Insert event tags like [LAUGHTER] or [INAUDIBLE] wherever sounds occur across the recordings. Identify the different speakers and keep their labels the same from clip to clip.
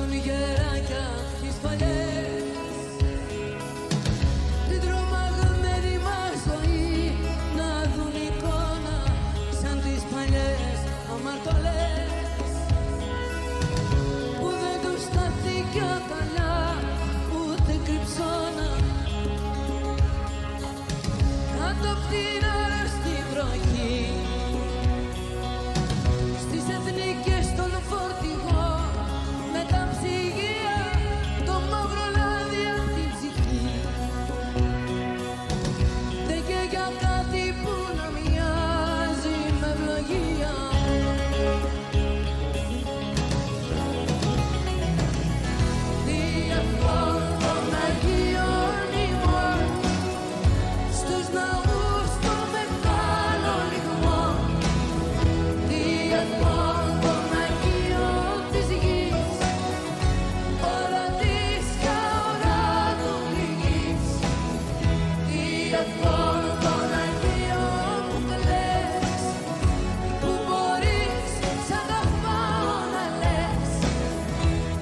Speaker 1: γεράκια τις παλιές Την τρομαγμένη μας ζωή να δουν εικόνα σαν τις παλιές αμαρτωλές που δεν τους στάθηκε καλά ούτε κρυψώνα κάτω απ' την άρεστη βροχή στις εθνικές τον φορτηγό με τα ψυγεία το μαύρο λάδι απ' την ψυχή δεν και για κάτι που να μοιάζει με ευλογία Διαφόρων των Αγίων ημών στους ναούς των μεγάλων λιγμών Διεθνών των Αγίων της γης Ώρα της και ώρα του πληγής Διεθνών των Αγίων που κλαις Που μπορείς σ' αγαπάω να λες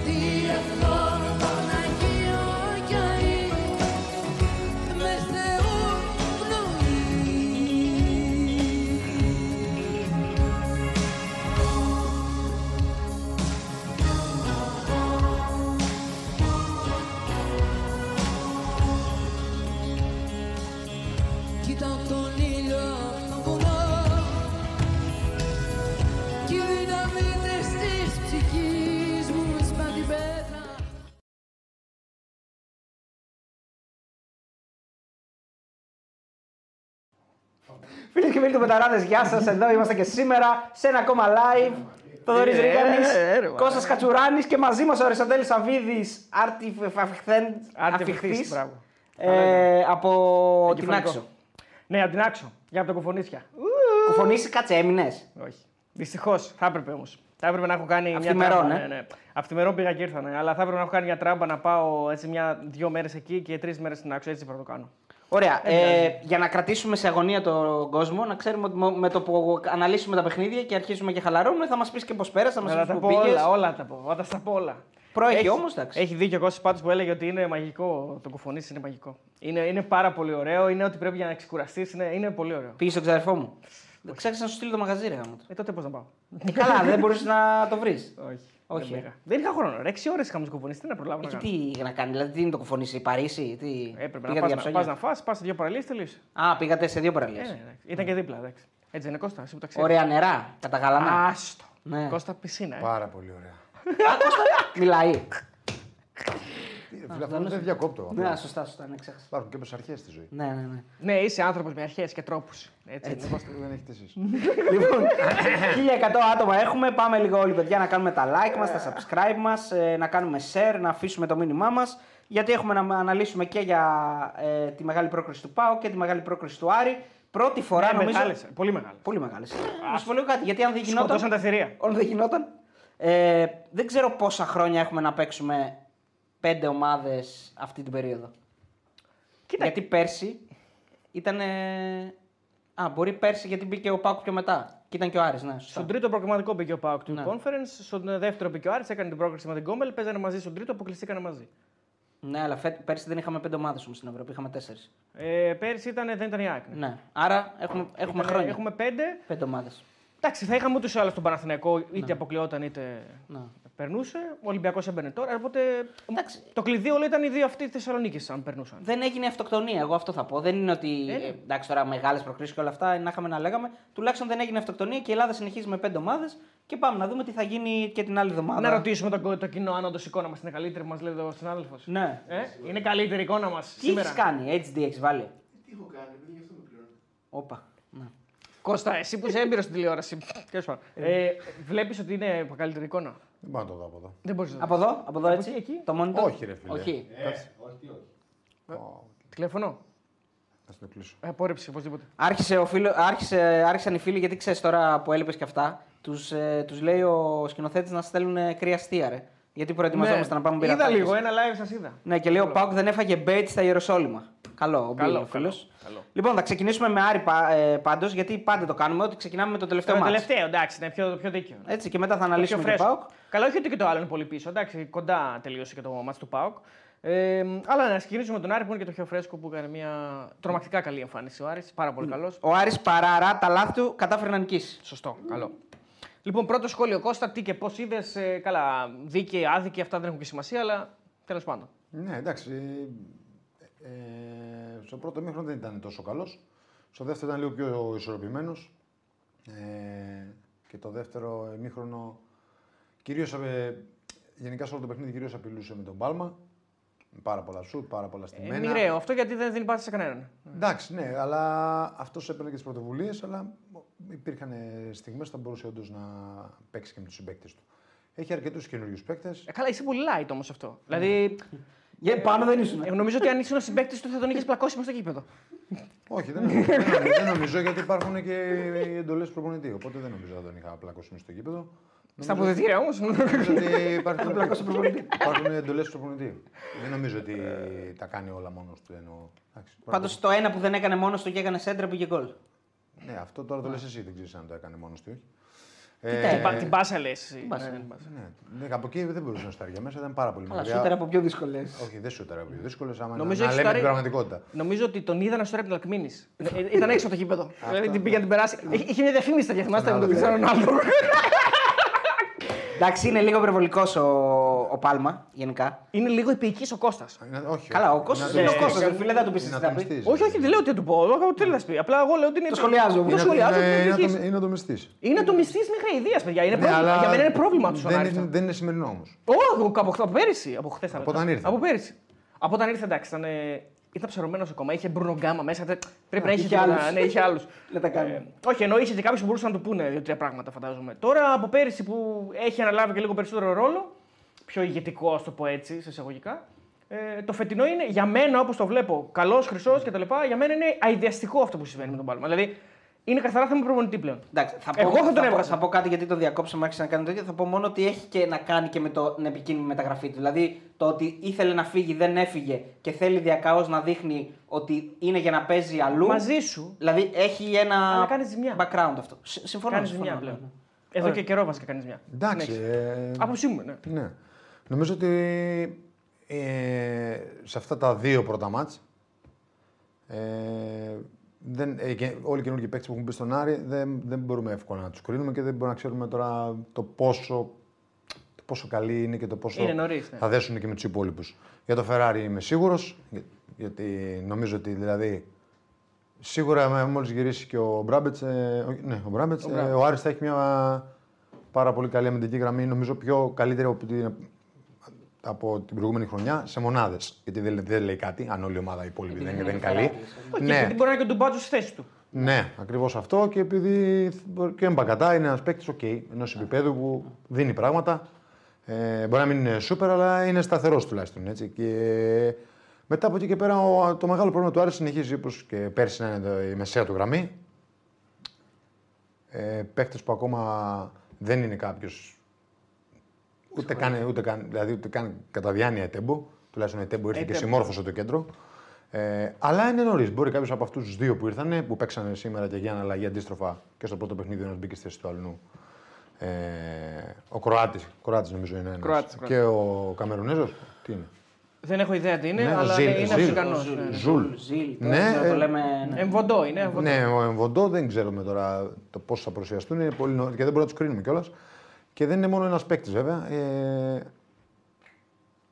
Speaker 1: Διεθνών των Αγίων γιαΐ Με Θεού πνοή Κοίτα τον ήλιο απ' το βουνό Κι οι δυναμίτες της ψυχής μου σπάν την πέτρα
Speaker 2: Φίλε και φίλοι του Πεταράδε, γεια σας. Εδώ είμαστε και σήμερα σε ένα ακόμα live. Θοδωρή
Speaker 3: Ε,
Speaker 2: Ρίγανη,
Speaker 3: ε, ε, ρε, μα.
Speaker 2: Κώστας Κατσουράνη και μαζί μας ο Αριστοτέλης Αβίδη,
Speaker 3: Αρτιφυχθής,
Speaker 2: αρτιφαχθέν.
Speaker 3: μπράβο.
Speaker 2: Ε, από την
Speaker 3: Εγκεφαλικό.
Speaker 2: Άξο.
Speaker 3: Ναι, από την άξο. Για από τα κοφονίσια.
Speaker 2: Κουφονήσει, κάτσε, έμεινες.
Speaker 3: Όχι. Δυστυχώς. Θα έπρεπε όμως. Θα έπρεπε να έχω κάνει μια
Speaker 2: Αυθημερών,
Speaker 3: τράμπα.
Speaker 2: ε.
Speaker 3: Ναι, ναι. Αυθημερών πήγα και ήρθα, ναι. Αλλά θα έπρεπε να έχω κάνει μια τράμπα να πάω έτσι μια, δύο μέρες εκεί και τρεις μέρες στην άξο. Έτσι πρέπει να το κάνω.
Speaker 2: Ωραία. Ε, για να κρατήσουμε σε αγωνία τον κόσμο, να ξέρουμε ότι μο- με το που αναλύσουμε τα παιχνίδια και αρχίσουμε και χαλαρώνουμε, θα μας πεις και πώς πέρασε, θα μας
Speaker 3: Θα
Speaker 2: πεις
Speaker 3: τα
Speaker 2: που
Speaker 3: πω
Speaker 2: πήγες.
Speaker 3: όλα, όλα τα πω. Όταν τα πω όλα.
Speaker 2: Προέχει
Speaker 3: Έχει-
Speaker 2: όμως, εντάξει.
Speaker 3: Έχει δίκιο ο Κώστας πάντως που έλεγε ότι είναι μαγικό το κουφονίσι, είναι μαγικό. Είναι, είναι πάρα πολύ ωραίο, είναι ότι πρέπει για να ξεκουραστείς, είναι, είναι πολύ ωραίο.
Speaker 2: Πήγες στον ξαδερφό μου. Δεν ξέχασα να σου στείλει το μαγαζί, ρε γάμο το.
Speaker 3: Ε, τότε πώς να πάω.
Speaker 2: Ε, Καλά, [LAUGHS] δεν μπορούσες να το βρεις.
Speaker 3: Όχι.
Speaker 2: Όχι, ε.
Speaker 3: Δεν, πήγα. δεν είχα χρόνο. ρε. Έξι ώρες είχαμε σκουφονίσει, τι να προλάβω
Speaker 2: Εκεί
Speaker 3: να κάνω.
Speaker 2: τι είχε να κάνει, δηλαδή τι είναι το κοφονίσει, η Παρίσι, τι.
Speaker 3: Έπρεπε
Speaker 2: πήγατε
Speaker 3: Ε, να πας, να,
Speaker 2: ψώνια?
Speaker 3: πας να φας, πας σε δύο παραλίες, τελείωσε.
Speaker 2: Α, πήγατε σε δύο παραλίες.
Speaker 3: Ε, ναι, εντάξει. Ήταν και δίπλα, εντάξει. Έτσι είναι Κώστα, εσύ που τα ξέρεις.
Speaker 2: Ωραία νερά, κατά γαλανά.
Speaker 3: Άστο.
Speaker 2: Ναι.
Speaker 3: Κώστα πισίνα. Ε.
Speaker 4: Πάρα πολύ ωραία.
Speaker 3: [LAUGHS]
Speaker 2: Μιλάει.
Speaker 4: Τι, Φίλε, αυτό δεν διακόπτω. απλά.
Speaker 2: Ναι, α, σωστά, σωστά, ναι, ξέχασα.
Speaker 4: Υπάρχουν και όπως αρχές στη ζωή.
Speaker 2: Ναι, ναι,
Speaker 3: [LAUGHS]
Speaker 2: ναι.
Speaker 3: Ναι, είσαι άνθρωπος με αρχές και τρόπους. Έτσι. λοιπόν.
Speaker 4: Δεν είμαστε- Δεν έχετε εσείς.
Speaker 2: λοιπόν, 1100 άτομα έχουμε. Πάμε λίγο όλοι, παιδιά, να κάνουμε τα like μας, τα subscribe μας, να κάνουμε share, να αφήσουμε το μήνυμά μας. Γιατί έχουμε να αναλύσουμε και για ε, τη μεγάλη πρόκριση του ΠΑΟ και τη μεγάλη πρόκριση του Άρη. Πρώτη φορά
Speaker 3: Ναι,
Speaker 2: νομίζω.
Speaker 3: μεγάλες, πολύ μεγάλες.
Speaker 2: Πολύ μεγάλες. Να σου πω λίγο κάτι, γιατί αν δεν γινόταν.
Speaker 3: Σκοτώσαν τα θηρία.
Speaker 2: Όταν δεν γινόταν. Ε, δεν ξέρω πόσα χρόνια έχουμε να παίξουμε πέντε ομάδες αυτή την περίοδο.
Speaker 3: Κοίτα,
Speaker 2: Γιατί πέρσι ήταν. ε, Α, μπορεί πέρσι γιατί μπήκε ο Πάκου πιο μετά. Και ήταν και ο Άρης, ναι. Σωστά.
Speaker 3: Στον τρίτο προγραμματικό μπήκε ο Πάοκ του
Speaker 2: Ναι.
Speaker 3: Conference, στον δεύτερο μπήκε ο Άρης, έκανε την πρόκριση με την Κόμελ, παίζανε μαζί στον τρίτο, αποκλειστήκανε μαζί.
Speaker 2: Ναι, αλλά φέτ- πέρσι δεν είχαμε πέντε ομάδες όμως στην Ευρώπη, είχαμε τέσσερις.
Speaker 3: Ε, πέρυσι ήταν, δεν ήταν η ΑΕΚ. ναι.
Speaker 2: Ναι. Άρα έχουμε, έχουμε
Speaker 3: Ήτανε-
Speaker 2: χρόνια.
Speaker 3: Έχουμε πέντε.
Speaker 2: Πέντε ομάδες.
Speaker 3: Εντάξει, θα είχαμε ούτως ή άλλως τον Παναθηναϊκό, είτε αποκλειόταν είτε
Speaker 2: Ναι.
Speaker 3: περνούσε. Ο Ολυμπιακός έμπαινε τώρα. Οπότε
Speaker 2: Εντάξει.
Speaker 3: το κλειδί όλο ήταν οι δύο αυτοί τη Θεσσαλονίκης, αν περνούσαν.
Speaker 2: Δεν έγινε αυτοκτονία, εγώ αυτό θα πω. Δεν είναι ότι.
Speaker 3: Ε.
Speaker 2: ε, εντάξει, τώρα μεγάλες προκλήσει και όλα αυτά, να είχαμε να λέγαμε. Τουλάχιστον δεν έγινε αυτοκτονία και η Ελλάδα συνεχίζει με πέντε ομάδες. Και πάμε να δούμε τι θα γίνει και την άλλη εβδομάδα.
Speaker 3: Να ρωτήσουμε το, το κοινό αν όντως η εικόνα μας είναι καλύτερη, μας λέει εδώ ο συνάδελφος.
Speaker 2: Ναι.
Speaker 3: Ε, είναι καλύτερη η εικόνα μας
Speaker 2: Τι
Speaker 3: σήμερα.
Speaker 2: έχει κάνει, HD έχει βάλει.
Speaker 5: Τι έχω κάνει, επειδή γι' αυτό με πληρώνω.
Speaker 2: Όπα. Ναι.
Speaker 3: Κώστα, εσύ που είσαι έμπειρος στην τηλεόραση. [LAUGHS] Τέλος πάντων. ε, Βλέπεις ότι είναι καλύτερη εικόνα.
Speaker 4: Δεν πάω να το δω από εδώ.
Speaker 3: Δεν μπορείς να το
Speaker 2: Από εδώ, από εδώ έτσι.
Speaker 3: Ναι. εκεί, εκεί.
Speaker 2: Το monitor.
Speaker 4: Όχι, ρε φίλε.
Speaker 2: Όχι.
Speaker 4: Ω,
Speaker 3: Τηλέφωνο.
Speaker 4: Να το κλείσω.
Speaker 3: Ε, Απόρριψη οπωσδήποτε.
Speaker 2: Άρχισε ο φίλο, άρχισε, άρχισαν οι φίλοι, γιατί ξέρεις τώρα που έλειπες και αυτά. Τους ε, τους λέει ο σκηνοθέτης να στέλνουν ε, κρύα αστεία, ρε.
Speaker 3: ναι.
Speaker 2: Γιατί προετοιμαζόμαστε να πάμε πειρατάκες.
Speaker 3: Είδα λίγο, ένα live σας είδα.
Speaker 2: Ναι, και λέει ο Πάουκ δεν έφαγε μπέιτ στα Ιεροσόλυμα.
Speaker 6: Καλό, ο Μπιλ
Speaker 3: Καλό,
Speaker 6: είναι ο φίλος.
Speaker 3: καλό, καλό.
Speaker 6: Λοιπόν, θα ξεκινήσουμε με Άρη
Speaker 2: ε,
Speaker 6: πάντως, γιατί πάντα το κάνουμε, ότι ξεκινάμε με το τελευταίο
Speaker 3: Το
Speaker 6: μάτς.
Speaker 3: Ε, τελευταίο, εντάξει, είναι πιο, πιο δίκαιο. Το
Speaker 6: Έτσι, και μετά θα
Speaker 3: πιο
Speaker 6: αναλύσουμε τον
Speaker 3: φρέσκο.
Speaker 6: Πάοκ.
Speaker 3: Καλά, όχι ότι και το άλλο είναι πολύ πίσω. Εντάξει, κοντά τελείωσε και το μάτς του ΠΑΟΚ. Ε, αλλά να ξεκινήσουμε με τον Άρη που είναι και το πιο φρέσκο που έκανε μια τρομακτικά καλή εμφάνιση ο Άρης. Πάρα πολύ καλός.
Speaker 6: Ο Άρης παραρά τα λάθη του κατάφερε να νικήσει.
Speaker 3: Σωστό, καλό. Λοιπόν, πρώτο σχόλιο Κώστα, τι και πώς είδες. καλά, δίκαιη, άδικη, αυτά δεν έχουν και σημασία, αλλά τέλος πάντων.
Speaker 4: Ναι, εντάξει. ε, Ε, στο πρώτο μήχρονο δεν ήταν τόσο καλός. Στο δεύτερο ήταν λίγο πιο ισορροπημένος. Ε, και το δεύτερο ε, μήχρονο κυρίως, ε, γενικά σε όλο το παιχνίδι κυρίως απειλούσε με τον Πάλμα. Πάρα πολλά σουτ, πάρα πολλά
Speaker 3: Ε,
Speaker 4: στημένα.
Speaker 3: μοιραίο αυτό γιατί δεν δίνει πάση σε κανέναν.
Speaker 4: Εντάξει, ναι, αλλά αυτός έπαιρνε και τις πρωτοβουλίες, αλλά υπήρχαν στιγμές που θα μπορούσε όντως να παίξει και με τους συμπαίκτες του. Έχει αρκετούς καινούριους παίκτες.
Speaker 3: Ε, καλά, είσαι πολύ light όμως αυτό. Δηλαδή,
Speaker 6: Για πάνω δεν ήσουν.
Speaker 3: ε, νομίζω ότι αν ήσουν συμπαίκτης του θα τον είχες πλακώσει μέσα στο κήπεδο.
Speaker 4: Όχι, δεν νομίζω, δεν νομίζω, δεν νομίζω, γιατί υπάρχουν και οι εντολές προπονητή. Οπότε δεν νομίζω να τον είχα πλακώσει μες στο γήπεδο.
Speaker 3: Στα
Speaker 4: Νομίζω-
Speaker 3: αποδητήρια όμω.
Speaker 6: Ε,
Speaker 4: νομίζω ότι υπάρχουν, υπάρχουν εντολές προπονητή. Δεν νομίζω ότι τα κάνει όλα μόνος του. Εννοώ. Εντάξει,
Speaker 6: Πάντω
Speaker 4: πράγμα-
Speaker 6: το ένα που δεν έκανε μόνος του και έκανε σέντρα πήγε γκολ.
Speaker 4: Ναι, αυτό τώρα το λες εσύ, δεν ξέρεις αν το έκανε μόνος του ή όχι. Ε,
Speaker 3: Την πάσα Ε. λε.
Speaker 6: πάσα, ε. την
Speaker 4: ναι, ναι, από εκεί δεν μπορούσε να στάρει για μέσα, ήταν πάρα πολύ
Speaker 6: Αλλά
Speaker 4: μακριά.
Speaker 6: σούτερα από πιο δύσκολες.
Speaker 4: Όχι, δεν σου ήταν δύσκολες. Άμα
Speaker 3: Νομίζω
Speaker 4: να
Speaker 3: έχεις
Speaker 4: λέμε
Speaker 3: τώρα-
Speaker 4: την πραγματικότητα.
Speaker 3: Νομίζω ότι τον είδα να σου ρέπει να Ε, Ήταν έξω από το κήπεδο. δηλαδή
Speaker 4: Αυτό.
Speaker 6: ναι.
Speaker 3: την πήγε να την περάσει. Είχε- Είχε μια διαφήμιση τέτοια, θυμάστε με τον
Speaker 4: άλλο.
Speaker 3: Κριστιανό Ρονάλντο.
Speaker 6: Εντάξει, είναι λίγο υπερβολικός ο, ο Πάλμα γενικά.
Speaker 3: Είναι λίγο υπηκής ο Κώστας.
Speaker 4: Να- Όχι,
Speaker 6: Καλά, ο
Speaker 4: όχι.
Speaker 6: Κώστας
Speaker 4: Να
Speaker 6: είναι
Speaker 4: το-
Speaker 6: ο Κώστας,
Speaker 4: να-
Speaker 6: ρε φίλε, δεν θα του πεις
Speaker 4: να
Speaker 6: στην
Speaker 4: το
Speaker 6: τάπη.
Speaker 4: μυστείς.
Speaker 3: Όχι, όχι, δεν λέω τι να του πω. Εγώ
Speaker 4: Ναι.
Speaker 3: Τι λες πει. Απλά εγώ λέω ότι είναι.
Speaker 6: Το σχολιάζω.
Speaker 4: Είναι
Speaker 3: Το
Speaker 4: να-
Speaker 3: σχολιάζω. ότι
Speaker 4: είναι-
Speaker 3: είναι
Speaker 4: είναι να το-
Speaker 3: ευτυχής.
Speaker 4: Είναι να το μυστείς.
Speaker 3: Είναι να το μισθή μέχρι ιδέα, παιδιά. Είναι
Speaker 4: Ναι,
Speaker 3: πρόβλημα.
Speaker 4: αλλά
Speaker 3: Για μένα είναι πρόβλημα τους
Speaker 4: δεν,
Speaker 3: Σονάρι.
Speaker 4: είναι-
Speaker 3: αυτό.
Speaker 4: δεν είναι σημερινό όμως.
Speaker 3: Όχι, από, από πέρυσι. Από χθες.
Speaker 4: Από όταν ήρθε.
Speaker 3: Από πέρυσι. Από όταν ήρθε, εντάξει, ήταν, ε, ήταν ψαρωμένος ακόμα. Είχε Μπρουνο Γκάμα μέσα. τε- Πρέπει να είχε
Speaker 6: είχε
Speaker 3: τίποτα,
Speaker 6: άλλους.
Speaker 3: Ναι, είχε άλλους.
Speaker 6: Δεν τα κάνουμε.
Speaker 3: όχι, ενώ είχε και κάποιους που μπορούσαν να του πούνε δύο-τρία πράγματα, φαντάζομαι. Τώρα από πέρυσι που έχει αναλάβει και λίγο περισσότερο ρόλο, πιο ηγετικό, ας το πω έτσι, σε εισαγωγικά. Ε, το φετινό είναι για μένα, όπως το βλέπω, καλός, χρυσός κτλ. Για μένα είναι αειδιαστικό αυτό που συμβαίνει με τον Πάλμα. Δηλαδή είναι καθαρά θέμα προπονητή πλέον.
Speaker 6: Εντάξει, θα πω,
Speaker 3: Εγώ θα τον
Speaker 6: πω-
Speaker 3: έβγαζα.
Speaker 6: θα πω κάτι γιατί το διακόψαμε, άρχισε να κάνει τέτοιο. Θα πω μόνο ότι έχει και να κάνει και με την επικίνδυνη μεταγραφή του. Δηλαδή το ότι ήθελε να φύγει, δεν έφυγε και θέλει διακαώ να δείχνει ότι είναι για να παίζει αλλού.
Speaker 3: Μαζί σου
Speaker 6: Δηλαδή έχει ένα
Speaker 3: Αλλά κάνεις ζημιά.
Speaker 6: background αυτό. Συ- Συμφωνώ.
Speaker 3: κάνεις
Speaker 6: συμφωνώ,
Speaker 3: μια
Speaker 6: ναι.
Speaker 3: πλέον. Εδώ και καιρό βασικά κάνεις μια. Ναι,
Speaker 4: Εντάξει.
Speaker 3: Συνέχισε.
Speaker 4: ε,
Speaker 3: Άποψή μου, ναι.
Speaker 4: Ναι. Νομίζω ότι ε, σε αυτά τα δύο πρώτα μάτς, ε, δεν, ε, και όλοι οι καινούργιοι παίκτες που έχουν μπει στον Άρη δεν, δεν μπορούμε εύκολα να τους κρίνουμε και δεν μπορούμε να ξέρουμε τώρα το πόσο, το πόσο καλή είναι και το πόσο
Speaker 3: Είναι νωρίς, ναι.
Speaker 4: θα δέσουν και με τους υπόλοιπους. Για το Ferrari είμαι σίγουρος, για- γιατί νομίζω ότι δηλαδή Σίγουρα μόλις γυρίσει και ο Μπράμπετ, ναι, ο, Μπράμπετς, ε, ο Άρης θα έχει μια πάρα πολύ καλή αμυντική γραμμή, νομίζω πιο καλύτερη από την, από την προηγούμενη χρονιά σε μονάδες. Γιατί δεν, δεν λέει κάτι, αν όλη η ομάδα η υπόλοιπη δεν, δεν είναι καλή.
Speaker 3: Όχι,
Speaker 4: Ναι,
Speaker 3: γιατί μπορεί να είναι και τον μπάτσο στη θέση του.
Speaker 4: ναι ακριβώς αυτό και επειδή θ- και ο Μπακατά είναι ένας παίκτης okay, ενός επίπεδου που δίνει πράγματα. Ε, μπορεί να μην είναι σούπερ, αλλά είναι σταθερός τουλάχιστον. Έτσι. Και μετά από εκεί και πέρα, ο- το μεγάλο πρόβλημα του Άρη συνεχίζει όπως και πέρσι να είναι το- η μεσαία του γραμμή. Ε, παίκτες που ακόμα δεν είναι κάποιος. Ούτε καν, ούτε καν, δηλαδή ούτε καν κατά διάνοια ετέμπο. Τουλάχιστον ετέμπο ήρθε και
Speaker 3: Ετέμπο.
Speaker 4: συμμόρφωσε το κέντρο. Ε, αλλά είναι νωρίς. Μπορεί κάποιος από αυτούς τους δύο που ήρθαν, που παίξανε σήμερα και για αναλλαγή αντίστροφα και στο πρώτο παιχνίδι, ένας μπήκε στη θέση του αλλού. Ε, ο Κροάτης, Κροάτης νομίζω είναι ένας.
Speaker 3: Κροάτης, Κροάτης.
Speaker 4: Και ο Καμερουνέζος. Τι είναι.
Speaker 3: Δεν έχω ιδέα τι είναι,
Speaker 4: Ναι, ο
Speaker 3: αλλά
Speaker 4: Ζιλ,
Speaker 3: ναι, είναι
Speaker 4: Ζιλ.
Speaker 3: Αφρικανός.
Speaker 6: Ζουλ.
Speaker 4: Ζουλ.
Speaker 6: Ζουλ.
Speaker 4: Ναι,
Speaker 6: Ναι,
Speaker 4: ε,
Speaker 6: το λέμε. ναι.
Speaker 3: Εμβοντό είναι. εμβοντό.
Speaker 4: Ναι, ο Εμβοντό δεν ξέρουμε τώρα το πώς θα παρουσιαστούν. Είναι πολύ νω... και δεν μπορούμε να τους κρίνουμε κιόλας. Και δεν είναι μόνο ένας παίκτης βέβαια. Ε,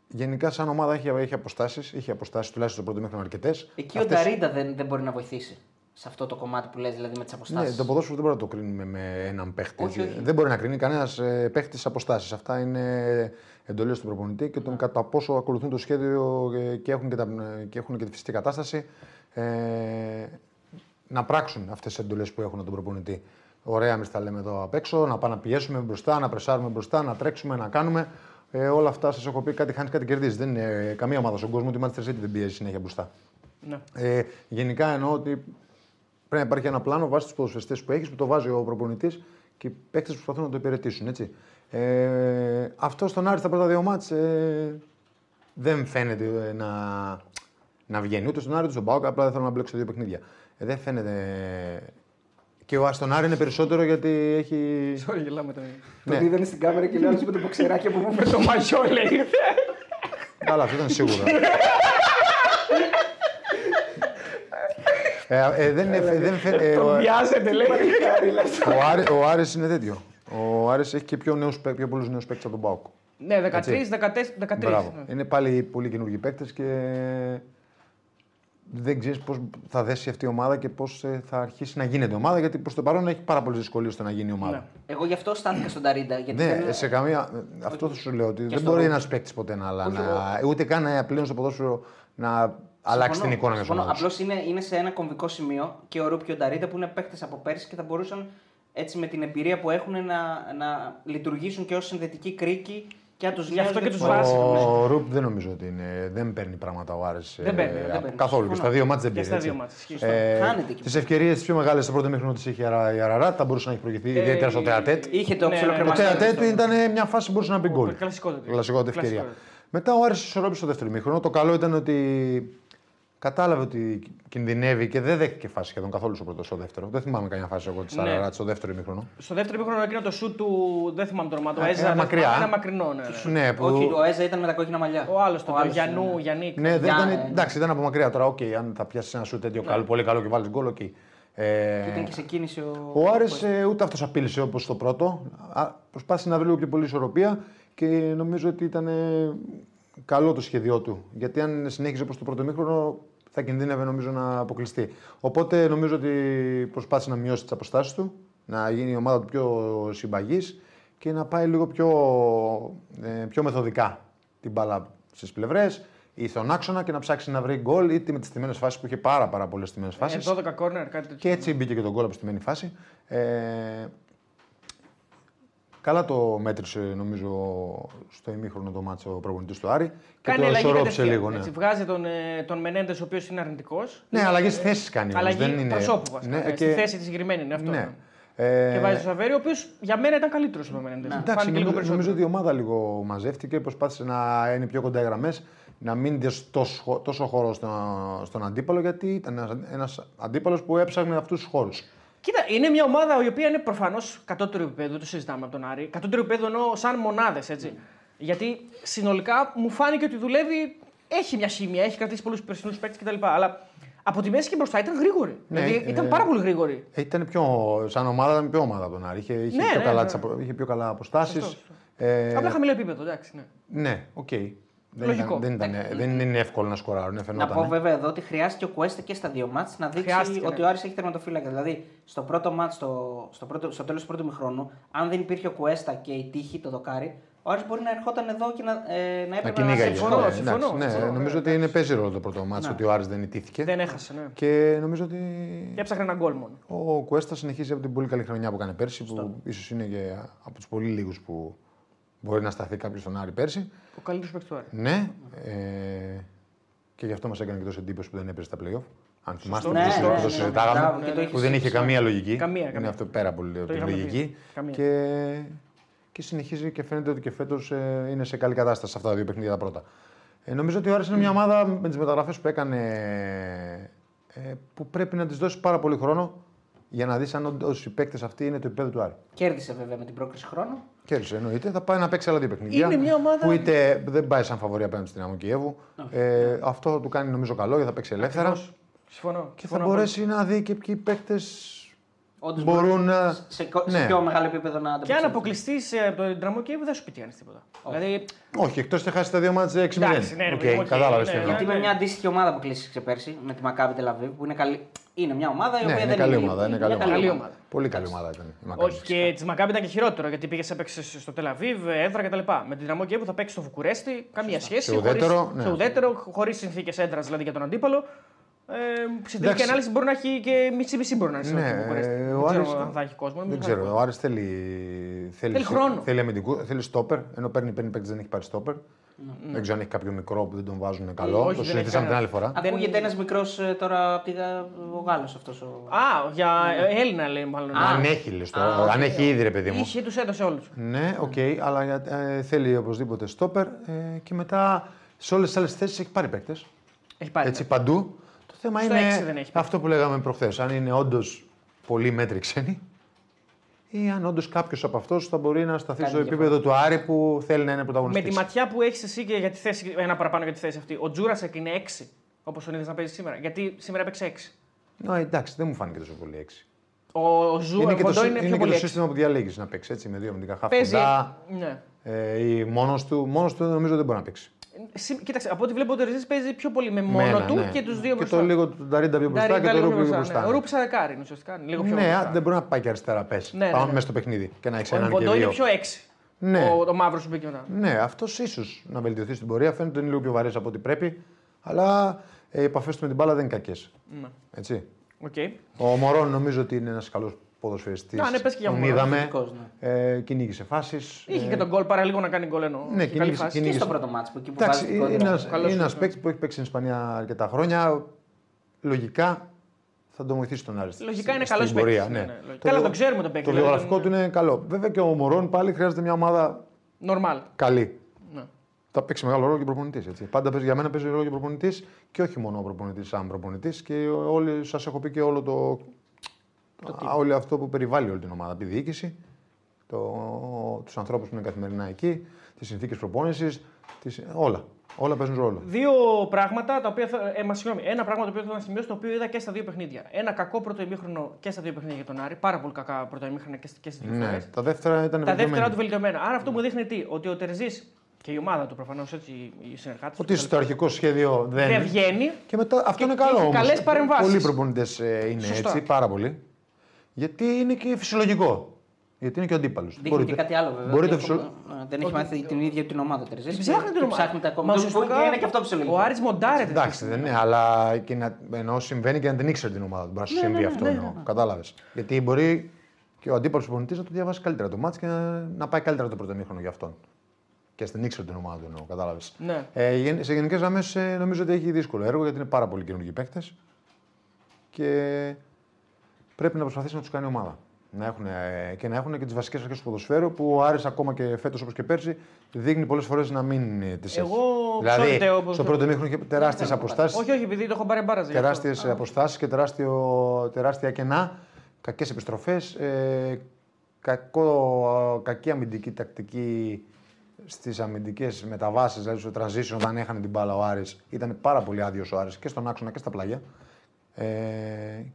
Speaker 4: γενικά, σαν ομάδα έχει, έχει αποστάσεις. Είχε αποστάσεις τουλάχιστον το πρώτο μέχρι αρκετές.
Speaker 6: Εκεί ο Νταρίντα δεν, δεν μπορεί να βοηθήσει σε αυτό το κομμάτι που λες, δηλαδή με τις
Speaker 4: Ναι,
Speaker 6: αποστάσεις.
Speaker 4: το ποδόσφαιρο δεν μπορούμε να το κρίνουμε με έναν παίχτη.
Speaker 6: Όχι,
Speaker 4: έτσι.
Speaker 6: όχι.
Speaker 4: Δεν μπορεί να κρίνει κανένας παίχτη αποστάσεις. Αυτά είναι εντολές του προπονητή και τον κατά πόσο ακολουθούν το σχέδιο ε, και έχουν και, τα, και, έχουν και τη φυσική κατάσταση ε, να πράξουν αυτές τις εντολές που έχουν από τον προπονητή. Ωραία, εμείς τα λέμε εδώ απ' έξω, να πάμε να πιέσουμε μπροστά, να πρεσάρουμε μπροστά, να τρέξουμε, να κάνουμε. Ε, όλα αυτά σας έχω πει κάτι χάνεις, κάτι κερδίζεις. Δεν είναι καμία ομάδα στον κόσμο ότι η Manchester City δεν πιέζει συνέχεια μπροστά.
Speaker 3: Ναι.
Speaker 4: Ε, γενικά εννοώ ότι πρέπει να υπάρχει ένα πλάνο βάσει τους ποδοσφαιριστές που έχεις, που το βάζει ο προπονητής και οι παίκτες προσπαθούν να το υπηρετήσουν. Έτσι. Ε, αυτό στον Άρη στα πρώτα δύο μάτς ε, δεν φαίνεται ε, να, να βγαίνει. Ούτε στον Άρη ούτε στον Πάοκ. Απλά δεν θέλω να μπλέξω δύο παιχνίδια. Ε, δεν φαίνεται. Και ο Αστονάρη είναι περισσότερο γιατί έχει.
Speaker 3: Τώρα γελάμε τώρα.
Speaker 6: Το
Speaker 4: ναι.
Speaker 6: δίδανε στην κάμερα και λέω με το μποξεράκι από πού φέρνει το μαγιό, λέει.
Speaker 4: Καλά, αυτό ήταν σίγουρο. ε, ε, δεν, ε, δεν φε- ε, ο, Ε,
Speaker 3: Τον βιάζεται, λέει.
Speaker 4: ο, Άρη- ο Άρης είναι τέτοιο. Ο Άρης έχει και πιο, νέους, παί- πιο πολλούς νέους παίκτες από τον Πάοκ.
Speaker 3: Ναι, 13,
Speaker 4: Έτσι.
Speaker 3: 14, 13.
Speaker 4: Μπράβο.
Speaker 3: ναι.
Speaker 4: Είναι πάλι πολύ καινούργιοι παίκτες και δεν ξέρεις πώς θα δέσει αυτή η ομάδα και πώς θα αρχίσει να γίνεται ομάδα. Γιατί προς το παρόν έχει πάρα πολλές δυσκολίες στο να γίνει η ομάδα.
Speaker 2: Εγώ γι' αυτό στάθηκα στον Ταρίντα. Γιατί
Speaker 4: Ναι,
Speaker 2: δεν-
Speaker 4: σε καμία. Αυτό θα σου λέω ότι δεν
Speaker 2: στο
Speaker 4: μπορεί
Speaker 2: Ρούτ.
Speaker 4: ένας παίκτης ποτέ να αλλάξει. Ούτε καν ε, πλέον στο ποδόσφαιρο να αλλάξει την εικόνα μιας ομάδας.
Speaker 2: Απλώς είναι, είναι σε ένα κομβικό σημείο και ο Ρούπ και ο Νταρίντα που είναι παίχτε από πέρσι και θα μπορούσαν έτσι με την εμπειρία που έχουν να, να λειτουργήσουν και ως συνδετική κρίκη και αν τους
Speaker 3: Γι' αυτό και τους ναι. βάζει.
Speaker 4: Ο Ρουπ δεν νομίζω ότι είναι. Δεν παίρνει πράγματα ο Άρης.
Speaker 3: Δεν
Speaker 4: ε,
Speaker 3: παίρνει, δεν
Speaker 4: από-
Speaker 2: παίρνει.
Speaker 4: Καθόλου. Και στα δύο μάτια δεν
Speaker 3: Και στα
Speaker 4: πήρε. έτσι. Ε,
Speaker 3: δύο μάτς, ισχύει.
Speaker 2: Χάνεται εκεί.
Speaker 4: Τις ευκαιρίε τι πιο μεγάλες στο πρώτο μήχρονο τις είχε η Αρα- η Αραρά, θα μπορούσε να έχει προηγηθεί
Speaker 3: Ε,
Speaker 4: ιδιαίτερα στο Τεατέτ.
Speaker 2: Είχε το
Speaker 3: Ναι, ναι,
Speaker 4: Το
Speaker 2: ψιλοκρεμαστό.
Speaker 4: Τεατέτ ήταν μια φάση που μπορούσε να μπει γκολ.
Speaker 3: Κλασικό τέτοιο.
Speaker 4: Κλασικό τέτοιο
Speaker 3: Κλασικό
Speaker 4: ευκαιρία.
Speaker 3: τέτοιο.
Speaker 4: Μετά ο Άρης ισορρόπησε το δεύτερο μήχρονο. Το καλό ήταν ότι κατάλαβε ότι κινδυνεύει και δεν δέχτηκε φάση σχεδόν καθόλου στο πρώτο στο δεύτερο. Δεν θυμάμαι καμιά φάση εγώ της
Speaker 3: Ναι.
Speaker 4: Αραρά στο δεύτερο μήχρονο.
Speaker 3: Στο δεύτερο μήχρονο εκείνο το σουτ του. Δεν θυμάμαι το όνομα του.
Speaker 4: Ε,
Speaker 3: Έζα.
Speaker 4: ένα
Speaker 3: δεν
Speaker 4: μακριά.
Speaker 3: θυμάμαι, Ένα μακρινό, ναι. ναι.
Speaker 4: Ναι, που...
Speaker 2: Όχι, ο Έζα ήταν με τα κόκκινα μαλλιά.
Speaker 3: Ο άλλος του
Speaker 2: άλλος, ναι.
Speaker 3: Γιαννού, Γιάννη.
Speaker 4: Ναι, δεν
Speaker 2: Για-
Speaker 4: ήταν,
Speaker 2: ε, ναι.
Speaker 4: εντάξει, ήταν από μακριά τώρα. Οκ, αν θα πιάσεις ένα σου τέτοιο καλό, πολύ καλό και βάλεις γκολ, οκ. Ε,
Speaker 2: Ήταν και σε κίνηση ο.
Speaker 4: ο Άρης ε, ούτε αυτός απείλησε όπως το πρώτο. Α, Προσπάθησε να βρει λίγο πιο πολύ ισορροπία και νομίζω ότι ήταν ε, καλό το σχέδιό του. Γιατί αν συνέχιζε όπως το πρώτο μήχρονο, θα κινδύνευε νομίζω να αποκλειστεί. Οπότε νομίζω ότι προσπάθησε να μειώσει τις αποστάσεις του, να γίνει η ομάδα του πιο συμπαγής και να πάει λίγο πιο, ε, πιο μεθοδικά την μπάλα στις πλευρές ή στον άξονα και να ψάξει να βρει γκολ είτε με τις τιμένε φάσεις που είχε πάρα, πάρα πολλές τιμένε φάσεις.
Speaker 3: Ε, 12 κόρνερ, κάτι τέτοιο.
Speaker 4: Και έτσι μπήκε και τον κόλλο από στη μένη φάση. Ε, καλά το μέτρησε νομίζω στο ημίχρονο το μάτσο ο προπονητής του Άρη. Και
Speaker 3: Κάνει
Speaker 4: το
Speaker 3: αλλαγή
Speaker 4: ισορρόπησε
Speaker 3: κατευθείαν,
Speaker 4: λίγο. Ναι,
Speaker 3: έτσι. Βγάζει τον, ε, τον Μενέντες, ο οποίος είναι αρνητικός.
Speaker 4: ναι αλλαγές θέση κάνει. όμως,
Speaker 3: Αλλαγή
Speaker 4: δεν είναι...
Speaker 3: προσώπου βασικά.
Speaker 4: Ναι,
Speaker 3: ε, Στη θέση της συγκεκριμένη είναι αυτό.
Speaker 4: ναι.
Speaker 3: ναι.
Speaker 4: Ε, Ναι.
Speaker 3: Και βάζει τον Σαβέρι, ο οποίος για μένα ήταν καλύτερος ο Μενέντες.
Speaker 4: Εντάξει, νομίζω, νομίζω ότι η ομάδα λίγο μαζεύτηκε, προσπάθησε να είναι πιο κοντά οι γραμμές, να μην δίνει τόσο, τόσο χώρο στον, στον αντίπαλο, γιατί ήταν ένας αντίπαλος που έψαχνε αυτούς τους χώρους.
Speaker 3: Κοίτα, είναι μια ομάδα η οποία είναι προφανώς κατώτερο επίπεδο, το συζητάμε από τον Άρη. Κατώτερο επίπεδο εννοώ σαν μονάδες, έτσι.
Speaker 4: Ναι.
Speaker 3: Γιατί συνολικά μου φάνηκε ότι δουλεύει, έχει μια χημία, έχει κρατήσει πολλούς περσινούς παίκτες κτλ. Αλλά από τη μέση και μπροστά ήταν γρήγορη.
Speaker 4: Ναι,
Speaker 3: δηλαδή
Speaker 4: ε,
Speaker 3: ήταν πάρα πολύ γρήγορη.
Speaker 4: Ε, Ήταν πιο, σαν ομάδα ήταν πιο ομάδα από τον Άρη. Είχε, είχε,
Speaker 3: Ναι,
Speaker 4: πιο,
Speaker 3: ναι,
Speaker 4: καλά,
Speaker 3: ναι.
Speaker 4: τις απο- είχε πιο καλά αποστάσεις.
Speaker 3: Σωστό, σωστό.
Speaker 4: Ε,
Speaker 3: Απλά χαμηλό επίπεδο, εντάξει. Ναι.
Speaker 4: ναι, οκ. Δεν,
Speaker 3: Λογικό.
Speaker 4: ήταν, δεν, ήταν, δεν είναι εύκολο να σκοράρουν. ε,
Speaker 2: Να
Speaker 4: Φαινόταν.
Speaker 2: πω βέβαια εδώ ότι χρειάστηκε ο Κουέστα και στα δύο μάτς να δείξει
Speaker 3: Χρειάστηκε,
Speaker 2: ότι
Speaker 3: ναι.
Speaker 2: ο Άρης έχει τερματοφύλακα. Δηλαδή, στο πρώτο μάτς, στο, στο, πρώτο, στο τέλος του πρώτου μηχρόνου, αν δεν υπήρχε ο Κουέστα και η τύχη, το δοκάρι, ο Άρης μπορεί να ερχόταν εδώ και να, ε, να
Speaker 4: να
Speaker 2: έπαιρνε ένα
Speaker 4: κυνήγαγε.
Speaker 2: σεφ.
Speaker 3: συμφωνώ,
Speaker 4: Ναι,
Speaker 3: συμφωνώ,
Speaker 4: εντάξει, ναι,
Speaker 3: συμφωνώ,
Speaker 4: νομίζω ότι είναι παίζει ρόλο το πρώτο μάτσο ότι ο Άρης δεν ιτήθηκε.
Speaker 3: Δεν έχασε, ναι.
Speaker 4: Και νομίζω ότι
Speaker 3: Και έψαχνε ένα γκολ μόνο.
Speaker 4: ο Κουέστα συνεχίζει από την πολύ καλή χρονιά που έκανε πέρσι, που ίσως είναι και από τους πολύ λίγους που μπορεί να σταθεί κάποιος στον Άρη πέρσι.
Speaker 3: Ο καλύτερος παίκτης του Άρη.
Speaker 4: Ναι. Ε, και γι' αυτό μας έκανε και τόσο εντύπωση που δεν έπαιζε στα playoff. Αν θυμάστε
Speaker 2: Ναι,
Speaker 4: που το συ-
Speaker 2: ναι,
Speaker 4: που το
Speaker 2: ναι,
Speaker 4: συζητάγαμε,
Speaker 2: μπράβο, και το
Speaker 4: που
Speaker 2: είχες
Speaker 4: δεν είχε καμία λογική.
Speaker 3: Καμία,
Speaker 4: Είναι
Speaker 3: καμία.
Speaker 4: αυτό πέρα από την
Speaker 3: είχαμε
Speaker 4: λογική.
Speaker 3: πει. Καμία.
Speaker 4: Και, και συνεχίζει και φαίνεται ότι και φέτος είναι σε καλή κατάσταση αυτά τα δύο παιχνίδια τα πρώτα. Ε, νομίζω ότι ο Άρης είναι μια ομάδα με τις μεταγραφές που έκανε ε, που πρέπει να της δώσει πάρα πολύ χρόνο για να δεις αν όντως οι παίκτες αυτοί είναι το επίπεδο του Άρη.
Speaker 2: Κέρδισε βέβαια με την πρόκριση χρόνου.
Speaker 4: Κέρδισε εννοείται. Θα πάει να παίξει άλλα δύο παιχνίδια.
Speaker 3: Είναι μια ομάδα-
Speaker 4: Που είτε δεν πάει σαν φαβορή απέναντι στην Δυναμό Κιέβου. Ε, αυτό θα του κάνει νομίζω καλό γιατί θα παίξει ελεύθερα.
Speaker 3: Συμφωνώ.
Speaker 4: Και θα μπορέσει να δει και ποιοι παίκτες
Speaker 2: Όντως
Speaker 4: μπορούν να.
Speaker 2: σε, σε, κο- σε
Speaker 4: Ναι.
Speaker 2: πιο μεγάλο επίπεδο να
Speaker 3: Και αν
Speaker 2: ανταποκριθεί.
Speaker 3: αποκλειστεί από τον Τραμό Κιέβ, δεν σου πει τι κάνεις τίποτα. Δηλαδή,
Speaker 4: Όχι, εκτός ότι χάσει τα δύο μάτια 6-0.
Speaker 3: Εντάξει, ναι, ρε
Speaker 4: Οκ,
Speaker 3: παιδί μου, οκ,
Speaker 4: κατάλαβες
Speaker 3: ναι,
Speaker 4: τι εννοώ.
Speaker 2: Γιατί
Speaker 3: ναι.
Speaker 2: με μια αντίστοιχη ομάδα που κλείσει πέρσι, με τη Μακάβη Τελαβίβ, που είναι, καλή... είναι μια ομάδα η
Speaker 4: Ναι,
Speaker 2: οποία
Speaker 4: είναι
Speaker 2: δεν
Speaker 4: καλή
Speaker 2: είναι.
Speaker 4: ομάδα. Είναι
Speaker 2: μια
Speaker 4: καλή
Speaker 3: καλή
Speaker 4: ομάδα.
Speaker 3: ομάδα.
Speaker 4: Πολύ καλή ομάδα ήταν. η Μακάμπι.
Speaker 3: όχι, και τη Μακάμπη ήταν και χειρότερο γιατί πήγε έπαιξε στο Τελαβίβ, έδρα κτλ. Με την Δυναμό Κιέβ θα παίξει στο Βουκουρέστι, καμία σχέση.
Speaker 4: Σε ουδέτερο,
Speaker 3: χωρίς,
Speaker 4: ναι.
Speaker 3: σε ουδέτερο, χωρίς συνθήκες έντρα δηλαδή για τον αντίπαλο. Ε, στην τελική
Speaker 4: Εντάξει.
Speaker 3: ανάλυση μπορεί να έχει και μισή-μισή μπορεί να είναι
Speaker 4: Ναι,
Speaker 3: στο Βουκουρέστι.
Speaker 4: ε,
Speaker 3: δεν
Speaker 4: ο Άρης-
Speaker 3: ξέρω αν θα έχει κόσμο.
Speaker 4: Δεν
Speaker 3: νομίζω θα
Speaker 4: ξέρω.
Speaker 3: έχει
Speaker 4: Ο Άρης θέλει. Θέλει,
Speaker 3: χρόνο.
Speaker 4: Θέλει, αμυντικού, θέλει στόπερ. Ενώ παίρνει παίρνει παίκτη δεν έχει πάρει στόπερ. Δεν ξέρω αν έχει κάποιο μικρό που δεν τον βάζουν καλό.
Speaker 3: όχι,
Speaker 4: το
Speaker 3: δεν
Speaker 4: συζητήσαμε
Speaker 3: έχει
Speaker 4: την άλλη
Speaker 3: κανένα.
Speaker 4: φορά.
Speaker 3: Δεν-
Speaker 2: Ακούγεται ένας μικρός τώρα από τη Γα- ο Γάλλος αυτός. Ο...
Speaker 3: κόσμο. Α, για Έλληνα λέει μάλλον.
Speaker 4: Αν έχει, λες τώρα. αν έχει ήδη, ρε παιδί μου.
Speaker 3: Είχε, τους έδωσε όλους.
Speaker 4: Ναι, οκ, αλλά για- ε, θέλει οπωσδήποτε στόπερ ε, και μετά σε όλες τις άλλες θέσεις έχει πάρει παίκτες.
Speaker 3: Έχει πάρει. ναι.
Speaker 4: έτσι παντού. Το θέμα
Speaker 3: Στο έξι δεν
Speaker 4: είναι
Speaker 3: έχει
Speaker 4: αυτό που λέγαμε προχθές. Αν είναι όντως πολύ μέτρη ξένοι ή αν όντως κάποιος από αυτού θα μπορεί να σταθεί στο επίπεδο του Άρη που θέλει να είναι
Speaker 3: Με
Speaker 4: πρωταγωνιστή.
Speaker 3: τη ματιά που έχεις εσύ και για τη θέση, ένα παραπάνω για τη θέση αυτή. Ο Τζούρασεκ είναι 6, όπως τον είδες να παίζει σήμερα. Γιατί σήμερα έπαιξε 6.
Speaker 4: εντάξει, δεν μου φάνηκε τόσο πολύ έξι.
Speaker 3: Ο Ζου ο
Speaker 4: και το,
Speaker 3: Κοντό
Speaker 4: σύ-
Speaker 3: είναι, πιο
Speaker 4: και το
Speaker 3: πολύ 6.
Speaker 4: σύστημα που διαλέγεις να παίξει έτσι, με δύο αμυντικά
Speaker 3: Παίζει.
Speaker 4: χαφτά.
Speaker 3: Ναι.
Speaker 4: Ε, ή μόνος του, μόνος του νομίζω δεν μπορεί να παίξει.
Speaker 3: Συ- Κοίταξε, από ό,τι βλέπω ο Τερζής παίζει πιο πολύ με μόνο
Speaker 4: Μένα,
Speaker 3: του
Speaker 4: ναι.
Speaker 3: και τους δύο
Speaker 4: Και
Speaker 3: μπροστά.
Speaker 4: το λίγο του Νταρίντα πιο μπροστά
Speaker 3: Ντάρι,
Speaker 4: και το
Speaker 3: Ντάρι,
Speaker 4: Ρούπ
Speaker 3: πιο
Speaker 4: πιο μπροστά.
Speaker 3: ναι.
Speaker 4: ναι.
Speaker 3: Ο Ρούπ σαρακάρι είναι ουσιαστικά. είναι Λίγο πιο
Speaker 4: Ναι,
Speaker 3: μπροστά.
Speaker 4: α, δεν μπορεί να πάει και αριστερά πες.
Speaker 3: Ναι, ναι,
Speaker 4: Πάμε
Speaker 3: ναι.
Speaker 4: μέσα στο παιχνίδι και να έχει
Speaker 3: Ο
Speaker 4: έναν και
Speaker 3: Κοντό είναι
Speaker 4: δύο.
Speaker 3: πιο 6.
Speaker 4: Ναι.
Speaker 3: Ο, το μαύρος που μπήκε μετά.
Speaker 4: Ναι, αυτός ίσως να βελτιωθεί στην πορεία. Φαίνεται ότι είναι λίγο πιο βαρύς από ό,τι πρέπει. Αλλά ε, οι επαφές του με την μπάλα δεν είναι κακές.
Speaker 3: Ναι.
Speaker 4: Έτσι.
Speaker 3: Okay.
Speaker 4: Ο Μωρόν νομίζω ότι είναι ένας καλός ποδοσφαιριστής.
Speaker 3: Να, ναι, πες και για
Speaker 4: τον
Speaker 3: Μωρόν,
Speaker 4: είδαμε.
Speaker 2: θετικός,
Speaker 4: Ε, κυνήγησε Ε, φάσεις.
Speaker 3: Είχε και τον γκολ παρά λίγο να κάνει γκολ ενώ. και
Speaker 4: Ναι,
Speaker 3: καλή
Speaker 4: κυνήγησε-
Speaker 3: φάση.
Speaker 2: Και
Speaker 4: κυνήγησε.
Speaker 2: στο πρώτο μάτσο που εκεί που βάζει
Speaker 4: Εντάξει,
Speaker 2: την κόντρα.
Speaker 4: είναι ένας-
Speaker 3: Καλός
Speaker 4: είναι
Speaker 3: είναι,
Speaker 4: ένα
Speaker 3: ναι.
Speaker 4: παίκτης που έχει παίξει στην Ισπανία αρκετά χρόνια. Λογικά θα τον βοηθήσει τον Άρη.
Speaker 3: Λογικά είναι
Speaker 4: στην
Speaker 3: καλός
Speaker 4: πορεία,
Speaker 3: παίκτης, ναι, ναι, λογικά. Καλά,
Speaker 4: βιο-
Speaker 3: τον ξέρουμε τον παίκτη,
Speaker 4: Το
Speaker 3: δηλαδή,
Speaker 4: βιογραφικό
Speaker 3: τον-
Speaker 4: του είναι καλό. Βέβαια και ο Μωρόν πάλι χρειάζεται μια ομάδα
Speaker 3: Νορμάλ.
Speaker 4: καλή.
Speaker 3: Ναι.
Speaker 4: Θα παίξει μεγάλο ρόλο και προπονητής. Πάντα παίζει, για μένα παίζει ρόλο και προπονητής και όχι μόνο ο προπονητής, σαν προπονητής. Και όλοι σας έχω πει και όλο το. α, όλο αυτό που περιβάλλει όλη την ομάδα. Τη διοίκηση, το, τους ανθρώπους που είναι καθημερινά εκεί, τις συνθήκες προπόνησης. Τις... Όλα. Όλα παίζουν ρόλο.
Speaker 3: Δύο πράγματα τα οποία. θα- Ε, μα συγγνώμη, ένα πράγμα το οποίο θέλω να σημειώσω το οποίο είδα και στα δύο παιχνίδια. Ένα κακό πρώτο ημίχρονο και στα δύο παιχνίδια για τον Άρη. Πάρα πολύ κακά πρώτο ημίχρονα και, σ- και στις δύο
Speaker 4: Ναι,
Speaker 3: φορές.
Speaker 4: τα δεύτερα ήταν
Speaker 3: Τα δεύτερα
Speaker 4: βελτιωμένα.
Speaker 3: του βελτιωμένα. Άρα αυτό μου δείχνει τι, ότι ο Τερζής και η ομάδα του προφανώς, έτσι οι συνεργάτες.
Speaker 4: Ότι στο αρχικό σχέδιο δεν.
Speaker 3: δεν βγαίνει.
Speaker 4: Και μετά αυτό
Speaker 3: Και-
Speaker 4: είναι
Speaker 3: και
Speaker 4: καλό.
Speaker 3: έχει
Speaker 4: όμως.
Speaker 3: καλές παρεμβάσεις.
Speaker 4: Πολλοί προπονητές είναι
Speaker 3: Σωστά.
Speaker 4: έτσι, πάρα πολλοί. Γιατί είναι και φυσιολογικό. Γιατί είναι και ο αντίπαλος.
Speaker 2: Δείχνει και κάτι άλλο βέβαια.
Speaker 4: Μπορείτε
Speaker 2: ότι
Speaker 4: φυσιο-
Speaker 2: έχουμε- ε, Δεν έχει μάθει την ίδια την ομάδα ο Τερζής.
Speaker 3: Ψάχνει την
Speaker 2: Και
Speaker 3: ομάδα.
Speaker 2: Ψάχνει τα
Speaker 3: Μα
Speaker 2: κόμματα. Του
Speaker 3: ουσιαστικά
Speaker 2: που είναι και αυτό ψηλό.
Speaker 3: Ο Άρης μοντάρεται.
Speaker 4: Εντάξει, δεν είναι, αλλά και να, ενώ συμβαίνει και να την ήξερε την ομάδα του. Μπορεί να
Speaker 3: Ναι,
Speaker 4: σου συμβεί αυτό. εννοώ. Κατάλαβες. Γιατί μπορεί και ο αντίπαλος προπονητής να το διαβάσει καλύτερα το μάτι και να, να πάει καλύτερα το πρώτο μήχρονο για αυτόν. Και στην ήξερε την ομάδα του εννοώ. Κατάλαβες.
Speaker 3: Ναι.
Speaker 4: Ε, γεν- σε γενικές γραμμές νομίζω ότι έχει δύσκολο έργο γιατί είναι πάρα πολλοί καινούργιοι παίκτες. Και πρέπει να προσπαθήσει να τους κάνει ομάδα. Να έχουν, και να έχουν και τις βασικές αρχές του ποδοσφαίρου που ο Άρης ακόμα και φέτος όπως και πέρσι δείχνει πολλές φορές να μην τι έχει.
Speaker 3: Εγώ
Speaker 4: δηλαδή,
Speaker 3: ξέρετε, όπως-
Speaker 4: στο πρώτο μήχρονο είχε τεράστιε αποστάσεις.
Speaker 3: Όχι, όχι, επειδή το έχω Ναι, πάρει μπάραζε. γι' αυτό.
Speaker 4: Τεράστιες αποστάσεις και τεράστιο, τεράστια κενά, κακές επιστροφές, ε, κακό, κακή αμυντική τακτική στις αμυντικές μεταβάσεις, δηλαδή στο transition όταν έχανε την μπάλα ο Άρης. Ήταν πάρα πολύ άδειος ο Άρης και στον άξονα και στα πλάγια. Ε,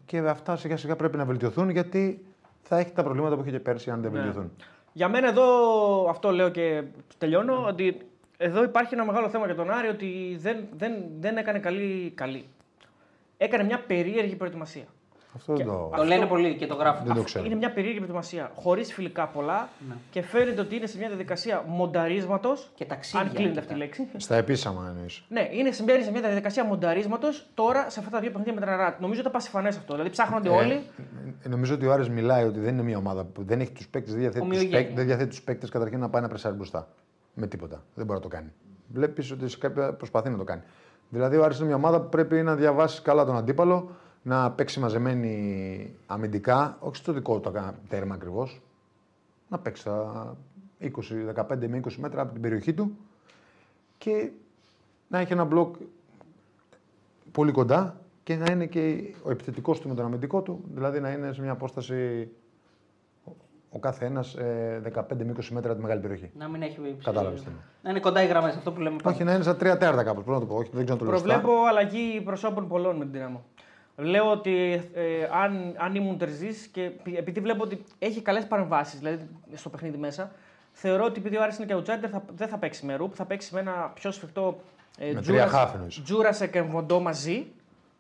Speaker 4: και αυτά σιγά σιγά πρέπει να βελτιωθούν γιατί θα έχει τα προβλήματα που είχε και πέρσι αν δεν
Speaker 3: Ναι.
Speaker 4: βελτιωθούν.
Speaker 3: Για μένα εδώ, αυτό λέω και τελειώνω, ότι εδώ υπάρχει ένα μεγάλο θέμα για τον Άρη ότι δεν, δεν, δεν έκανε καλή, καλή. Έκανε μια περίεργη προετοιμασία.
Speaker 4: Αυτό δεν το...
Speaker 2: Το λένε πολύ και το γράφουν.
Speaker 4: Δεν το
Speaker 2: Αυτό.
Speaker 4: ξέρω.
Speaker 3: Είναι μια περίεργη προετοιμασία. Χωρίς φιλικά πολλά και φαίνεται ότι είναι σε μια διαδικασία μονταρίσματος.
Speaker 2: Ναι. Και ταξίδια,
Speaker 3: Αν κλείνεται
Speaker 2: και
Speaker 3: αυτή η
Speaker 2: τα-
Speaker 3: λέξη.
Speaker 4: Στα επίσημα εννοείς.
Speaker 3: Ναι, είναι σε μια, σε μια διαδικασία μονταρίσματος τώρα σε αυτά τα δύο παιχνίδια με την Αραράτ. Νομίζω ότι ήταν πασιφανέ αυτό. Δηλαδή ψάχνονται όλοι.
Speaker 4: Ε, νομίζω ότι ο Άρης μιλάει ότι δεν είναι μια ομάδα που δεν έχει τους παίκτες, δεν διαθέτει τους
Speaker 2: Ομοιογένεια.
Speaker 4: παίκτε, δεν διαθέτει τους παίκτες καταρχήν να πάει να πρεσάρει μπροστά. Με τίποτα. Δεν μπορεί να το κάνει. Βλέπεις ότι σε κάποια προσπαθεί να το κάνει. Δηλαδή ο Άρης είναι μια ομάδα που πρέπει να διαβάσεις καλά τον αντίπαλο, να παίξει μαζεμένη αμυντικά, όχι στο δικό του ακα- τέρμα ακριβώς. Να παίξει στα 20, 15 με 20 μέτρα από την περιοχή του και να έχει ένα μπλοκ πολύ κοντά και να είναι και ο επιθετικός του με τον αμυντικό του, δηλαδή να είναι σε μια απόσταση ο κάθε ένας ε, 15 με 20 μέτρα από τη μεγάλη περιοχή.
Speaker 2: Να μην έχει.
Speaker 4: Κατάλαβες τι εννοώ.
Speaker 2: Να είναι κοντά οι γραμμές αυτό που λέμε πάντα.
Speaker 4: Όχι, ναι. να είναι σαν τρία τέρτα κάπως, πρέπει να το πω, όχι, δεν ξέρω να το λέω σωστά.
Speaker 3: Προβλέπω αλλαγή προσώπων πολλών με την δυναμό. Λέω ότι ε, αν, αν ήμουν τερζής και επει- επειδή βλέπω ότι έχει καλές παρεμβάσεις δηλαδή στο παιχνίδι μέσα, θεωρώ ότι επειδή ο Άρης είναι και ο Τζάντερ θα, δεν θα παίξει με ρουπ, θα παίξει με ένα πιο σφιχτό ε,
Speaker 4: Με τρία χάφ εννοείς.
Speaker 3: Τζούρασε και Μοντό μαζί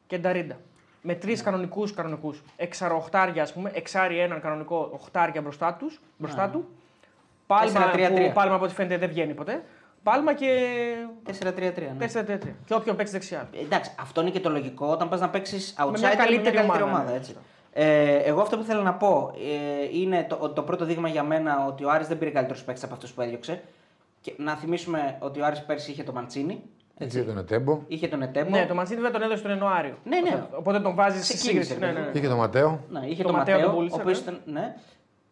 Speaker 3: και Νταρίντα. Με τρεις κανονικούς κανονικούς. Εξαροχτάρια, ας πούμε. Εξάρι έναν κανονικό, οχτάρια μπροστά, τους, μπροστά του. Πάλμα,
Speaker 2: 4-3-3.
Speaker 3: που, πάλμα από ό,τι φαίνεται δεν βγαίνει ποτέ. Πάλμα και
Speaker 2: 4-3-3. ναι.
Speaker 3: 4-3-3. Και όποιον παίξει δεξιά.
Speaker 2: Εντάξει, αυτό είναι και το λογικό όταν πας να παίξεις outside
Speaker 3: μια
Speaker 2: με
Speaker 3: καλύτερη
Speaker 2: μια καλύτερη
Speaker 3: ομάδα,
Speaker 2: ομάδα.
Speaker 3: ναι.
Speaker 2: έτσι. Ε, εγώ αυτό που θέλω να πω ε, είναι το, ότι το πρώτο δείγμα για μένα ότι ο Άρης δεν πήρε καλύτερους παίκτες από αυτούς που έδιωξε. Και να θυμίσουμε ότι ο Άρης πέρσι είχε το Μαντσίνη,
Speaker 4: Έτσι τον Ετέμπο,
Speaker 2: είχε τον Ετέμπο.
Speaker 3: Ναι, το Μαντσίνη βέβαια τον έδωσε τον Ιανουάριο.
Speaker 2: Ναι, ναι.
Speaker 3: Οπότε τον βάζει στη
Speaker 2: Ξεκίνησε,
Speaker 3: σύγκριση. Ναι, ναι, ναι.
Speaker 4: είχε τον Ματέο,
Speaker 2: Ναι, είχε
Speaker 3: Το
Speaker 2: τον
Speaker 3: Ματέο
Speaker 2: Ματέο,
Speaker 3: τον πούλησε,
Speaker 2: ο οποίος
Speaker 3: ναι.
Speaker 2: ήταν. Ναι.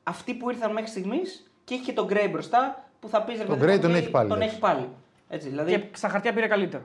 Speaker 2: Αυτοί που ήρθαν μέχρι στιγμής και είχε και τον Γκρέι μπροστά που θα πεις.
Speaker 4: Τον Gray τον έχει πάλι,
Speaker 2: Τον
Speaker 4: εντάξει.
Speaker 2: έχει πάλι. Έτσι, δηλαδή,
Speaker 3: Και στα χαρτιά πήρε καλύτερο.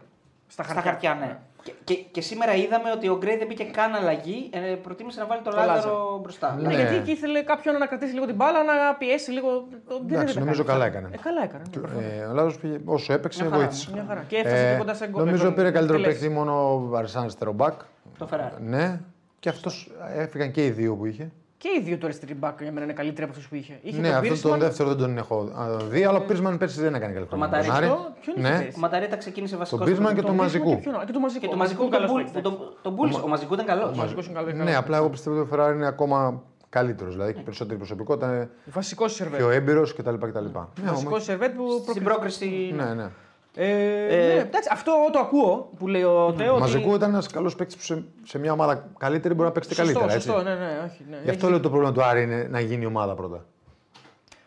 Speaker 3: Στα
Speaker 2: στα χαρτιά, ναι. Και, και, και σήμερα είδαμε ότι ο Γκρέι δεν μπήκε καν αλλαγή. Ε, προτίμησε να βάλει τον
Speaker 3: Το
Speaker 2: Λάζαρο μπροστά.
Speaker 4: Ναι.
Speaker 3: Ναι, γιατί εκεί ήθελε κάποιον να κρατήσει λίγο την μπάλα, να πιέσει λίγο. το- δεν
Speaker 4: Εντάξει,
Speaker 3: τα
Speaker 4: νομίζω
Speaker 3: κάνει
Speaker 4: καλά
Speaker 3: αυτά.
Speaker 4: έκανε.
Speaker 3: Ε, καλά έκανε. προφανώς.
Speaker 4: Ε, ο Λάζο πήγε όσο έπαιξε,
Speaker 2: Μια χαρά,
Speaker 4: βοήθησε.
Speaker 3: μια χαρά. Και έφτασε και κοντά σε γκολ.
Speaker 4: Ε, Νομίζω
Speaker 3: Τον-
Speaker 4: πήρε καλύτερο
Speaker 3: τελέσει.
Speaker 4: παίκτη μόνο ο Αρισάν αριστερομπακ.
Speaker 2: Το Φεράρι.
Speaker 4: Ναι, και αυτός έφυγαν και οι δύο που είχε.
Speaker 3: Και οι δύο του αριστεροί μπακ για μένα είναι καλύτεροι από αυτούς που είχε. είχε
Speaker 4: ναι,
Speaker 3: τον
Speaker 4: αυτόν
Speaker 3: Πίρσμαν,
Speaker 4: τον δεύτερο δεν τον έχω α, δει, αλλά ο Πίρσμαν πέρσι δεν έκανε καλή χρονιά.
Speaker 2: Ματαρίτσο,
Speaker 4: Μποζάρη.
Speaker 3: ποιον είχε
Speaker 4: Ναι,
Speaker 3: θέσει.
Speaker 2: Ο Ματαρίτα ξεκίνησε βασικό.
Speaker 4: Τον Πίρσμαν
Speaker 2: στο-
Speaker 4: και τον
Speaker 3: τον
Speaker 4: Μαζικού.
Speaker 3: Πίρσμαν Και ποιον- και τον μαζικού.
Speaker 2: και το
Speaker 3: Ο
Speaker 2: μαζικό
Speaker 3: καλός
Speaker 2: καλός,
Speaker 3: παίκτης,
Speaker 2: που τον, τον πούλησε. Ο Μαζικού ήταν καλός.
Speaker 3: Μαζικός είναι καλός,
Speaker 4: ναι,
Speaker 3: καλός.
Speaker 4: απλά εγώ πιστεύω ότι ο Φεράρι είναι ακόμα καλύτερος. Δηλαδή έχει περισσότερη προσωπικότητα,
Speaker 3: Ναι.
Speaker 4: είναι
Speaker 3: Βασικό
Speaker 4: πιο
Speaker 3: σερβέτ.
Speaker 4: έμπειρος κτλ. κτλ. Ναι,
Speaker 3: Βασικός
Speaker 4: όμως-
Speaker 3: σερβέτ που
Speaker 2: Στην
Speaker 3: προκλήθηκε.
Speaker 2: πρόκριση.
Speaker 4: ναι, ναι.
Speaker 3: Ε, ναι, εντάξει, αυτό το ακούω που λέει ο Τέο.
Speaker 4: Ο
Speaker 3: Ε, ότι-
Speaker 4: Μαζικού ήταν ένας καλός παίκτης που σε, σε μια ομάδα καλύτερη μπορεί να παίξει και
Speaker 3: Σωστό,
Speaker 4: καλύτερα. έτσι.
Speaker 3: Σωστό, ναι, ναι, όχι, ναι.
Speaker 4: Γι' αυτό λέω το πρόβλημα του Άρη είναι να γίνει η ομάδα πρώτα.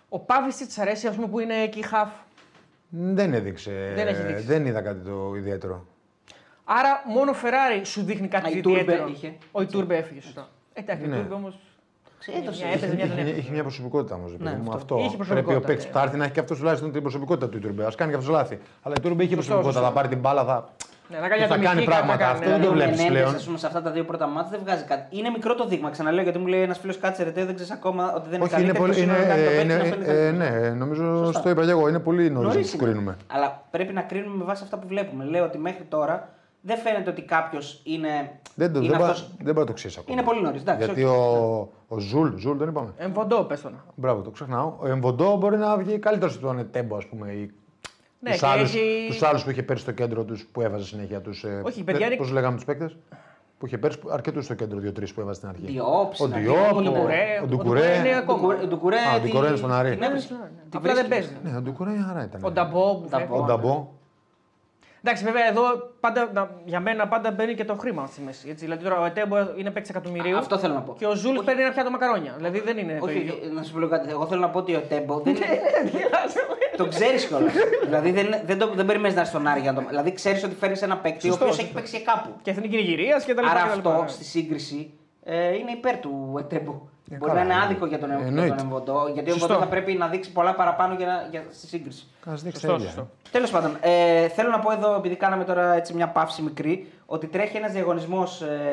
Speaker 3: Ο Πάβησιτ αρέσει ας πούμε, που είναι εκεί χαφ.
Speaker 4: Δεν έδειξε.
Speaker 3: Δεν έχει δείξει.
Speaker 4: δεν είδα κάτι το ιδιαίτερο.
Speaker 3: Άρα μόνο ο Φεράρι σου δείχνει
Speaker 2: Α,
Speaker 3: κάτι
Speaker 2: η
Speaker 3: ιδιαίτερο.
Speaker 2: Τούρμπε είχε.
Speaker 3: Ο Ιτούρμπε έφυγε, σωστά. Εντάξει,
Speaker 4: Ναι.
Speaker 3: ο Τούρμπε όμως.
Speaker 2: Έδωσε.
Speaker 3: Μια έπαιζε, μια
Speaker 4: Είχε,
Speaker 3: δεν
Speaker 4: είχε,
Speaker 3: έπαιζε.
Speaker 4: είχε μια προσωπικότητα όμως.
Speaker 2: Ναι, αυτό.
Speaker 4: αυτό.
Speaker 3: Είχε προσωπικότητα,
Speaker 4: Πρέπει ο παίκτη
Speaker 3: ναι.
Speaker 4: που θα έρθει να έχει και αυτός τουλάχιστον την προσωπικότητα του Τουρμπέ. Ας κάνει και αυτός λάθη. Αλλά η Τουρμπέ είχε
Speaker 3: Σωστό,
Speaker 4: προσωπικότητα.
Speaker 3: σωστό.
Speaker 4: Θα πάρει την μπάλα, θα,
Speaker 3: Ναι, να κάνει
Speaker 4: θα
Speaker 3: ατομική,
Speaker 4: κάνει
Speaker 3: να
Speaker 4: πράγματα.
Speaker 3: κάνει,
Speaker 4: αυτό
Speaker 3: ναι,
Speaker 4: δεν το
Speaker 3: ναι.
Speaker 4: βλέπεις πλέον.
Speaker 2: Ας πούμε, σε αυτά τα δύο πρώτα μάτια δεν βγάζει κάτι. Είναι μικρό το δείγμα. Ξαναλέω γιατί μου λέει ένας φίλος κάτσε ρε, Τέο, δεν ξέρεις ακόμα ότι δεν
Speaker 4: Όχι, είναι
Speaker 2: καλύτερος,
Speaker 4: πολύ.
Speaker 2: εκτός
Speaker 4: Είναι,
Speaker 2: αν κάνει το
Speaker 4: ε,
Speaker 2: παίκτη,
Speaker 4: είναι,
Speaker 2: να φαίνεται
Speaker 4: ε,
Speaker 2: καλύτερο.
Speaker 4: ναι, νομίζω
Speaker 2: Σωστά.
Speaker 4: στο είπα και εγώ. Είναι πολύ νωρίς να
Speaker 2: Νωρίς
Speaker 4: του
Speaker 2: είναι.
Speaker 4: κρίνουμε.
Speaker 2: Αλλά πρέπει να κρίνουμε με βάση αυτά που βλέπουμε. Λέω ότι μέχρι τώρα δεν φαίνεται ότι κάποιος είναι.
Speaker 4: Δεν το
Speaker 2: είναι
Speaker 4: δεν πα-
Speaker 2: αυτός-
Speaker 4: δεν πάει το ξέρεις ακόμα.
Speaker 2: Είναι πολύ νωρίς, εντάξει,
Speaker 4: Γιατί
Speaker 2: οκ.
Speaker 4: ο, ο Ζουλ, Ζουλ δεν είπαμε.
Speaker 3: Εμβοντό, πες Ε, το να.
Speaker 4: Μπράβο, το ξεχνάω. Ο Εμβοντό μπορεί να βγει καλύτερος από τον Ετέμπο, ας πούμε. Ή
Speaker 3: Ναι,
Speaker 4: τους,
Speaker 3: και
Speaker 4: άλλους,
Speaker 3: έχει-
Speaker 4: τους άλλους που είχε πέρσι στο κέντρο τους που έβαζε συνέχεια τους... ε,
Speaker 3: Όχι, παιδιά,
Speaker 4: πε-
Speaker 3: είναι-
Speaker 4: Πώς λέγαμε τους παίκτες. Που είχε πέρσι αρκετούς στο κέντρο, δύο-τρεις που έβαζε στην αρχή.
Speaker 2: Διόπ,
Speaker 4: ο
Speaker 2: Συναντή,
Speaker 4: Διόπ,
Speaker 2: ο
Speaker 4: ο
Speaker 3: Ντουκουρέ,
Speaker 4: ο
Speaker 3: ο
Speaker 4: Ντουκουρέ.
Speaker 3: Ντουκουρέ είναι
Speaker 2: Ο Ντουκουρέ- ο Ντουκουρέ.
Speaker 4: Α, ο
Speaker 2: την-
Speaker 4: Ντουκουρέ είναι στον Άρη.
Speaker 2: την έβρισε. Την
Speaker 3: Ναι, Απλά δεν
Speaker 2: βρίσκει.
Speaker 3: παίζει.
Speaker 4: Ναι, ο Ντουκουρέ μια χαρά ήταν.
Speaker 3: Ο Νταμπό που
Speaker 2: Ο Νταμπό.
Speaker 3: φεύγει.
Speaker 4: Ο Νταμπό.
Speaker 3: Εντάξει, βέβαια εδώ πάντα, να- για μένα πάντα μπαίνει και το χρήμα στη μέση. Έτσι. Δηλαδή τώρα ο Ετέμπο είναι παίξει εκατομμυρίου.
Speaker 2: Αυτό θέλω να πω.
Speaker 3: Και ο Ζούλ παίρνει ένα πιάτο μακαρόνια. Δηλαδή δεν είναι. το ίδιο.
Speaker 2: Όχι, ε, να σου πω λίγο κάτι. Εγώ θέλω να πω ότι ο Τέμπο
Speaker 3: Ναι,
Speaker 2: δεν είναι. Το ξέρεις κιόλας. δηλαδή δεν, δεν, το- δεν περιμένεις να είσαι στον Άρη για να το. Δηλαδή ξέρεις ότι φέρνεις ένα παίκτη ο
Speaker 3: Σωστό,
Speaker 2: οποίος
Speaker 3: σωστό.
Speaker 2: έχει παίξει και κάπου.
Speaker 3: Και εθνική Νιγηρία και τα λοιπά.
Speaker 2: Άρα
Speaker 3: και τα λοιπά,
Speaker 2: αυτό
Speaker 3: ναι.
Speaker 2: στη σύγκριση ε, είναι υπέρ του Ετέμπο.
Speaker 4: Ε,
Speaker 2: Μπορεί να
Speaker 4: καλά,
Speaker 2: είναι
Speaker 4: ναι.
Speaker 2: άδικο για τον, ε,
Speaker 4: Εννοείται.
Speaker 2: για τον Εμβοντό, γιατί ο
Speaker 3: Σωστό.
Speaker 2: Εμβοντό θα πρέπει να δείξει πολλά παραπάνω για, να- για, στη σύγκριση.
Speaker 4: Ας δείξει
Speaker 3: Σωστό, σωστό.
Speaker 4: τέλεια.
Speaker 2: Τέλος πάντων, ε, θέλω να πω εδώ, επειδή κάναμε τώρα έτσι μια παύση μικρή, ότι τρέχει ένας διαγωνισμός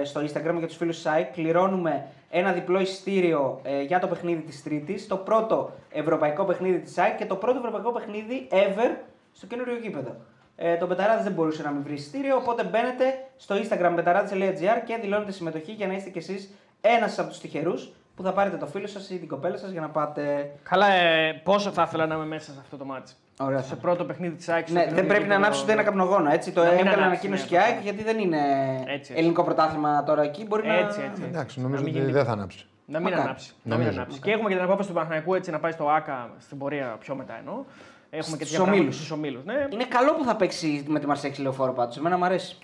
Speaker 2: ε, στο Instagram για τους φίλους site. Κληρώνουμε ένα διπλό εισιτήριο ε, για το παιχνίδι της Τρίτης, το πρώτο ευρωπαϊκό παιχνίδι της site και το πρώτο ευρωπαϊκό παιχνίδι ever στο καινούριο γήπεδο. Ε, το Μπεταράδες δεν μπορούσε να μην βρει εισιτήριο, οπότε μπαίνετε στο Instagram μπεταράδε.gr και δηλώνετε συμμετοχή για να είστε κι εσείς ένας από τους τυχερούς που θα πάρετε το φίλο σας ή την κοπέλα σας για να πάτε.
Speaker 3: Καλά, ε, πόσο θα ήθελα να είμαι μέσα σε αυτό το μάτι.
Speaker 2: Ωραία.
Speaker 3: Σε πρώτο παιχνίδι της ΑΕΚ. στο
Speaker 2: Ναι, δεν
Speaker 3: καινούργιο
Speaker 2: πρέπει να
Speaker 3: γήπεδο.
Speaker 2: ανάψει ούτε ένα καπνογόνο. Έτσι, το
Speaker 3: Να μην
Speaker 2: έβγαλε
Speaker 3: ανάψει,
Speaker 2: ανακοίνωση
Speaker 3: ναι,
Speaker 2: και ΑΕΚ
Speaker 3: αυτό.
Speaker 2: γιατί δεν είναι
Speaker 3: έτσι.
Speaker 2: ελληνικό πρωτάθλημα τώρα εκεί. Μπορεί
Speaker 3: Έτσι,
Speaker 2: να.
Speaker 3: έτσι.
Speaker 4: Εντάξει,
Speaker 3: Να
Speaker 4: νομίζω
Speaker 3: μην
Speaker 4: ότι
Speaker 3: γίνει-
Speaker 4: δεν θα ανάψει.
Speaker 3: Να μην
Speaker 2: Μακάρι.
Speaker 3: ανάψει. Να μην
Speaker 4: Νομίζω.
Speaker 3: ανάψει. Και έχουμε και την απόφαση του Παναγιακού έτσι να πάει στο ΑΚΑ στην πορεία πιο μετά εννοώ. Έχουμε και
Speaker 2: Στους
Speaker 3: τέτοια πράγματα
Speaker 2: ομίλους.
Speaker 3: στους ομίλους, Ναι.
Speaker 2: Είναι καλό που θα παίξει με τη Μαρσέξη λεωφόρο πάντως. Εμένα μου αρέσει.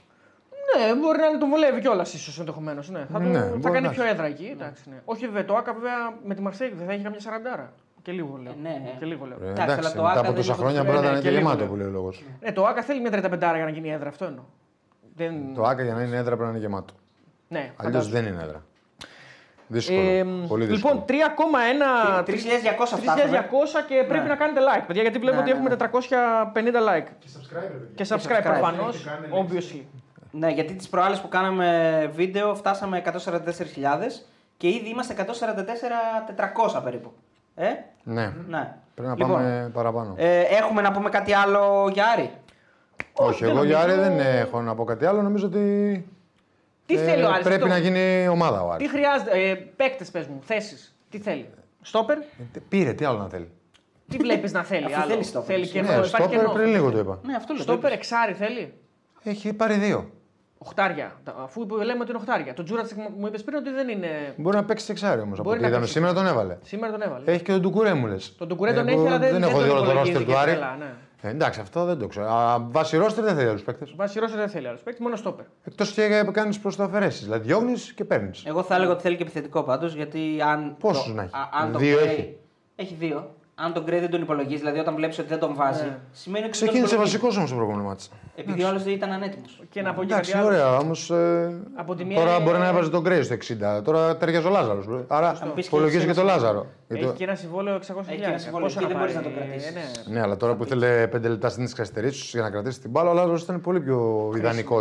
Speaker 3: ναι, μπορεί να τον βολεύει κιόλας ίσως ενδεχομένως. Ναι. Θα, το,
Speaker 4: Ναι,
Speaker 3: θα
Speaker 4: μπορεί
Speaker 3: κάνει
Speaker 4: να
Speaker 3: πιο
Speaker 4: έχει.
Speaker 3: έδρα εκεί. Εντάξει, ναι. Όχι βέβαια το ΑΚΑ βέβαια με τη Μαρσέικ δεν θα έχει καμιά σαραντάρα. Και λίγο λέω.
Speaker 2: Ε, ναι.
Speaker 3: Και λίγο λέω.
Speaker 4: Ε,
Speaker 2: Εντάξει, αλλά
Speaker 4: Εντάξει,
Speaker 2: το
Speaker 4: μετά
Speaker 2: Άκα
Speaker 4: από
Speaker 2: δεν
Speaker 4: τόσα
Speaker 2: είναι το
Speaker 4: χρόνια
Speaker 2: Τουρέ,
Speaker 4: μπορεί να
Speaker 3: ναι,
Speaker 4: είναι
Speaker 3: και
Speaker 4: και
Speaker 3: λίγο,
Speaker 4: γεμάτο
Speaker 3: ναι.
Speaker 4: που λέει ο λόγος.
Speaker 3: Ναι, το ΑΚΑ θέλει μια 35 για να γίνει έδρα, αυτό εννοώ. Δεν...
Speaker 4: Το Άκα για να είναι έδρα πρέπει να είναι γεμάτο.
Speaker 3: Ναι,
Speaker 4: Αλλιώς
Speaker 3: φαντάζομαι.
Speaker 4: δεν είναι έδρα. Δύσκολο.
Speaker 3: Εμ,
Speaker 4: Πολύ δύσκολο.
Speaker 3: λοιπόν, 3,1
Speaker 2: 3.200 φτάσαμε.
Speaker 3: 3.200 και πρέπει
Speaker 2: Ναι.
Speaker 3: να κάνετε like, παιδιά, γιατί βλέπω
Speaker 2: Ναι,
Speaker 3: ότι
Speaker 2: ναι,
Speaker 3: έχουμε
Speaker 2: ναι.
Speaker 3: 450 like.
Speaker 7: Και subscribe, ρε
Speaker 3: Και
Speaker 7: παιδιά.
Speaker 3: subscribe
Speaker 2: subscribe.
Speaker 3: προφανώς.
Speaker 7: Και κάνε like.
Speaker 3: Obviously.
Speaker 2: Ναι, γιατί τις προάλλες που κάναμε βίντεο φτάσαμε 144.000 και ήδη είμαστε 144.400 περίπου. Ε,
Speaker 4: Ναι.
Speaker 2: ναι.
Speaker 4: Πρέπει να
Speaker 2: Λοιπόν,
Speaker 4: πάμε παραπάνω.
Speaker 2: ε, έχουμε να πούμε κάτι άλλο για Άρη.
Speaker 4: Όχι,
Speaker 3: δεν
Speaker 4: εγώ για Άρη
Speaker 3: νομίζω.
Speaker 4: δεν έχω να πω κάτι άλλο. Νομίζω ότι.
Speaker 3: Τι θέλει ο Άρης,
Speaker 4: Ε, Πρέπει
Speaker 3: αυτό?
Speaker 4: να γίνει ομάδα ο
Speaker 3: Τι
Speaker 4: Άρης.
Speaker 3: χρειάζεται, ε, παίκτες πε μου, θέσεις. Τι θέλει. Στόπερ,
Speaker 4: Ε, τι- Πήρε, τι άλλο να θέλει.
Speaker 3: τι βλέπεις να θέλει.
Speaker 2: Αφού
Speaker 3: άλλο.
Speaker 2: θέλει στόπερ.
Speaker 3: Θέλει και
Speaker 4: Ναι,
Speaker 3: εδώ, υπάρχει
Speaker 4: στόπερ
Speaker 3: κενό.
Speaker 4: πριν λίγο το είπα.
Speaker 2: Ναι, αυτό λέω.
Speaker 3: Στόπερ, εξάρι θέλει.
Speaker 4: Έχει πάρει δύο.
Speaker 3: Οχτάρια. Τα- Αφού που λέμε ότι είναι οχτάρια. Το Τζούρατσεκ μου- μου είπες πριν ότι δεν είναι.
Speaker 4: Μπορεί να παίξει εξάρι όμως. Από
Speaker 3: Μπορεί
Speaker 4: ό,τι
Speaker 3: να
Speaker 4: είδαμε
Speaker 3: παίξει
Speaker 4: σήμερα τον έβαλε.
Speaker 3: Σήμερα τον έβαλε.
Speaker 4: Έχει και τον Τουκουρέ μου λες.
Speaker 3: Τον Τουκουρέ τον έχει, αλλά δεν- δεν
Speaker 4: έχω
Speaker 3: τον
Speaker 4: δει όλο το
Speaker 3: υπολογίζει
Speaker 4: ρόστερ
Speaker 3: και
Speaker 4: του Άρη.
Speaker 3: καλά, ναι.
Speaker 4: Ε, εντάξει, αυτό δεν το ξέρω. Α, Βάσει ρόστερ δεν θέλει άλλους παίκτες.
Speaker 3: Βάσει Ρώσο δεν θέλει άλλο παίκτη, μόνο στόπερ.
Speaker 4: Εκτός και κάνεις προς το αφαιρέσεις. Δηλαδή διώχνεις και παίρνεις.
Speaker 2: Εγώ θα έλεγα ότι θέλει και επιθετικό πάντως, γιατί αν.
Speaker 4: Πόσους
Speaker 2: το-
Speaker 4: να έχει?
Speaker 2: α- αν το
Speaker 4: Δύο
Speaker 2: Gray-
Speaker 4: έχει.
Speaker 2: Έχει δύο. αν τον Gray δεν τον υπολογίζει, δηλαδή όταν βλέπεις ότι δεν τον βάζει, σημαίνει ότι. δεν τον
Speaker 4: Ναι. Ξεκίνησε
Speaker 2: υπολογίζεις.
Speaker 4: βασικός όμως το προηγούμενο μάτσο.
Speaker 2: Επειδή ο άλλο δεν ήταν ανέτοιμος.
Speaker 3: Και να πω και κάτι
Speaker 4: Εντάξει,
Speaker 3: άλλο.
Speaker 4: ωραία, όμω.
Speaker 3: Από τη μία
Speaker 4: Τώρα
Speaker 3: είναι-
Speaker 4: μπορεί να έβαζε τον Γκρέι στο 60. Τώρα ταιριάζει ο Λάζαρος.
Speaker 2: Θα μου
Speaker 4: Άρα
Speaker 2: πεις και
Speaker 4: υπολογίζει και
Speaker 2: εσύ
Speaker 4: τον
Speaker 2: ένα
Speaker 4: Λάζαρο. Γιατί-
Speaker 3: Έχει και ένα συμβόλαιο 600.000.
Speaker 2: Έχει και ένα συμβόλαιο,
Speaker 3: Πόσο
Speaker 2: εκεί δεν
Speaker 3: πάρει,
Speaker 2: μπορείς να το κρατήσεις.
Speaker 3: ναι.
Speaker 4: Ναι, αλλά τώρα που ήθελε 5 λεπτά στην καθυστερήσει για να κρατήσει την μπάλα, ο Λάζαρος ήταν πολύ πιο ιδανικό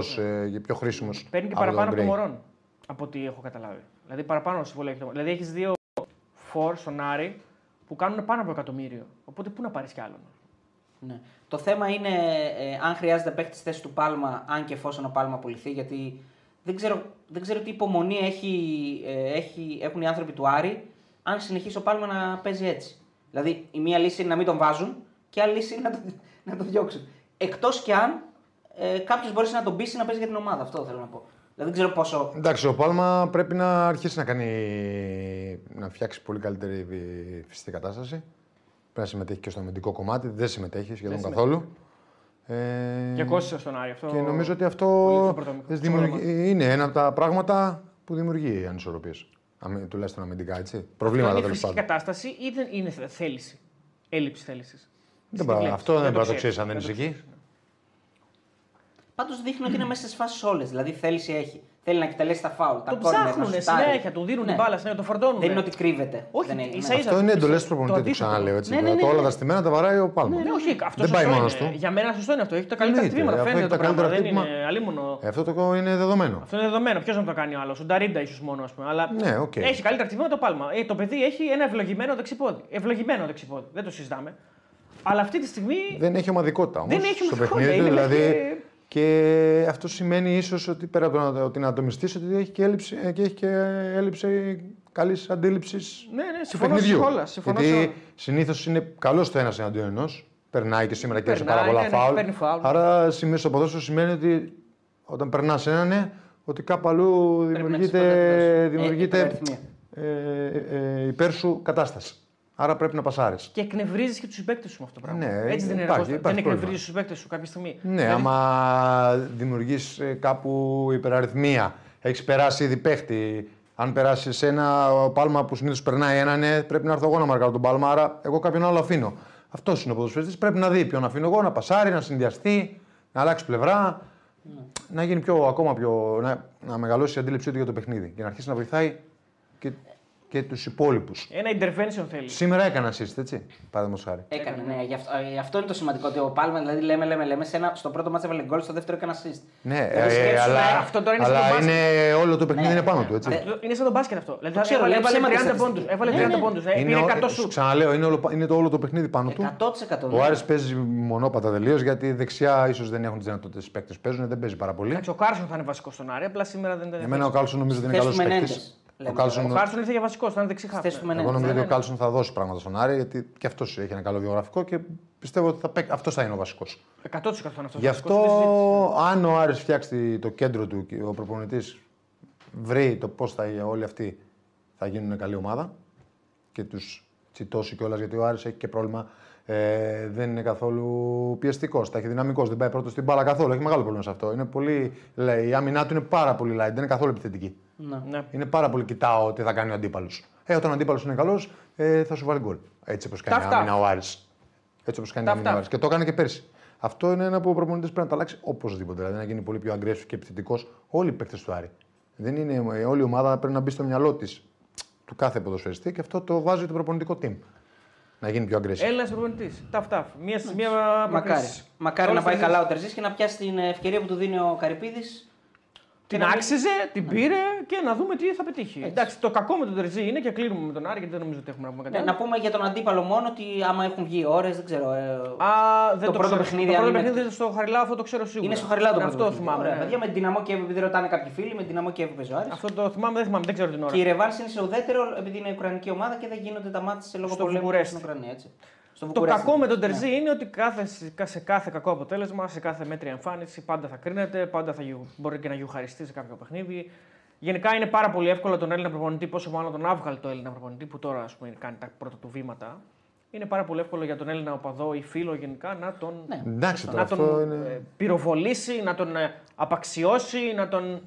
Speaker 4: και πιο χρήσιμος.
Speaker 3: ναι. Παίρνει και παραπάνω από το Μωρόν. Από ό,τι έχω καταλάβει. Δηλαδή παραπάνω συμβόλαιο έχει το Δηλαδή έχεις δύο φορ στον Άρη που κάνουν πάνω από εκατομμύριο. Οπότε πού να πάρεις κι άλλον.
Speaker 2: Ναι. Το θέμα είναι ε, αν χρειάζεται παίκτης στη θέση του Πάλμα, αν και εφόσον ο Πάλμα απολυθεί, γιατί δεν ξέρω, δεν ξέρω τι υπομονή έχει, ε, έχει, έχουν οι άνθρωποι του Άρη αν συνεχίσει ο Πάλμα να παίζει έτσι. Δηλαδή, η μία λύση είναι να μην τον βάζουν και η άλλη λύση είναι να τον, [LAUGHS] να τον διώξουν. Εκτός κι αν ε, κάποιος μπορέσει να τον πείσει να παίζει για την ομάδα. Αυτό θέλω να πω. Δηλαδή, δεν ξέρω πόσο.
Speaker 4: Εντάξει, ο Πάλμα πρέπει να αρχίσει να κάνει. να φτιάξει πολύ καλύτερη φυσική κατάσταση. Πρέπει να συμμετέχει και στο αμυντικό κομμάτι. Δεν συμμετέχει σχεδόν καθόλου. Ε,
Speaker 3: Και κόστησε στον Άρη αυτό.
Speaker 4: και νομίζω ότι αυτό
Speaker 3: πολύ στο πρώτο μικρό.
Speaker 4: δημιουργεί-
Speaker 3: Στο
Speaker 4: είναι ένα από τα πράγματα που δημιουργεί ανισορροπίες. Τουλάχιστον αμυντικά έτσι. Προβλήματα
Speaker 3: είναι
Speaker 4: τέλος
Speaker 3: φυσική
Speaker 4: πάντων.
Speaker 3: κατάσταση ή δεν είναι θε- θέληση. Έλλειψη θέλησης.
Speaker 4: Δεν πα- Αυτό δεν πάει να το ξέρεις αν δεν είσαι εκεί.
Speaker 2: Πάντως δείχνει ότι είναι μέσα στις φάσεις όλες. Δηλαδή, θέληση έχει. Θέλει να εκτελέσει τα φάουλ. Τα
Speaker 3: Το
Speaker 2: κόρνερ, να
Speaker 3: ψάχνουν
Speaker 2: σουτάρει.
Speaker 3: συνέχεια, του δίνουν
Speaker 2: Ναι.
Speaker 3: την μπάλα, συνέχεια το φορτώνουν.
Speaker 2: Δεν είναι ότι κρύβεται.
Speaker 3: Όχι,
Speaker 2: δεν έχει,
Speaker 3: ίσα-
Speaker 2: ναι.
Speaker 3: ίσα-
Speaker 4: Αυτό είναι εντολέ
Speaker 3: το
Speaker 4: του προπονητή, το
Speaker 3: αντίθετο.
Speaker 4: ξαναλέω έτσι.
Speaker 2: Ναι, ναι, ναι,
Speaker 4: Το όλα
Speaker 2: ναι.
Speaker 4: τα στημένα τα βαράει ο Πάλμα.
Speaker 3: Ναι, όχι, αυτό
Speaker 4: Δεν πάει
Speaker 3: σωστό
Speaker 4: μόνος
Speaker 3: είναι.
Speaker 4: του.
Speaker 3: Για μένα σωστό είναι αυτό. Έχει τα καλύτερα
Speaker 4: Εννοείται,
Speaker 3: χτυπήματα.
Speaker 4: αυτό
Speaker 3: Φαίνεται
Speaker 4: έχει
Speaker 3: το
Speaker 4: τα
Speaker 3: πράγμα. Δεν
Speaker 4: καλύτερα
Speaker 3: είναι
Speaker 4: χτύπημα.
Speaker 3: αλίμονο.
Speaker 4: Ε, Αυτό το είναι δεδομένο.
Speaker 3: Αυτό είναι δεδομένο. Ποιος να το κάνει άλλος. Ο Νταρίντα ίσως μόνος, ας πούμε. Αλλά
Speaker 4: Ναι, οκ.
Speaker 3: έχει καλύτερα χτυπήματα το πάλμα. Ε, το παιδί έχει ένα ευλογημένο δεξιπόδι. Ευλογημένο δεξιπόδι. Δεν το συζητάμε. Αλλά αυτή τη στιγμή.
Speaker 4: Δεν έχει ομαδικότητα όμως
Speaker 3: Δεν έχει
Speaker 4: στο
Speaker 3: ομαδικότητα,
Speaker 4: παιχνίδι του.
Speaker 3: είναι λες
Speaker 4: Δηλαδή,
Speaker 3: και-
Speaker 4: και αυτό σημαίνει ίσως ότι πέρα από το να- ότι να ατομιστείς, ότι έχει και έλλειψη, ε, και έχει και έλλειψη καλής αντίληψης.
Speaker 3: Ναι, ναι, συμφωνώ σε όλα, συμφωνώ σε όλα.
Speaker 4: Γιατί συνήθως είναι καλός το ένας εναντίον ενός. Περνάει και σήμερα και σε πάρα
Speaker 3: Περνάει,
Speaker 4: πολλά
Speaker 3: ναι, ναι,
Speaker 4: φάουλ.
Speaker 3: παίρνει φάουλ.
Speaker 4: Άρα σημείο στο ποδόσφαιρο σημαίνει ότι όταν περνάς έναν, ναι, ότι κάπου αλλού δημιουργείται,
Speaker 2: εξυπηρετήσεις. Ε,
Speaker 4: δημιουργείται
Speaker 2: υπεραριθμία.
Speaker 4: ε, ε, υπέρ σου κατάσταση. Άρα πρέπει να πασάρεις.
Speaker 3: Και εκνευρίζεις και τους συμπαίκτε σου με αυτό το πράγμα.
Speaker 4: Ναι,
Speaker 3: Έτσι δεν είναι.
Speaker 4: υπάρχει-
Speaker 3: Κώστα.
Speaker 4: υπάρχει
Speaker 3: δεν εκνευρίζει
Speaker 4: πρόβλημα.
Speaker 3: του συμπαίκτε σου κάποια στιγμή. Δηλαδή,
Speaker 4: Ναι, άμα δημιουργείς κάπου υπεραριθμία, έχεις περάσει ήδη παίχτη. Αν περάσεις ένα ο πάλμα που συνήθως περνάει έναν, ναι, πρέπει να έρθω εγώ να μαρκάρω τον πάλμα. Άρα, εγώ κάποιον άλλο αφήνω. Αυτός είναι ο ποδοσφαιριστής. Πρέπει να δει ποιον αφήνω εγώ, να πασάρει, να συνδυαστεί, να αλλάξει πλευρά.
Speaker 3: Ναι.
Speaker 4: Να γίνει πιο, ακόμα πιο. Να, να μεγαλώσει η αντίληψή του για το παιχνίδι και να αρχίσει να βοηθάει και, και τους υπόλοιπους.
Speaker 3: Ένα intervention θέλει.
Speaker 4: Σήμερα έκανα assist, έτσι, παραδείγματος χάρη.
Speaker 2: Έκανε, ναι. Γι' αυτό, ε, αυτό είναι το σημαντικό. Ότι ο Πάλμα, δηλαδή, λέμε, λέμε, λέμε. Σε ένα, στο πρώτο μάτς έβαλε γκολ, στο δεύτερο έκανε assist.
Speaker 4: Ναι,
Speaker 2: Δηλαδή,
Speaker 4: ε,
Speaker 2: σκέψου
Speaker 4: αλλά,
Speaker 2: να-
Speaker 3: αυτό τώρα είναι
Speaker 4: αλλά
Speaker 3: στο μπάσκετ. Ναι. Ε,
Speaker 4: είναι όλο το παιχνίδι είναι πάνω του. Έτσι.
Speaker 2: Αυτό-
Speaker 3: Είναι σαν τον μπάσκετ αυτό. Δηλαδή
Speaker 2: ξέρω,
Speaker 3: έβαλε,
Speaker 2: λέει ψέματα
Speaker 3: έβαλε 30
Speaker 2: στατιστική.
Speaker 3: πόντους. Έβαλε 30
Speaker 2: Ναι, ναι.
Speaker 3: πόντους. Πήρε
Speaker 4: ο-
Speaker 3: 100
Speaker 4: ε,
Speaker 3: σου.
Speaker 4: Ξαναλέω, είναι, όλο, πα- είναι το όλο το παιχνίδι πάνω του.
Speaker 2: 100%.
Speaker 4: Ο Άρης παίζει μονόπατα τελείως γιατί δεξιά ίσως δεν έχουν τις δυνατότητες παίκτες. Παίζουν, δεν παίζει πάρα πολύ.
Speaker 3: Εντάξει, Ο Κάρσον θα είναι βασικός στον Άρη, απλά σήμερα δεν ήταν.
Speaker 4: Εμένα ο Κάλσον νομίζω ότι είναι
Speaker 2: Θέση
Speaker 4: καλός
Speaker 2: του
Speaker 4: παίκτης.
Speaker 2: Μενέντες,
Speaker 4: Ο
Speaker 2: λέμε
Speaker 4: Κάλσον.
Speaker 3: Ο Κάρσον ήρθε για βασικό, ήταν δεξιχά.
Speaker 2: Θέση του Μενέντες.
Speaker 4: Εγώ νομίζω
Speaker 2: Ναι,
Speaker 4: ότι ο
Speaker 2: ναι.
Speaker 4: Κάλσον θα δώσει πράγματα στον Άρη γιατί και αυτός έχει ένα καλό βιογραφικό και πιστεύω ότι θα παίκ- αυτός θα είναι ο βασικός.
Speaker 3: 100% θα είναι αυτός.
Speaker 4: Γι' αυτό, αν ο Άρης φτιάξει το κέντρο του και ο προπονητής βρει το πώς θα όλοι αυτοί θα γίνουν καλή ομάδα και τους τσιτώσει κιόλας γιατί ο Άρης έχει και πρόβλημα. Ε, δεν είναι καθόλου πιεστικός, ταχυδυναμικό, δεν πάει πρώτος στην μπάλα καθόλου. Έχει μεγάλο πρόβλημα σε αυτό. Είναι πολύ, λέει, η άμυνά του είναι πάρα πολύ light, δεν είναι καθόλου επιθετική.
Speaker 3: Ναι.
Speaker 4: Είναι πάρα πολύ κοιτάω τι θα κάνει ο αντίπαλος. Ε, όταν ο αντίπαλος είναι καλός, ε, θα σου βάλει γκολ. Έτσι όπως κάνει
Speaker 3: Ταφτά.
Speaker 4: η άμυνα ο Άρης. Έτσι όπως κάνει η
Speaker 3: Τα
Speaker 4: άμυνα ο
Speaker 3: αυτά.
Speaker 4: Άρης. Και το έκανε και πέρσι. Αυτό είναι ένα που ο προπονητής πρέπει να τα αλλάξει οπωσδήποτε. Δηλαδή να γίνει πολύ πιο aggressive και επιθετικός. Όλοι οι παίκτες του Άρη. Δεν είναι, ε, όλη η ομάδα πρέπει να μπει στο μυαλό της του κάθε ποδοσφαιριστή και αυτό το βάζει το προπονητικό team. Να γίνει πιο aggressive.
Speaker 3: Έλληνα προπονητή. Ταφ ταφ. Μία, μία
Speaker 2: Μακάρι.
Speaker 3: προκρίση.
Speaker 2: Μακάρι να
Speaker 3: Όλες
Speaker 2: πάει
Speaker 3: τις-
Speaker 2: καλά ο Τερζής και να πιάσει την ε, ευκαιρία που του δίνει ο Καρυπίδης.
Speaker 3: Την άξιζε, την
Speaker 2: Ναι.
Speaker 3: πήρε και να δούμε τι θα πετύχει. Εντάξει, το κακό με τον Τερζή είναι και κλείνουμε με τον Άρη γιατί δεν νομίζω ότι έχουμε να πούμε κάτι.
Speaker 2: Ναι,
Speaker 3: άλλο.
Speaker 2: να πούμε για τον αντίπαλο μόνο ότι άμα έχουν βγει ώρες, δεν ξέρω. Ε,
Speaker 3: Α, δεν
Speaker 2: το
Speaker 3: το,
Speaker 2: πρώτο
Speaker 3: ξέρω.
Speaker 2: παιχνίδι,
Speaker 3: Το
Speaker 2: αν
Speaker 3: πρώτο
Speaker 2: είναι-
Speaker 3: παιχνίδι στο Χαριλάου αυτό το ξέρω σίγουρα.
Speaker 2: είναι στο χαριλάτο
Speaker 3: Ναι, Αυτό θυμάμαι.
Speaker 2: Ωραία,
Speaker 3: ναι.
Speaker 2: παιδιά, με την δυναμό και επειδή ρωτάνε κάποιοι φίλοι, με την δυναμό και έπαιζε ο Άρης.
Speaker 3: Αυτό το θυμάμαι, δεν θυμάμαι, δεν ξέρω την ώρα.
Speaker 2: Και η Ρεβάνς είναι σε ουδέτερο επειδή είναι Ουκρανική ομάδα και δεν γίνονται τα μάτια σε λόγω
Speaker 3: Στο
Speaker 2: πολέμου
Speaker 3: Βουκουρέστι.
Speaker 2: στην Ουκρανία. Έτσι. Στο
Speaker 3: Το
Speaker 2: Βουκουρέστι.
Speaker 3: κακό με τον
Speaker 2: Ναι.
Speaker 3: Τερζή είναι ότι κάθε, σε κάθε κακό αποτέλεσμα, σε κάθε μέτρια εμφάνιση, πάντα θα κρίνεται, πάντα θα γιου- μπορεί και να γιουχαριστεί σε κάποιο παιχνίδι. Γενικά είναι πάρα πολύ εύκολο τον Έλληνα προπονητή, πόσο μάλλον τον άβγαλε το Έλληνα προπονητή που τώρα ας πούμε, κάνει τα πρώτα του βήματα. Είναι πάρα πολύ εύκολο για τον Έλληνα οπαδό ή φίλο γενικά να τον,
Speaker 2: Ναι.
Speaker 4: Εντάξει, τώρα
Speaker 3: να
Speaker 4: αυτό
Speaker 3: τον
Speaker 4: είναι.
Speaker 3: ε, πυροβολήσει, να τον ε, απαξιώσει, να τον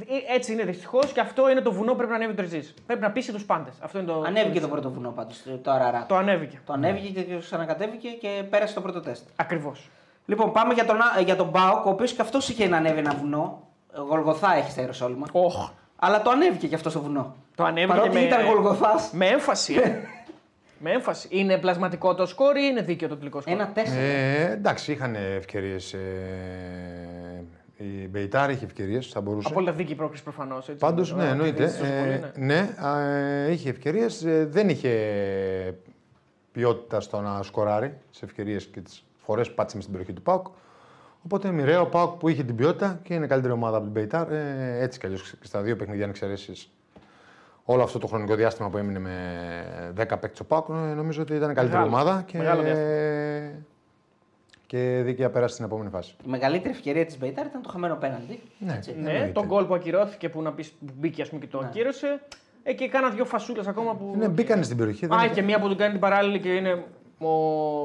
Speaker 3: Ε, Έτσι είναι δυστυχώς και αυτό είναι το βουνό που πρέπει να ανέβει ο Τερζή. Πρέπει να πείσει τους πάντες. Αυτό είναι το.
Speaker 2: Ανέβηκε το πρώτο βουνό πάντως, το Αραρά.
Speaker 3: Το ανέβηκε.
Speaker 2: Το ανέβηκε και το ξανακατέβηκε και πέρασε το πρώτο τεστ.
Speaker 3: Ακριβώς.
Speaker 2: Λοιπόν, πάμε για τον, Α- για τον Μπάουκ, ο οποίος και αυτός είχε να ανέβει ένα βουνό. Γολγοθά έχει στα Ιεροσόλυμα.
Speaker 3: Οχ.
Speaker 2: Αλλά το ανέβηκε και αυτός στο βουνό.
Speaker 3: Το ανέβηκε
Speaker 2: Παρότι
Speaker 3: με-
Speaker 2: ήταν Γολγοθάς.
Speaker 3: Με έμφαση.
Speaker 2: [LAUGHS]
Speaker 3: ε. με έμφαση. Είναι πλασματικό το σκόρ ή είναι δίκαιο το τελικό σκόρ.
Speaker 2: Ένα τέσσερα.
Speaker 4: Ε, εντάξει, είχαν ευκαιρίες. Ε, η Μπεϊτάρ είχε ευκαιρίες, θα μπορούσε.
Speaker 3: Απόλυτα δίκη πρόκληση προφανώ.
Speaker 4: Πάντω, ναι, εννοείται.
Speaker 3: Ε,
Speaker 4: Ε, ναι, α, ε, είχε ευκαιρίες. δεν είχε ποιότητα στο να σκοράρει σε ευκαιρίες και τις φορές που πάτησε μες στην περιοχή του Πάουκ. Οπότε μοιραίο ο Πάουκ που είχε την ποιότητα και είναι καλύτερη ομάδα από την Μπεϊτάρ. Ε, έτσι κι αλλιώς και στα δύο παιχνίδια, αν εξαιρέσεις όλο αυτό το χρονικό διάστημα που έμεινε με 10 παίκτες ο Πάουκ, ε, νομίζω ότι ήταν καλύτερη
Speaker 3: Μεγάλο.
Speaker 4: ομάδα και,
Speaker 3: Μεγάλο διάστημα.
Speaker 4: και δίκαια πέρασε στην επόμενη φάση.
Speaker 2: Η μεγαλύτερη ευκαιρία της Μπέιταρ ήταν το χαμένο πέναντι.
Speaker 4: Ναι,
Speaker 2: Έτσι.
Speaker 3: ναι,
Speaker 4: εννοείται.
Speaker 3: τον γκολ που ακυρώθηκε που να πεις, που μπήκε ας πούμε, και το
Speaker 2: Ναι.
Speaker 3: ακύρωσε. Ε, και κάνα δύο φασούλες ακόμα που.
Speaker 4: Ναι, μπήκανε στην περιοχή. δεν
Speaker 3: Α,
Speaker 4: είχε-
Speaker 3: και μία που τον κάνει την παράλληλη και είναι ο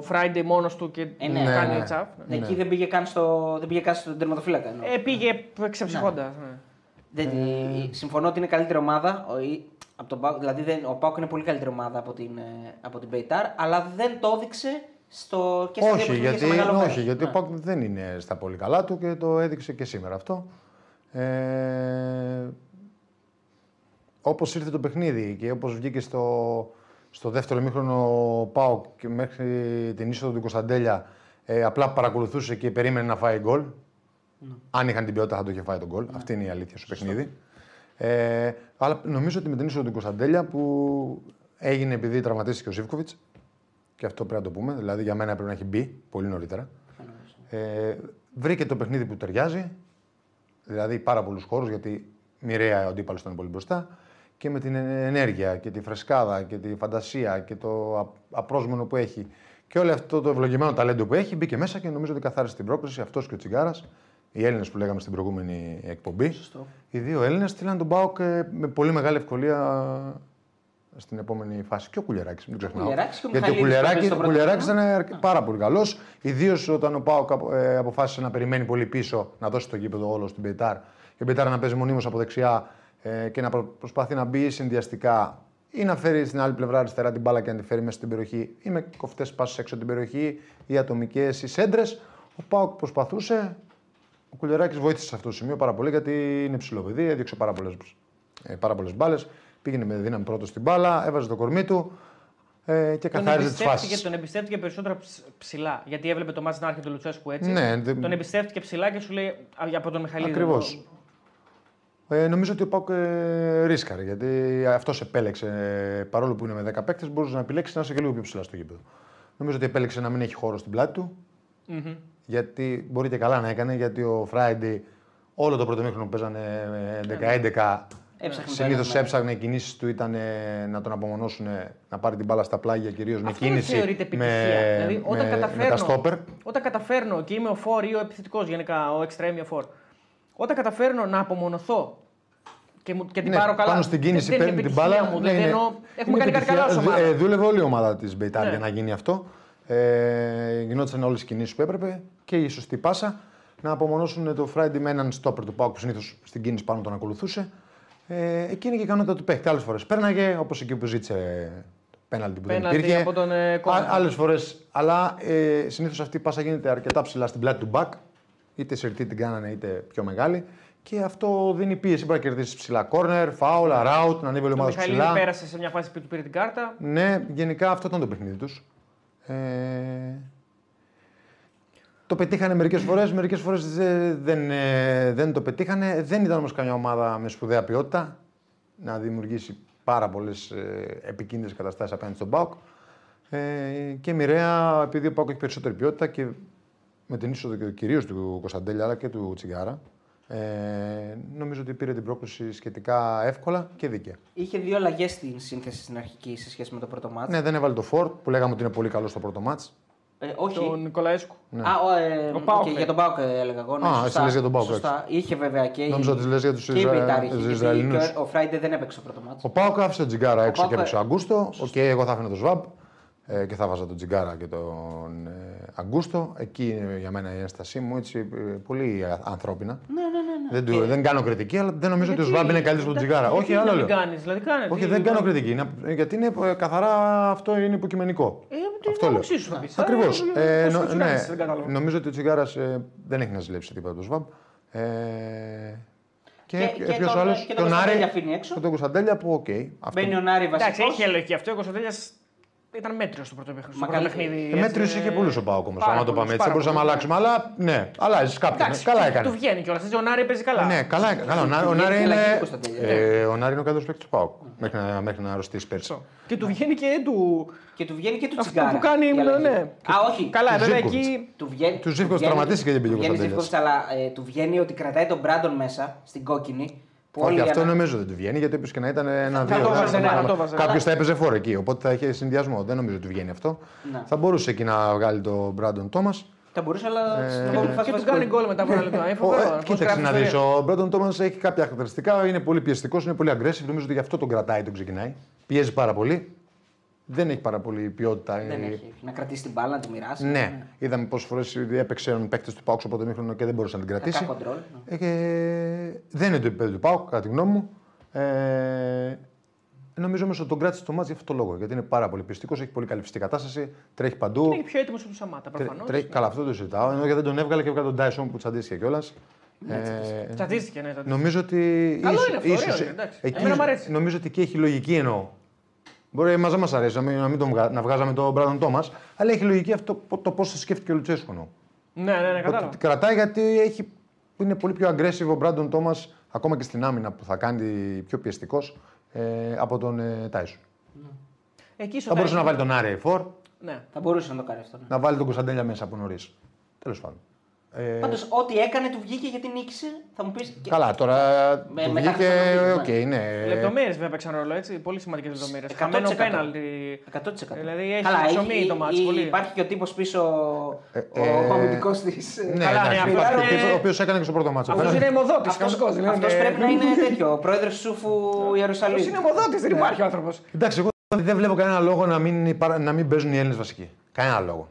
Speaker 3: Friday μόνο του και
Speaker 2: Ε, ναι. Ναι,
Speaker 3: του κάνει
Speaker 4: ναι.
Speaker 3: τσαφ.
Speaker 2: Ναι, Εκεί δεν πήγε καν, στο, δεν πήγε καν στον τερματοφύλακα. εννοώ.
Speaker 3: Ε, πήγε ξεψυχώντα. Ναι.
Speaker 2: Δεν, ε, Συμφωνώ ότι είναι καλύτερη ομάδα. Ο, η- από τον Πάοκ, δηλαδή δεν, ο Πάοκ είναι πολύ καλύτερη ομάδα από την, ε, από την Μπέιταρ, αλλά δεν το έδειξε στο, και στα Ναι. δύο
Speaker 4: Όχι,
Speaker 2: παιχνίδια
Speaker 4: γιατί,
Speaker 2: σε μεγάλο μέρος.
Speaker 4: όχι, γιατί ο Πάκ δεν είναι στα πολύ καλά του και το έδειξε και σήμερα αυτό. Ε, Όπως ήρθε το παιχνίδι και όπως βγήκε στο, στο δεύτερο μήχρονο ο Πάοκ και μέχρι την είσοδο του Κωνσταντέλια, ε, απλά παρακολουθούσε και περίμενε να φάει γκολ.
Speaker 2: Ναι.
Speaker 4: Αν είχαν την ποιότητα θα το είχε φάει τον γκολ. Αυτή είναι η αλήθεια στο παιχνίδι. Ε, αλλά νομίζω ότι με την είσοδο του Κωνσταντέλια που έγινε επειδή τραυματίστηκε ο Ζήφκοβιτ, και αυτό πρέπει να το πούμε. Δηλαδή για μένα πρέπει να έχει μπει πολύ νωρίτερα. Ε, βρήκε το παιχνίδι που ταιριάζει. Δηλαδή πάρα πολλούς χώρους γιατί μοιραία ο αντίπαλος ήταν πολύ μπροστά. Και με την ε, ενέργεια και τη φρεσκάδα και τη φαντασία και το α- απρόσμενο που έχει και όλο αυτό το ευλογημένο ταλέντο που έχει μπήκε μέσα και νομίζω ότι καθάρισε την πρόκληση αυτός και ο Τσιγκάρας. Οι Έλληνες που λέγαμε στην προηγούμενη εκπομπή. Οι δύο Έλληνες στείλαν τον Μπάουκ ε, με πολύ μεγάλη ευκολία στην επόμενη φάση. Και ο Κουλεράκη, μην ξεχνάω.
Speaker 2: Κουλιεράκης και ο
Speaker 4: Γιατί ο
Speaker 2: Μιχαλίδης που
Speaker 4: Κουλεράκη
Speaker 2: έπαιζε στο
Speaker 4: Κουλεράκης ήταν αρκε- πάρα πολύ καλός. Ιδίως όταν ο Πάοκ απο- ε, αποφάσισε να περιμένει πολύ πίσω, να δώσει το γήπεδο όλο στην Πεϊτάρ. Και η Πεϊτάρ να παίζει μονίμως από δεξιά ε, και να προ- προσπαθεί να μπει συνδυαστικά ή να φέρει στην άλλη πλευρά αριστερά την μπάλα και να τη φέρει μέσα στην περιοχή ή με κοφτές πάσει έξω από την περιοχή ή ατομικές ή σέντρες. Ο Πάοκ προσπαθούσε. Ο Κουλεράκη βοήθησε σε αυτό το σημείο πάρα πολύ γιατί είναι ψηλό παιδί, έδιωξε πάρα πολλές πάρα πολλές μπάλες. Πήγαινε με δύναμη πρώτος στην μπάλα, έβαζε το κορμί του ε, και
Speaker 3: Τον
Speaker 4: καθάριζε τις
Speaker 3: εμπιστεύτηκε,
Speaker 4: φάσεις.
Speaker 3: τον εμπιστεύτηκε περισσότερα ψ- ψηλά. Γιατί έβλεπε το μάτι να έρχεται ο Λουτσέσκου έτσι.
Speaker 4: Ναι, δεν-
Speaker 3: Τον εμπιστεύτηκε ψηλά και σου λέει «Α, από τον Μιχαλίδη.
Speaker 4: Ακριβώς. Ε, νομίζω ότι ο Πάουκ ε, ρίσκαρε γιατί αυτός επέλεξε. ε, παρόλο που είναι με 10 παίκτες, μπορούσε να επιλέξει να είσαι και λίγο πιο ψηλά στο γήπεδο. Νομίζω ότι επέλεξε να μην έχει χώρο στην πλάτη του. Γιατί μπορεί και καλά να έκανε, γιατί ο Φράιντι όλο το πρώτο μήχρονο που παίζανε ε, 11-11.
Speaker 2: Έψαχνε το ένα
Speaker 4: Συνήθω
Speaker 2: με-
Speaker 4: έψαχνε οι κινήσεις του ήταν ε, να τον απομονώσουν ε, να πάρει την μπάλα στα πλάγια, κυρίως με
Speaker 3: Αυτό δεν
Speaker 4: κίνηση.
Speaker 3: θεωρείται επιτυχία.
Speaker 4: με-
Speaker 3: δηλαδή, όταν,
Speaker 4: με-
Speaker 3: καταφέρνω,
Speaker 4: με τα στόπερ.
Speaker 3: όταν καταφέρνω και είμαι ο φόρ ή ο επιθετικός, γενικά ο extreme ή ο φόρ, όταν καταφέρνω να απομονωθώ και, μου, και την
Speaker 4: Ναι,
Speaker 3: πάρω καλά.
Speaker 4: Πάνω στην κίνηση
Speaker 3: δεν,
Speaker 4: παίρνει
Speaker 3: δεν
Speaker 4: την
Speaker 3: είναι
Speaker 4: μπάλα.
Speaker 3: επιτυχία Μου, δηλαδή,
Speaker 4: ναι,
Speaker 3: εννοώ,
Speaker 4: είναι
Speaker 3: έχουμε κάνει κάτι
Speaker 4: επιτυχία.
Speaker 3: καλά ω ομάδα.
Speaker 4: Δ- ε, Δούλευε όλη η ομάδα της Μπεϊτάρ
Speaker 3: Ναι.
Speaker 4: για να γίνει αυτό. Ε, γινόταν όλε τι κινήσεις που έπρεπε και η σωστή πάσα. Να απομονώσουν το Friday με έναν στόπερ του Πάουκ που συνήθως στην κίνηση πάνω τον ακολουθούσε. Ε, εκείνη και η ικανότητα του παίχτη. Άλλες φορές πέρναγε, όπως εκεί που ζήτησε ε, πέναλτι που
Speaker 3: Πέναλτι
Speaker 4: δεν υπήρχε.
Speaker 3: από τον, ε, Κόνα.
Speaker 4: Άλλες φορές. Αλλά ε, συνήθως αυτή η πάσα γίνεται αρκετά ψηλά στην πλάτη του μπακ. Είτε σερτή την κάνανε είτε πιο μεγάλη. Και αυτό δίνει πίεση. Μπορεί να κερδίσει ψηλά κόρνερ, φάουλα, ράουτ, να ανέβει όλη η
Speaker 3: Ο
Speaker 4: ομάδα σου
Speaker 3: Μιχαλίδη
Speaker 4: ψηλά.
Speaker 3: πέρασε σε μια φάση που του πήρε την κάρτα.
Speaker 4: Ναι, γενικά αυτό ήταν το παιχνίδι τους. Ε, το πετύχανε μερικές φορές, μερικές φορές δεν, ε, δεν το πετύχανε. Δεν ήταν όμως καμιά ομάδα με σπουδαία ποιότητα να δημιουργήσει πάρα πολλές ε, επικίνδυνες καταστάσεις απέναντι στον Πάοκ. Ε, και μοιραία, επειδή ο Πάοκ έχει περισσότερη ποιότητα και με την είσοδο και κυρίως του Κωνσταντέλια αλλά και του Τσιγκάρα, ε, νομίζω ότι πήρε την πρόκληση σχετικά εύκολα και δίκαια.
Speaker 2: Είχε δύο αλλαγές στην σύνθεση στην αρχική σε σχέση με το πρώτο μάτι.
Speaker 4: Ναι, δεν έβαλε το Φόρτ που λέγαμε ότι είναι πολύ καλό στο πρώτο μάτς.
Speaker 2: Ε, όχι.
Speaker 3: Τον Νικολαέσκου.
Speaker 2: Α, ο, ε,
Speaker 3: Ο
Speaker 2: οκ,
Speaker 3: Πάοκ, ε.
Speaker 2: για τον Πάοκ ε, έλεγα εγώ. Ναι,
Speaker 4: Ναι. Α,
Speaker 2: σωστά,
Speaker 4: εσύ λες για τον Πάοκ,
Speaker 2: Σωστά. Είχε βέβαια και. η-
Speaker 4: Νόμιζα ότι λες για τους
Speaker 2: και η
Speaker 4: Ισρα-
Speaker 2: Μπεϊτάρ είχε,
Speaker 4: τους
Speaker 2: γιατί
Speaker 4: Ισραηλινούς.
Speaker 2: και Ο Φράιντε δεν έπαιξε το πρώτο μάτι.
Speaker 4: Ο Πάοκ άφησε τον Τζιγκάρα έξω
Speaker 2: Πάοκ,
Speaker 4: και έπαιξε ο
Speaker 2: ε,
Speaker 4: Αγκούστο. Οκ, εγώ θα άφηνα τον Σβάμπ ε, και θα βάζα τον Τζιγκάρα και τον ε, Αγκούστο. Εκεί είναι για μένα η ένστασή μου. Έτσι, ε, πολύ α- ανθρώπινα.
Speaker 6: Ναι, ναι, ναι. ναι.
Speaker 4: Δεν, του, δεν κάνω κριτική, αλλά δεν νομίζω ότι ο Σβάμπ είναι καλύτερο από τον Τσιγάρα. Όχι, άλλο λέω.
Speaker 3: Κάνεις, δηλαδή, κάνε,
Speaker 4: Όχι,
Speaker 3: τι-
Speaker 4: δεν κάνω κριτική. Είναι- ε, Γιατί είναι ε, καθαρά αυτό είναι υποκειμενικό.
Speaker 3: Ε, τι
Speaker 4: αυτό λέω.
Speaker 3: άποψή σου θα πεις.
Speaker 4: Ακριβώς.
Speaker 3: Ε,
Speaker 4: Ε,
Speaker 3: πώς
Speaker 4: νο-
Speaker 3: το
Speaker 4: ναι,
Speaker 3: κάνεις, δεν κατάλαβα.
Speaker 4: νομίζω ότι ο Τσιγάρας δεν έχει να ζηλέψει τίποτα τον Σβάμπ. Ε, και,
Speaker 6: Και-
Speaker 4: και,
Speaker 6: και
Speaker 4: ποιος
Speaker 6: τον-
Speaker 4: άλλος,
Speaker 6: και τον Κωνσταντέλια αφήνει έξω.
Speaker 4: και Τον Κωνσταντέλια που, οκ. αυτό-
Speaker 6: Μπαίνει ο Νάρη
Speaker 3: Εντάξει,
Speaker 6: βασικός.
Speaker 3: έχει λογική αυτό. Ο Κωνσταντέλιας ήταν μέτριος στο πρώτο παιχνίδι.
Speaker 6: Μα
Speaker 3: στο πρώτο
Speaker 6: καλή-
Speaker 3: παιχνίδι,
Speaker 4: Ε,
Speaker 3: έτσι,
Speaker 4: Μέτριος είχε πολλούς ο Πάοκ όμω.
Speaker 3: πάρα
Speaker 4: Άμα το
Speaker 3: πολλούς,
Speaker 4: πάμε έτσι,
Speaker 3: πάρα
Speaker 4: θα μπορούσαμε να
Speaker 3: πολλούς.
Speaker 4: αλλάξουμε. Αλλά ναι, αλλάζει κάποιον.
Speaker 3: Εντάξει,
Speaker 4: Καλά
Speaker 3: του-
Speaker 4: έκανε.
Speaker 3: Του βγαίνει κιόλας. Ο Νάρη παίζει καλά.
Speaker 4: Ναι, καλά έκανε. Καλά, ο Νάρη- ο
Speaker 6: βγαίνει
Speaker 4: Νάρη
Speaker 6: και αλλαγή
Speaker 4: είναι,
Speaker 6: του Κωνσταντέλια.
Speaker 4: ε, ο Νάρη είναι ο καλύτερος παίκτης του Πάοκ. Μέχρι να, μέχρι να αρρωστήσει πέρσι.
Speaker 3: Και του βγαίνει και του.
Speaker 6: Και του βγαίνει και του
Speaker 3: Αυτό
Speaker 6: τσιγκάρα.
Speaker 3: που κάνει,
Speaker 6: η
Speaker 3: ναι,
Speaker 6: αλλαγή.
Speaker 3: ναι.
Speaker 6: Α, όχι.
Speaker 3: Καλά,
Speaker 4: Του
Speaker 3: βέβαια
Speaker 4: Ζήκοβιτς.
Speaker 3: εκεί.
Speaker 6: Του βγαίνει.
Speaker 4: Του Ζήφκοβιτς
Speaker 6: βγαίνει-
Speaker 4: τραυματίστηκε και δεν πήγε ο
Speaker 6: του βγαίνει
Speaker 4: Κωνσταντέλιας.
Speaker 6: Ζήφκοβιτς, αλλά ε, του βγαίνει ότι κρατάει τον Μπράντον μέσα στην κόκκινη. που όλοι
Speaker 4: Όχι,
Speaker 6: για να-
Speaker 4: αυτό νομίζω δεν του βγαίνει, γιατί όποιος και να ήταν ένα-δύο.
Speaker 3: το βάζε, ναι, θα το βάζε.
Speaker 4: Κάποιος θα έπαιζε φόρο εκεί. Οπότε θα είχε συνδυασμό. Δεν νομίζω ότι του βγαίνει αυτό.
Speaker 6: Ναι.
Speaker 4: Θα μπορούσε εκεί να βγάλει τον Μπράντον Τόμας.
Speaker 6: Θα μπορούσε, αλλά.
Speaker 4: Ε,
Speaker 6: στην επόμενη φάση
Speaker 3: Και του
Speaker 6: βασικό.
Speaker 3: κάνει γκολ μετά από ένα λεπτό. Ε, φοβερό, πώς
Speaker 4: Κοίταξε
Speaker 3: γράφει
Speaker 4: να
Speaker 3: ιστορία.
Speaker 4: δεις. Ο Μπράντον Τόμας έχει κάποια χαρακτηριστικά. Είναι πολύ πιεστικός, είναι πολύ aggressive. Νομίζω ότι γι' αυτό τον κρατάει, τον ξεκινάει. Πιέζει πάρα πολύ. Δεν έχει πάρα πολύ ποιότητα.
Speaker 6: Δεν
Speaker 4: Ε,
Speaker 6: έχει. Να κρατήσει την μπάλα, να τη μοιράσει.
Speaker 4: Ναι, είδαμε πόσες φορές έπαιξε έναν παίκτη του Πάουκ στο πρώτο μήχρονο και δεν μπορούσε να την κρατήσει.
Speaker 6: Κακά κοντρόλ,
Speaker 4: Ε, και δεν είναι το επίπεδο του Πάουκ, κατά τη γνώμη μου. Ε, νομίζω όμως ότι τον κράτησε το μάτς για αυτόν τον λόγο. Γιατί είναι πάρα πολύ πιστικός, έχει πολύ καλή φυσική κατάσταση, τρέχει παντού.
Speaker 3: Είναι και πιο έτοιμος από του Σαμάτα
Speaker 4: τρε-
Speaker 3: προφανώς.
Speaker 4: τρέχει- καλά, αυτό το συζητάω. Ενώ γιατί δεν τον έβγαλε και έβγαλε τον Ντάισον που τσαντίστηκε κιόλας. Ε,
Speaker 3: Τσατίστηκε, ναι. τσατίστηκε.
Speaker 4: νομίζω ότι.
Speaker 3: Καλό είναι αυτό, ωραίο είναι, εντάξει. Εμένα μ' αρέσει.
Speaker 4: νομίζω ότι και έχει λογική εννοώ. Μπορεί εμάς να μας αρέσει να μην, να μην τον βγα- να βγάζαμε τον Μπράντον Τόμας, αλλά έχει λογική αυτό το- το πώς σκέφτηκε ο Λουτσέσκου εννοώ.
Speaker 3: Ναι, ναι, ναι, κατάλαβα.
Speaker 4: Την κρατάει γιατί έχει, είναι πολύ πιο aggressive ο Μπράντον Τόμας, ακόμα και στην άμυνα που θα κάνει πιο πιεστικός ε, από τον ε, Τάισον.
Speaker 3: Εκεί
Speaker 4: Θα
Speaker 3: ίσως
Speaker 4: μπορούσε να
Speaker 3: ήταν-
Speaker 4: βάλει τον Άρε Φορ,
Speaker 3: Ναι.
Speaker 6: Θα μπορούσε να το κάνει αυτό. Ναι.
Speaker 4: να βάλει τον Κωνσταντέλια μέσα από νωρίς. Τέλος πάντων. Ε,
Speaker 6: Πάντως, ό,τι έκανε του βγήκε γιατί νίκησε. Θα μου πεις.
Speaker 4: καλά, τώρα
Speaker 6: Με-
Speaker 4: του
Speaker 6: μετά
Speaker 4: βγήκε.
Speaker 6: θα το
Speaker 4: Οκ,
Speaker 6: δούμε.
Speaker 4: ναι.
Speaker 3: Λεπτομέρειες βέβαια παίξαν ρόλο έτσι. Πολύ σημαντικές λεπτομέρειες. Χαμένο
Speaker 6: 100%.
Speaker 3: πέναλτι.
Speaker 6: 100%.
Speaker 3: Δηλαδή έχει ψωμί το μάτς,
Speaker 6: ή-
Speaker 3: πολύ.
Speaker 6: Υπάρχει και ο τύπος πίσω. ο
Speaker 4: ε,
Speaker 6: αμυντικό τη.
Speaker 4: Ναι,
Speaker 3: Καλά,
Speaker 4: εντάξει,
Speaker 3: ναι, αυτό
Speaker 4: ο οποίος-
Speaker 3: είναι-
Speaker 4: ο οποίος έκανε και στο πρώτο μάτσο.
Speaker 3: Αυτό είναι αιμοδότης.
Speaker 6: Αυτός ε,
Speaker 3: δηλαδή,
Speaker 6: πρέπει να είναι τέτοιο. Ο πρόεδρος του
Speaker 4: Ναι.
Speaker 6: Σούφου Ιερουσαλήμ.
Speaker 3: είναι αιμοδότης, δεν υπάρχει άνθρωπος.
Speaker 4: Εντάξει, εγώ δηλαδή δεν βλέπω κανένα λόγο να μην, υπά- να μην παίζουν οι Έλληνες βασικοί. Κανένα λόγο.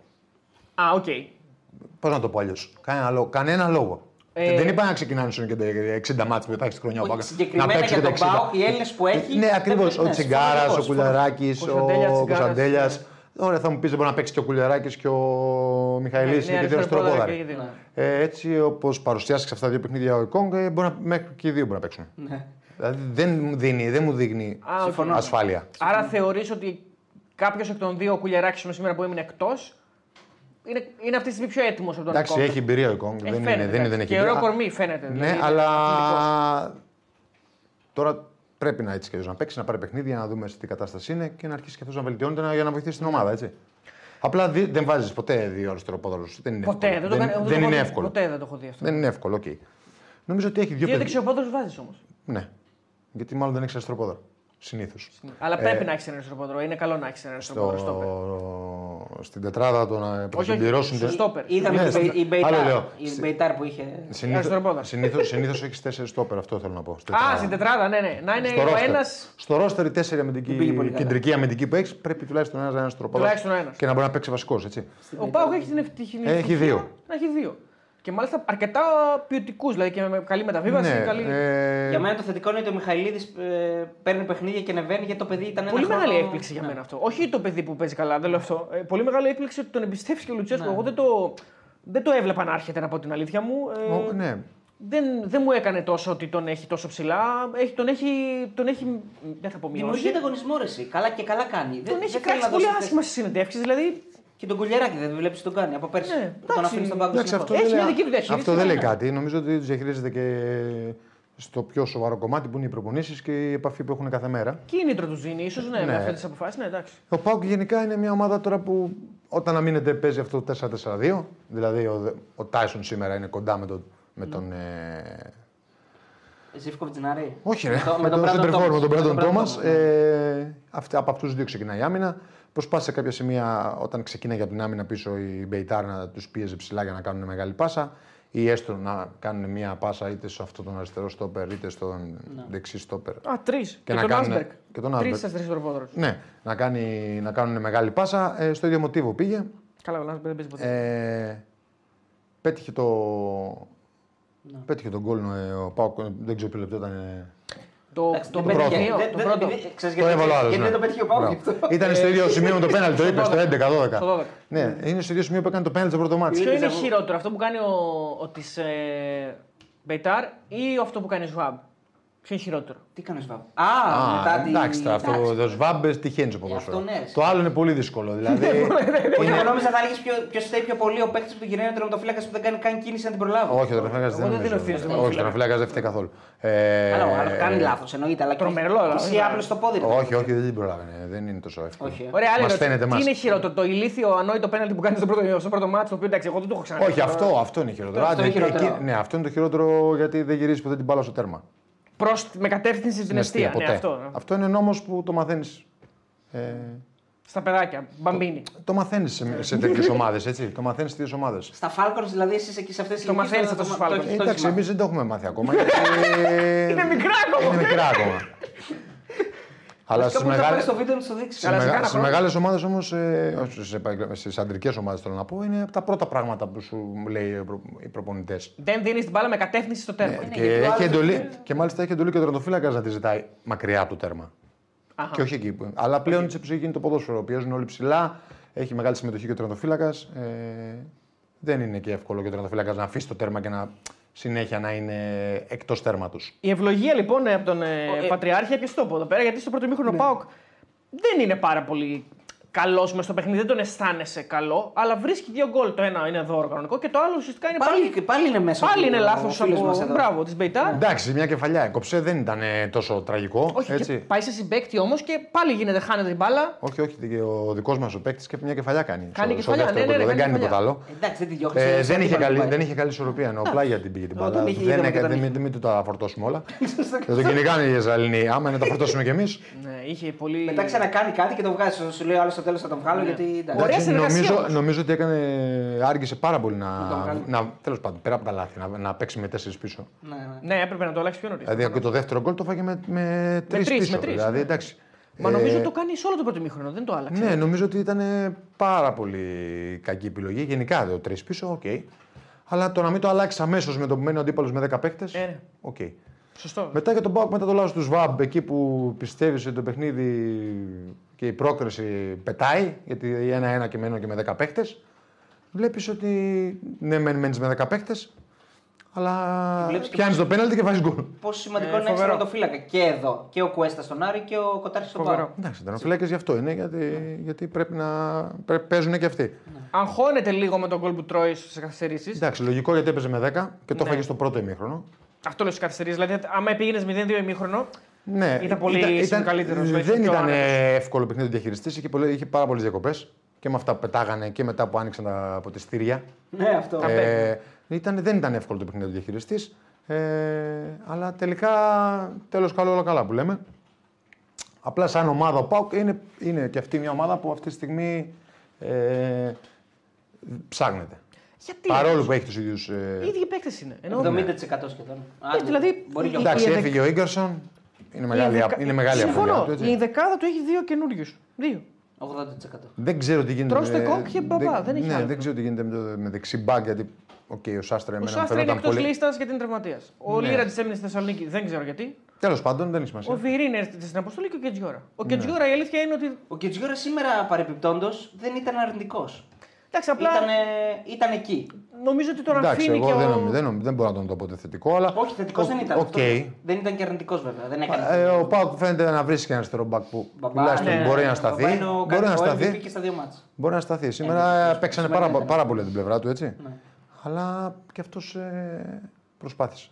Speaker 3: Α, οκ.
Speaker 4: Πώς να το πω αλλιώς. Κανένα λόγο. Κανένα λόγο.
Speaker 3: Ε,
Speaker 4: Δεν είπα να ξεκινάνε σου και τα 60 μάτς που θα έχεις τη χρονιά ο
Speaker 6: Όχι,
Speaker 4: Πάγκας.
Speaker 6: συγκεκριμένα
Speaker 4: Να παίξουν
Speaker 6: για
Speaker 4: και
Speaker 6: τον
Speaker 4: τα 60.
Speaker 6: ΠΑΟΚ, οι Έλληνες που έχει,
Speaker 4: Ναι,
Speaker 6: δεν
Speaker 4: ακριβώς.
Speaker 6: πρέπει
Speaker 4: Ο
Speaker 6: να-
Speaker 4: Τσιγκάρας, ο
Speaker 6: συμφωνώ.
Speaker 4: Κουλιαράκης, ο
Speaker 3: Κωνσταντέλιας, Τσιγκάρας,
Speaker 4: Κωνσταντέλιας. Ωραία, θα μου πεις δεν μπορεί να παίξει και ο Κουλιαράκης και ο Μιχαηλής
Speaker 3: Ναι, ναι,
Speaker 4: και
Speaker 3: αριστερό
Speaker 4: ο
Speaker 3: πόδαρο
Speaker 4: Στροπόδαρη.
Speaker 3: και οι δύο.
Speaker 4: Ε, έτσι, όπως παρουσιάστηκε σε αυτά τα δύο παιχνίδια ο Εκόνγκ, ε, μπορεί να, μέχρι και οι δύο μπορεί να παίξουν.
Speaker 2: Ναι.
Speaker 6: Ναι.
Speaker 4: Δηλαδή δεν, μου δίνει, δεν μου δείχνει
Speaker 3: Α, οκ.
Speaker 4: ασφάλεια.
Speaker 3: Άρα θεωρείς ότι κάποιος εκ των δύο κουλιαράκι με σήμερα που έμεινε εκτός είναι, είναι αυτή τη στιγμή πιο έτοιμος από τον
Speaker 4: Εντάξει,
Speaker 3: Εκόνγκ.
Speaker 4: έχει εμπειρία ο Εκόνγκ.
Speaker 3: Ε,
Speaker 4: Δεν, είναι,
Speaker 3: φαίνεται,
Speaker 4: δεν, είναι- δεν
Speaker 3: εντάξει.
Speaker 4: έχει
Speaker 3: Και ωραίο
Speaker 4: εμπειρία.
Speaker 3: κορμί φαίνεται. δηλαδή,
Speaker 4: Ναι,
Speaker 3: είναι
Speaker 4: αλλά
Speaker 3: αθλητικός.
Speaker 4: τώρα πρέπει να έτσι και αλλιώς να παίξει, να πάρει παιχνίδια, να δούμε σε τι κατάσταση είναι και να αρχίσει και αυτός να βελτιώνεται να- για να βοηθήσει την
Speaker 3: Ναι.
Speaker 4: ομάδα, έτσι. Απλά δι- δεν βάζεις ποτέ δύο αριστεροπόδαρου. Δεν είναι
Speaker 3: Ποτέ
Speaker 4: εύκολο.
Speaker 3: δεν το
Speaker 4: δεν,
Speaker 3: κάνει- δεν το
Speaker 4: δεν
Speaker 3: έχω
Speaker 4: είναι
Speaker 3: δει.
Speaker 4: εύκολο.
Speaker 3: Ποτέ δεν το έχω δει αυτό.
Speaker 4: Δεν είναι εύκολο, οκ. Νομίζω ότι έχει δύο
Speaker 3: Δύο
Speaker 4: παιδιά.
Speaker 3: δεξιοπόδου βάζεις όμως.
Speaker 4: Ναι. Γιατί μάλλον δεν έχει αριστεροπόδαρο. Συνήθω.
Speaker 3: Αλλά
Speaker 4: Ε,
Speaker 3: πρέπει να έχεις ένα αριστεροπόδρο. Είναι καλό να έχεις ένα αριστεροπόδρο. στόπερ.
Speaker 4: Στην τετράδα το να που θα
Speaker 3: Όχι,
Speaker 4: την
Speaker 3: όχι,
Speaker 4: πληρώσουν.
Speaker 3: στο στόπερ.
Speaker 6: Είδαμε
Speaker 4: Ναι,
Speaker 6: και η
Speaker 4: άλλο λέω.
Speaker 6: Μπεϊτάρ- η Μπεϊτάρ που είχε.
Speaker 3: Αριστεροπόδαρο.
Speaker 4: Συνήθω έχεις τέσσερις στόπερ, αυτό θέλω να πω. στην
Speaker 3: Α,
Speaker 4: τετράδα.
Speaker 3: στην τετράδα, ναι, ναι. Να είναι
Speaker 4: Στο
Speaker 3: ο
Speaker 4: roster.
Speaker 3: ένας.
Speaker 4: Στο ρόστερ οι τέσσερις αμυντικοί,
Speaker 6: πήγε πολύ καλά.
Speaker 4: κεντρικοί αμυντικοί που έχεις πρέπει τουλάχιστον ένας να είναι στροπόδαρο.
Speaker 3: Τουλάχιστον ένας.
Speaker 4: Και να μπορεί να παίξει βασικός, έτσι.
Speaker 3: Ο Πάουκ έχει την ευτυχία
Speaker 4: Έχει δύο.
Speaker 3: να έχει δύο. Και μάλιστα αρκετά ποιοτικούς, δηλαδή και με καλή μεταβίβαση. καλή...
Speaker 4: ε,
Speaker 6: Για μένα το θετικό είναι ότι ο Μιχαηλίδης παίρνει παιχνίδια και ανεβαίνει γιατί το παιδί ήταν ένα
Speaker 3: Πολύ
Speaker 6: χρόνο-
Speaker 3: μεγάλη έκπληξη για
Speaker 6: Ναι.
Speaker 3: μένα αυτό. Όχι το παιδί που παίζει καλά, δεν λέω αυτό. Ε, πολύ μεγάλη έκπληξη ότι τον εμπιστεύτηκε ο Λουτσέσκο.
Speaker 6: Ναι.
Speaker 3: Εγώ δεν το, δεν το έβλεπα να έρχεται να πω την αλήθεια μου. Ε,
Speaker 4: ο- ναι.
Speaker 3: δεν, δεν μου έκανε τόσο ότι τον έχει τόσο ψηλά. Έχει, τον, έχει, τον έχει. Δεν θα πω
Speaker 6: Δημιουργεί
Speaker 3: μειώσει.
Speaker 6: ανταγωνισμό ρε εσύ. Καλά και καλά κάνει.
Speaker 3: Τον έχει
Speaker 6: δεν θέλει
Speaker 3: κράξει
Speaker 6: να
Speaker 3: πολύ
Speaker 6: δώσει
Speaker 3: άσχημα στις συνεντεύξεις. Δηλαδή
Speaker 6: θέση. Και τον κουλιαράκι δεν βλέπει τι τον κάνει από πέρσι.
Speaker 3: Ναι,
Speaker 6: που τον
Speaker 3: εντάξει.
Speaker 6: αφήνει στον πάγκο.
Speaker 4: Εντάξει,
Speaker 6: συνεχώς.
Speaker 4: αυτό
Speaker 3: Έχει
Speaker 4: δεν,
Speaker 3: μια
Speaker 4: λέει-
Speaker 3: δική του διαχείριση,
Speaker 4: αυτό δεν
Speaker 3: ναι.
Speaker 4: λέει κάτι. Νομίζω ότι του διαχειρίζεται και στο πιο σοβαρό κομμάτι που είναι οι προπονήσεις και η επαφή που έχουν κάθε μέρα.
Speaker 3: κίνητρο τους δίνει, ίσως ναι, με
Speaker 4: Ναι.
Speaker 3: αυτές τις αποφάσεις. Ναι, εντάξει.
Speaker 4: Ο Πάουκ γενικά είναι μια ομάδα τώρα που όταν αμήνεται παίζει αυτό το 4-4-2. Δηλαδή ο, Δε- ο Τάισον σήμερα είναι κοντά με τον. Με τον ε,
Speaker 6: Ζήφκοβιτς Νάρη.
Speaker 4: Όχι, ρε.
Speaker 6: το-
Speaker 4: Με τον
Speaker 6: Brandon
Speaker 4: Σέντερφορ,
Speaker 6: Thomas.
Speaker 4: με τον Μπράντον
Speaker 6: Brandon
Speaker 4: Τόμα.
Speaker 6: Thomas, ναι.
Speaker 4: Από αυτούς του δύο ξεκινάει η άμυνα. Προσπάθησε κάποια σημεία όταν ξεκίναγε από την άμυνα πίσω η Μπεϊτάρ να τους πίεζε ψηλά για να κάνουν μεγάλη πάσα ή έστω να κάνουν μία πάσα είτε σε αυτόν τον αριστερό στόπερ είτε στον δεξί στόπερ.
Speaker 3: Α, τρεις. Και,
Speaker 4: να
Speaker 3: τον
Speaker 4: κάνουνε-
Speaker 3: Άσμπερκ.
Speaker 4: και τον
Speaker 3: Τρει
Speaker 4: Άσμπερκ.
Speaker 3: στα τρει τροπόδρου.
Speaker 4: Ναι, να, κάνει, να κάνουν μεγάλη πάσα. Ε, στο ίδιο μοτίβο πήγε.
Speaker 3: Καλά, ο Λάσμπερ δεν παίζει ποτέ.
Speaker 4: Ε, πέτυχε το. Πέτυχε τον γκολ ε, ο Πάοκ. Δεν ξέρω ποιο λεπτό ήταν. ε,
Speaker 3: Το,
Speaker 2: Εντάξει,
Speaker 3: το
Speaker 2: δεν
Speaker 3: πέτυχε,
Speaker 4: πρώτο.
Speaker 3: το
Speaker 2: Δεν- δεν-
Speaker 3: πρώτο.
Speaker 2: επειδή- ξέρεις
Speaker 4: Το
Speaker 2: γιατί-
Speaker 4: έβαλε ο άλλο.
Speaker 2: Γιατί δεν το πέτυχε ο Πάουκ αυτό. Ε,
Speaker 4: Ήταν στο
Speaker 2: [LAUGHS]
Speaker 4: ίδιο σημείο με το πέναλ, το είπε, στο
Speaker 3: 12.
Speaker 4: 11-12. Ναι, είναι στο ίδιο σημείο που έκανε το πέναλ στο πρώτο μάτι.
Speaker 3: Ποιο είναι χειρότερο, αυτό που κάνει ο, ο της, ε, Μπεϊτάρ ή αυτό που κάνει ο Σβάμπ. Ποιο είναι χειρότερο.
Speaker 2: Τι έκανε βάβο. Α, μετά την.
Speaker 4: εντάξει, τώρα, αυτό
Speaker 2: Εντάξει.
Speaker 4: το σβάμπες τυχαίνεις από ποδόσφαιρο.
Speaker 2: Αυτό ναι,
Speaker 4: Το άλλο είναι πολύ
Speaker 2: [LAUGHS]
Speaker 4: δύσκολο. Δηλαδή,
Speaker 2: Όχι, εγώ νόμιζα θα έλεγες ποιο φταίει πιο πολύ ο παίκτης που τον γυρνάει ο τερματοφύλακας που δεν κάνει καν κίνηση να την προλάβει.
Speaker 4: όχι, ο τραφυλάκα δεν
Speaker 3: δεν
Speaker 4: νομίζω.
Speaker 3: δίνω ευθύνη στον
Speaker 4: Όχι, ο τραφυλάκα δεν φταίει καθόλου. Ε,
Speaker 2: Αλλά ο άλλος κάνει λάθος, εννοείται. Αλλά και-
Speaker 3: Τρομερό, αλλά-
Speaker 2: Εσύ άπλο στο πόδι. ρε.
Speaker 4: Όχι, όχι, δεν την προλάβαινε. Δεν είναι τόσο εύκολο.
Speaker 2: Όχι, ε.
Speaker 3: Ωραία, άλλη
Speaker 4: Μας
Speaker 3: ερώτηση.
Speaker 4: φαίνεται
Speaker 3: Τι
Speaker 4: μας.
Speaker 3: είναι χειρότερο, το ηλίθιο ανόητο πέναλτι που κάνεις στο πρώτο, στο πρώτο μάτσο, το οποίο εντάξει, εγώ δεν το έχω ξαναδεί.
Speaker 4: Όχι, αυτό, αυτό είναι χειρότερο.
Speaker 2: Αυτό
Speaker 4: Άντε,
Speaker 2: είναι
Speaker 4: εκεί-
Speaker 2: χειρότερο.
Speaker 4: Ναι, αυτό είναι το χειρότερο γιατί δεν γυρίζεις ποτέ την μπάλα στο τέρμα.
Speaker 3: Προς, με κατεύθυνση στην
Speaker 4: Στην αιστεία,
Speaker 3: αιστεία. Ναι,
Speaker 4: ποτέ.
Speaker 3: αυτό.
Speaker 4: Αυτό είναι νόμος που το μαθαίνεις. Ε,
Speaker 3: Στα παιδάκια, μπαμπίνι.
Speaker 4: το μαθαίνεις σε, σε τέτοιες ομάδες, έτσι. Το μαθαίνεις στι ομάδες.
Speaker 2: Στα Falcons, δηλαδή εσείς εκεί σε αυτές τις
Speaker 3: Το μαθαίνεις αυτό στους Falcons.
Speaker 4: Ε, εντάξει, εμείς δεν το έχουμε μάθει
Speaker 3: [LAUGHS]
Speaker 4: ακόμα. γιατί-
Speaker 3: Είναι μικρά ακόμα.
Speaker 4: Είναι μικρά ακόμα. Αλλά στι μεγάλε.
Speaker 2: μεγάλες. Στο βίντεο να το δείξει.
Speaker 3: Καλά, σε κάνα
Speaker 4: Στι
Speaker 3: χρόνο.
Speaker 4: μεγάλες ομάδες όμως, στι αντρικές ομάδες θέλω να πω, είναι από τα πρώτα πράγματα που σου λέει ο προ- οι προπονητές.
Speaker 3: Δεν δίνεις την μπάλα με κατεύθυνση στο τέρμα.
Speaker 4: Ναι, Και, έχει εντολή, και μάλιστα έχει εντολή και ο τερματοφύλακας να τη ζητάει μακριά από το τέρμα.
Speaker 3: Αχα.
Speaker 4: Και όχι εκεί. που- Αλλά πλέον έτσι όπως έχει γίνει το ποδόσφαιρο. Πιέζουν όλοι ψηλά, έχει μεγάλη συμμετοχή και ο τερματοφύλακας. Ε, δεν είναι και εύκολο και ο τερματοφύλακας να αφήσει το τέρμα και να συνέχεια να είναι εκτός τέρματος.
Speaker 3: Η ευλογία λοιπόν ε, από τον ε, Πατριάρχη και στόπο εδώ πέρα, γιατί στο πρώτο
Speaker 2: Ναι.
Speaker 3: μήχρονο Πάοκ δεν είναι πάρα πολύ καλός μες στο παιχνίδι, δεν τον αισθάνεσαι καλό, αλλά βρίσκει δύο γκολ. Το ένα είναι δώρο κανονικό και το άλλο ουσιαστικά είναι πάλι,
Speaker 2: Πάλι, πάλι είναι μέσα.
Speaker 3: πάλι
Speaker 2: του-
Speaker 3: είναι
Speaker 2: ο
Speaker 3: λάθος
Speaker 2: φίλος μας
Speaker 3: από.
Speaker 2: εδώ. Ναι.
Speaker 3: Μπράβο, της Μπεϊτάρ.
Speaker 4: Εντάξει, μια κεφαλιά έκοψε, δεν ήταν ε, τόσο τραγικό.
Speaker 3: Όχι,
Speaker 4: έτσι.
Speaker 3: και πάει σε συμπέκτη όμως και πάλι γίνεται, χάνεται η μπάλα.
Speaker 4: Όχι, όχι, και ο δικός μας ο παίκτης και μια κεφαλιά κάνει.
Speaker 3: Κάνει
Speaker 4: στο, στο
Speaker 3: κεφαλιά,
Speaker 4: δεύτερο
Speaker 3: ναι, ναι,
Speaker 4: γκολ,
Speaker 3: ναι,
Speaker 4: δεν
Speaker 3: κάνει
Speaker 4: κάνει τίποτα άλλο.
Speaker 2: Εντάξει, δεν τη διώχνει.
Speaker 4: Ε,
Speaker 2: στον
Speaker 4: δεν, είχε
Speaker 2: αντίπαλο
Speaker 4: καλή,
Speaker 2: πάει.
Speaker 4: δεν είχε καλή ισορροπία ενώ απλά για την πήγε την
Speaker 2: Όταν
Speaker 4: μπάλα.
Speaker 2: είχε,
Speaker 4: Δεν
Speaker 2: είδαμε
Speaker 4: έκανε-
Speaker 2: και τον
Speaker 4: δεν-
Speaker 2: είχε.
Speaker 4: Μην μην του τα φορτώσουμε
Speaker 3: [LAUGHS]
Speaker 4: όλα. Δεν το κυνηγάνε οι Ισραηλοί. Άμα να τα φορτώσουμε κι εμείς.
Speaker 3: Ναι, είχε Ναι. πολύ.
Speaker 2: Μετά ξανακάνει κάτι και το βγάζει. Σου λέει άλλος στο τέλος θα τον βγάλω γιατί. εντάξει.
Speaker 3: Ωραία συνεργασία
Speaker 4: νομίζω,
Speaker 3: όμως.
Speaker 4: νομίζω ότι έκανε, άργησε πάρα πολύ να.
Speaker 2: το βγάλει.
Speaker 4: να τέλος πάντων, πέρα από τα λάθη, να, να παίξει με τέσσερις πίσω.
Speaker 2: Ναι, ναι.
Speaker 3: Ναι, έπρεπε να το αλλάξει πιο νωρίς.
Speaker 4: Δηλαδή και το δεύτερο γκολ το φάγε με, με τρεις
Speaker 3: τρεις,
Speaker 4: πίσω.
Speaker 3: με τρεις,
Speaker 4: δηλαδή,
Speaker 3: ναι.
Speaker 4: εντάξει.
Speaker 3: Μα
Speaker 4: Ε,
Speaker 3: νομίζω το κάνει σε όλο το πρώτο μήχρονο, δεν το άλλαξε.
Speaker 4: Ναι, νομίζω ότι ήταν πάρα πολύ κακή επιλογή. Γενικά, το τρεις πίσω, οκ. Αλλά το να μην το αλλάξει αμέσως με το που μένει ο αντίπαλος με 10 παίκτες.
Speaker 3: Ε, ναι.
Speaker 4: Οκ.
Speaker 3: Σωστό.
Speaker 4: Μετά για τον Πάουκ, μετά το λάθος του Σβάμπ, εκεί που πιστεύεις ότι το παιχνίδι και η πρόκριση πετάει, γιατί ένα-ένα και μένω και με 10 παίκτες. Βλέπεις ότι ναι, μεν μένεις με 10 παίκτες, αλλά
Speaker 2: Βλέπεις και
Speaker 4: πιάνεις το πέναλτι και βάζεις γκολ.
Speaker 2: Πόσο σημαντικό
Speaker 3: Ε,
Speaker 2: είναι να έχεις
Speaker 3: φοβερό.
Speaker 2: τερματοφύλακα και εδώ. Και ο Κουέστα στον Άρη και ο Κοτάρης στον
Speaker 3: Φοβερό.
Speaker 2: Πάο.
Speaker 4: Εντάξει, ήταν φυλάκε γι' αυτό είναι, γιατί, γιατί πρέπει να πρέπει, παίζουν και αυτοί.
Speaker 2: Ναι.
Speaker 3: Αγχώνεται λίγο με τον γκολ που τρώει στις καθυστερήσεις.
Speaker 4: Εντάξει, λογικό γιατί έπαιζε με 10 και το
Speaker 3: Ναι.
Speaker 4: έφαγε στο πρώτο ημίχρονο.
Speaker 3: Αυτό λέω στις καθυστερήσεις. Δηλαδή, άμα πήγαινες 0-2 ημίχρονο,
Speaker 4: Ναι,
Speaker 3: Ήταν πολύ ήσουν καλύτερος, ήσουν
Speaker 4: Δεν
Speaker 3: πιο
Speaker 4: ήταν
Speaker 3: άνετος.
Speaker 4: ε, εύκολο παιχνίδι να διαχειριστεί. Είχε, πολλές- είχε πάρα πολλές διακοπές και με αυτά που πετάγανε και μετά που άνοιξαν τα ποτιστήρια.
Speaker 2: Ναι, αυτό.
Speaker 3: Ε,
Speaker 4: Ε, ήταν, δεν ήταν εύκολο το παιχνίδι να διαχειριστεί. Ε, αλλά τελικά τέλος καλό, όλα καλά που λέμε. Απλά σαν ομάδα ο Πάουκ είναι, είναι και αυτή μια ομάδα που αυτή τη στιγμή ε, ψάχνεται.
Speaker 3: γιατί.
Speaker 4: Παρόλο που έχει ε, τους ίδιους.
Speaker 3: Οι ίδιοι παίκτες είναι. Εννοώ,
Speaker 2: 70% σχεδόν. Άντε,
Speaker 3: δηλαδή,
Speaker 2: Μπορεί και
Speaker 3: η-
Speaker 2: ο
Speaker 4: Εντάξει,
Speaker 3: η-
Speaker 4: έφυγε ο γκαρσον. Είναι
Speaker 3: η
Speaker 4: Ναι, μεγάλη,
Speaker 3: ενδεκα-
Speaker 4: απ- είναι μεγάλη απώλειά
Speaker 3: Συμφωνώ.
Speaker 4: του. έτσι.
Speaker 3: Η δεκάδα του έχει δύο καινούριους. Δύο.
Speaker 2: 80%.
Speaker 4: Δεν ξέρω τι γίνεται.
Speaker 3: Τρώστε
Speaker 4: με-
Speaker 3: κόκ και μπαμπά, δεν έχει
Speaker 4: ναι,
Speaker 3: άλλο.
Speaker 4: δεν ξέρω τι γίνεται με, το, με δεξί μπακ, γιατί οκ, ο Σάστρα
Speaker 3: Ο
Speaker 4: εμένα μου
Speaker 3: Σάστρα είναι
Speaker 4: φαινόταν
Speaker 3: εκτός
Speaker 4: πολύ. Ναι.
Speaker 3: λίστα γιατί είναι τραυματίας. Ο Λίρα της έμεινε στη Θεσσαλονίκη, δεν ξέρω γιατί.
Speaker 4: Τέλος πάντων, δεν έχει
Speaker 3: Ο
Speaker 4: σημασία.
Speaker 3: Βιρίν έρχεται στην αποστολή και ο Κετζιόρα.
Speaker 4: Ναι.
Speaker 3: Ο Κετζιόρα η αλήθεια είναι ότι.
Speaker 2: Ο Κετζιόρα σήμερα παρεπιπτόντω δεν ήταν αρνητικός.
Speaker 3: Εντάξει, απλά
Speaker 2: Ήταν, ήταν εκεί.
Speaker 3: νομίζω ότι τώρα
Speaker 4: Εντάξει,
Speaker 3: αφήνει και
Speaker 4: εγώ δεν,
Speaker 3: ο.
Speaker 4: νομίζω, δεν, νομίζω- δεν μπορώ να τον το πω ότι θετικό, αλλά.
Speaker 2: Όχι, θετικός
Speaker 4: ο-
Speaker 2: δεν ήταν.
Speaker 4: οκ.
Speaker 2: αυτό. Δεν ήταν και αρνητικός βέβαια. Δεν έκανε.
Speaker 4: Ε, ο Πάουκ φαίνεται να βρίσκει ένα αριστερό μπακ που τουλάχιστον
Speaker 3: ναι,
Speaker 4: μπορεί
Speaker 2: ναι,
Speaker 4: να
Speaker 2: ναι,
Speaker 4: σταθεί.
Speaker 2: Μπαμπά είναι ο
Speaker 4: Μπορεί να
Speaker 2: ο MVP
Speaker 4: σταθεί.
Speaker 2: και Ναι, στα δύο μάτς.
Speaker 4: Μπορεί να σταθεί. Σήμερα παίξανε
Speaker 2: Σήμερα
Speaker 4: πάρα,
Speaker 2: ήταν.
Speaker 4: πάρα πολύ από την πλευρά του, έτσι.
Speaker 2: Ναι.
Speaker 4: Αλλά και αυτό προσπάθησε.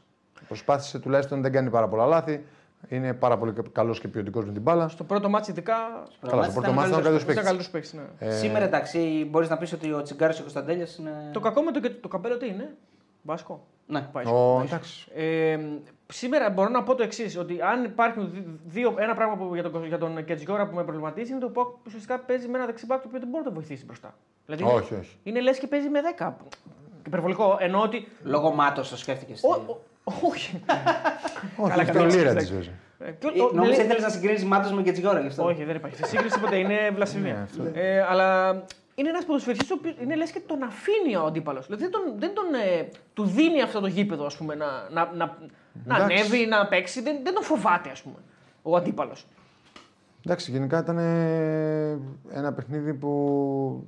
Speaker 4: Προσπάθησε τουλάχιστον, δεν κάνει πάρα πολλά λάθη. Είναι πάρα πολύ καλός και ποιοτικός με την μπάλα.
Speaker 3: Στο πρώτο μάτσο ειδικά.
Speaker 4: Καλά, στο
Speaker 2: μάτς
Speaker 4: πρώτο
Speaker 2: ήταν
Speaker 4: μάτι ήταν καλό
Speaker 3: Ήταν
Speaker 4: παίκτη.
Speaker 3: καλό παίκτης. ναι.
Speaker 4: Ε.
Speaker 2: Σήμερα εντάξει, μπορείς να πεις ότι ο Τσιγκάρο και ο Κωνσταντέλιας είναι.
Speaker 3: Το κακό με το, το καπέλο τι είναι. Μπάσκο.
Speaker 2: Ναι.
Speaker 3: Πάει.
Speaker 4: Ο, εντάξει.
Speaker 3: Ε, σήμερα μπορώ να πω το εξής: Ότι αν υπάρχουν δι- δύο, ένα πράγμα που για τον, για τον Κετζιόρα που με προβληματίζει είναι το Πάουκ που ουσιαστικά παίζει με ένα δεξιμπάκ το οποίο δεν μπορεί να το βοηθήσει μπροστά. Δηλαδή είναι-
Speaker 4: Όχι, όχι.
Speaker 3: είναι λες και παίζει με 10. Υπερβολικό. Εννοώ ότι.
Speaker 2: Λόγω μάτως το σκέφτηκες.
Speaker 3: Ο- ο- Όχι.
Speaker 4: Όχι,
Speaker 3: Καλά,
Speaker 4: έχει
Speaker 3: καλά,
Speaker 4: το λίρα
Speaker 3: εντάξει.
Speaker 4: της βέβαια.
Speaker 3: Ε, και ο- ο-
Speaker 2: Νομίζω
Speaker 3: λέει-
Speaker 2: ήθελες να συγκρίνεις μάτω με Κετζιόρα γι' αυτό.
Speaker 4: Ναι,
Speaker 3: Όχι, δεν υπάρχει. Σε σύγκριση ποτέ είναι βλασφημία. ε, αλλά είναι ένας ποδοσφαιριστής ο οποίος είναι λες και τον αφήνει ο αντίπαλος. Δηλαδή δεν τον, δεν τον, ε, του δίνει αυτό το γήπεδο ας πούμε, να, να, να, να
Speaker 4: Εντάξει.
Speaker 3: ανέβει, να παίξει. Δεν, δεν τον φοβάται ας πούμε, ο αντίπαλος.
Speaker 4: Εντάξει, γενικά ήταν ε, ένα παιχνίδι που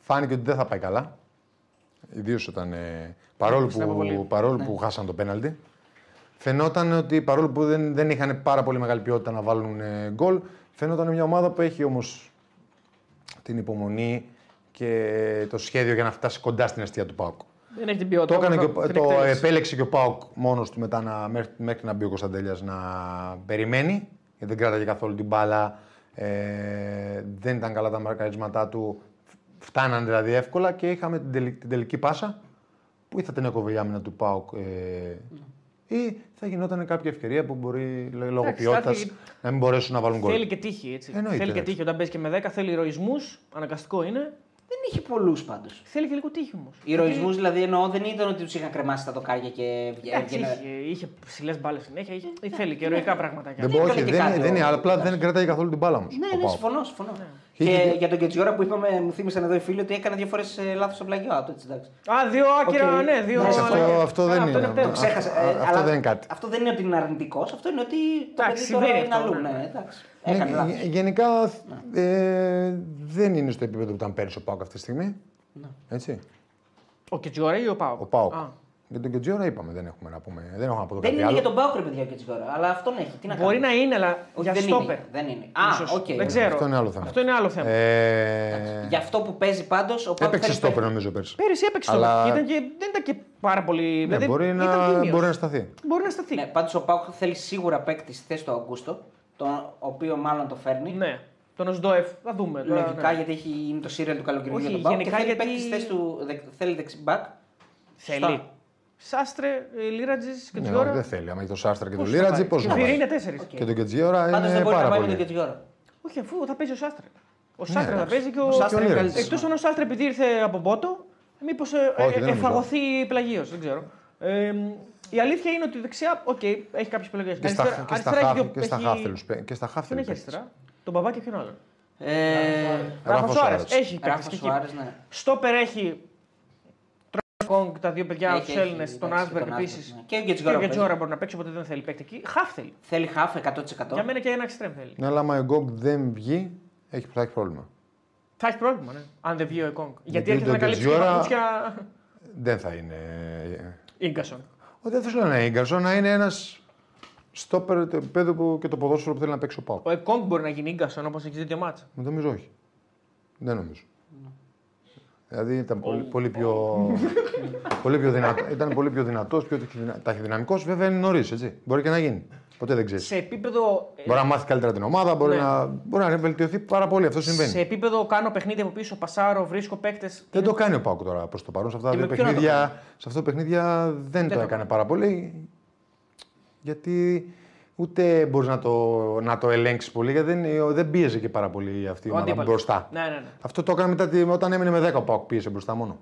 Speaker 4: φάνηκε ότι δεν θα πάει καλά. Ιδίως όταν. ε, παρόλο
Speaker 3: Στην αποβολή.
Speaker 4: που, παρόλο
Speaker 3: Ναι.
Speaker 4: που χάσαν το πέναλτι. Φαινόταν ότι παρόλο που δεν, δεν είχαν πάρα πολύ μεγάλη ποιότητα να βάλουν ε, γκολ, φαινόταν μια ομάδα που έχει όμως την υπομονή και το σχέδιο για να φτάσει κοντά στην αιστεία του ΠΑΟΚ.
Speaker 3: Δεν έχει την
Speaker 4: Το,
Speaker 3: ποιότητα.
Speaker 4: έκανε και,
Speaker 3: την
Speaker 4: ο- το
Speaker 3: εκτέλεση.
Speaker 4: επέλεξε και ο Πάουκ μόνος του μετά να, μέχρι, μέχρι να μπει ο Κωνσταντέλιας να περιμένει. Γιατί δεν κράταγε καθόλου την μπάλα. Ε, δεν ήταν καλά τα μαρκαρίσματά του. Φτάναν δηλαδή εύκολα και είχαμε την, τελ- την τελική πάσα που ή θα την έκοβε η άμυνα του Πάουκ ε, ή θα γινόταν κάποια ευκαιρία που μπορεί λέ- λόγω
Speaker 3: Εντάξει,
Speaker 4: ποιότητας
Speaker 3: στάθηκε-
Speaker 4: να μην μπορέσουν να βάλουν γκολ.
Speaker 3: Θέλει και τύχη. Έτσι.
Speaker 4: Εννοείται,
Speaker 3: Θέλει και
Speaker 4: εντάξει.
Speaker 3: τύχη. Όταν παίζει και με 10, θέλει ηρωισμούς. Αναγκαστικό είναι.
Speaker 2: Δεν είχε πολλούς πάντως.
Speaker 3: Θέλει και λίγο τύχη όμως.
Speaker 2: Ηρωισμούς δηλαδή εννοώ δεν ήταν ότι τους είχαν κρεμάσει τα δοκάρια και
Speaker 3: Είχε, είχε ψηλές μπάλες συνέχεια. Είχε, θέλει και ηρωικά πραγματάκια.
Speaker 4: δεν, μπο-
Speaker 2: έκανε
Speaker 4: όχι,
Speaker 2: και
Speaker 4: δεν,
Speaker 2: κάτι
Speaker 4: είναι- δεν είναι,
Speaker 2: ο-
Speaker 4: απλά δεν κράταγε καθόλου την μπάλα όμως.
Speaker 2: Ναι, ναι, συμφωνώ. συμφωνώ.
Speaker 4: Είχε-
Speaker 2: Και για τον Κετζιόρα που είπαμε, μου θύμισαν εδώ οι φίλοι ότι έκανε δύο ε, φορέ λάθο στον πλαγιό του. Έτσι, εντάξει.
Speaker 3: Α, δύο άκυρα,
Speaker 2: Οκ.
Speaker 3: ναι, δύο.
Speaker 2: Εντάξει,
Speaker 4: Αυτό,
Speaker 3: αλλαγές.
Speaker 4: αυτό δεν
Speaker 3: Α,
Speaker 4: είναι.
Speaker 3: Αυτό
Speaker 2: Το
Speaker 4: Α,
Speaker 3: τέλος.
Speaker 2: ξέχασα.
Speaker 4: α,
Speaker 2: ε,
Speaker 4: αυτό
Speaker 2: αλλά
Speaker 4: δεν είναι κάτι.
Speaker 2: Αυτό δεν είναι ότι είναι αρνητικός, αυτό είναι ότι το
Speaker 3: Εντάξει,
Speaker 2: παιδί τώρα
Speaker 3: συμβαίνει
Speaker 2: είναι
Speaker 3: αυτό,
Speaker 2: αλλού.
Speaker 3: ναι.
Speaker 2: Ναι, εντάξει.
Speaker 4: Ναι,
Speaker 2: Έκανε
Speaker 4: γε-
Speaker 2: λάθος.
Speaker 4: γενικά ε, δεν είναι στο επίπεδο που ήταν πέρυσι ο Πάουκ αυτή τη στιγμή.
Speaker 2: Ναι.
Speaker 4: Έτσι.
Speaker 3: Ο Κετζιόρα ή ο Πάοκ.
Speaker 4: Ο Πάουκ.
Speaker 3: Α.
Speaker 4: Για τον Κετζιόρα είπαμε, δεν έχουμε να πούμε. Δεν έχω να πω το
Speaker 2: Δεν είναι
Speaker 4: κάτι
Speaker 2: για
Speaker 4: άλλο.
Speaker 2: τον Πάοκ, ρε παιδιά, ο Κετζιόρα, αλλά αυτόν έχει. Τι να
Speaker 3: Μπορεί
Speaker 2: κάνουμε.
Speaker 3: να είναι, αλλά
Speaker 2: Όχι,
Speaker 3: για
Speaker 2: δεν
Speaker 3: στόπερ.
Speaker 2: είναι. Δεν είναι. Α,
Speaker 3: Ίσως.
Speaker 2: οκ.
Speaker 4: Ναι.
Speaker 3: Δεν ξέρω.
Speaker 4: Αυτό είναι άλλο θέμα.
Speaker 3: Αυτό είναι άλλο θέμα.
Speaker 4: Ε,
Speaker 2: Γι' αυτό που παίζει πάντως.
Speaker 4: έπαιξε στόπερ νομίζω πέρσι.
Speaker 3: Πέρυσι έπαιξε
Speaker 4: Αλλά-
Speaker 3: το και, ήταν και, δεν ήταν και πάρα πολύ.
Speaker 4: Ναι,
Speaker 3: δηλαδή,
Speaker 4: μπορεί,
Speaker 3: ήταν
Speaker 4: να,
Speaker 3: τίμιος.
Speaker 4: μπορεί να σταθεί.
Speaker 3: Μπορεί να σταθεί.
Speaker 2: Ναι, πάντως ο Πάοκ θέλει σίγουρα παίκτη στη θέση του Αγκούστο, τον οποίος μάλλον το φέρνει.
Speaker 3: Ναι. Τον Οσντοεφ, θα δούμε. τώρα,
Speaker 2: Λογικά
Speaker 3: ναι.
Speaker 2: γιατί έχει, είναι το σύριαλ του καλοκαιριού
Speaker 3: Όχι,
Speaker 2: για τον Πάοκ. Και
Speaker 3: γενικά
Speaker 2: θέλει
Speaker 3: γιατί-
Speaker 2: παίκτη στη θέση του. δε- Θέλει δεξιμπάκ.
Speaker 3: Θέλει. Σάστρε, Λίρατζη,
Speaker 4: Ναι,
Speaker 3: Κετζιόρα.
Speaker 4: δεν θέλει. Αν έχει τον Σάστρα και τον
Speaker 3: Πώς
Speaker 4: Λίρατζι,
Speaker 3: θα
Speaker 4: πώ
Speaker 3: πάει.
Speaker 4: να
Speaker 3: Και
Speaker 4: πάει.
Speaker 3: είναι τέσσερι.
Speaker 2: Οκ.
Speaker 4: Και τον Κετζιόρα
Speaker 2: Πάντως δεν
Speaker 4: είναι
Speaker 2: μπορεί να
Speaker 4: Ε, ναι, πάρα
Speaker 2: πάει με τον
Speaker 4: πολύ.
Speaker 2: Κετζιόρα.
Speaker 3: Όχι, αφού θα παίζει ο Σάστρε. Ο Σάστρε θα
Speaker 4: Ναι, εντάξει.
Speaker 3: παίζει και ο.
Speaker 4: Ο Σάστρε είναι
Speaker 3: Εκτός
Speaker 4: καλύτερος.
Speaker 3: Εκτό αν ο Σάστρε επειδή ήρθε από πότο, μήπω
Speaker 4: Όχι, δεν νομίζω.
Speaker 3: εφαγωθεί πλαγίως. Δεν ξέρω. Ε, η αλήθεια είναι ότι δεξιά, οκ, έχει κάποιες επιλογέ.
Speaker 4: Και στα- και στα χάφ- και στα χάφ θέλει παί- και στα χάφ
Speaker 3: Ποιον
Speaker 4: θέλει
Speaker 3: έχει
Speaker 4: παίκτης.
Speaker 3: αριστερά. Τον μπαμπά και ποιον άλλον.
Speaker 2: Ε,
Speaker 3: Ράφα
Speaker 4: Ράφα
Speaker 3: Σουάρες.
Speaker 4: Σουάρες.
Speaker 3: Έχει
Speaker 2: Ράφα
Speaker 3: κάποιε.
Speaker 2: Σουάρες, ναι.
Speaker 3: Στόπερ έχει. Τρόγκ, τα δύο παιδιά,
Speaker 2: Έχει,
Speaker 3: του
Speaker 2: έχει,
Speaker 3: Έλληνες,
Speaker 2: εντάξει,
Speaker 3: τον
Speaker 2: Ε, και
Speaker 3: Άσμπεργκ
Speaker 2: τον
Speaker 3: επίσης.
Speaker 2: Άσμπεργκ, ναι. Και ο Γκετζιόρα παίζει.
Speaker 3: μπορεί να παίξει, οπότε δεν θέλει παίκτη εκεί. Χαφ θέλει.
Speaker 2: Θέλει χάφ 100%.
Speaker 3: Για μένα και ένα εξτρέμ θέλει.
Speaker 4: Ναι, αλλά άμα ο Γκόγκ δεν βγει, έχει, θα έχει πρόβλημα.
Speaker 3: Θα έχει πρόβλημα, ναι. Αν δεν βγει ο Εκόνγκ. Γιατί
Speaker 4: Γιατί
Speaker 3: έρχεται
Speaker 4: ο
Speaker 3: να καλύψει και
Speaker 4: Γκετζιόρα-
Speaker 3: τα παπούτσια
Speaker 4: Δεν θα είναι.
Speaker 3: γκασον.
Speaker 4: Ο, δεν θα σου λέω να είναι Ίγκαρσον, να είναι ένας στόπερ το επίπεδο που- και το ποδόσφαιρο που θέλει να παίξει ο Πάουκ.
Speaker 3: Ο Εκόνγκ μπορεί να γίνει γκασον όπως έχεις δει το μάτσα.
Speaker 4: Νομίζω όχι. Δεν νομίζω. Δηλαδή ήταν πολύ, πολύ πιο, πολύ πιο δυνατό, ήταν πολύ πιο δυνατός, πιο ταχυδυνα- ταχυδυναμικός. Βέβαια είναι νωρίς, έτσι. Μπορεί και να γίνει. Ποτέ δεν ξέρεις.
Speaker 3: Σε επίπεδο. ε,
Speaker 4: Μπορεί να μάθει καλύτερα την ομάδα, μπορεί,
Speaker 3: Ναι.
Speaker 4: να, μπορεί να βελτιωθεί πάρα πολύ. Αυτό συμβαίνει.
Speaker 3: Σε επίπεδο κάνω παιχνίδι από πίσω, πασάρω, βρίσκω παίκτες.
Speaker 4: Δεν το κάνει ο Πάκου τώρα προς το παρόν. Σε αυτά τα
Speaker 3: Και
Speaker 4: δύο
Speaker 3: Ε. με ποιον να το
Speaker 4: παιχνίδια, σε αυτά τα παιχνίδια δεν,
Speaker 3: το
Speaker 4: το
Speaker 3: κάνει.
Speaker 4: έκανε πάρα πολύ. Γιατί ούτε μπορείς να το, να το ελέγξεις πολύ, γιατί δεν, δεν πίεζε και πάρα πολύ αυτή η ομάδα μπροστά.
Speaker 3: Ναι, ναι, ναι.
Speaker 4: Αυτό το έκανε μετά, τη- όταν έμεινε με 10 ο Πάκου, πίεσε μπροστά μόνο.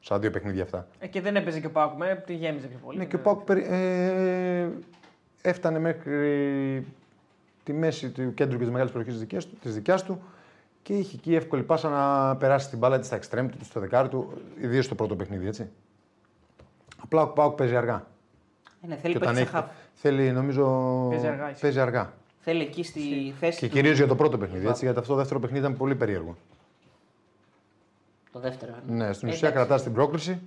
Speaker 4: Σαν δύο παιχνίδια αυτά.
Speaker 3: Ε, και δεν έπαιζε και ο Πάουκ με, τη γέμιζε πιο πολύ.
Speaker 4: Ναι, και ο Πάκου ε, έφτανε μέχρι τη μέση του κέντρου και τη μεγάλη περιοχή της δικιάς του και είχε εκεί εύκολη πάσα να περάσει την μπάλα της στα εξτρέμ του, στο δεκάρι του, ιδίως στο πρώτο παιχνίδι, έτσι. Απλά ο Πάουκ παίζει αργά.
Speaker 2: Ε, ναι, θέλει παίκτη σε χάφ.
Speaker 4: θέλει, νομίζω.
Speaker 3: Παίζει αργά, ισχύει.
Speaker 4: παίζει αργά.
Speaker 2: Θέλει εκεί στη θέση
Speaker 4: Και
Speaker 2: του.
Speaker 4: κυρίως για το πρώτο παιχνίδι, έτσι, γιατί αυτό το δεύτερο παιχνίδι ήταν πολύ περίεργο.
Speaker 2: Το δεύτερο.
Speaker 4: Ναι, στην
Speaker 2: Ε,
Speaker 4: ουσία
Speaker 2: εντάξει.
Speaker 4: κρατάς την πρόκληση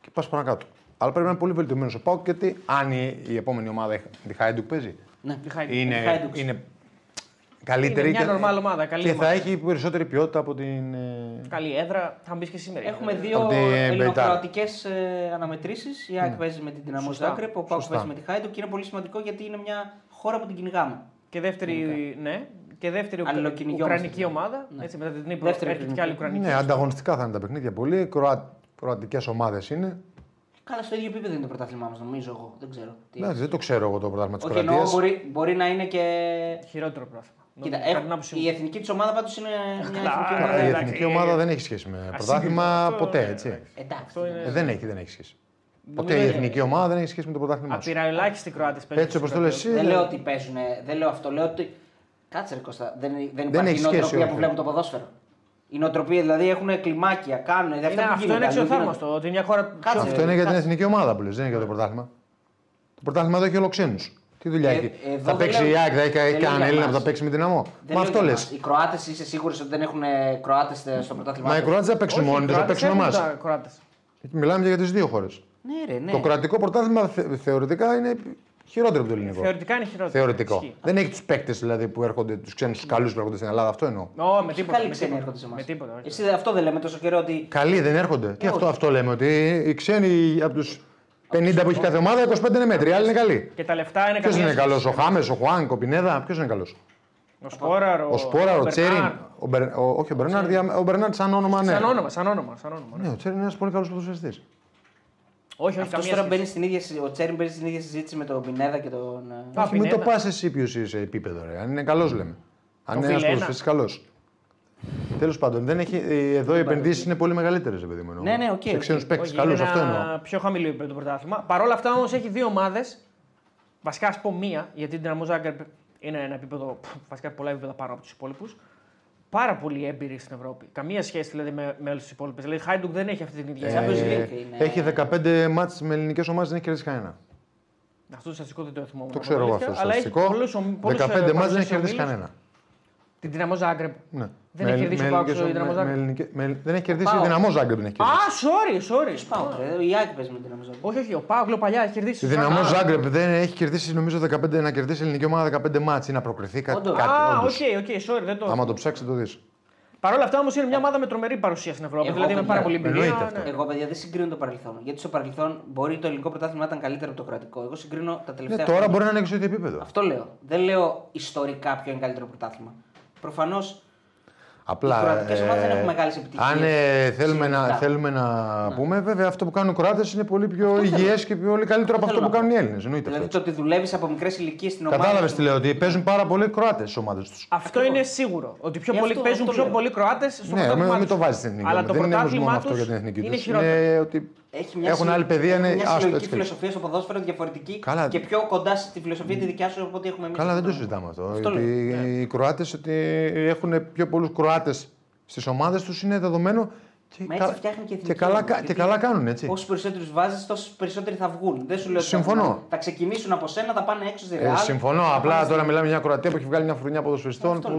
Speaker 4: και πας παρακάτω. Αλλά πρέπει να είναι πολύ βελτιωμένος ο Πάουκ γιατί αν η, η επόμενη ομάδα, η Χ- τη Χάιντουκ, παίζει,
Speaker 2: Ναι.
Speaker 3: Τη Χάιντουκ.
Speaker 4: είναι,
Speaker 2: Χάιντουξ.
Speaker 4: είναι καλύτερη
Speaker 3: Είναι μια normal ομάδα, καλή
Speaker 4: και
Speaker 3: ομάδα.
Speaker 4: θα έχει περισσότερη ποιότητα από την. ε,
Speaker 3: Καλή έδρα, θα μπει και σήμερα.
Speaker 2: Έχουμε
Speaker 3: Ε,
Speaker 2: δύο
Speaker 4: Από την Μπεϊτάρ.
Speaker 2: ελληνοκροατικέ αναμετρήσεις. Η ΑΕΚ παίζει με την Δυναμό
Speaker 3: Σωστά.
Speaker 2: Ζάγκρεπ, ο Πάουκ
Speaker 4: Σωστά.
Speaker 2: παίζει με τη Χάιντουκ και είναι πολύ σημαντικό γιατί είναι μια χώρα που την κυνηγάμε.
Speaker 3: Και δεύτερη, ναι, και δεύτερη Ουκρα-
Speaker 2: Αλληλοκυνηγιόμαστε.
Speaker 3: Ουκρανική ομάδα. Έτσι, μετά την Νύπρο
Speaker 2: ναι. Δεύτερη
Speaker 3: έρχεται και άλλη
Speaker 2: Ουκρανική.
Speaker 3: Ουκρανική.
Speaker 4: Ναι, ανταγωνιστικά θα είναι τα παιχνίδια πολύ. Κροατικές ομάδες είναι.
Speaker 2: Καλά, στο ίδιο επίπεδο είναι το πρωτάθλημά μας, νομίζω εγώ. Δεν ξέρω. Τι...
Speaker 4: Εντάξει, Ναι, δεν το ξέρω εγώ το πρωτάθλημα της
Speaker 2: Όχι, εννοώ
Speaker 4: Κροατίας.
Speaker 2: μπορεί, μπορεί να είναι και.
Speaker 4: Ναι.
Speaker 3: Χειρότερο πρόθυμα.
Speaker 2: Κοίτα,
Speaker 3: Κατά
Speaker 2: έχ-
Speaker 3: την άποψή μου.
Speaker 2: η εθνική της ομάδα πάντως είναι μια εθνική
Speaker 3: Καλά,
Speaker 2: ομάδα.
Speaker 4: Η
Speaker 3: εντάξει,
Speaker 4: εθνική
Speaker 3: ε,
Speaker 4: ομάδα δεν έχει σχέση με πρωτάθλημα
Speaker 3: Αυτό,
Speaker 4: ποτέ,
Speaker 3: ναι,
Speaker 4: έτσι.
Speaker 3: εντάξει.
Speaker 2: Εντάξει.
Speaker 3: Αυτό είναι-
Speaker 4: Ε, Δεν έχει, δεν έχει σχέση. Ποτέ
Speaker 2: Νομίζω
Speaker 4: η
Speaker 2: ότι-
Speaker 4: εθνική ομάδα δεν έχει σχέση με το πρωτάθλημα. σου.
Speaker 3: Απειραελάχιστοι Κροάτε παίζουν.
Speaker 4: Έτσι όπω
Speaker 3: στο
Speaker 4: το λες
Speaker 3: Κροατίο.
Speaker 4: εσύ.
Speaker 2: Δεν
Speaker 4: δεν-
Speaker 2: λέω ότι παίζουν, δεν λέω αυτό. Λέω ότι. Κάτσε, ρε Κώστα, δεν, δεν υπάρχει
Speaker 4: έχει σχέση,
Speaker 2: νοοτροπία που
Speaker 4: όχι.
Speaker 2: βλέπουν το ποδόσφαιρο. Η νοοτροπία δηλαδή έχουν κλιμάκια, κάνουν. Δεν αυτά
Speaker 3: Είναι,
Speaker 2: που
Speaker 3: Ναι, αυτό είναι
Speaker 2: γίνονται, αλλού
Speaker 3: αξιοθαύμαστο. Ότι μια χώρα.
Speaker 2: Κάτσε,
Speaker 3: πιο-
Speaker 2: ε,
Speaker 4: Αυτό είναι για την εθνική ομάδα που λες, δεν είναι για το πρωτάθλημα. Το πρωτάθλημα εδώ έχει ολοξένους. Τι δουλειά
Speaker 2: Ε,
Speaker 4: έχει.
Speaker 2: εδώ
Speaker 4: Θα
Speaker 2: δεν
Speaker 4: παίξει
Speaker 2: λέω-
Speaker 4: η ΑΕΚ, θα έχει
Speaker 2: δεν λέω
Speaker 4: κανέναν
Speaker 2: για
Speaker 4: Έλληνα που
Speaker 2: μας.
Speaker 4: θα παίξει με δυναμό.
Speaker 2: γίνονται.
Speaker 4: Μα αυτό
Speaker 2: λέω
Speaker 4: λε.
Speaker 2: για μας. Οι Κροάτες είσαι σίγουρος ότι δεν έχουν Κροάτε στο πρωτάθλημα.
Speaker 4: Μα οι Κροάτε θα παίξουν
Speaker 3: Όχι, οι
Speaker 4: μόνοι τους, θα
Speaker 3: Κροάτες
Speaker 4: παίξουν
Speaker 3: έχουν
Speaker 4: εμάς.
Speaker 3: τα Κροάτες.
Speaker 4: Μιλάμε και για τις δύο χώρες.
Speaker 2: Ναι, ρε, ναι.
Speaker 4: Το κροατικό πρωτάθλημα θε- θεωρητικά είναι χειρότερο από το ελληνικό.
Speaker 3: Θεωρητικά είναι χειρότερο.
Speaker 4: Θεωρητικό.
Speaker 3: Ισχύει.
Speaker 4: Δεν έχει τους παίκτες δηλαδή που έρχονται, τους ξένους καλούς που έρχονται στην Ελλάδα. Αυτό εννοώ.
Speaker 3: Ω, με
Speaker 2: Ποιοι
Speaker 3: τίποτα.
Speaker 2: καλοί ξένοι
Speaker 3: με τίποτα.
Speaker 2: έρχονται σε εμά.
Speaker 3: Με τίποτα. όχι.
Speaker 2: Εσύ αυτό δεν λέμε τόσο καιρό ότι.
Speaker 4: Καλοί δεν έρχονται.
Speaker 3: Ε,
Speaker 4: Τι αυτό, αυτό λέμε. Ότι οι ξένοι από τους 50 που έχει κάθε ομάδα, 25 είναι μέτρη. Οι άλλοι είναι καλοί.
Speaker 3: Και τα λεφτά είναι
Speaker 4: Ποιος
Speaker 3: καμία
Speaker 4: είναι
Speaker 3: σχέση.
Speaker 4: καλό, ο Χάμες, ο Χουάνκο, ο Πινέδα, ποιος είναι καλός.
Speaker 3: Ο Σπόραρ,
Speaker 4: Ο Σπόρα, ο
Speaker 3: Μπερνάρ.
Speaker 4: Τσέριν. Ο Μπερ- ο- Όχι, ο Μπερνάρ, δια- ο Μπερνάρ σαν όνομα, ναι.
Speaker 3: Σαν όνομα, σαν όνομα. Σαν όνομα ναι.
Speaker 4: Ναι, ο Τσέριν είναι ένας πολύ καλός ποδοσφαιριστής.
Speaker 3: Όχι, όχι,
Speaker 2: Αυτός
Speaker 3: καμία
Speaker 2: τώρα
Speaker 3: σχέση.
Speaker 2: μπαίνει στην ίδια, συ- ο Τσέριν μπαίνει στην ίδια συζήτηση με τον Πινέδα και τον. ε,
Speaker 3: Α,
Speaker 4: Μην το
Speaker 3: Πινέδα.
Speaker 4: πας εσύ ποιο είσαι επίπεδο, ρε. Αν είναι καλός, λέμε.
Speaker 3: Το
Speaker 4: Αν είναι ένας
Speaker 3: Φιλένα.
Speaker 4: ποδοσφαιριστής καλός. Τέλος πάντων, δεν έχει, ε, εδώ οι επενδύσει είναι πολύ μεγαλύτερες, παιδί μου. εννοώ.
Speaker 2: Ναι, ναι, οκ,
Speaker 4: Σε
Speaker 2: οκ.
Speaker 4: ξένους παίκτε,
Speaker 3: Όχι,
Speaker 4: καλού,
Speaker 3: είναι
Speaker 4: αυτό
Speaker 3: ένα
Speaker 4: εννοώ.
Speaker 3: Πιο χαμηλό επίπεδο το πρωτάθλημα. Παρ' όλα αυτά όμως έχει δύο ομάδες. Βασικά ας πω μία, γιατί η Δυναμό Ζάγκρεπ είναι ένα επίπεδο, που, βασικά πολλά επίπεδα πάνω από τους υπόλοιπους. Πάρα πολύ έμπειρη στην Ευρώπη. Καμία σχέση δηλαδή με, με όλους τους υπόλοιπους. Δηλαδή η Χάιντουκ δεν έχει αυτή την ίδια.
Speaker 2: Champions
Speaker 3: Ε...
Speaker 2: League είναι.
Speaker 4: Έχει 15 μάτς με ελληνικές ομάδες, δεν έχει κερδίσει κανένα.
Speaker 3: Αυτό το στατιστικό δεν το θυμόμουν.
Speaker 4: Το
Speaker 3: από
Speaker 4: ξέρω εγώ
Speaker 3: αλήθεια,
Speaker 4: αυτό το
Speaker 3: αλλά έχει
Speaker 4: στατιστικό.
Speaker 3: πολλούς ομ- πολλούς, ε,
Speaker 4: 15 μάτς δεν έχει
Speaker 3: παρουσίες
Speaker 4: κερδίσει
Speaker 3: ομίλους.
Speaker 4: κανένα.
Speaker 3: Την Δυναμό Ζάγκρεπ.
Speaker 4: Ναι.
Speaker 3: Δεν
Speaker 4: Με-
Speaker 3: έχει κερδίσει
Speaker 4: με
Speaker 3: ο Πάοκ
Speaker 4: ελληνικές
Speaker 3: η Δυναμό
Speaker 4: ομάδες- με
Speaker 3: Ζάγκρεπ.
Speaker 4: ελληνικές- με- Δεν έχει κερδίσει η
Speaker 2: Πάοκ.
Speaker 4: δυναμό Ζάγκρεπ. δεν έχει
Speaker 3: Α,
Speaker 4: κερδίσει.
Speaker 3: sorry, sorry.
Speaker 2: Πάω, ρε, η Άκη παίζει με την Αμαζόνια.
Speaker 3: Όχι, όχι, ο Πάοκ λέω παλιά έχει κερδίσει.
Speaker 4: Η
Speaker 3: τους
Speaker 4: δυναμό
Speaker 3: Ζάγκρεπ.
Speaker 4: Ζάγκρεπ δεν έχει κερδίσει νομίζω 15, να κερδίσει η ελληνική ομάδα 15 μάτς ή να προκριθεί κάτι.
Speaker 2: Όντως.
Speaker 4: κάτι,
Speaker 3: Α, οκ,
Speaker 4: όντως.
Speaker 3: οκ, sorry, δεν το.
Speaker 4: Άμα το ψάξεις το δεις.
Speaker 3: Παρ' όλα αυτά όμως είναι μια ομάδα με τρομερή παρουσία στην Ευρώπη.
Speaker 2: Εγώ,
Speaker 3: δηλαδή με
Speaker 2: παιδιά,
Speaker 3: πάρα πολύ εμπειρία.
Speaker 4: εννοείται
Speaker 3: ναι.
Speaker 4: αυτό.
Speaker 2: Εγώ, παιδιά, δεν συγκρίνω το παρελθόν. Γιατί στο παρελθόν μπορεί το ελληνικό πρωτάθλημα να ήταν καλύτερο από το κρατικό. Εγώ συγκρίνω τα
Speaker 4: Ναι,
Speaker 2: τελευταία.
Speaker 4: τώρα
Speaker 2: χρόνια.
Speaker 4: μπορεί να είναι εξωτικό επίπεδο.
Speaker 2: Αυτό λέω. Δεν λέω ιστορικά ποιο είναι καλύτερο πρωτάθλημα. Προφανώς
Speaker 4: Απλά. ε,
Speaker 2: Οι κροατικές ομάδες δεν έχουν μεγάλες επιτυχίες. Ναι.
Speaker 4: Αν ε, θέλουμε, να,
Speaker 2: Συνειδητά.
Speaker 4: θέλουμε να πούμε, βέβαια αυτό που κάνουν οι Κροάτες είναι πολύ πιο υγιές και πολύ καλύτερο από
Speaker 2: θέλω
Speaker 4: αυτό που
Speaker 2: να πω.
Speaker 4: κάνουν οι Έλληνες. Εννοείται
Speaker 2: δηλαδή το
Speaker 4: αυτό.
Speaker 2: ότι δουλεύεις από μικρές ηλικίες στην ομάδα.
Speaker 4: Κατάλαβες τι λέω, ότι παίζουν πάρα πολύ Κροάτες στι ομάδες τους.
Speaker 3: Αυτό είναι σίγουρο. Ότι πιο
Speaker 2: Ε,
Speaker 3: πολύ
Speaker 2: αυτό-
Speaker 3: παίζουν
Speaker 2: αυτό
Speaker 3: πιο
Speaker 2: λέω.
Speaker 3: πολλοί Κροάτες στο
Speaker 4: Ναι,
Speaker 3: πρωτάθλημά
Speaker 4: μην
Speaker 3: τους.
Speaker 4: το βάζεις στην εθνική.
Speaker 3: Αλλά
Speaker 4: ομάδα.
Speaker 3: το
Speaker 4: Δεν είναι όμως μόνο
Speaker 3: πρωτάθλημά
Speaker 4: αυτό
Speaker 3: του
Speaker 4: για την εθνική τους.
Speaker 3: είναι χειρότερο.
Speaker 4: Είναι ότι
Speaker 2: Έχει μια
Speaker 4: έχουν
Speaker 2: συλλο-
Speaker 4: άλλη παιδεία.
Speaker 2: έχει
Speaker 4: Είναι
Speaker 2: μια
Speaker 4: άστο,
Speaker 2: συλλογική
Speaker 4: έτσι θέλει.
Speaker 2: φιλοσοφία στο ποδόσφαιρο διαφορετική
Speaker 4: Καλά.
Speaker 2: και πιο κοντά στη φιλοσοφία τη δικιά σου από ό,τι έχουμε εμείς.
Speaker 4: Καλά, δεν το συζητάμε αυτό.
Speaker 2: Αυτό
Speaker 4: ότι
Speaker 2: λέω. ναι.
Speaker 4: Οι Κροάτες ότι έχουν πιο πολλούς Κροάτες στις ομάδες τους είναι δεδομένο. Και,
Speaker 2: Μα έτσι φτιάχνει και εθνική
Speaker 4: και, καλά,
Speaker 2: ομάδα,
Speaker 4: κα- και
Speaker 2: γιατί
Speaker 4: καλά κάνουν έτσι.
Speaker 2: Όσους περισσότερους βάζεις, τόσοι περισσότεροι θα βγουν. Δεν σου λέω ότι θα
Speaker 4: Συμφωνώ.
Speaker 2: βγουν. Θα ξεκινήσουν από σένα, θα πάνε έξω στη
Speaker 4: Ε,
Speaker 2: Ρεάλ.
Speaker 4: συμφωνώ.
Speaker 2: θα πάνε
Speaker 4: Απλά
Speaker 2: στη-
Speaker 4: τώρα μιλάμε για μια Κροατία που έχει βγάλει μια φρουνιά ποδοσφαιριστών
Speaker 2: Αυτό
Speaker 4: που.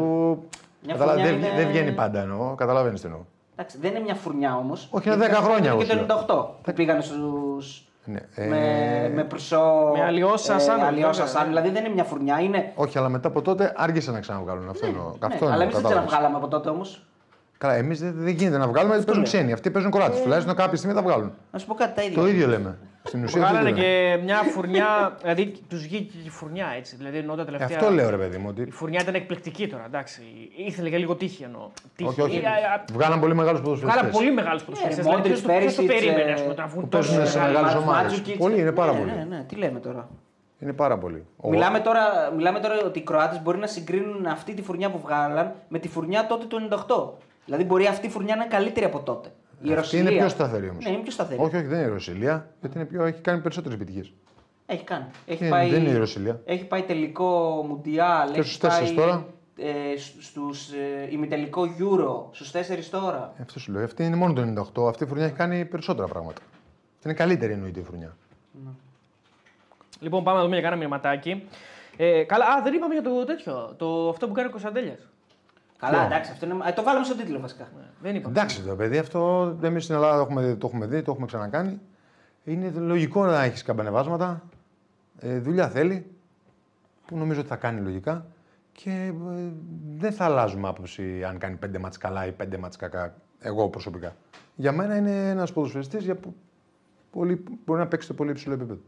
Speaker 2: Μια
Speaker 4: Καταλάβα-
Speaker 2: φρουνιά
Speaker 4: δεν, βγει-
Speaker 2: είναι-
Speaker 4: δεν βγαίνει πάντα εννοώ. Καταλαβαίνεις τι εννοώ.
Speaker 2: Εντάξει, δεν είναι μια φουρνιά όμως.
Speaker 4: Όχι, είναι 10 χρόνια,
Speaker 2: Και
Speaker 4: εγώ σου
Speaker 2: το
Speaker 4: λέω.
Speaker 2: 98 που πήγανε στους.
Speaker 4: Ναι,
Speaker 2: με,
Speaker 4: ε,
Speaker 2: με πρυσό.
Speaker 3: με αλλοιώσεις ασάν,
Speaker 2: αλλοιώσεις
Speaker 3: βέβαια,
Speaker 2: ασάν.
Speaker 3: ναι.
Speaker 2: Δηλαδή δεν είναι μια φουρνιά. Είναι...
Speaker 4: Όχι, αλλά μετά από τότε άργησαν να ξαναβγάλουν. Αυτό εννοώ.
Speaker 2: Ναι,
Speaker 4: Αυτό
Speaker 2: αλλά
Speaker 4: εννοώ.
Speaker 2: εμείς δεν
Speaker 4: κατάλαβες.
Speaker 2: ξαναβγάλαμε από τότε όμως.
Speaker 4: Καλά, εμείς δεν, δεν γίνεται να βγάλουμε γιατί παίζουν ξένοι. Αυτοί παίζουν
Speaker 2: Ε.
Speaker 4: Κροάτε. Τουλάχιστον κάποια στιγμή τα βγάλουν.
Speaker 2: Να σου πω κάτι τα ίδια.
Speaker 4: Το ίδιο λέμε. Στην ουσία το
Speaker 3: Βγάλανε
Speaker 4: ίδιο λέμε.
Speaker 3: και μια φουρνιά. Δηλαδή τους βγήκε η φουρνιά έτσι. Δηλαδή εννοώ τα
Speaker 4: Ε,
Speaker 3: τελευταία.
Speaker 4: Αυτό λέω ρε παιδί μου. Ότι...
Speaker 3: Η φουρνιά ήταν εκπληκτική τώρα, εντάξει. Ήθελε και λίγο τύχη εννοώ. Τύχη.
Speaker 4: Όχι, όχι.
Speaker 3: Ε, α, α,
Speaker 4: Βγάλαν πολύ μεγάλους
Speaker 3: Βγάλα πολύ
Speaker 4: ποδοσφαιριστέ.
Speaker 3: μεγάλου ποδοσφαιριστέ.
Speaker 2: Ναι, Μόντριτς,
Speaker 3: Ποιος το
Speaker 2: Πέρισιτς,
Speaker 3: περίμενε,
Speaker 2: ε,
Speaker 3: ας πούμε, να βγουν
Speaker 4: που παίζουν
Speaker 3: τόσο
Speaker 4: σε
Speaker 3: μεγάλοι.
Speaker 4: μεγάλες
Speaker 2: Ματ-
Speaker 4: ομάδες.
Speaker 2: Μάτζουκιτς.
Speaker 4: Πολλοί, είναι πάρα
Speaker 2: ναι,
Speaker 4: πολλοί.
Speaker 2: Ναι, ναι, τι λέμε τώρα.
Speaker 4: Είναι πάρα πολύ. Ο-
Speaker 2: Μιλάμε τώρα, μιλάμε τώρα ότι οι Κροάτες μπορεί να συγκρίνουν αυτή τη φουρνιά που βγάλαν με τη φουρνιά τότε του 98. Δηλαδή μπορεί αυτή η φουρνιά να είναι καλύτερη από τότε. Η
Speaker 4: Αυτή
Speaker 2: Ρωσία.
Speaker 4: είναι πιο σταθερή όμως.
Speaker 2: Ναι, είναι πιο σταθερή.
Speaker 4: Όχι, όχι, δεν είναι η Ρωσιλία. Γιατί είναι πιο... έχει κάνει περισσότερες επιτυχίες.
Speaker 2: Έχει κάνει. Έχει
Speaker 4: Ε,
Speaker 2: πάει,
Speaker 4: δεν είναι η Ρωσιλία.
Speaker 2: Έχει πάει τελικό Μουντιάλ.
Speaker 4: Και
Speaker 2: έχει
Speaker 4: στους τέσσερις
Speaker 2: πάει,
Speaker 4: τώρα.
Speaker 2: Ε, στους, ε, ημιτελικό Euro, στους τέσσερις τώρα.
Speaker 4: Ε, Αυτό σου λέω. Αυτή είναι μόνο το 98. Αυτή η φουρνιά έχει κάνει περισσότερα πράγματα. Αυτή είναι η καλύτερη εννοείται η φουρνιά.
Speaker 3: Λοιπόν, πάμε να δούμε για κανένα μηνυματάκι. Ε, καλά, α, δεν είπαμε για το τέτοιο. Το, αυτό που κάνει ο Κωνσταντέλιας.
Speaker 4: Ναι.
Speaker 2: Καλά, εντάξει, αυτό είναι... ε, το βάλαμε στον τίτλο βασικά.
Speaker 3: Ναι, Δεν είπαμε.
Speaker 4: Εντάξει το παιδί, αυτό εμεί στην Ελλάδα το έχουμε, το έχουμε δει, το έχουμε ξανακάνει. Είναι λογικό να έχεις καμπανεβάσματα. Ε, δουλειά θέλει. Που νομίζω ότι θα κάνει λογικά. Και ε, δεν θα αλλάζουμε άποψη αν κάνει πέντε μάτς καλά ή πέντε μάτς κακά. Εγώ προσωπικά. Για μένα είναι ένας ποδοσφαιριστής για που πολύ, μπορεί να παίξει σε πολύ υψηλό επίπεδο.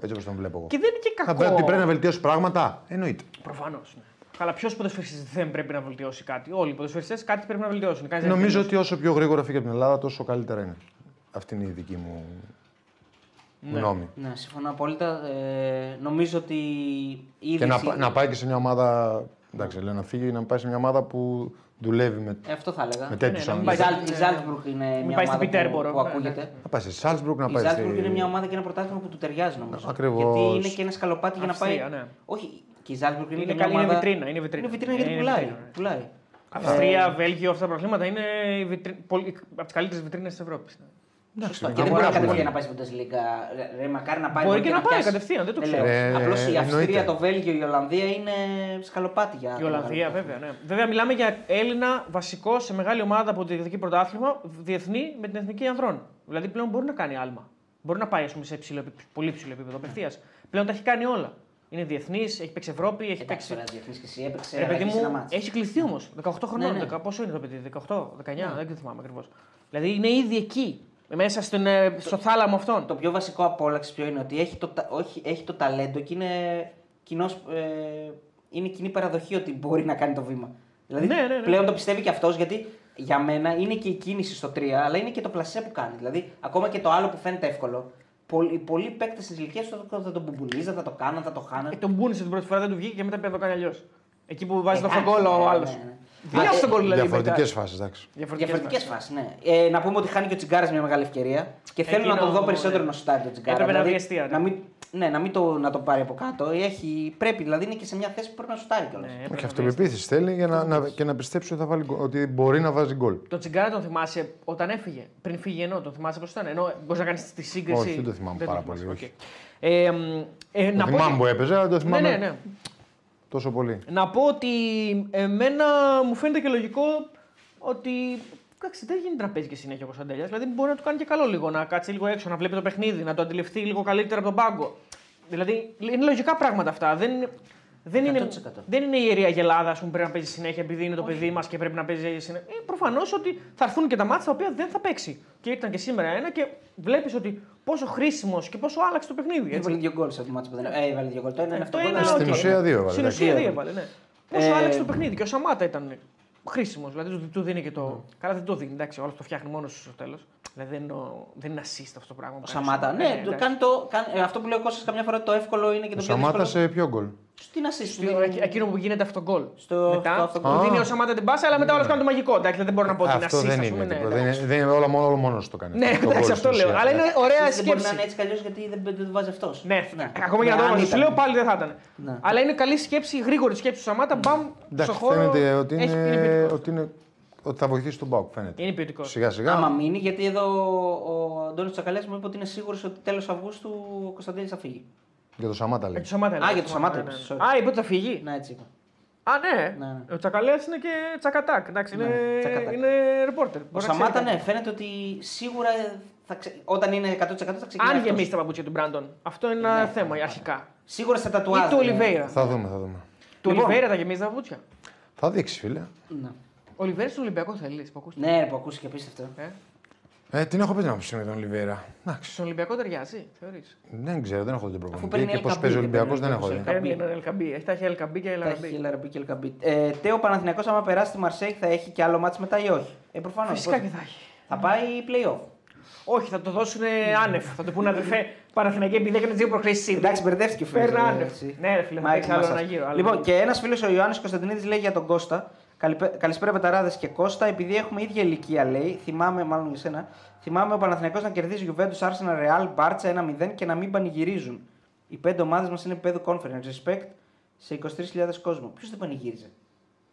Speaker 4: Έτσι όπως τον βλέπω εγώ.
Speaker 3: Και δεν είναι και
Speaker 4: Θα
Speaker 3: κακό.
Speaker 4: πρέπει- πρέπει να βελτιώσει πράγματα. Εννοείται.
Speaker 3: Προφανώς. Ναι. Αλλά ποιος ποδοσφαιριστής δεν πρέπει να βελτιώσει κάτι. Όλοι οι ποδοσφαιριστές κάτι πρέπει να βελτιώσουν. Κανείς δεν
Speaker 4: Νομίζω
Speaker 3: βελτιώσει.
Speaker 4: ότι όσο πιο γρήγορα φύγει από την Ελλάδα, τόσο καλύτερα είναι. Αυτή είναι η δική μου γνώμη.
Speaker 2: Ναι, συμφωνώ απόλυτα. Ε, νομίζω ότι η
Speaker 4: Και
Speaker 2: είδηση...
Speaker 4: να, πα- να πάει και σε μια ομάδα. Εντάξει, λέω να φύγει, να πάει σε μια ομάδα που δουλεύει με,
Speaker 2: Ε, αυτό θα έλεγα.
Speaker 4: με
Speaker 3: ναι,
Speaker 4: τέτοιου
Speaker 3: να μην
Speaker 2: Η
Speaker 4: ανθρώπου.
Speaker 3: πάει-
Speaker 2: Ζάλ- Η Ζάλτσμπουργκ είναι
Speaker 3: Μην
Speaker 2: μια
Speaker 3: πάει
Speaker 2: ομάδα που,
Speaker 3: στην Πιτέρμπορο.
Speaker 2: που
Speaker 3: Ναι,
Speaker 2: ακούγεται.
Speaker 3: ναι.
Speaker 4: Να πάει σε Σάλτσμπουργκ, να
Speaker 2: Η
Speaker 4: πάει
Speaker 2: Ζάλτσμπουργκ είναι μια
Speaker 4: στη.
Speaker 2: ομάδα και ένα πρωτάθλημα που του ταιριάζει νομίζω.
Speaker 4: Ακριβώς.
Speaker 2: Γιατί είναι και ένα σκαλοπάτι για να πάει.
Speaker 3: Αυστρία, ναι.
Speaker 2: Όχι, και η Ζάλτσμπουργκ είναι,
Speaker 3: Είναι
Speaker 2: και μια
Speaker 3: καλή, είναι
Speaker 2: ομάδα...
Speaker 3: βιτρίνα, είναι βιτρίνα.
Speaker 2: Είναι βιτρίνα γιατί
Speaker 3: Είναι
Speaker 2: πουλάει. Ε,
Speaker 3: βιτρίνα, ναι.
Speaker 2: πουλάει.
Speaker 4: Ε,
Speaker 3: Αυστρία, Βέλγιο, αυτά τα προβλήματα είναι οι βιτρι- πολύ- από τις καλύτερες βιτρίνες της Ευρώπης.
Speaker 2: Σωστό.
Speaker 4: μην
Speaker 2: Και δεν μπορεί να
Speaker 4: γράφουμε.
Speaker 2: κατευθείαν να πάει στην Bundesliga. Ρε- Ρε, μακάρι να πάει.
Speaker 3: Μπορεί και να πάει
Speaker 2: πιάσει.
Speaker 3: κατευθείαν, δεν το ξέρω.
Speaker 2: λέω.
Speaker 4: Ε,
Speaker 2: Απλώς η Αυστρία,
Speaker 4: εννοείται.
Speaker 2: το Βέλγιο, η Ολλανδία είναι σκαλοπάτι για.
Speaker 3: Η Ολλανδία, βέβαια. Ναι. Βέβαια, μιλάμε για Έλληνα βασικό σε μεγάλη ομάδα από το διεκδικεί πρωτάθλημα, διεθνή με την εθνική ανδρών. Δηλαδή πλέον μπορεί να κάνει άλμα. Μπορεί να πάει ας πούμε, σε υψηλό, επί- πολύ ψηλό επίπεδο απευθείας. Πλέον τα έχει κάνει όλα. Είναι διεθνής, έχει παίξει Ευρώπη, έχει
Speaker 2: Εντάξει
Speaker 3: παίξει.
Speaker 2: τώρα, διεθνής και εσύ έπαιξε.
Speaker 3: Ρε
Speaker 2: αλλά
Speaker 3: παιδί
Speaker 2: έχεις ένα
Speaker 3: μου,
Speaker 2: μάτς.
Speaker 3: έχει κληθεί όμως. 18 χρονών.
Speaker 2: Ναι, ναι.
Speaker 3: 10 Πόσο είναι το παιδί, 18, 19, δεν θυμάμαι ακριβώς. Δηλαδή είναι ήδη εκεί, μέσα στον, ε, στο θάλαμο αυτόν.
Speaker 2: Λοιπόν, Το πιο βασικό από όλα ξέρεις ποιο είναι ότι έχει το, τα- όχι, έχει το ταλέντο και είναι, κοινός, ε, είναι κοινή παραδοχή ότι μπορεί να κάνει το βήμα. Δηλαδή
Speaker 3: Ναι, ναι, ναι.
Speaker 2: πλέον το πιστεύει και αυτός γιατί για μένα είναι και η κίνηση στο 3, αλλά είναι και το πλασέ που κάνει. Δηλαδή ακόμα και το άλλο που φαίνεται εύκολο. Πολλοί, πολλοί παίκτες της ηλικίας του θα το- θα τον μπουμπουλίζαν, θα το κάναν, θα το χάναν.
Speaker 3: Ε, τον μπούνισε την πρώτη φορά, δεν του βγήκε και μετά πήγε να το κάνει αλλιώς. Εκεί που βάζει
Speaker 2: Ε,
Speaker 3: το
Speaker 2: εντάξει,
Speaker 3: αυτοκόλλο ο
Speaker 2: ναι,
Speaker 3: άλλος.
Speaker 2: ναι, ναι.
Speaker 3: Βγάζει
Speaker 2: Ε,
Speaker 3: τον κόλλο δηλαδή.
Speaker 4: Διαφορετικέ
Speaker 3: μετά.
Speaker 4: φάσεις, εντάξει.
Speaker 3: Διαφορετικές
Speaker 2: Διαφορετικές
Speaker 3: φάσεις.
Speaker 2: φάσεις, ναι. Ε, να πούμε ότι χάνει και ο Τσιγκάρας μια μεγάλη ευκαιρία και θέλω
Speaker 3: Εκείνο,
Speaker 2: να τον δω περισσότερο
Speaker 3: ναι.
Speaker 2: να σουτάρει τον Τσιγκάρα. Δηλαδή,
Speaker 3: Έπρεπε να βιαστεί, ωραία.
Speaker 2: να μην, ναι, να μην το, να το πάρει από κάτω. Ε, Έχει, πρέπει, δηλαδή είναι και σε μια θέση που πρέπει να σουτάρει κιόλας.
Speaker 3: Ναι,
Speaker 2: Ναι.
Speaker 3: έπρεπε
Speaker 4: Όχι,
Speaker 3: να
Speaker 4: αυτοπεποίθηση θέλει για να, να, και να πιστέψει ότι, θα βάλει, γκολ- ότι μπορεί να βάζει γκολ.
Speaker 3: βρεις. Το τσιγκάρα τον θυμάσαι όταν έφυγε. Πριν φύγει ενώ τον θυμάσαι πώς ήταν. Ενώ μπορείς να κάνεις τη σύγκριση.
Speaker 4: Όχι, δεν το θυμάμαι πάρα πολύ,
Speaker 3: θυμάσαι,
Speaker 4: όχι.
Speaker 3: οκ. Ε, μ, ε,
Speaker 4: Το
Speaker 3: να πω
Speaker 4: θυμάμαι που
Speaker 3: ότι-
Speaker 4: έπαιζε, αλλά το
Speaker 3: Ναι,
Speaker 4: θυμάμαι
Speaker 3: ναι, ναι.
Speaker 4: τόσο πολύ.
Speaker 3: Να πω ότι εμένα μου φαίνεται και λογικό ότι. Εντάξει, δεν γίνεται να παίζει και συνέχεια ο Κωνσταντέλιας. Δηλαδή μπορεί να του κάνει και καλό λίγο να κάτσει λίγο έξω, να βλέπει το παιχνίδι, να το αντιληφθεί λίγο καλύτερα από τον πάγκο. Δηλαδή είναι λογικά πράγματα αυτά. Δεν, είναι- δεν, είναι,
Speaker 2: 100%.
Speaker 3: δεν είναι η ιερία γελάδα που πρέπει να παίζει συνέχεια επειδή είναι το παιδί μας και πρέπει να παίζει συνέχεια. Ε, Προφανώς ότι θα έρθουν και τα μάτια τα οποία δεν θα παίξει. Και ήταν και σήμερα ένα και βλέπεις ότι πόσο χρήσιμος και πόσο άλλαξε το παιχνίδι.
Speaker 2: Έβαλε
Speaker 3: Έτσι.
Speaker 2: δύο γκολ σε αυτό το μάτσο που δεν ε, έβαλε. δύο γκολ. Το ένα είναι αυτό.
Speaker 3: Το
Speaker 2: γκολ,
Speaker 3: ένα,
Speaker 2: αλλά
Speaker 4: Στην
Speaker 3: οκ.
Speaker 2: είναι-
Speaker 4: ουσία δύο έβαλε,
Speaker 3: Στην
Speaker 4: εντάξει.
Speaker 3: ουσία
Speaker 2: Δύο
Speaker 3: δύο
Speaker 2: έβαλε.
Speaker 3: έβαλε, ναι. Πόσο
Speaker 2: Ε,
Speaker 3: άλλαξε το παιχνίδι και ο Σαμάτα ήταν χρήσιμος. Δηλαδή του, του δίνει και το.
Speaker 4: Ναι.
Speaker 3: Καλά, δεν το δίνει, εντάξει, όλος το φτιάχνει μόνος στο τέλος. Δηλαδή δεν, είναι ο- δεν είναι assist αυτό το πράγμα.
Speaker 2: Ο Σαμάτα. Ναι, το, κάνει το, κάνει, ε, αυτό που λέει ο Κώστας καμιά φορά το εύκολο είναι και το
Speaker 4: Ο ε,
Speaker 2: πιο
Speaker 4: Σαμάτα
Speaker 2: δύσκολο.
Speaker 4: σε ποιο γκολ.
Speaker 2: Στην δηλαδή. ασίστη.
Speaker 3: Ε, Εκείνο που γίνεται αυτό γκολ.
Speaker 2: Στο- στο
Speaker 3: μετά
Speaker 2: αυτό
Speaker 4: γκολ.
Speaker 3: του δίνει ο Σαμάτα την πάσα, αλλά μετά όλος κάνει το μαγικό. Εντάξει, δεν μπορώ να πω ότι είναι
Speaker 4: Ναι, Αυτό
Speaker 3: assist,
Speaker 4: δεν
Speaker 3: ας
Speaker 4: είναι.
Speaker 3: πούμε. ναι,
Speaker 4: τίποτα.
Speaker 3: εντάξει.
Speaker 4: Δεν είναι- δεν είναι όλα μόνο, όλο μόνος το κάνει.
Speaker 3: Ναι,
Speaker 4: Το γκολ
Speaker 3: εντάξει,
Speaker 4: στην
Speaker 3: αυτό λέω.
Speaker 4: ουσία.
Speaker 3: Αλλά είναι ωραία
Speaker 2: Δεν μπορεί να είναι
Speaker 3: σκέψη.
Speaker 2: έτσι κι αλλιώς γιατί δεν, δεν το βάζει αυτός.
Speaker 3: ε, Ναι, ακόμα και να το έβαζε, σου λέω πάλι δεν θα ήταν.
Speaker 2: Ναι.
Speaker 3: Αλλά είναι καλή σκέψη, γρήγορη σκέψη του Σαμάτα. Μπαμ, στο
Speaker 4: Εντάξει,
Speaker 3: χώρο.
Speaker 4: φαίνεται ότι
Speaker 3: έχει-
Speaker 4: είναι,
Speaker 3: ποιητικός.
Speaker 4: ότι, είναι, ότι θα βοηθήσει τον Μπάουκ. Φαίνεται.
Speaker 3: Είναι ποιητικός.
Speaker 4: Σιγά σιγά.
Speaker 2: Άμα μείνει, γιατί εδώ ο Αντώνης Τσακαλέας μου είπε ότι είναι σίγουρος ότι τέλος Αυγούστου ο Κωνσταντέλης θα φύγει.
Speaker 4: Για το Σαμάτα
Speaker 3: Για
Speaker 4: λέει.
Speaker 3: το Ε, Σαμάτα. λέει,
Speaker 2: Α, για Ε, το Σαμάτα,
Speaker 3: ναι, ναι, ναι.
Speaker 2: sorry.
Speaker 3: Α, είπε ότι θα φύγει.
Speaker 2: Να έτσι είπα.
Speaker 3: Α, ναι.
Speaker 2: Ναι, ναι.
Speaker 3: Ο Τσακαλέας είναι και τσακατάκ. Εντάξει,
Speaker 2: Ναι,
Speaker 3: είναι,
Speaker 2: τσακατάκ.
Speaker 3: είναι ρεπόρτερ.
Speaker 2: Ο
Speaker 3: Μπορεί να
Speaker 2: Σαμάτα,
Speaker 3: ξέρει
Speaker 2: ναι,
Speaker 3: κάτι.
Speaker 2: φαίνεται ότι σίγουρα θα ξε- όταν είναι 100% θα ξεκινάει.
Speaker 3: Αν
Speaker 2: αυτός. Ναι,
Speaker 3: γεμίσει τα παπούτσια του Μπράντον. Αυτό είναι ένα θέμα αρχικά.
Speaker 2: Σίγουρα στα
Speaker 3: Ή
Speaker 2: τατουάζ.
Speaker 3: του Ολιβέηρα.
Speaker 4: Θα δούμε, θα δούμε.
Speaker 3: Του
Speaker 2: ναι. Λοιπόν.
Speaker 3: Ολιβέηρα τα γεμίζει τα παπούτσια.
Speaker 4: Θα δείξει, φίλε.
Speaker 2: Ναι.
Speaker 3: Ο Ολιβέηρα στον Ολυμπιακό θέλεις. Που ακούστε.
Speaker 2: Ναι, ρε, που ακούστηκε απίστευτο.
Speaker 3: Ε,
Speaker 4: Ε, την έχω πει την άποψή μου για τον Ολιβέρα.
Speaker 3: στον Ολυμπιακό ταιριάζει, θεωρείς.
Speaker 4: Δεν ξέρω, δεν έχω δει τον
Speaker 2: παίρνει
Speaker 4: προπονητή. Και
Speaker 2: LKB,
Speaker 4: πώς παίζει ο
Speaker 2: δεν
Speaker 4: Ολυμπιακό
Speaker 2: παίρνει
Speaker 4: δεν έχω δει.
Speaker 2: LKB.
Speaker 3: Παίρνει έναν Ελκαμπή. Ε, Έχει τα έχει Ελκαμπή και
Speaker 2: Τα έχει
Speaker 3: Ελαραμπή.
Speaker 2: Λαραμπή και Ελκαμπή. Ε, Τέο Παναθηναϊκός, άμα περάσει τη Μαρσέικ, θα έχει και άλλο μάτς μετά ή όχι. Ε, προφανώς.
Speaker 3: Φυσικά
Speaker 2: Πώς-
Speaker 3: και θα έχει.
Speaker 2: Θα πάει playoff.
Speaker 3: Όχι, θα το δώσουν άνευ. θα το πούνε αδερφέ Παναθηνακή επειδή έκανε δύο προχρήσει.
Speaker 2: Εντάξει, μπερδεύτηκε ο φίλος.
Speaker 3: Παίρνει άνευ. Ναι, ρε φίλε, θα παίξει άλλο ένα γύρο. άλλο
Speaker 2: Λοιπόν,
Speaker 3: γύρο.
Speaker 2: και ένας φίλος ο Ιωάννης Κωνσταντινίδης λέει για τον Κώστα. «Καλυπε- Καλησπέρα, Πεταράδες και Κώστα. Επειδή έχουμε ίδια ηλικία, λέει, θυμάμαι, μάλλον για σένα, θυμάμαι ο Παναθηναϊκός να κερδίζει Γιουβέντου, Arsenal, Real, Μπάρτσα 1-0 και να μην πανηγυρίζουν. Οι πέντε ομάδες μας είναι επίπεδο conference. Respect σε 23.000 κόσμο. Ποιος δεν πανηγύριζε.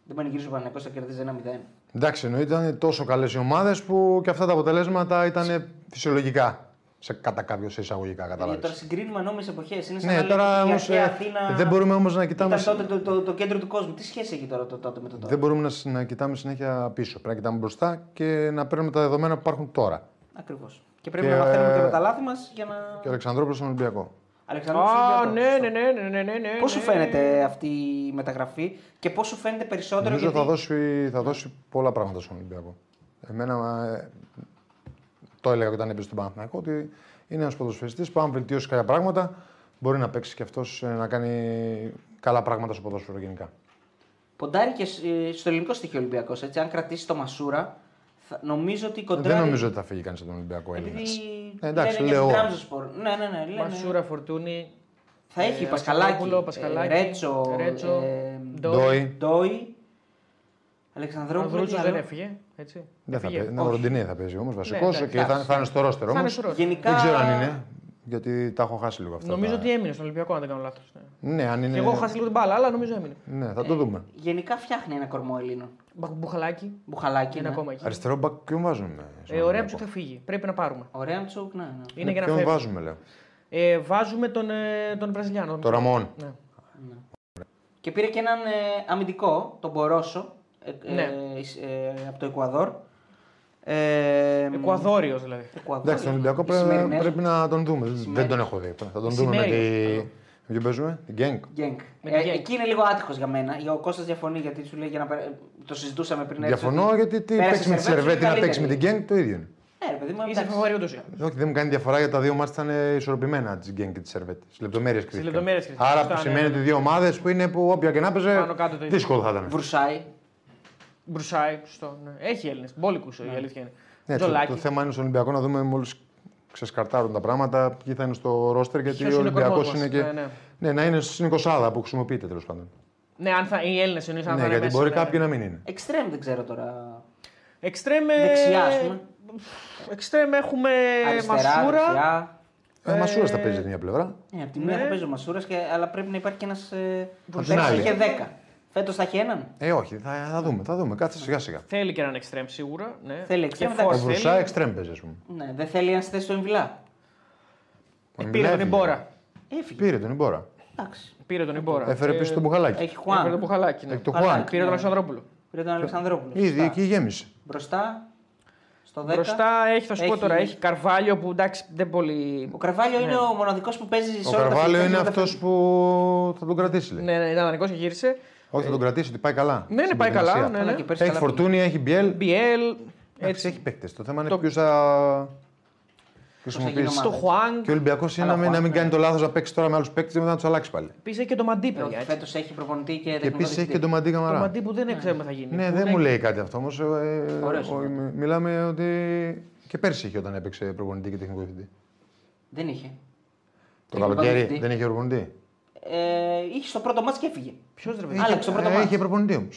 Speaker 2: Δεν πανηγύριζε ο Παναθηναϊκός να κερδίζει 1-0.
Speaker 4: Εντάξει, εννοείται ήταν τόσο καλές οι ομάδες που και αυτά τα αποτελέσματα ήταν φυσιολογικά. Σε, κατά κάποιος σε εισαγωγικά,
Speaker 2: Δηλαδή, τώρα
Speaker 4: κατάλαβε.
Speaker 2: συγκρίνουμε ανώμιε εποχές. Είναι σαν να
Speaker 4: Ναι,
Speaker 2: λέμε
Speaker 4: τώρα
Speaker 2: ότι η
Speaker 4: όμως.
Speaker 2: αρχαία Αθήνα
Speaker 4: Δεν μπορούμε όμως να
Speaker 2: Ήταν
Speaker 4: κοιτάμε. συ-
Speaker 2: τότε το, το, το, κέντρο του κόσμου. Τι σχέση έχει τώρα το τότε με το τώρα.
Speaker 4: Δεν μπορούμε να, συ- να κοιτάμε συνέχεια πίσω. Πρέπει να κοιτάμε μπροστά και να παίρνουμε τα δεδομένα που υπάρχουν τώρα.
Speaker 2: Ακριβώς. Και πρέπει
Speaker 4: Και,
Speaker 2: να μαθαίνουμε και
Speaker 4: ε,
Speaker 2: από τα λάθη μας για να.
Speaker 4: Και ο Αλεξανδρόπουλος στον Ολυμπιακό.
Speaker 2: Αλεξανδρός
Speaker 3: Α,
Speaker 2: Ολυμπιακός.
Speaker 3: ναι, ναι, ναι, ναι, ναι, ναι, ναι.
Speaker 2: Πώς σου φαίνεται αυτή η μεταγραφή και πώς σου φαίνεται περισσότερο.
Speaker 4: Νομίζω
Speaker 2: γιατί...
Speaker 4: θα, δώσει, θα δώσει πολλά πράγματα στον Ολυμπιακό. Εμένα ε, το έλεγα και όταν έπαιζε στον Παναθηναϊκό ότι είναι ένας ποδοσφαιριστής που αν βελτιώσει κάποια πράγματα μπορεί να παίξει και αυτός να κάνει καλά πράγματα στο ποδόσφαιρο γενικά.
Speaker 2: Ποντάρει και σ- ε, στο ελληνικό στοιχείο Ολυμπιακός. Έτσι, αν κρατήσει το Μασούρα, θα... νομίζω ότι κοντράρει.
Speaker 4: Δεν νομίζω ότι θα φύγει κανείς από τον Ολυμπιακό Έλληνα.
Speaker 2: Επειδή...
Speaker 4: εντάξει,
Speaker 2: λένε για
Speaker 4: λέω
Speaker 2: την
Speaker 4: εγώ.
Speaker 2: Τραμζοσπορ. Ναι, ναι, ναι. Λένε...
Speaker 3: Μασούρα, φορτούνη.
Speaker 2: Θα έχει
Speaker 3: Ε,
Speaker 2: Πασκαλάκη,
Speaker 3: Αστροπούλο, Πασκαλάκη,
Speaker 2: ε, Ρέτσο,
Speaker 3: Ρέτσο,
Speaker 2: ε,
Speaker 3: Ντόι.
Speaker 4: Ντόι.
Speaker 2: Ντόι.
Speaker 3: Ο
Speaker 2: Αλεξανδρόπουλο. τι
Speaker 3: Ανδρούτσο
Speaker 2: άλλο.
Speaker 3: δεν έφυγε. Έτσι.
Speaker 4: Δεν θα
Speaker 3: Έφυγε.
Speaker 4: παίζει. Ναι, ο Ροντινί θα παίζει όμως βασικός.
Speaker 3: εντάξει,
Speaker 4: θα, θα είναι στο ρόστερ
Speaker 3: Θα
Speaker 4: όμω.
Speaker 3: είναι στο roster.
Speaker 2: Γενικά.
Speaker 4: Δεν ξέρω αν είναι. Γιατί τα έχω χάσει λίγο αυτά.
Speaker 3: Νομίζω
Speaker 4: τα-
Speaker 3: ότι έμεινε στον Ολυμπιακό, αν δεν κάνω λάθος.
Speaker 4: Ναι, αν είναι.
Speaker 3: Και εγώ χάσα λίγο την μπάλα, αλλά νομίζω έμεινε.
Speaker 4: Ναι, θα το δούμε.
Speaker 2: Γενικά φτιάχνει ένα κορμό Ελλήνων.
Speaker 3: Μπα- Μπουχαλάκι.
Speaker 2: Μπουχαλάκι.
Speaker 3: Είναι
Speaker 2: ναι.
Speaker 3: ακόμα εκεί.
Speaker 4: Αριστερό μπακ ποιον βάζουμε.
Speaker 3: Ε, ο Ρέμψο θα φύγει. Πρέπει να πάρουμε.
Speaker 2: Ο Ρέμτσουκ, ναι, ναι.
Speaker 3: Είναι για να
Speaker 4: Ποιον
Speaker 3: φεύγει.
Speaker 4: βάζουμε, λέω.
Speaker 3: Ε, βάζουμε τον, ε, τον Βραζιλιάνο. τον-
Speaker 4: Το Ραμόν.
Speaker 3: Ναι.
Speaker 2: Και πήρε και έναν ε, αμυντικό, τον Μπορόσο, ε, ε,
Speaker 3: Ναι.
Speaker 2: ε, ε, από το Εκουαδόρ. Ε,
Speaker 3: Εκουαδόριος δηλαδή.
Speaker 2: Εκουαδόρ.
Speaker 4: Εντάξει, τον Ολυμπιακό
Speaker 2: Οι σημερινές-
Speaker 4: πρέπει, πρέπει να τον δούμε. Δεν τον έχω δει. Θα τον δούμε με τη.
Speaker 3: Σημερινές.
Speaker 4: Με ποιον παίζουμε, την Γκένκ.
Speaker 2: Γκένκ.
Speaker 3: Με τον
Speaker 2: Ε,
Speaker 3: Γκένκ.
Speaker 2: εκεί είναι λίγο άτυχος για μένα. Ο Κώστας διαφωνεί γιατί σου λέει για να πέρα- Το συζητούσαμε πριν. Ναι, έτσι,
Speaker 4: Διαφωνώ
Speaker 2: ότι
Speaker 4: γιατί τι
Speaker 2: πέρασε
Speaker 4: παίξεις με τη
Speaker 2: Σερβέτ,
Speaker 4: Σερβέτη να
Speaker 2: είναι
Speaker 4: παίξεις με την
Speaker 2: καλύτερη.
Speaker 4: Γκένκ το ίδιο. είναι.
Speaker 2: Ναι, ρε παιδί μου,
Speaker 3: Είσαι
Speaker 2: εντάξει.
Speaker 3: φαβορή ούτως ή άλλως.
Speaker 4: Όχι, δεν μου κάνει διαφορά γιατί τα δύο μάτια ήταν ε, ισορροπημένα της Γκένκ και της Σερβέτης. Στις λεπτομέρειες κρίθηκαν.
Speaker 3: λεπτομέρειες κρίθηκαν.
Speaker 4: Άρα
Speaker 3: Σωστά,
Speaker 4: που
Speaker 3: ναι,
Speaker 4: σημαίνει
Speaker 3: ναι.
Speaker 4: ότι δύο ομάδες που είναι που όποια και να
Speaker 3: Πάνω
Speaker 4: παίζε.
Speaker 3: κάτω το ίδιο.
Speaker 4: Δύσκολο θα ήταν.
Speaker 2: Βρουσάη.
Speaker 3: Μπρουσάι, σωστό. Ναι. Έχει Έλληνες. Μπόλικου η αλήθεια είναι.
Speaker 4: Ναι, το,
Speaker 3: Τζολάκη.
Speaker 4: το θέμα είναι στον Ολυμπιακό να δούμε μόλις ξεσκαρτάρουν τα πράγματα, ποιοι θα είναι στο ρόστερ γιατί
Speaker 3: Ποιος
Speaker 4: ο
Speaker 3: είναι ο κορμός
Speaker 4: Ολυμπιακό
Speaker 3: μας.
Speaker 4: είναι και.
Speaker 3: Ναι, ναι.
Speaker 4: Ναι, να είναι στην 20 που χρησιμοποιείται τέλος πάντων.
Speaker 3: Ναι, αν θα, οι Έλληνες εννοείς αν θα
Speaker 4: Ναι,
Speaker 3: είναι
Speaker 4: γιατί
Speaker 3: μέσα,
Speaker 4: μπορεί
Speaker 3: ναι,
Speaker 4: κάποιοι
Speaker 3: ναι.
Speaker 4: να μην είναι.
Speaker 2: Εξτρέμ δεν ξέρω τώρα.
Speaker 3: Εξτρέμ. ε,
Speaker 2: Δεξιά, ας πούμε.
Speaker 3: Εξτρέμ έχουμε
Speaker 2: Αριστερά,
Speaker 3: Μασούρα.
Speaker 2: δεξιά.
Speaker 4: Ε, Μασούρας θα παίζει από την μια πλευρά.
Speaker 2: Ναι, από τη μία
Speaker 3: Ναι.
Speaker 2: θα παίζει ο Μασούρας, αλλά πρέπει να υπάρχει και ε, ένα.
Speaker 4: την
Speaker 2: Πέρσι
Speaker 4: άλλη.
Speaker 2: είχε 10. Φέτος θα έχει έναν.
Speaker 4: Ε, όχι, θα, θα δούμε, θα δούμε. Κάτσε σιγά σιγά.
Speaker 3: Θέλει και έναν εξτρέμ σίγουρα. Ναι.
Speaker 2: Θέλει
Speaker 3: Και
Speaker 2: εξτρέμ,
Speaker 3: φόρ
Speaker 4: Ο
Speaker 2: εντάξει.
Speaker 3: θέλει.
Speaker 4: Βρουσά εξτρέμ παίζει, ας πούμε.
Speaker 2: Ναι, δεν θέλει ένας στη θέση του Εμβιλά.
Speaker 3: Ε, Πήρε τον
Speaker 4: Μιλάει, φίλε.
Speaker 3: Ιμπόρα. Ε,
Speaker 2: Έφυγε.
Speaker 4: Πήρε τον Ιμπόρα.
Speaker 2: Εντάξει.
Speaker 3: Πήρε τον Ιμπόρα.
Speaker 4: Έφερε πίσω τον Μπουχαλάκη.
Speaker 2: Έχει
Speaker 3: Έφερε τον
Speaker 2: Χουάν.
Speaker 3: Μπουχαλάκη. ναι.
Speaker 4: Έχει τον
Speaker 2: Χουάν.
Speaker 3: Αλλά Πήρε τον Αλεξανδρόπουλο.
Speaker 2: Πήρε τον Αλεξανδρόπουλο.
Speaker 4: Ήδη
Speaker 2: σωστά.
Speaker 4: εκεί γέμισε.
Speaker 2: Μπροστά. Στο 10.
Speaker 3: Μπροστά ε- έχει, θα σου πω
Speaker 2: Έχει-
Speaker 3: τώρα, έχει Καρβάλιο που εντάξει δεν πολύ.
Speaker 2: Ο Καρβάλιο είναι
Speaker 3: Ναι.
Speaker 2: ο μοναδικός που παίζει
Speaker 4: Ο
Speaker 2: σε όλα τα
Speaker 4: Καρβάλιο
Speaker 2: φιλικά
Speaker 4: είναι
Speaker 2: και όλα τα
Speaker 4: αυτό που θα τον κρατήσει. λέει.
Speaker 3: Ναι, ναι, ήταν δανεικός και γύρισε.
Speaker 4: Όχι, θα τον κρατήσει, ότι πάει καλά.
Speaker 3: Ναι, ναι,
Speaker 4: στην
Speaker 3: πάει καλά,
Speaker 4: προετοιμασία.
Speaker 3: ναι, ναι.
Speaker 2: Αλλά και πέρσι
Speaker 4: Έχει
Speaker 2: καλά πήγε.
Speaker 4: φορτούνη, έχει μπιέλ.
Speaker 3: BL.
Speaker 4: Έτσι.
Speaker 3: Έτσι.
Speaker 4: Έχει παίκτες. Το θέμα είναι
Speaker 3: Το-
Speaker 4: ποιου θα
Speaker 2: γίνει
Speaker 4: χρησιμοποιήσει.
Speaker 2: ομάδα.
Speaker 3: Στο Χουάνγκ.
Speaker 4: Και ο Ολυμπιακός είναι
Speaker 2: Αλλά
Speaker 4: να μην,
Speaker 2: Χουάν,
Speaker 4: να μην
Speaker 2: ναι.
Speaker 4: κάνει το λάθος να παίξει τώρα με άλλους παίκτες και μετά να τους αλλάξει πάλι.
Speaker 3: Επίσης έχει και το Μαντί, παιδιά. έτσι.
Speaker 2: Φέτο έχει προπονητή και
Speaker 4: Και
Speaker 2: τεχνικό
Speaker 4: επίση έχει και
Speaker 2: διευθυντή.
Speaker 4: τον Μαντί
Speaker 3: Το
Speaker 4: Καμαρά.
Speaker 3: Μαντί που δεν ξέρουμε θα γίνει.
Speaker 4: Ναι,
Speaker 3: Που
Speaker 4: δεν μου λέει κάτι αυτό όμως.
Speaker 2: Ωραίος είναι.
Speaker 4: Μιλάμε ότι και πέρσι είχε όταν έπαιξε προπονητή και τεχνικό διευθυντή.
Speaker 2: Δεν είχε.
Speaker 4: Το
Speaker 2: Τεχνικό
Speaker 4: καλοκαίρι
Speaker 2: διευθυντή.
Speaker 4: δεν είχε προπονητή.
Speaker 2: Ε, είχε στο πρώτο μάτς και έφυγε.
Speaker 3: Ποιος ρε παιδί.
Speaker 2: Άλλαξε το πρώτο
Speaker 4: Ε,
Speaker 2: μάτς.
Speaker 4: Είχε προπονητή όμως.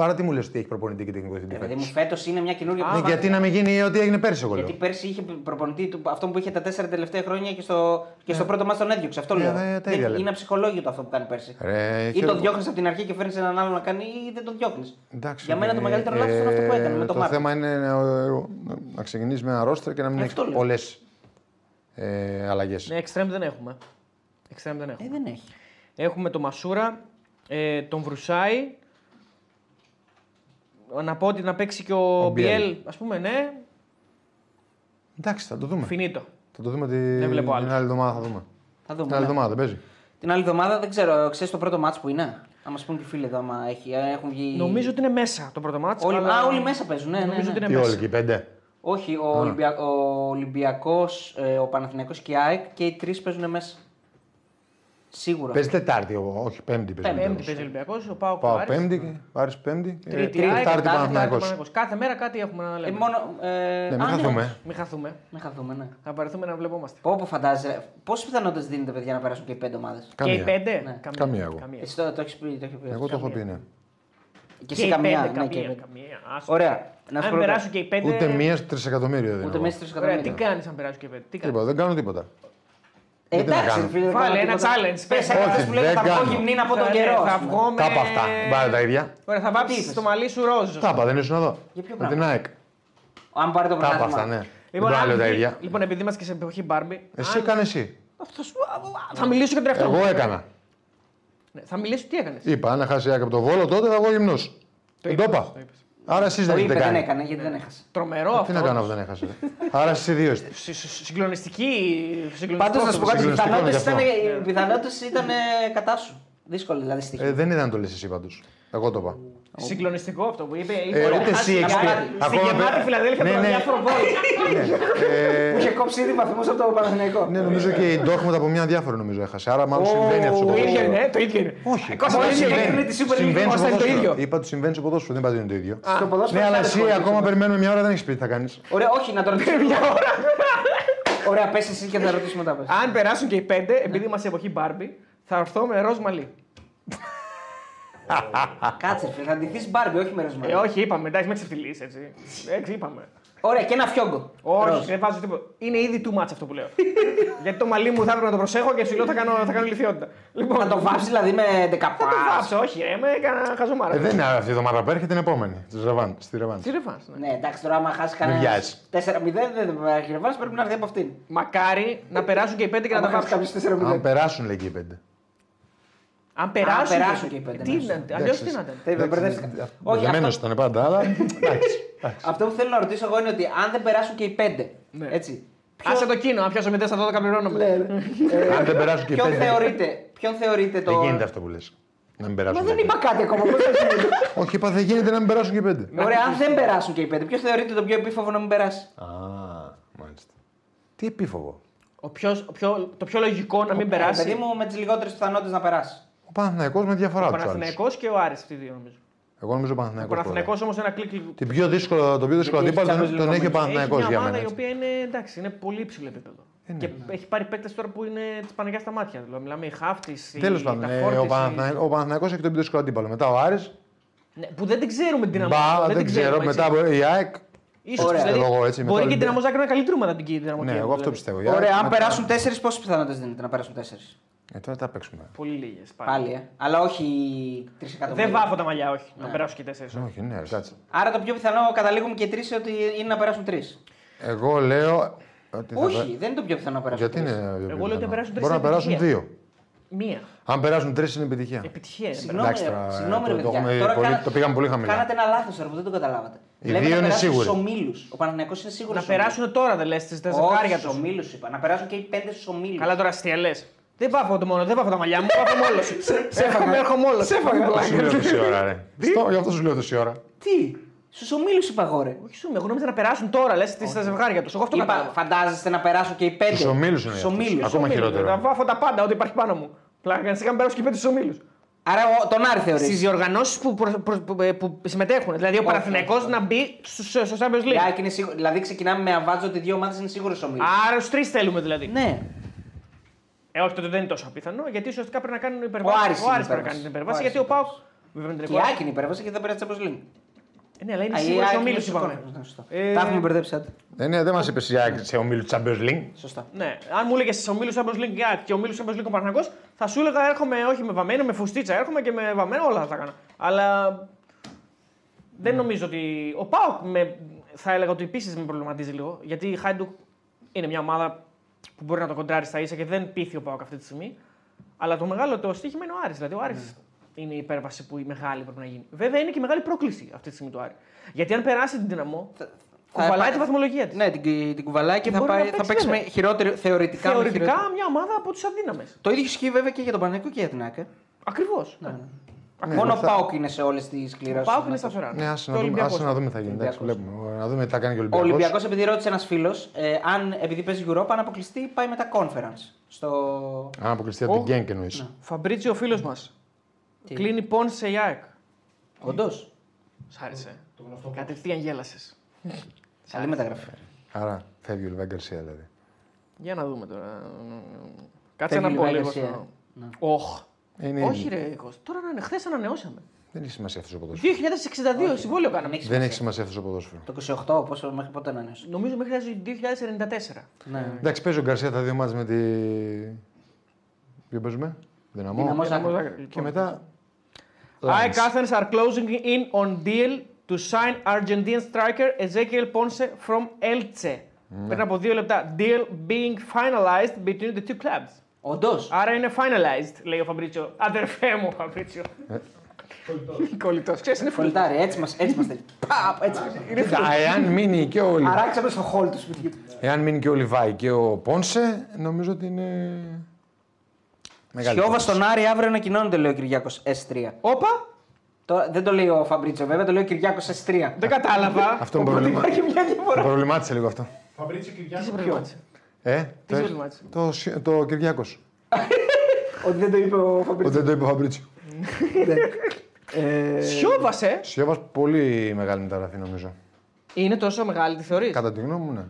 Speaker 4: Άρα τι μου λες ότι έχει προπονητή και τεχνικό
Speaker 2: Ρε
Speaker 4: διευθυντή.
Speaker 2: παιδί μου,
Speaker 4: φέτος?
Speaker 2: φέτο είναι μια καινούργια
Speaker 4: Ε, Ναι,
Speaker 2: ομάδα.
Speaker 4: γιατί να μην γίνει ό,τι έγινε πέρσι, εγώ λέω.
Speaker 2: Γιατί πέρσι είχε προπονητή του, αυτόν που είχε τα τέσσερα τελευταία χρόνια και στο, και στο πρώτο μάτι τον έδιωξε. Αυτό
Speaker 4: Ναι,
Speaker 2: λέω.
Speaker 4: ναι, τα ίδια
Speaker 2: Δεν-
Speaker 4: λέμε.
Speaker 2: είναι ψυχολόγητο αυτό που κάνει πέρσι.
Speaker 4: Ρε,
Speaker 2: ή
Speaker 4: χαίρομαι.
Speaker 2: τον διώχνεις από την αρχή και φέρνεις έναν άλλο να κάνει, ή δεν τον διώχνεις.
Speaker 4: Εντάξει,
Speaker 2: Για μένα το
Speaker 4: ε,
Speaker 2: μεγαλύτερο λάθος είναι αυτό που έκανε με
Speaker 4: ε,
Speaker 2: το,
Speaker 4: Το
Speaker 2: Μάρτιν.
Speaker 4: θέμα είναι να, να ξεκινήσεις με ένα ρόστερ και να μην
Speaker 2: Αυτό
Speaker 4: έχεις
Speaker 2: λέω.
Speaker 4: πολλές ε, αλλαγές.
Speaker 3: Ναι, εξτρέμ δεν έχουμε. Εξτρέμ δεν
Speaker 2: Ε,
Speaker 3: έχουμε.
Speaker 2: δεν έχει.
Speaker 3: Έχουμε τον Μασούρα, ε, τον Βρουσάη. Να πω ότι να παίξει και ο,
Speaker 4: Ο
Speaker 3: Μπιέλ,
Speaker 4: Μπιέλ.
Speaker 3: ας πούμε, ναι.
Speaker 4: Εντάξει, θα το δούμε.
Speaker 3: Φινίτο.
Speaker 4: Θα το δούμε τη-
Speaker 3: Δεν βλέπω άλλους.
Speaker 4: την άλλη εβδομάδα. Θα δούμε.
Speaker 2: Θα
Speaker 4: Την
Speaker 2: δούμε.
Speaker 4: άλλη
Speaker 2: ναι.
Speaker 4: εβδομάδα δεν παίζει.
Speaker 2: Την άλλη εβδομάδα δεν ξέρω, ξέρεις το πρώτο μάτσο που είναι. Να μας πούν και οι φίλοι εδώ, άμα έχει, ε, έχουν βγει.
Speaker 3: Νομίζω ότι είναι μέσα το πρώτο μάτσο.
Speaker 2: Όλοι- α, όλοι μέσα παίζουν, ναι, ναι,
Speaker 3: Νομίζω
Speaker 2: ναι.
Speaker 3: ότι είναι
Speaker 4: Οι
Speaker 3: μέσα.
Speaker 4: όλοι εκεί, πέντε.
Speaker 2: Όχι, ο, Ολυμπια... ο Ολυμπιακός, ο Παναθηναϊκός και η ΑΕΚ και οι τρεις παίζουν μέσα. Σίγουρα.
Speaker 4: Παίζει Τετάρτη, ο- όχι Πέμπτη. Παίζει ο
Speaker 3: Πέμπτη
Speaker 4: Ολυμπιακός.
Speaker 3: παίζει ο Ολυμπιακός, ο Πάοκ. ο
Speaker 4: Πάω
Speaker 3: Άρης.
Speaker 4: Πέμπτη, Άρης Πέμπτη. ε,
Speaker 3: Τρίτη,
Speaker 2: Τρίτη,
Speaker 3: Άρη,
Speaker 4: Τετάρτη
Speaker 3: Τετάρτη,
Speaker 4: Παναθηναϊκός.
Speaker 3: Παναθηναϊκός. Κάθε μέρα κάτι έχουμε να λέμε.
Speaker 2: Ε, μόνο, ε,
Speaker 4: Ναι, μην
Speaker 2: α,
Speaker 4: χαθούμε.
Speaker 3: Μην χαθούμε.
Speaker 2: Μην χαθούμε, ναι.
Speaker 3: Θα παρεθούμε να βλεπόμαστε.
Speaker 2: Πω, πω φαντάζεσαι. Πόσες πιθανότητες δίνετε, παιδιά, να περάσουν και οι πέντε ομάδες.
Speaker 3: Και οι
Speaker 4: Καμία.
Speaker 3: πέντε.
Speaker 2: Ναι.
Speaker 4: Καμία εγώ.
Speaker 2: Εσύ το, το έχεις πει. Το έχεις πει.
Speaker 4: Εγώ το έχω πει, ναι.
Speaker 2: Και εσύ καμία. ναι, και εγώ. Ωραία. Να σου
Speaker 3: Αν
Speaker 2: πω.
Speaker 3: περάσουν και οι πέντε.
Speaker 4: Ούτε μία στο τρισεκατομμύριο δεν
Speaker 2: Ούτε μέσα στι
Speaker 3: Ωραία, τι
Speaker 2: εκατομμύρια.
Speaker 3: κάνεις αν περάσουν και οι πέντε. Τι κάνεις.
Speaker 4: Τίποτα, δεν κάνω τίποτα.
Speaker 2: Ε,
Speaker 4: Γιατί να
Speaker 2: Εντάξει,
Speaker 4: κάνω.
Speaker 2: φίλε, δεν
Speaker 3: Βάλε
Speaker 2: κάνω
Speaker 3: ένα
Speaker 2: τίποτα.
Speaker 3: challenge,
Speaker 2: Πες
Speaker 3: πες.
Speaker 2: ένα
Speaker 4: Όχι,
Speaker 2: που λέει
Speaker 4: δεν
Speaker 2: θα βγω
Speaker 4: κάνω.
Speaker 2: γυμνή από τον
Speaker 3: Θα-
Speaker 2: καιρό. ας
Speaker 3: Θα
Speaker 2: πούμε.
Speaker 3: βγω με...
Speaker 4: Τα είπα αυτά. Μπάρε τα ίδια.
Speaker 3: Ωραία, θα
Speaker 2: Τι είπες?
Speaker 3: βάψει το μαλλί σου ροζ.
Speaker 4: Τα είπα, δεν ήσουν εδώ.
Speaker 2: Για ποιο
Speaker 4: Με την
Speaker 2: πράγμα?
Speaker 4: ΑΕΚ.
Speaker 2: Αν πάρει το
Speaker 4: Τα είπα
Speaker 2: πρωτάθλημα.
Speaker 4: αυτά, ναι. Δεν
Speaker 3: Λοιπόν,
Speaker 4: μπορώ να
Speaker 3: αν
Speaker 4: λέω τα
Speaker 3: βγει-
Speaker 4: ίδια.
Speaker 3: λοιπόν, επειδή είμαστε και σε εποχή Μπάρμπι.
Speaker 4: Εσύ έκανε εσύ.
Speaker 3: Θα, σου... θα μιλήσω για τον εαυτό μου.
Speaker 4: Εγώ έκανα.
Speaker 3: Ναι, θα μιλήσω τι έκανες.
Speaker 4: Είπα, αν χάσει η ΑΕΚ από το βόλο, τότε θα βγω γυμνός. Την το
Speaker 3: είπες,
Speaker 4: είπα.
Speaker 3: το είπες.
Speaker 4: Άρα εσείς
Speaker 2: Το
Speaker 4: δεν
Speaker 2: είπε,
Speaker 4: έχετε
Speaker 2: δεν
Speaker 4: κάνει.
Speaker 2: έκανε, γιατί δεν έχασε.
Speaker 3: Τρομερό
Speaker 4: Ε, Τι
Speaker 3: αυτό.
Speaker 4: να κάνω που δεν έχασε. ρε. Άρα εσείς οι δύο είστε.
Speaker 3: Συ- συ- συ- Συγκλονιστική. συγκλονιστικό
Speaker 2: Πάντως να σου πω
Speaker 3: αυτό.
Speaker 2: κάτι, οι
Speaker 4: Συγκλονιστικό
Speaker 2: πιθανότητε
Speaker 4: είναι
Speaker 2: ήταν,
Speaker 4: και
Speaker 2: οι πιθανότητες ήταν ε, κατά σου. Δύσκολη δηλαδή στιγμή.
Speaker 4: Ε, Δεν ήταν το λε εσύ πάντως. Εγώ το είπα.
Speaker 3: Συγκλονιστικό αυτό που είπε.
Speaker 4: Ε,
Speaker 3: είπε
Speaker 4: ούτε εσύ
Speaker 2: να
Speaker 4: έχει
Speaker 2: πάρει.
Speaker 3: Στην
Speaker 4: πει. Ακόμα
Speaker 3: γεμάτη
Speaker 4: πέρα-
Speaker 3: Φιλαδέλφια
Speaker 4: Ναι,
Speaker 3: τον
Speaker 4: ναι.
Speaker 3: αδιάφορο βόλιο.
Speaker 2: Που είχε κόψει ήδη βαθμούς από το Παναθηναϊκό.
Speaker 4: Ναι, νομίζω και η Ντόρκμουντ από μια διάφορη νομίζω έχασε. Άρα μάλλον συμβαίνει αυτό το
Speaker 3: Το
Speaker 4: πράγμα.
Speaker 3: ίδιο είναι, το ίδιο είναι.
Speaker 4: Όχι.
Speaker 3: Κώστα,
Speaker 2: Μόνο
Speaker 3: το ίδιο
Speaker 2: συμβαίνει.
Speaker 3: είναι.
Speaker 2: τη Super League,
Speaker 4: Συμβαίνει στο
Speaker 3: Κώστα, είναι το
Speaker 4: ποδόσφαιρο.
Speaker 3: ίδιο.
Speaker 4: Είπα ότι συμβαίνει στο ποδόσφαιρο, δεν είπα ότι είναι το ίδιο.
Speaker 2: Στο ποδόσφαιρο
Speaker 4: Ναι, αλλά
Speaker 2: δεν
Speaker 4: εσύ
Speaker 2: ασχολείσαι.
Speaker 4: ακόμα περιμένουμε μια ώρα δεν έχεις πει τι θα κάνεις.
Speaker 2: Ωραία, όχι να το ρωτήσω. Μια ώρα. Ωραία, πες εσύ και θα ρωτήσουμε μετά. πες.
Speaker 3: Αν περάσουν και οι πέντε, επειδή είμαστε εποχή Μπάρμπι, θα έρθω με ροζ μαλλί.
Speaker 2: Κάτσε, φίλε, θα ντυθείς μπάρμπι, όχι με ρεσμένο.
Speaker 4: Ναι.
Speaker 3: Ε, όχι, είπαμε, εντάξει, με ξεφτυλίσει έτσι. Έτσι είπαμε.
Speaker 2: Ωραία, και ένα φιόγκο.
Speaker 3: Όχι,
Speaker 2: Ροζ.
Speaker 3: δεν βάζω τίποτα. Είναι ήδη too much αυτό που λέω. [LAUGHS] Γιατί το μαλλί μου θα έπρεπε να το προσέχω και σου λέω θα κάνω, θα κάνω λιθιότητα. Λοιπόν,
Speaker 2: Να το βάψεις δηλαδή με
Speaker 3: Θα το
Speaker 2: δεκαπά.
Speaker 3: βάψω, όχι, ρε, με έκανα χαζομάρα.
Speaker 4: Ε, δεν είναι αυτή η εβδομάδα που έρχεται, την επόμενη. Τη Ρεβάν. Στη Ρεβάν.
Speaker 3: Τι ρε φας, ναι.
Speaker 2: Ναι, εντάξει, τώρα άμα χάσει κανένας.
Speaker 4: βιάζει.
Speaker 2: 4-0 δεν υπάρχει να βάψει, πρέπει να έρθει από αυτήν.
Speaker 3: Μακάρι να περάσουν και οι πέντε και να τα
Speaker 2: Άμα χάσει
Speaker 3: βάψουν.
Speaker 2: κάποιος 4-0.
Speaker 4: Αν περάσουν, λέει και οι πέντε.
Speaker 2: Ε,
Speaker 3: Αν περάσουν,
Speaker 2: περάσουν και οι πέντε,
Speaker 3: Τι
Speaker 2: ναι.
Speaker 3: να, αλλιώς τι
Speaker 4: Εντάξει,
Speaker 3: να ήταν.
Speaker 2: Τε-
Speaker 4: εντάξει,
Speaker 2: μπερδεύτηκα.
Speaker 4: ε,
Speaker 2: Όχι,
Speaker 4: μπερδεμένος
Speaker 2: αυτό-
Speaker 4: ήταν πάντα, αλλά εντάξει. εντάξει.
Speaker 2: Αυτό που θέλω να ρωτήσω εγώ είναι ότι αν δεν περάσουν και οι 5.
Speaker 3: Ναι.
Speaker 2: Έτσι. ε,
Speaker 3: Άσε το κίνο, αν πιάσω 0 στα 12
Speaker 4: Ε,
Speaker 2: Ναι,
Speaker 3: πληρώνομαι.
Speaker 4: Αν δεν περάσουν και οι
Speaker 2: Ποιον
Speaker 4: πέντε.
Speaker 2: θεωρείτε, ποιον θεωρείτε το.
Speaker 4: Δεν γίνεται αυτό που λες. Να μην περάσουν.
Speaker 2: Μα
Speaker 4: και
Speaker 2: δεν
Speaker 4: οι
Speaker 2: είπα κάτι ακόμα. πώς θα
Speaker 4: [LAUGHS]
Speaker 2: γίνεται.
Speaker 4: πέντε. Όχι, είπα δεν γίνεται να μην περάσουν και οι πέντε.
Speaker 2: Ωραία, αν δεν περάσουν και οι 5, ποιο θεωρείτε το πιο επίφοβο να μην περάσει.
Speaker 4: Α, μάλιστα. Τι επίφοβο.
Speaker 3: Ο ποιος- ο πιο- Το πιο λογικό να μην
Speaker 2: Ε, Παιδί
Speaker 3: περάσει.
Speaker 2: μου με τις λιγότερες πιθανότητες να περάσει.
Speaker 4: Ο Παναθηναϊκός με διαφορά
Speaker 3: Ο
Speaker 4: τους άλλους.
Speaker 3: Παναθηναϊκός και ο Άρης αυτοί οι δύο νομίζω.
Speaker 4: Εγώ νομίζω ο
Speaker 3: Ο
Speaker 4: Παναθηναϊκός. πρώτα.
Speaker 3: Παναθηναϊκός όμως ένα κλικ κλικ.
Speaker 4: Την πιο δύσκολο, τον πιο δύσκολο
Speaker 2: Γιατί
Speaker 4: αντίπαλο
Speaker 2: έχει
Speaker 4: τον,
Speaker 2: Champions
Speaker 4: τον
Speaker 2: League
Speaker 4: έχει ο
Speaker 3: Έχει
Speaker 4: Παναθηναϊκός
Speaker 3: μια
Speaker 4: για
Speaker 3: ομάδα
Speaker 4: μένα.
Speaker 3: η
Speaker 4: έτσι. Ε, ναι.
Speaker 3: οποία είναι, εντάξει, είναι πολύ υψηλό επίπεδο. Και έχει πάρει παίκτες τώρα που είναι της Παναγιάς στα μάτια. Δηλαδή, μιλάμε η Χάφτης, η
Speaker 4: Τέλος πάντων, ε, ο, Παναθηναϊκ- ο Παναθηναϊκός έχει τον πιο δύσκολο αντίπαλο. Μετά ο Άρης,
Speaker 3: Ναι, που δεν την ξέρουμε την
Speaker 4: μπα,
Speaker 3: δυναμική.
Speaker 4: δεν ξέρω, μετά από- η ΑΕΚ.
Speaker 3: Ίσως,
Speaker 2: Ωραία.
Speaker 3: δηλαδή,
Speaker 4: Εγώ έτσι, μετά
Speaker 3: μπορεί και η
Speaker 4: Ολυμπιακός.
Speaker 3: δυναμοζάκη να είναι καλύτερη ομάδα από δηλαδή. την δυναμική.
Speaker 4: Ναι, εγώ αυτό πιστεύω. η ΑΕΚ,
Speaker 2: Ωραία, αν
Speaker 4: μετά-
Speaker 2: περάσουν 4, πόσε πιθανότητε δίνεται να περάσουν 4.
Speaker 4: Ε, τώρα τα παίξουμε.
Speaker 3: Πολύ λίγες.
Speaker 2: Πάλι, ε. Αλλά όχι 3 εκατομμύρια.
Speaker 3: Δεν βάφω τα μαλλιά, όχι.
Speaker 2: Ναι.
Speaker 3: Να περάσω και τέσσερις.
Speaker 4: Όχι, ναι, κάτσε.
Speaker 2: Άρα το πιο πιθανό καταλήγουμε και οι τρεις ότι είναι να περάσουν τρεις.
Speaker 4: Εγώ λέω. Ότι θα πε-
Speaker 2: Όχι, δεν είναι το πιο πιθανό να περάσουν.
Speaker 4: Γιατί είναι.
Speaker 2: τρεις.
Speaker 3: λέω ότι θα περάσουν τρεις
Speaker 4: Μπορεί να
Speaker 3: είναι
Speaker 4: περάσουν
Speaker 3: επιτυχία.
Speaker 4: δύο.
Speaker 3: Μία.
Speaker 4: Αν περάσουν τρεις είναι επιτυχία.
Speaker 3: Επιτυχία. είναι.
Speaker 2: Συγγνώμη,
Speaker 4: Εντάξει,
Speaker 2: ρε,
Speaker 4: τώρα, ε,
Speaker 2: συγγνώμη,
Speaker 4: το-
Speaker 2: ρε,
Speaker 4: το
Speaker 2: παιδιά.
Speaker 4: έχουμε
Speaker 2: Τώρα
Speaker 4: πολύ-
Speaker 2: κάνα-
Speaker 4: το πήγαμε πολύ χαμηλά.
Speaker 2: Κάνατε ένα λάθος που δεν το καταλάβατε.
Speaker 4: Οι
Speaker 2: Λέμε
Speaker 4: δύο
Speaker 2: να
Speaker 4: είναι
Speaker 2: περάσουν
Speaker 4: σίγουροι.
Speaker 2: στους ομίλους. Ο Παναθηναϊκός είναι σίγουρος.
Speaker 3: Να περάσουν τώρα, δεν λες, τι
Speaker 2: τα
Speaker 3: ζευγάρια
Speaker 2: Στου
Speaker 3: του.
Speaker 2: ομίλους είπα. Να περάσουν και οι πέντε στους ομίλους.
Speaker 3: Καλά τώρα αστιαλές. Δεν βάφω το μόνο, δεν βάφω τα μαλλιά μου, βάφω όλο. Έρχομαι, έρχομαι όλο. Σε
Speaker 4: Σου λέω τόση ώρα, ρε. Στο- Γι' αυτό σου λέω τόση ώρα.
Speaker 2: Τι, στους ομίλους είπα εγώ ρε.
Speaker 3: Όχι σου, εγώ νόμιζα να περάσουν τώρα, λες τι στα ζευγάρια τους. Εγώ αυτό
Speaker 2: Είπα,
Speaker 3: κατάλαβα.
Speaker 2: φαντάζεστε να περάσουν και οι πέντε.
Speaker 4: Στους ομίλους είναι.
Speaker 2: Στους
Speaker 4: αυτός.
Speaker 2: ομίλους.
Speaker 4: Ακόμα
Speaker 3: Ομίλους, Να
Speaker 4: χειρότερο.
Speaker 3: βάφω τα πάντα, ό,τι υπάρχει πάνω μου. Πλάκα, σιγά να περάσω και πέντε στους ομίλους.
Speaker 2: Άρα ο- τον Άρη
Speaker 3: Στι
Speaker 2: θεωρείς.
Speaker 3: διοργανώσεις που, προ- προ- που, ε, που συμμετέχουν. Δηλαδή ο
Speaker 2: Όχι,
Speaker 3: Παναθηναϊκός
Speaker 2: όχι.
Speaker 3: να μπει στους- στο
Speaker 2: Η
Speaker 3: Champions League.
Speaker 2: ΑΕΚ είναι σίγουρη. Δηλαδή ξεκινάμε με αβάτζο ότι δύο ομάδες είναι σίγουρες ομίλους.
Speaker 3: Άρα στους τρεις θέλουμε δηλαδή.
Speaker 2: Ναι.
Speaker 3: Ε, όχι, τότε δεν είναι τόσο απίθανο, γιατί ουσιαστικά πρέπει να κάνουν
Speaker 2: Ο
Speaker 3: υπερβάση.
Speaker 2: Άρης
Speaker 3: Ο Άρης
Speaker 2: είναι
Speaker 3: πρέπει να κάνει την
Speaker 2: υπέρβαση.
Speaker 3: υπερβάση,
Speaker 2: Ο
Speaker 3: γιατί ο
Speaker 2: Άρης
Speaker 3: Πάοκ. Βέβαια με την
Speaker 2: Και η ΑΕΚ
Speaker 3: υπερβάση.
Speaker 2: είναι υπέρβαση και δεν πέρασε Champions League.
Speaker 3: Ε, Ναι, αλλά Ναι, είναι
Speaker 2: Α, η
Speaker 3: σίγουρο
Speaker 2: ΑΕΚ
Speaker 3: ο
Speaker 2: είναι
Speaker 3: ομίλου,
Speaker 2: στο
Speaker 3: είπαμε.
Speaker 2: κόμμα. Σωστό.
Speaker 3: Ε,
Speaker 2: Τα έχουμε μπερδέψει άντε.
Speaker 4: Ε, ναι, δεν μας είπες η ΑΕΚ σε ομίλου Champions League.
Speaker 2: Σωστά.
Speaker 3: Ναι, αν μου έλεγες σε ομίλου Champions League και ΑΕΚ και ομίλου Champions League ο Παναγό, θα σου έλεγα έρχομαι όχι με βαμμένο, με φουστίτσα έρχομαι και με βαμμένο, όλα θα τα έκανα. Αλλά δεν νομίζω ότι. Ο Πάοκ με... θα έλεγα ότι επίσης με προβληματίζει λίγο. Γιατί η Χάιντουκ είναι μια ομάδα που μπορεί να το κοντράρεις στα ίσα και δεν πείθει ο Πάοκ αυτή τη στιγμή. Αλλά το μεγάλο το στοίχημα είναι ο Άρης. Δηλαδή ο Άρης είναι η υπέρβαση που η μεγάλη πρέπει να γίνει. Βέβαια είναι και η μεγάλη πρόκληση αυτή τη στιγμή του Άρη. Γιατί αν περάσει την δυναμό, κουβαλάει τη βαθμολογία της.
Speaker 2: Ναι, την, την κουβαλάει και,
Speaker 3: Και
Speaker 2: θα,
Speaker 3: μπορεί να
Speaker 2: πάει, θα
Speaker 3: παίξει,
Speaker 2: παίξει με
Speaker 3: βέβαια.
Speaker 2: χειρότερη, θεωρητικά. με
Speaker 3: Θεωρητικά
Speaker 2: χειρότερη.
Speaker 3: μια ομάδα από του αδύναμες.
Speaker 2: Το ίδιο ισχύει βέβαια και για τον Παναγικό και για την ΑΕΚ. ε.
Speaker 3: Ακριβώς.
Speaker 2: Μόνο ο
Speaker 4: Ναι, θα-
Speaker 2: Πάοκ είναι σε όλες τις σκληρέ.
Speaker 3: Ο Πάοκ είναι σταθερά.
Speaker 4: Ναι, άσε
Speaker 3: Και
Speaker 4: να
Speaker 3: ο
Speaker 4: δούμε,
Speaker 3: Ολυμπιακός.
Speaker 4: άσε να δούμε τι θα γίνει. Εντάξει,
Speaker 2: Ολυμπιακός.
Speaker 4: βλέπουμε. Να δούμε τι θα κάνει και ο
Speaker 2: Ο Ολυμπιακός,
Speaker 4: Ολυμπιακός.
Speaker 2: επειδή ρώτησε ένας φίλος, ε, αν επειδή παίζει Europa, αν αποκλειστεί, πάει μετά conference. Στο.
Speaker 4: Αν αποκλειστεί από την Γκένκ εννοείς.
Speaker 3: Ναι. Φαμπρίτσιο, ο φίλος μας.
Speaker 2: Τι?
Speaker 3: Κλείνει πόν σε Ιάκ.
Speaker 2: Όντως.
Speaker 3: Σ' άρεσε. Κατευθείαν γέλασες.
Speaker 2: Καλή μεταγραφή.
Speaker 4: Άρα φεύγει ο Λιβάη Γκαρσία δηλαδή.
Speaker 3: Για να δούμε τώρα. Κάτσε
Speaker 2: Φεύγει
Speaker 3: να
Speaker 2: η
Speaker 3: πω
Speaker 2: Λιβάη
Speaker 3: λίγο. ε. Ναι.
Speaker 2: Γκαρσία.
Speaker 3: στο- Οχ.
Speaker 4: Είναι
Speaker 3: Όχι,
Speaker 4: ήδη.
Speaker 3: ρε Κώστας. Τώρα να χθες ανανεώσαμε.
Speaker 4: Δεν έχει σημασία αυτό ο ποδόσφαιρο.
Speaker 3: 2062 συμβόλαιο κάναμε.
Speaker 4: Δεν έχει σημασία αυτό ο ποδόσφαιρο.
Speaker 2: Το 28, πόσο μέχρι πότε να είναι.
Speaker 3: Νομίζω μέχρι το 2094.
Speaker 2: Ναι.
Speaker 4: Εντάξει, παίζει ο Γκαρσία τα δύο μάτια με τη. Ποιο παίζουμε, Δυναμό.
Speaker 2: Δυναμό
Speaker 4: Και
Speaker 2: Ζάγκρεπ.
Speaker 3: Ζάγκρεπ,
Speaker 4: Και
Speaker 3: λοιπόν.
Speaker 4: μετά.
Speaker 3: I Athens are closing in on deal to sign Argentine striker Ezekiel Ponce from Elche.
Speaker 4: Ναι.
Speaker 3: Πριν από δύο λεπτά. Deal being finalized between the two clubs.
Speaker 2: Όντως.
Speaker 3: Άρα είναι finalized, λέει ο Φαμπρίτσιο. Αδερφέ μου, Φαμπρίτσιο.
Speaker 4: Ε.
Speaker 3: Κολλητός. Ξέρεις, είναι φουλ.
Speaker 2: Φολτάρι, έτσι μας έτσι μας
Speaker 3: [LAUGHS]
Speaker 2: θέλει. Παπ, έτσι.
Speaker 4: Κοίτα, εάν μείνει και ο Λι-
Speaker 2: Αράξαμε στο χόλ του σπιτιού. του.
Speaker 4: εάν μείνει και ο Λιβάη και ο Πόνσε, νομίζω ότι είναι. Μεγάλη
Speaker 2: Σιώβα
Speaker 4: υπόθεση.
Speaker 2: στον Άρη αύριο ανακοινώνεται, λέει ο Κυριάκος S3.
Speaker 3: Όπα,
Speaker 2: Τώρα, δεν το λέει ο Φαμπρίτσο, βέβαια, το λέει ο Κυριάκος S3.
Speaker 3: δεν κατάλαβα.
Speaker 4: Αυτό με προβλημά-
Speaker 2: Υπάρχει μια διαφορά.
Speaker 4: με προβλημάτισε λίγο αυτό.
Speaker 7: Φαμπρίτσιο
Speaker 3: Τι σε
Speaker 7: Κυριάκο.
Speaker 3: προβλημάτισε.
Speaker 4: Ε, το,
Speaker 3: προβλημάτισε?
Speaker 4: το, Σι- το Κυριάκος.
Speaker 2: Ότι δεν το είπε ο Φαμπρίτσο.
Speaker 4: Δεν το είπε ο Φαμπρίτσιο. Ε,
Speaker 3: Σιώβασε.
Speaker 4: Σιώβα πολύ μεγάλη μεταγραφή νομίζω.
Speaker 3: Είναι τόσο μεγάλη, τη θεωρείς.
Speaker 4: Κατά τη γνώμη μου, ναι.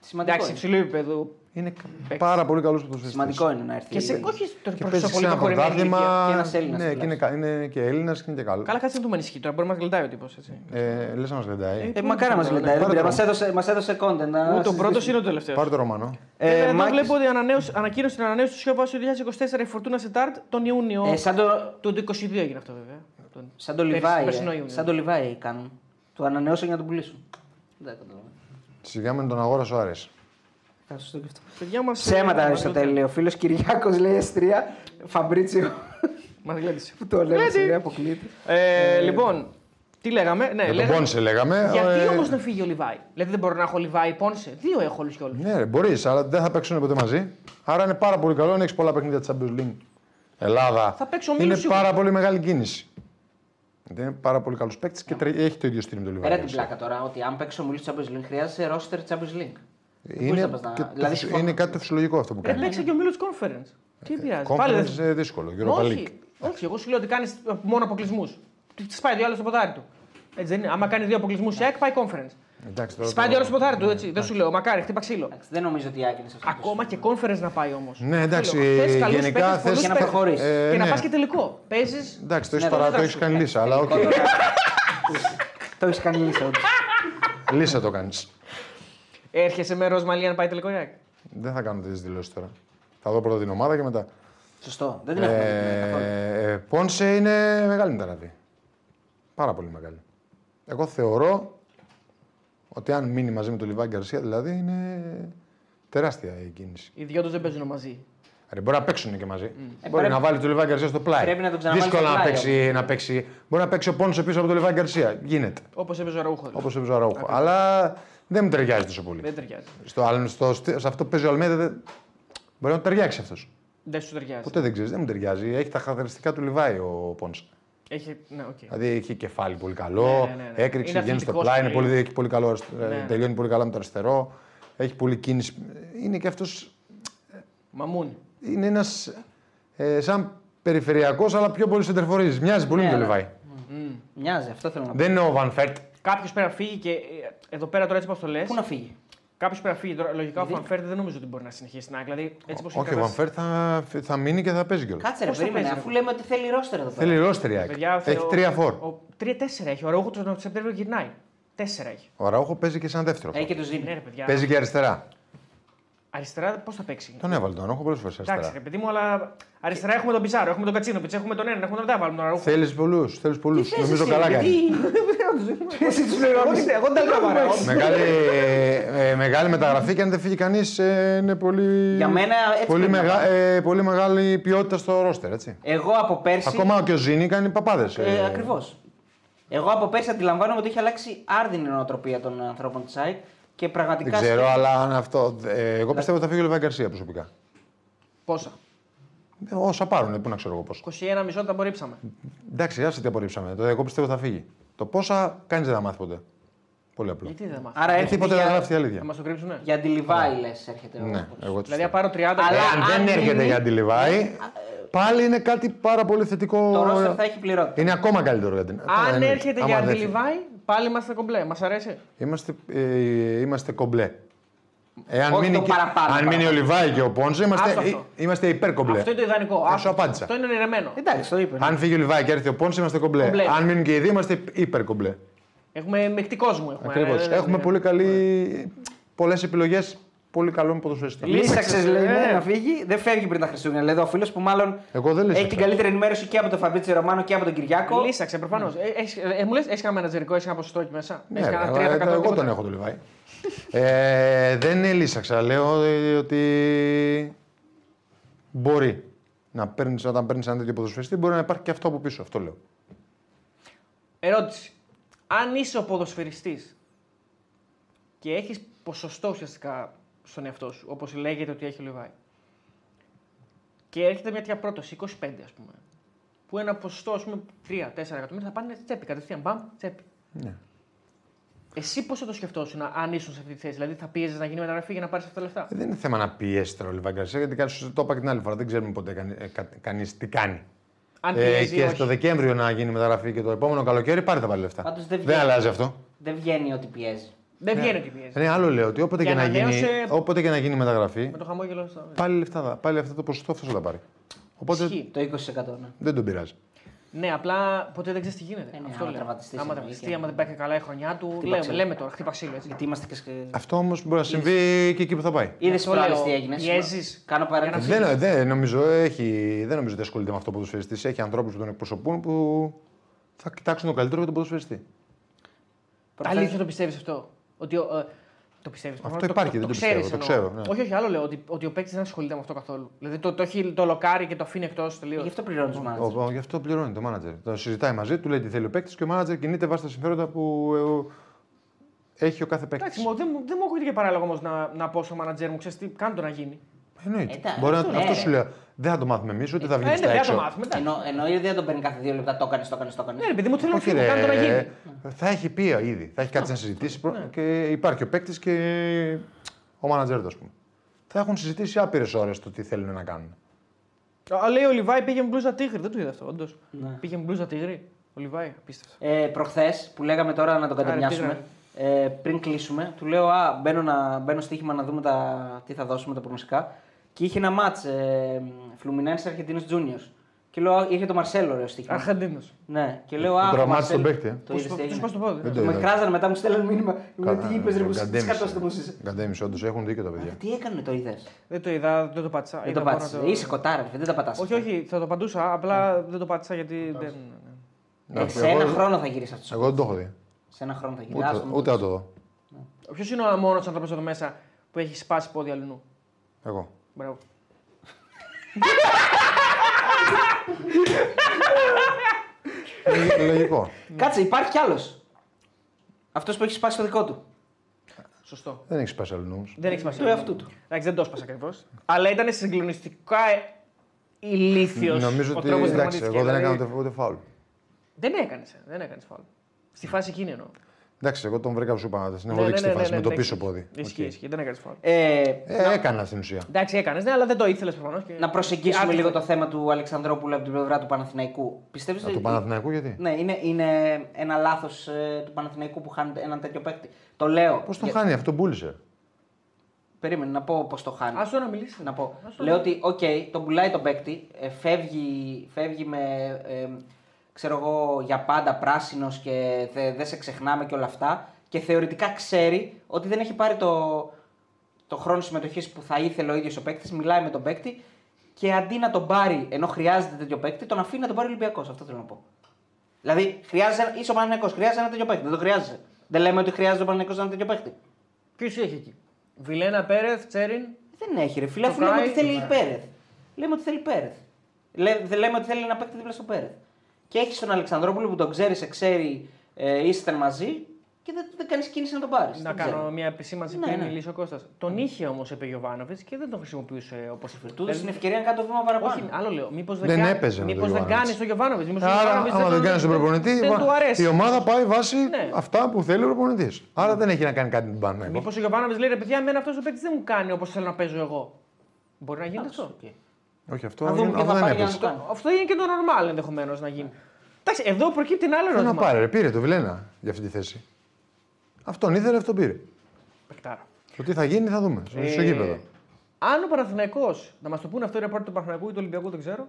Speaker 2: Σημαντικό.
Speaker 3: Εντάξει,
Speaker 2: είναι.
Speaker 3: υψηλού επίπεδου
Speaker 4: Είναι πάρα πολύ καλός ποδοσφαιριστή.
Speaker 2: Σημαντικό είναι να έρθει.
Speaker 3: Και σε
Speaker 2: η-
Speaker 3: όχι στο
Speaker 4: Και παίζει
Speaker 3: προσωπικό
Speaker 4: σε ένα πρωτάθλημα.
Speaker 2: Και ένας Έλληνας
Speaker 4: Ναι, και είναι, κα- είναι και Έλληνας και είναι και καλό.
Speaker 3: Καλά, κάτσε να δούμε αν ισχύει τώρα. Μπορεί να μας γλεντάει ο τύπος.
Speaker 4: Ε, Λες να μας γλεντάει.
Speaker 2: Ε, μακάρι μα
Speaker 3: Ναι,
Speaker 2: λένε.
Speaker 4: πάρε το.
Speaker 2: Μας έδωσε, μας έδωσε content. να
Speaker 3: Ούτε ο πρώτο
Speaker 2: συζητήσουμε.
Speaker 3: είναι ο τελευταίος.
Speaker 4: Πάρε το Ρωμανό.
Speaker 3: Ε,
Speaker 2: Ε,
Speaker 3: εδώ
Speaker 2: Μάκης,
Speaker 3: βλέπω ότι ανανέωση- ανακοίνωσε την ανανέωση του Σιωπάσου 2024 η Φορτούνα Σετάρτ τον Ιούνιο.
Speaker 2: ε, σαν το,
Speaker 3: Του 22 έγινε αυτό βέβαια. Τον-
Speaker 2: σαν το
Speaker 3: πέρυσι-
Speaker 2: Λιβάη.
Speaker 3: περσινό
Speaker 2: ε.
Speaker 3: Ιούνιο.
Speaker 2: Σαν το Λιβάη κάνουν. Το ανανεώσαν για να τον πουλήσουν. Δεν καταλαβαίνω.
Speaker 4: Σιγά με τον αγόρασε ο Άρε.
Speaker 2: Ε, Θα σου το σκεφτώ.
Speaker 3: Παιδιά μας,
Speaker 2: Ψέματα,
Speaker 3: ε,
Speaker 2: Αριστοτέλη. Ο φίλος Κυριάκος λέει Εστρία. Φαμπρίτσιο. [LAUGHS]
Speaker 3: Μας γλέντισε.
Speaker 2: Που το λέμε,
Speaker 3: Γλέντι.
Speaker 2: σε λέει, αποκλείεται.
Speaker 3: Ε, λοιπόν, τι λέγαμε. Ναι,
Speaker 4: Για Ε, τον Πόνσε λέγαμε.
Speaker 3: Γιατί
Speaker 4: ε,
Speaker 3: όμως να φύγει ο Λιβάη. Δηλαδή δεν μπορώ να έχω Λιβάη Πόνσε. Δύο έχω όλους και όλους.
Speaker 4: Ναι, μπορείς, αλλά δεν θα παίξουν ποτέ μαζί. Άρα είναι πάρα πολύ καλό να έχεις πολλά παιχνίδια της Champions League. Ελλάδα.
Speaker 3: Θα παίξω μήνυμα
Speaker 4: Είναι
Speaker 3: σίγουρα.
Speaker 4: πάρα πολύ μεγάλη κίνηση. Δεν είναι πάρα πολύ καλό παίκτη και τρε- έχει το ίδιο στυλ με τον
Speaker 2: Πέρα
Speaker 4: Λιβάη.
Speaker 2: την πλάκα τώρα, ότι αν παίξει ο Μουλή Champions League χρειάζεσαι ρόστερ Champions League. Πού
Speaker 4: Είναι,
Speaker 2: είσαι να πας
Speaker 4: και
Speaker 2: να-
Speaker 4: το
Speaker 2: δηλαδή,
Speaker 4: φυσ-
Speaker 2: συμφωνώ.
Speaker 4: είναι κάτι το φυσιολογικό αυτό
Speaker 2: Ναι.
Speaker 4: που
Speaker 3: Ρε
Speaker 4: κάνει.
Speaker 3: Ε, παίξε και ο Μίλου Conference. Τι πειράζει. Πάλι δεν-
Speaker 4: Conference ε, δύσκολο. Europa League.
Speaker 3: Όχι, όχι, εγώ σου λέω ότι κάνεις μόνο αποκλεισμούς. Τη σπάει δύο άλλο στο ποτάρι του. Έτσι δεν είναι. Άμα κάνει δύο αποκλεισμούς σε ΑΕΚ, πάει conference.
Speaker 4: Εντάξει,
Speaker 3: Τη
Speaker 4: τώρα ναι,
Speaker 3: σπάει
Speaker 4: το-
Speaker 3: δύο άλλο στο ποτάρι του, έτσι. Δεν σου λέω, μακάρι, χτύπα ξύλο.
Speaker 2: Εντάξει, Δεν νομίζω ότι η Άκη είναι σε αυτό. το
Speaker 3: Ακόμα και
Speaker 2: σημείο.
Speaker 3: conference να πάει όμως.
Speaker 4: Ναι, εντάξει, γενικά θες-
Speaker 2: Για να προχωρήσεις.
Speaker 4: Ε,
Speaker 3: Και να
Speaker 4: ναι.
Speaker 3: πας και τελικό. Παίζεις.
Speaker 4: Εντάξει, το έχεις
Speaker 2: Ναι,
Speaker 4: παρά...
Speaker 2: δεν
Speaker 4: το έχεις κάνει λύσα, αλλά οκ.
Speaker 2: Το έχεις κάνει λύσα. όντως.
Speaker 4: λύσα το κάνεις.
Speaker 3: Έρχεσαι με ροζ μαλλί να πάει τελικό Ε, η ΑΕΚ.
Speaker 4: Δεν θα κάνω τέτοιες δηλώσεις τώρα. Θα δω πρώτα την ομάδα και μετά.
Speaker 2: Σωστό. Δεν την έχουμε δει ναι, καθόλου.
Speaker 4: Ε, ε, Πόνσε είναι μεγάλη μεταγραφή. Πάρα πολύ μεγάλη. Εγώ θεωρώ ότι αν μείνει μαζί με τον Λιβάη Γκαρσία, δηλαδή είναι τεράστια η κίνηση.
Speaker 3: Οι δυο τους δεν παίζουν μαζί.
Speaker 4: Ρε, μπορεί να παίξουν και μαζί. μπορεί
Speaker 2: Mm. Ε, πρέπει-
Speaker 4: να βάλει τον Λιβάη Γκαρσία στο πλάι.
Speaker 2: πρέπει να τον ξαναβάλει
Speaker 4: Δύσκολο
Speaker 2: στο
Speaker 4: να
Speaker 2: πλάι,
Speaker 4: παίξει, να παίξει. Μπορεί να παίξει ο Πόνσε πίσω από τον Λιβάη Γκαρσία. Γίνεται.
Speaker 3: Όπως έπαιζε ο Ραούχο.
Speaker 4: Όπως έπαιζε ο Αραούχο. Αλλά δεν μου ταιριάζει τόσο πολύ.
Speaker 3: Δεν ταιριάζει.
Speaker 4: Στο, άλλο- στο, στο- σε αυτό που παίζει ο Αλμέδα δεν- μπορεί να του ταιριάξει αυτός.
Speaker 3: Δεν σου ταιριάζει.
Speaker 4: Ποτέ δεν ξέρεις, δεν μου ταιριάζει. Έχει τα χαρακτηριστικά του Λιβάη ο Πόνσε.
Speaker 3: Έχει... Ναι, οκ.
Speaker 4: Δηλαδή έχει κεφάλι πολύ καλό,
Speaker 3: Ναι, ναι, ναι, ναι.
Speaker 4: έκρηξη
Speaker 3: Είναι
Speaker 4: βγαίνει στο
Speaker 3: αθλητικός
Speaker 4: πλάι, είναι
Speaker 3: πολύ.
Speaker 4: πολύ, έχει πολύ καλό, αριστε-
Speaker 3: Ναι.
Speaker 4: τελειώνει πολύ καλά με το αριστερό, έχει πολύ κίνηση. Είναι και αυτός.
Speaker 3: Μαμούν.
Speaker 4: Είναι ένας. Ε, σαν περιφερειακός, αλλά πιο πολύ σεντερφορίζεις. Μοιάζει πολύ με τον
Speaker 2: ναι.
Speaker 4: Λιβάη.
Speaker 2: Μοιάζει, αυτό θέλω να πω.
Speaker 4: Δεν είναι ο Βαν Φέρτ.
Speaker 3: Κάποιο πέρα φύγει και ε, εδώ πέρα τώρα έτσι όπως το λες.
Speaker 2: Πού να φύγει.
Speaker 3: Κάποιος πέρα φύγει τώρα. Λογικά ο Φανφέρντε δεν νομίζω ότι μπορεί να συνεχίσει στην ΑΕΚ. Δηλαδή έτσι όπως
Speaker 4: Όχι, ο Βαν Φέρτ θα, θα μείνει και θα παίζει κιόλας.
Speaker 2: Κάτσε ρε,
Speaker 3: Πώς θα
Speaker 2: περίμενε.
Speaker 3: παίζει, ρε.
Speaker 2: Αφού λέμε ότι θέλει ρόστερ εδώ πέρα.
Speaker 4: Θέλει ρόστρια. Έχει τρία φόρ.
Speaker 3: Τρία-τέσσερα έχει. Ο Ραούχο τον Σεπτέμβριο γυρνάει. Τέσσερα έχει.
Speaker 4: Ο Ραούχο παίζει και σαν δεύτερο.
Speaker 2: Έχει Ε, και του
Speaker 3: Ναι,
Speaker 2: Ζήμι.
Speaker 3: ρε παιδιά.
Speaker 4: Παίζει και αριστερά.
Speaker 3: Αριστερά πώς θα παίξει.
Speaker 4: Τον έβαλε τον Ραούχο πολλές φορές
Speaker 3: Εντάξει,
Speaker 4: αριστερά.
Speaker 3: ρε παιδί μου, αλλά αριστερά έχουμε τον Πιζάρο, έχουμε τον Κατσίνο, έχουμε τον έναν, έχουμε τον μετά, βάλουμε τον Ραούχο.
Speaker 4: Θέλεις πολλούς. Θέλεις πολλού. Νομίζω καλά κάνει.
Speaker 2: [LAUGHS] Εσύ τους πληρώνει. Εγώ δεν τα λέω.
Speaker 4: μεγάλη, ε, ε, μεγάλη μεταγραφή και αν δεν φύγει κανείς είναι πολύ,
Speaker 2: Για μένα έτσι
Speaker 4: πολύ,
Speaker 2: πρέπει να
Speaker 4: μεγα, ε, πολύ μεγάλη ποιότητα στο ρόστερ. Έτσι.
Speaker 2: Εγώ από πέρσι.
Speaker 4: Ακόμα και ο Ζήνη κάνει παπάδες.
Speaker 2: Ε, Ακριβώς. Εγώ από πέρσι αντιλαμβάνομαι ότι έχει αλλάξει άρδινη νοοτροπία των ανθρώπων της ΑΕΚ και
Speaker 4: Δεν
Speaker 2: πραγματικά.
Speaker 4: ξέρω, αλλά αν αυτό. ε, εγώ πιστεύω ότι θα φύγει ο Λεβάη Γκαρσία προσωπικά.
Speaker 3: Πόσα.
Speaker 4: Ε, Όσα πάρουν, πού να ξέρω εγώ πόσα.
Speaker 3: 21 μισό τα απορρίψαμε.
Speaker 4: Εντάξει, άσε τι απορρίψαμε. Το, εγώ πιστεύω θα φύγει. Το πόσα κανείς δεν θα μάθει ποτέ. Πολύ απλό.
Speaker 3: Γιατί δεν μάθαμε.
Speaker 2: Άρα
Speaker 4: Ε,
Speaker 2: έρχεται
Speaker 4: τίποτα δεν
Speaker 2: για,
Speaker 4: γράφει η
Speaker 3: Θα
Speaker 4: αλήθεια.
Speaker 3: μας το κρύψουνε.
Speaker 2: για αντιλιβάι, λες, έρχεται. ο-
Speaker 4: Ναι, εγώ
Speaker 3: Δηλαδή,
Speaker 4: δηλαδή,
Speaker 3: αν Ε, πάρω 30
Speaker 2: Αλλά-
Speaker 4: αν δεν
Speaker 2: αν
Speaker 4: έρχεται
Speaker 2: μείνει-
Speaker 4: για τη Λιβάη, πάλι είναι κάτι πάρα πολύ θετικό.
Speaker 2: Το ρόστερ θα έχει πληρότητα.
Speaker 4: Είναι ακόμα καλύτερο για την. Τώρα,
Speaker 3: αν
Speaker 4: εννοεί.
Speaker 3: έρχεται
Speaker 4: Άμα
Speaker 3: για
Speaker 4: δεν
Speaker 3: τη
Speaker 4: φύγει.
Speaker 3: Λιβάη, πάλι είμαστε κομπλέ. Μας αρέσει.
Speaker 4: Είμαστε, ε, είμαστε κομπλέ. Εάν
Speaker 2: Όχι
Speaker 4: μείνει,
Speaker 2: το
Speaker 4: και,
Speaker 2: παραπάνω,
Speaker 4: αν μείνει ο Λιβάη και ο Πόνσε, είμαστε,
Speaker 3: Άστο αυτό.
Speaker 4: ε, είμαστε υπέρ κομπλέ.
Speaker 3: Αυτό είναι το ιδανικό.
Speaker 4: σου
Speaker 3: Άστο.
Speaker 4: απάντησα.
Speaker 3: Αυτό είναι ονειρεμένο.
Speaker 2: Εντάξει, το είπε.
Speaker 4: Αν φύγει ο Λιβάη και έρθει ο Πόνσε, είμαστε κομπλέ.
Speaker 3: Κομπλέ.
Speaker 4: Αν μείνουν και οι δύο, είμαστε υπέρ κομπλέ.
Speaker 3: Έχουμε μεικτή κόσμο. Έχουμε,
Speaker 4: Ακριβώς.
Speaker 3: Ε, ε, ε, ε,
Speaker 4: Έχουμε
Speaker 3: ε,
Speaker 4: πολύ καλή. Πολλές επιλογές πολύ καλών ποδοσφαιριστών.
Speaker 2: Λύσαξε, λέει,
Speaker 3: ε.
Speaker 2: ναι, να φύγει. Δεν φεύγει πριν τα Χριστούγεννα. Λέει εδώ ο φίλος που μάλλον
Speaker 4: Εγώ δεν λύσαξα.
Speaker 2: έχει την καλύτερη ενημέρωση και από τον Φαμπρίτσι Ρωμάνο και από τον Κυριάκο.
Speaker 3: Λύσαξε, προφανώς. Ε, έχεις- ε, ε, μου λες, έχεις κανένα μενατζερικό, έχει κανένα ποσοστό εκεί μέσα.
Speaker 4: Ναι,
Speaker 3: Έχεις
Speaker 4: ρε,
Speaker 3: κανένα
Speaker 4: αλλά
Speaker 3: 30%
Speaker 4: εγώ
Speaker 3: τίποτα.
Speaker 4: τον έχω τον Λιβάη. ε, δεν ελίσαξα. Λέω ε, ότι μπορεί να παίρνεις, όταν παίρνεις ένα τέτοιο ποδοσφαιριστή, μπορεί να υπάρχει και αυτό από πίσω. Αυτό λέω.
Speaker 3: Ερώτηση. Αν είσαι ο ποδοσφαιριστής και έχεις ποσοστό ουσιαστικά στον εαυτό σου, όπως λέγεται ότι έχει ο Λιβάη, και έρχεται μια τέτοια πρόταση, 25 ας πούμε, που ένα ποσοστό ας πούμε 3-4 εκατομμύρια θα πάνε τσέπη, κατευθείαν μπαμ, τσέπη.
Speaker 4: Ναι.
Speaker 3: Εσύ πώς θα το σκεφτόσουν αν ήσουν σε αυτή τη θέση, Δηλαδή θα πίεζες να γίνει μεταγραφή για να πάρεις αυτά τα λεφτά.
Speaker 4: Ε, Δεν είναι θέμα να πιέσει τώρα ο Λιβάη Γκαρσία, γιατί κάτι σου το είπα και την άλλη φορά. Δεν ξέρουμε ποτέ κανεί κανείς τι κάνει.
Speaker 3: Αν
Speaker 4: Ε,
Speaker 3: πιέζει,
Speaker 4: και
Speaker 3: όχι.
Speaker 4: στο Δεκέμβριο να γίνει μεταγραφή και το επόμενο καλοκαίρι πάρει τα πάλι λεφτά.
Speaker 2: Πάντως δεν
Speaker 4: δεν
Speaker 2: βγαίνει.
Speaker 4: αλλάζει αυτό.
Speaker 2: Δεν βγαίνει ότι πιέζει.
Speaker 3: Δεν βγαίνει τι πιέζει.
Speaker 4: Ναι, άλλο λέω ότι όποτε
Speaker 3: Για
Speaker 4: και να,
Speaker 3: να
Speaker 4: γίνει,
Speaker 3: νέωσε-
Speaker 4: όποτε και να γίνει μεταγραφή,
Speaker 3: Με το χαμόγελο στα.
Speaker 4: πάλι, λεφτά, θα- πάλι αυτό το ποσοστό αυτό θα τα πάρει. Οπότε
Speaker 3: Ισχύει.
Speaker 2: Το 20% ναι.
Speaker 4: δεν τον πειράζει.
Speaker 3: Ναι, απλά ποτέ δεν ξέρεις τι γίνεται.
Speaker 2: Ε, ναι,
Speaker 3: Αυτό
Speaker 2: άμα
Speaker 3: λέω.
Speaker 2: τραυματιστείς,
Speaker 3: Άμα
Speaker 2: εννοεί
Speaker 3: τραυματιστεί,
Speaker 2: και-
Speaker 3: άμα δεν πάει και καλά η χρονιά του. Λέμε,
Speaker 2: ξύλο.
Speaker 3: λέμε τώρα, χτύπα ξύλο. Έτσι.
Speaker 2: Γιατί είμαστε και. σκε-
Speaker 4: Αυτό όμως μπορεί να συμβεί και εκεί που θα πάει.
Speaker 2: Είδες
Speaker 3: αυτό
Speaker 2: προάλλε
Speaker 3: λέω,
Speaker 2: τι έγινε. συγγνώμη.
Speaker 3: πιέζεις.
Speaker 2: Κάνω
Speaker 3: Για να
Speaker 2: παρένθεση.
Speaker 4: Δεν, ε, δεν, νομίζω, έχει, δεν νομίζω ότι ασχολείται με αυτό ο ποδοσφαιριστής. Έχει ανθρώπους που τον εκπροσωπούν που θα κοιτάξουν το καλύτερο για τον ποδοσφαιριστή.
Speaker 2: Προφανώς-
Speaker 3: Αλήθεια το πιστεύεις αυτό. Ότι, ο- ε, το πιστεύεις.
Speaker 4: υπάρχει, δεν το πιστεύω, το ξέρω, ναι.
Speaker 3: Όχι, όχι, άλλο λέω ότι, ότι ο παίκτης δεν ασχολείται με αυτό καθόλου. Δηλαδή το, το, έχει, το λοκάρει και το αφήνει εκτός τελείως.
Speaker 2: Γι' αυτό πληρώνει
Speaker 4: Ο,
Speaker 2: μάλλον.
Speaker 4: ο, γι' αυτό πληρώνει το μάνατζερ. Το συζητάει μαζί του, λέει τι θέλει ο παίκτης και ο μάνατζερ κινείται βάσει τα συμφέροντα που ε, έχει ο κάθε
Speaker 3: Εντάξει,
Speaker 4: παίκτη.
Speaker 3: μου- δεν, μου- δεν μου ακούγεται και παράλογο όμως να, να πω στο μανατζέρ μου, ξέρεις τι, κάνω το να γίνει.
Speaker 4: Εννοείται.
Speaker 2: Ε, εντάξει,
Speaker 4: Μπορεί να,
Speaker 2: αυτό
Speaker 4: αυτό,
Speaker 2: λέω.
Speaker 4: σου λέω. Δεν θα το μάθουμε εμείς, ούτε θα βγει
Speaker 3: Ε, ναι,
Speaker 4: στα
Speaker 3: δεν το
Speaker 4: έξω.
Speaker 3: μάθουμε. εντάξει.
Speaker 2: Εννοεί ότι δεν τον παίρνει κάθε δύο λεπτά. Το έκανε, το έκανε, το έκανε.
Speaker 3: Ναι, ρε παιδί μου, θέλω να
Speaker 4: Όχι,
Speaker 3: φύγω, κάνω Ναι. το να
Speaker 4: ρε,
Speaker 3: γίνει.
Speaker 4: θα έχει πει ήδη. Θα έχει κάτι να συζητήσει. προ- Και υπάρχει ο παίκτης και ο μάνατζερ, ας πούμε. Θα έχουν συζητήσει άπειρες ώρες το τι θέλουν να κάνουν.
Speaker 3: Α, Λέει ο Λιβάη πήγε με μπλούζα τίγρη. Δεν το είδα αυτό, όντως.
Speaker 2: Ναι.
Speaker 3: Πήγε με μπλούζα τίγρη. Ο Λιβάη, απίστευτο.
Speaker 2: Ε, Προχθές που λέγαμε τώρα να τον
Speaker 3: Άρα,
Speaker 2: κατεμοιάσουμε. Ε, πριν κλείσουμε, του λέω: Α, μπαίνω, να, μπαίνω στοίχημα να δούμε τα, τι θα δώσουμε τα προγνωστικά. Και είχε ένα μάτ ε, Φλουμινένης Αργεντίνος Juniors. Και λέω: «Α, Είχε το Μαρσέλο ρε στοίχημα.
Speaker 3: Αρχαντίνο.
Speaker 2: Ναι, και λέω:
Speaker 4: Τον
Speaker 2: Α,
Speaker 4: τραυμάτισε τον παίκτη, ε.
Speaker 2: Το
Speaker 3: Πώς-
Speaker 2: είδες τι
Speaker 3: πώς-
Speaker 2: έγινε.
Speaker 3: πώς το πόδι,
Speaker 4: Δεν
Speaker 3: ναι.
Speaker 4: το
Speaker 2: Με
Speaker 4: είδα.
Speaker 2: κράζανε μετά, μου στέλνανε μήνυμα. Μου λέει,
Speaker 4: Κα-
Speaker 2: τι είπες, ρε,
Speaker 4: τον
Speaker 2: μου τι
Speaker 4: κατέμισε.
Speaker 2: σκατός το μουσείς».
Speaker 4: Κατέμισε, όντως έχουν δίκιο τα παιδιά.
Speaker 2: Τι έκανε το είδες.
Speaker 3: Δεν το είδα, δεν Ε, το πάτησα.
Speaker 2: Δεν
Speaker 3: Είδα
Speaker 2: το
Speaker 3: μόνο
Speaker 2: πάτησες. Είσαι κοτάρας, δεν τα πατάς.
Speaker 3: Όχι, όχι, θα το παντούσα, απλά δεν Ναι. το πάτησα γιατί δεν.
Speaker 4: Εντάξει,
Speaker 2: Ε, Σε ένα
Speaker 4: εγώ-
Speaker 2: χρόνο θα γυρίσεις αυτό.
Speaker 4: Εγώ δεν το έχω δει.
Speaker 2: Σε ένα χρόνο θα γυρίσει.
Speaker 4: Ούτε,
Speaker 2: Άστο μου το
Speaker 4: ούτε θα το δω.
Speaker 3: Ποιος Ναι. είναι ο μόνος άνθρωπος εδώ μέσα που έχει σπάσει πόδι αλλού.
Speaker 4: Εγώ.
Speaker 3: Μπράβο.
Speaker 4: Ε, Λογικό.
Speaker 2: Ναι. Κάτσε, υπάρχει κι άλλος. Αυτός που έχει σπάσει το δικό του.
Speaker 3: Σωστό.
Speaker 4: Δεν έχει πέσει αλλού όμω.
Speaker 3: Δεν έχει σημασία.
Speaker 2: Του εαυτού του.
Speaker 3: Εντάξει, δεν το σπάσα ακριβώς. Αλλά ήταν συγκλονιστικά ε, ηλίθιος.
Speaker 4: Νομίζω ότι. Εντάξει, εγώ δεν έκανα ούτε- ούτε φάουλ.
Speaker 3: Δηλαδή, Δεν έκανες. Δεν έκανες φάουλ. Στη φάση εκείνη εννοώ. Ναι,
Speaker 4: Εντάξει, Ναι, εγώ τον βρήκα που σου είπα. Στην έχω δείξει τη φάση με το πίσω πόδι.
Speaker 3: Ισχύει,
Speaker 4: Οκ.
Speaker 3: ισχύει, δεν έκανες φάουλ.
Speaker 2: Ε,
Speaker 4: Ε, έκανα στην ουσία.
Speaker 3: Εντάξει, έκανες, ναι, αλλά δεν το ήθελες προφανώς. Και...
Speaker 2: να προσεγγίσουμε
Speaker 3: Άκουσα.
Speaker 2: λίγο το θέμα του Αλεξανδρόπουλου από την πλευρά του Παναθηναϊκού. Πιστεύεις
Speaker 4: Από
Speaker 2: ότι.
Speaker 4: του Παναθηναϊκού γιατί.
Speaker 2: Ναι, είναι, είναι ένα λάθος του Παναθηναϊκού που χάνει έναν τέτοιο παίκτη. Το λέω.
Speaker 4: Πώς τον χάνει, αυτό πούλησε.
Speaker 2: Περίμενε να πω πώς το χάνει.
Speaker 3: Άστο να μιλήσεις.
Speaker 2: Να πω.
Speaker 3: Ας το
Speaker 2: Λέω ότι, οκ, τον πουλάει τον παίκτη, ε, φεύγει, φεύγει με, ε, ξέρω εγώ, για πάντα πράσινος και δε- δεν σε ξεχνάμε και όλα αυτά. Και θεωρητικά ξέρει ότι δεν έχει πάρει το, το χρόνο συμμετοχής που θα ήθελε ο ίδιος ο παίκτης. Μιλάει με τον παίκτη και αντί να τον πάρει, ενώ χρειάζεται τέτοιο παίκτη, τον αφήνει να τον πάρει ο Ολυμπιακός. Αυτό θέλω να πω. Δηλαδή, χρειάζεται, είσαι ο Παναγενικό, χρειάζεται ένα τέτοιο παίκτη. Δεν το χρειάζεσαι. Δεν λέμε ότι χρειάζεται ο Παναγενικό ένα τέτοιο παίκτη.
Speaker 3: Ποιος έχει εκεί. Βιλένα Πέρεθ, Τσέριν.
Speaker 2: Δεν έχει ρε φίλε, αφού
Speaker 3: Το
Speaker 2: λέμε
Speaker 3: Brighton,
Speaker 2: ότι θέλει
Speaker 3: ναι.
Speaker 2: Πέρεθ. Λέμε ότι θέλει Πέρεθ. Λέ, δεν λέμε ότι θέλει να παίκτη δίπλα στο Πέρεθ. Και έχεις τον Αλεξανδρόπουλο που τον ξέρεις, σε ξέρει, ε, ήσασταν μαζί και δεν, δεν κάνεις κίνηση να τον πάρεις.
Speaker 3: Να κάνω μια επισήμανση
Speaker 2: Ναι,
Speaker 3: πριν
Speaker 2: ναι. Ε,
Speaker 3: μιλήσει ο Κώστας. Τον είχε όμως επί Γιωβάνοβιτ και δεν τον χρησιμοποιούσε όπως
Speaker 2: Του δίνει την ευκαιρία να κάνει το βήμα
Speaker 3: Όχι,
Speaker 2: παραπάνω.
Speaker 3: άλλο λέω. Μήπως δεν,
Speaker 4: Δεν
Speaker 3: κα-
Speaker 4: έπαιζε με τον
Speaker 3: μήπως δεν
Speaker 4: Γιωβάνοβιτς.
Speaker 3: κάνεις
Speaker 4: Ε,
Speaker 3: τον Γιωβάνοβιτ. Μήπω
Speaker 4: Άρα, άμα δεν κάνεις τον προπονητή,
Speaker 3: δεν
Speaker 4: μα-
Speaker 3: του αρέσει.
Speaker 4: η ομάδα πάει βάσει
Speaker 3: Ναι.
Speaker 4: αυτά που θέλει ο προπονητής. Άρα δεν έχει να κάνει κάτι με την Παναθηναϊκό.
Speaker 3: Μήπως ο Γιωβάνοβιτ λέει ρε παιδιά, εμένα αυτό ο παίκτης δεν μου κάνει όπως θέλω να παίζω εγώ. Μπορεί να γίνει αυτό.
Speaker 2: Οκ.
Speaker 4: Όχι, αυτό,
Speaker 2: Να δούμε
Speaker 4: αυτό
Speaker 2: ποιο θα
Speaker 4: δεν
Speaker 2: πάρει για
Speaker 4: έπεσε.
Speaker 2: να το κάνει.
Speaker 3: Αυτό είναι και το normal ενδεχομένως να γίνει. Εντάξει, εδώ προκύπτει ένα άλλο
Speaker 4: Ποιο να
Speaker 3: ερώτημα.
Speaker 4: πάρει, ρε, πήρε το Βιλένα για αυτή τη θέση. Αυτόν ήθελε, αυτόν πήρε.
Speaker 3: Παιχτάρα.
Speaker 4: Το τι θα γίνει θα δούμε. Στο, στο
Speaker 3: Ε,
Speaker 4: γήπεδο.
Speaker 3: Αν ο Παναθυναϊκό, να μας το πούνε αυτό οι ρεπόρτερ του Παναθηναϊκού ή του Ολυμπιακού, δεν ξέρω.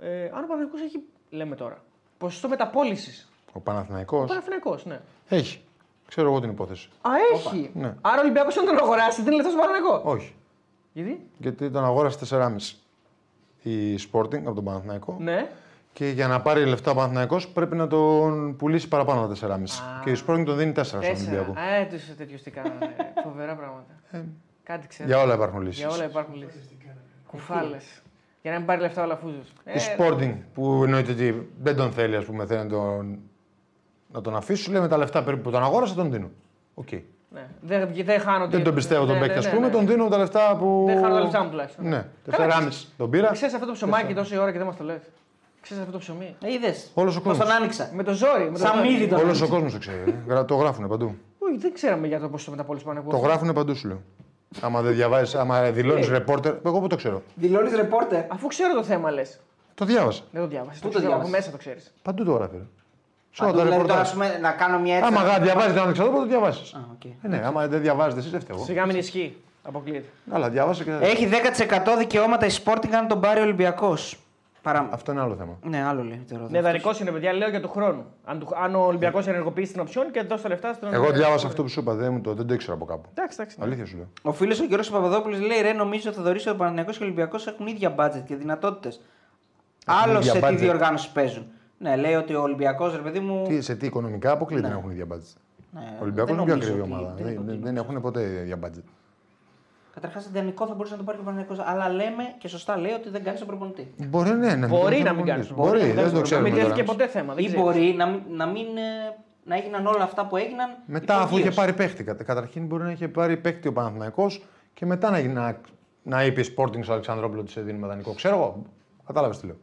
Speaker 3: Ε, αν ο Παναθηναϊκός έχει, λέμε τώρα, ποσοστό μεταπόλησης.
Speaker 4: Ο
Speaker 3: Ο
Speaker 4: Παναθηναϊκός
Speaker 3: Παναθηναϊκός, ναι.
Speaker 4: έχει. Ξέρω εγώ την υπόθεση.
Speaker 3: Α, έχει.
Speaker 4: Ναι.
Speaker 3: Άρα ο Ολυμπιακός αν τον αγοράσει, δεν είναι λεφτό Παναθηναϊκός.
Speaker 4: Όχι.
Speaker 3: Γιατί?
Speaker 4: Γιατί τον αγόρασε 4,5 η Sporting από τον Παναθηναϊκό.
Speaker 3: Ναι.
Speaker 4: Και για να πάρει λεφτά ο Παναθηναϊκός πρέπει να τον πουλήσει παραπάνω από τα 4,5.
Speaker 3: Α.
Speaker 4: Και η Sporting τον δίνει 4 στον Ολυμπιακό.
Speaker 3: Τέσσερα. Α, ε, του τέτοιου τι κάνανε. ε, Φοβερά πράγματα. Κάτι ξέρω.
Speaker 4: Ε, Για όλα υπάρχουν λύσεις.
Speaker 3: Για όλα υπάρχουν λύσεις. Κουφάλες. Για να μην πάρει λεφτά ο Ε, Λαφούζος.
Speaker 4: Η Sporting που εννοείται ότι δεν τον θέλει, ας πούμε, θέλει να τον, να τον αφήσει, λέει με τα λεφτά περίπου που τον αγόρασα, τον δίνω. Οκ.
Speaker 3: Ναι. Δεν, δεν χάνω.
Speaker 4: Δεν
Speaker 3: τη-
Speaker 4: τον πιστεύω τον
Speaker 3: Ναι,
Speaker 4: παίκτη,
Speaker 3: ναι,
Speaker 4: ας
Speaker 3: ναι,
Speaker 4: πούμε,
Speaker 3: ναι.
Speaker 4: τον δίνω με τα λεφτά που.
Speaker 3: Δεν χάνω τα λεφτά μου τουλάχιστον.
Speaker 4: Ναι, 4,5 τον πήρα.
Speaker 3: Ξέρεις αυτό το ψωμάκι
Speaker 4: ναι.
Speaker 3: τόση ώρα και δεν μας το λες. Ξέρεις αυτό το ψωμί.
Speaker 2: Ε, είδες,
Speaker 4: Όλος ο
Speaker 2: Πώς τον
Speaker 4: κόσμος.
Speaker 2: άνοιξα.
Speaker 3: Με το ζόρι. Με το
Speaker 2: Σαν
Speaker 3: ζόρι.
Speaker 2: μύδι τον
Speaker 4: Όλος
Speaker 2: άνοιξα.
Speaker 4: ο κόσμος το ξέρει. ε. Γρα- το γράφουν παντού.
Speaker 3: Όχι, δεν ξέραμε για το πώς το μεταπόλυση πάνε
Speaker 4: Το γράφουν παντού, σου λέω. άμα δεν διαβάζεις, άμα δηλώνεις ρεπόρτερ. Εγώ πού το ξέρω.
Speaker 2: Δηλώνεις ρεπόρτερ.
Speaker 3: Αφού ξέρω το θέμα λες.
Speaker 4: Το διάβασα.
Speaker 3: Δεν το διάβασες.
Speaker 2: Πού το
Speaker 3: ξέρω,
Speaker 2: διάβασες?
Speaker 3: Από μέσα το ξέρεις.
Speaker 4: Παντού το γράφει. ρε. Σου το
Speaker 2: δηλαδή, τώρα,
Speaker 4: ρεπορτάζ.
Speaker 2: ας πούμε, να κάνω μια έτσι.
Speaker 4: Άμα
Speaker 2: να-
Speaker 4: γα- διαβάζει τον Αλεξανδρόπουλο, το διαβάζεις.
Speaker 2: Α, οκ.
Speaker 4: Ναι, άμα δεν διαβάζετε εσεί, δεν φταίω.
Speaker 3: Σιγά μην ισχύει. Αποκλείεται.
Speaker 4: Αλλά διάβασε και.
Speaker 2: Έχει 10% δικαιώματα η Sporting αν τον πάρει ο Ολυμπιακός. Παρά...
Speaker 4: Αυτό είναι άλλο θέμα.
Speaker 2: Ναι, άλλο λέει. το ερώτημα.
Speaker 3: Ναι, δανεικό είναι, παιδιά, λέω για του χρόνου. Αν, του- αν ο Ολυμπιακός ενεργοποιήσει την οψιόν και δώσει τα λεφτά στον.
Speaker 4: Εγώ διάβασα αυτό που σου είπα, δεν, μου το, δεν το ήξερα από κάπου.
Speaker 3: Εντάξει, εντάξει. ναι.
Speaker 4: Αλήθεια σου λέω.
Speaker 2: Ο φίλος ο Γιώργος Παπαδόπουλος λέει: Ρε, νομίζω ότι ο Θοδωρής, ο Παναγιακό και ο Ολυμπιακός έχουν ίδια μπάτζετ και δυνατότητες. Άλλο
Speaker 4: ίδια
Speaker 2: σε τι
Speaker 4: budget.
Speaker 2: διοργάνωση παίζουν. Ναι, λέει ότι ο Ολυμπιακός, ρε παιδί μου.
Speaker 4: Τι, σε τι οικονομικά αποκλείται να έχουν ίδια budget.
Speaker 2: Ναι,
Speaker 4: Ο Ολυμπιακός
Speaker 2: δεν
Speaker 4: είναι πιο
Speaker 2: νομίζω
Speaker 4: ακριβή
Speaker 2: ότι-
Speaker 4: ομάδα.
Speaker 2: δεν
Speaker 4: Δεν,
Speaker 2: είναι
Speaker 4: δεν,
Speaker 2: ότι-
Speaker 4: δεν έχουν ποτέ ίδια budget.
Speaker 2: Καταρχά, ιδανικό θα μπορούσε να το πάρει και ο Παναγιακό. Αλλά λέμε και σωστά λέει ότι δεν κάνει τον προπονητή.
Speaker 4: Μπορεί, ναι, να
Speaker 3: Μπορεί
Speaker 4: κάνουν
Speaker 3: να μην
Speaker 4: προπονητές.
Speaker 3: κάνουν.
Speaker 4: Μπορεί,
Speaker 3: Εντάξει,
Speaker 4: δεν το ξέρουμε.
Speaker 3: Να μην τέθηκε
Speaker 4: τώρα.
Speaker 3: ποτέ θέμα. δεν
Speaker 2: Ή
Speaker 3: ξέρεις.
Speaker 2: μπορεί να, μην- να μην. ε, να έγιναν όλα αυτά που έγιναν.
Speaker 4: Μετά, αφού είχε
Speaker 2: υπουργείως.
Speaker 4: πάρει παίχτη. Κατα- Καταρχήν μπορεί να είχε πάρει παίχτη ο Παναθυναϊκό και μετά να, να, να είπε η Sporting στο Αλεξανδρόπουλο ότι σε δίνει μετανικό. Ξέρω εγώ. Κατάλαβες τι λέω.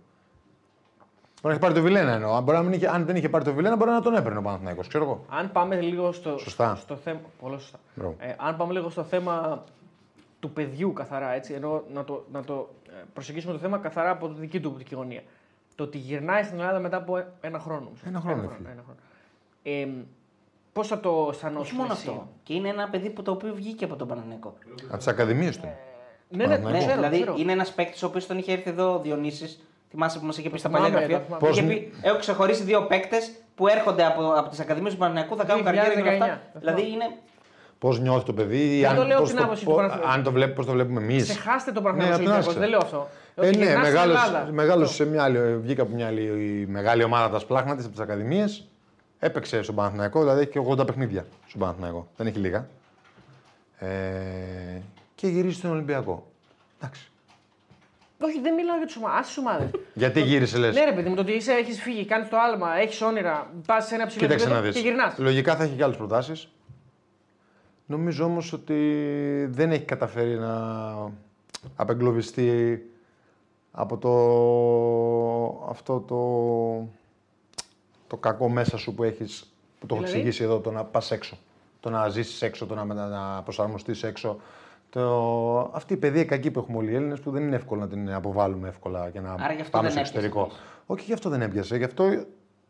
Speaker 4: Μπορεί να έχει πάρει το Βιλένα εννοώ. Αν, μπορεί να μην είχε, αν δεν είχε πάρει το Βιλένα, μπορεί να τον έπαιρνε ο Παναθυναϊκό. Ξέρω εγώ.
Speaker 3: Αν πάμε λίγο στο,
Speaker 4: Σωστά.
Speaker 3: στο θέμα. Πολύ σωστά.
Speaker 4: Μπράβο.
Speaker 3: Ε, αν πάμε λίγο στο θέμα του παιδιού καθαρά, έτσι, ενώ να το, να το ε, προσεγγίσουμε το θέμα καθαρά από τη δική του οπτική γωνία. Το ότι γυρνάει στην Ελλάδα μετά από ε- ένα χρόνο. ουσιαστικά.
Speaker 4: Ένα χρόνο, φίλε.
Speaker 3: ένα χρόνο. Ε, Πώς θα το αισθανόσουν
Speaker 2: Όχι μόνο
Speaker 3: εσύ?
Speaker 2: αυτό. Και είναι ένα παιδί που το οποίο βγήκε από τον Παναγιακό.
Speaker 4: Από τις ακαδημίες του.
Speaker 3: Ναι, ναι, ναι,
Speaker 4: Παναθηναϊκό.
Speaker 2: Ναι,
Speaker 3: ξέρω,
Speaker 2: δηλαδή
Speaker 3: ξέρω.
Speaker 2: είναι ένας παίκτης ο οποίος τον είχε έρθει εδώ ο Διονύσης. Θυμάσαι που μας είχε πει στα
Speaker 3: θυμάμαι,
Speaker 2: παλιά γραφεία.
Speaker 3: το θυμάμαι.
Speaker 2: Είχε
Speaker 4: Πώς-
Speaker 2: πει: Έχω ξεχωρίσει δύο παίκτες που έρχονται από, από τις Ακαδημίες του Παναγιακού, θα κάνουν καριέρα και όλα
Speaker 3: 2019,
Speaker 2: αυτά.
Speaker 3: το
Speaker 2: Δηλαδή είναι.
Speaker 4: Πώς νιώθει το παιδί,
Speaker 3: Δεν
Speaker 4: αν,
Speaker 3: το λέω
Speaker 4: πώς
Speaker 3: την άποψη του
Speaker 4: πώς-
Speaker 3: Παναθηναϊκού.
Speaker 4: αν το, βλέπ, πώς το βλέπουμε εμείς.
Speaker 3: Ξεχάστε το πράγμα ναι,
Speaker 4: άσε.
Speaker 3: δεν λέω αυτό.
Speaker 4: Ε,
Speaker 3: Ότι
Speaker 4: ναι,
Speaker 3: γυρνάς στην
Speaker 4: μεγάλωσε,
Speaker 3: Ελλάδα.
Speaker 4: μεγάλωσε σε μια άλλη, βγήκα από μια άλλη η μεγάλη ομάδα τα σπλάχνα τη από τις Ακαδημίες. Έπαιξε στον Παναθηναϊκό, δηλαδή έχει και 80 παιχνίδια στον Παναθηναϊκό. Δεν έχει λίγα. Ε, και γυρίσει στον Ολυμπιακό. Εντάξει.
Speaker 3: Όχι, δεν μιλάω για τους ομάδες. Άσε ομάδες.
Speaker 4: Γιατί γύρισε, λες.
Speaker 3: Ναι, ρε παιδί μου, το ότι είσαι, έχεις φύγει, κάνεις το άλμα, έχεις όνειρα, πας σε ένα ψηλό
Speaker 4: Κοίταξε να
Speaker 3: επίπεδο
Speaker 4: δεις.
Speaker 3: και γυρνάς.
Speaker 4: Λογικά θα έχει και άλλες προτάσεις. Νομίζω όμως ότι δεν έχει καταφέρει να απεγκλωβιστεί από το αυτό το, το κακό μέσα σου που έχεις, που το έχω
Speaker 3: Δηλαδή?
Speaker 4: εξηγήσει εδώ, το να πας έξω. Το να ζήσεις έξω, το να, να, να προσαρμοστείς έξω. Το, αυτή η παιδεία κακή που έχουμε όλοι οι Έλληνες που δεν είναι εύκολο να την αποβάλουμε εύκολα και να
Speaker 2: Άρα γι' αυτό
Speaker 4: πάμε
Speaker 2: δεν έπιασε,
Speaker 4: στο εξωτερικό.
Speaker 2: λες.
Speaker 4: Όχι, γι' αυτό δεν έπιασε. Γι' αυτό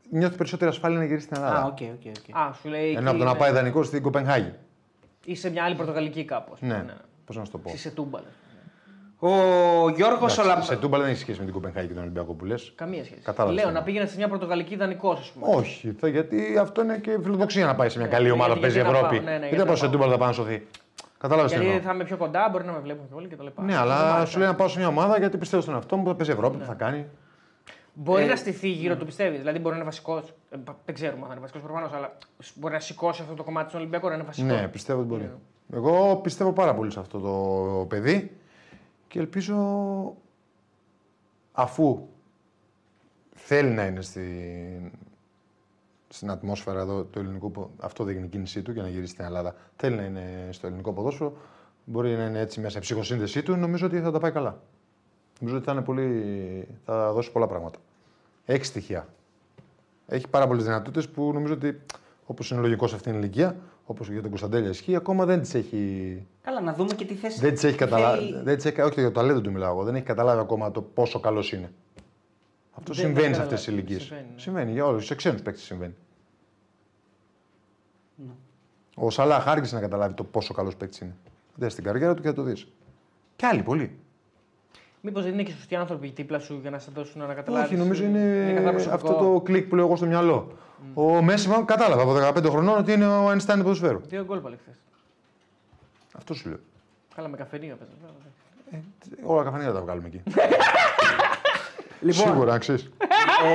Speaker 4: νιώθει περισσότερη ασφάλεια να γυρίσεις στην Ελλάδα.
Speaker 2: Α, οκ, οκ, οκ.
Speaker 3: Α, σου λέει.
Speaker 4: Ενώ
Speaker 3: εκεί
Speaker 4: από το να
Speaker 3: είναι-
Speaker 4: πάει δανεικό στην Κοπενχάγη.
Speaker 3: Ή σε μια άλλη Πορτογαλική κάπως.
Speaker 4: Ναι, πώς να σου το πω.
Speaker 3: Εσύ σε τούμπαλε.
Speaker 2: Ο Γιώργος
Speaker 4: Εντάξει,
Speaker 2: Ολαμπ...
Speaker 4: Σε τούμπα δεν έχει σχέση με την Κοπενχάγη και τον Ολυμπιακό που λε.
Speaker 3: Καμία σχέση.
Speaker 4: Κατάλαβες
Speaker 3: Λέω
Speaker 4: τι
Speaker 3: να
Speaker 4: λέω.
Speaker 3: πήγαινε σε μια Πορτογαλική δανεικός, ας πούμε.
Speaker 4: Όχι, θα, γιατί αυτό είναι και φιλοδοξία να πάει σε μια καλή
Speaker 3: ναι,
Speaker 4: ομάδα που
Speaker 3: γιατί-
Speaker 4: παίζει
Speaker 3: γιατί να
Speaker 4: Ευρώπη.
Speaker 3: πάω, ναι, ναι,
Speaker 4: Γιατί
Speaker 3: γιατί
Speaker 4: να
Speaker 3: να
Speaker 4: πάω σε
Speaker 3: πάω.
Speaker 4: τούμπα θα πάω να σωθεί. Κατάλαβες τι
Speaker 3: Γιατί
Speaker 4: εννοώ.
Speaker 3: θα είμαι πιο κοντά, μπορεί να με βλέπουν και όλοι και τα λοιπά.
Speaker 4: Ναι, αλλά σου λέει να πάω σε μια ομάδα γιατί πιστεύω στον εαυτό μου που θα παίζει Ευρώπη,
Speaker 3: Ναι.
Speaker 4: που θα κάνει.
Speaker 3: Μπορεί
Speaker 4: Ε.
Speaker 3: να στηθεί γύρω του, πιστεύεις. Δηλαδή μπορεί να είναι βασικός. Δεν ξέρουμε αν θα είναι βασικός προφανώς, αλλά σ- μπορεί να σηκώσει αυτό το κομμάτι στον Ολυμπιακό να είναι βασικό.
Speaker 4: Ναι, πιστεύω ότι μπορεί. Εγώ πιστεύω πάρα πολύ σε αυτό το παιδί και ελπίζω αφού θέλει να είναι στην, στην ατμόσφαιρα εδώ του ελληνικού πο- αυτό δεν είναι η κίνησή του για να γυρίσει στην Ελλάδα. Θέλει να είναι στο ελληνικό ποδόσφαιρο. Μπορεί να είναι έτσι μέσα σε ψυχοσύνδεσή του. Νομίζω ότι θα τα πάει καλά. Νομίζω ότι θα, είναι πολύ... θα δώσει πολλά πράγματα. Έχει στοιχεία. Έχει πάρα πολλές δυνατότητες που νομίζω ότι όπως είναι λογικός σε αυτήν την ηλικία, όπως για τον Κωνσταντέλια ισχύει, ακόμα δεν τις έχει.
Speaker 2: Καλά, να δούμε και τι θέση.
Speaker 4: Δεν τις έχει καταλάβει.
Speaker 2: θέλει-
Speaker 4: Δεν τις έχει... Όχι για το ταλέντο του μιλάω εγώ. Δεν έχει καταλάβει ακόμα το πόσο καλός είναι. Αυτό
Speaker 3: Δεν- δεν
Speaker 4: συμβαίνει σε αυτές τις
Speaker 3: καταλαβαίνω.
Speaker 4: ηλικίες. Συμβαίνει,
Speaker 3: Συμβαίνει, ναι.
Speaker 4: για όλους. Σε ξένους παίκτες συμβαίνει.
Speaker 3: Ναι.
Speaker 4: Ο Σαλάχ άρχισε να καταλάβει το πόσο καλός παίκτης είναι. Δεν στην καριέρα του και θα το δεις. Κι άλλοι πολλοί.
Speaker 3: Μήπως δεν είναι και σωστοί άνθρωποι δίπλα σου για να σε δώσουν να καταλάβεις.
Speaker 4: Όχι, νομίζω είναι,
Speaker 3: καθαρά ε, προσωπικό.
Speaker 4: αυτό το κλικ που λέω εγώ στο μυαλό. Ο Μέση μάλλον κατάλαβα από 15 χρονών ότι είναι ο Einstein του ποδοσφαίρου.
Speaker 3: Δύο γκολ πάλι χθες.
Speaker 4: Αυτό σου λέω.
Speaker 3: Καλά με καφενείο παίζα.
Speaker 4: Όλα καφενεία τα βγάλουμε εκεί.
Speaker 2: Λοιπόν,
Speaker 4: Σίγουρα, να ξέρεις.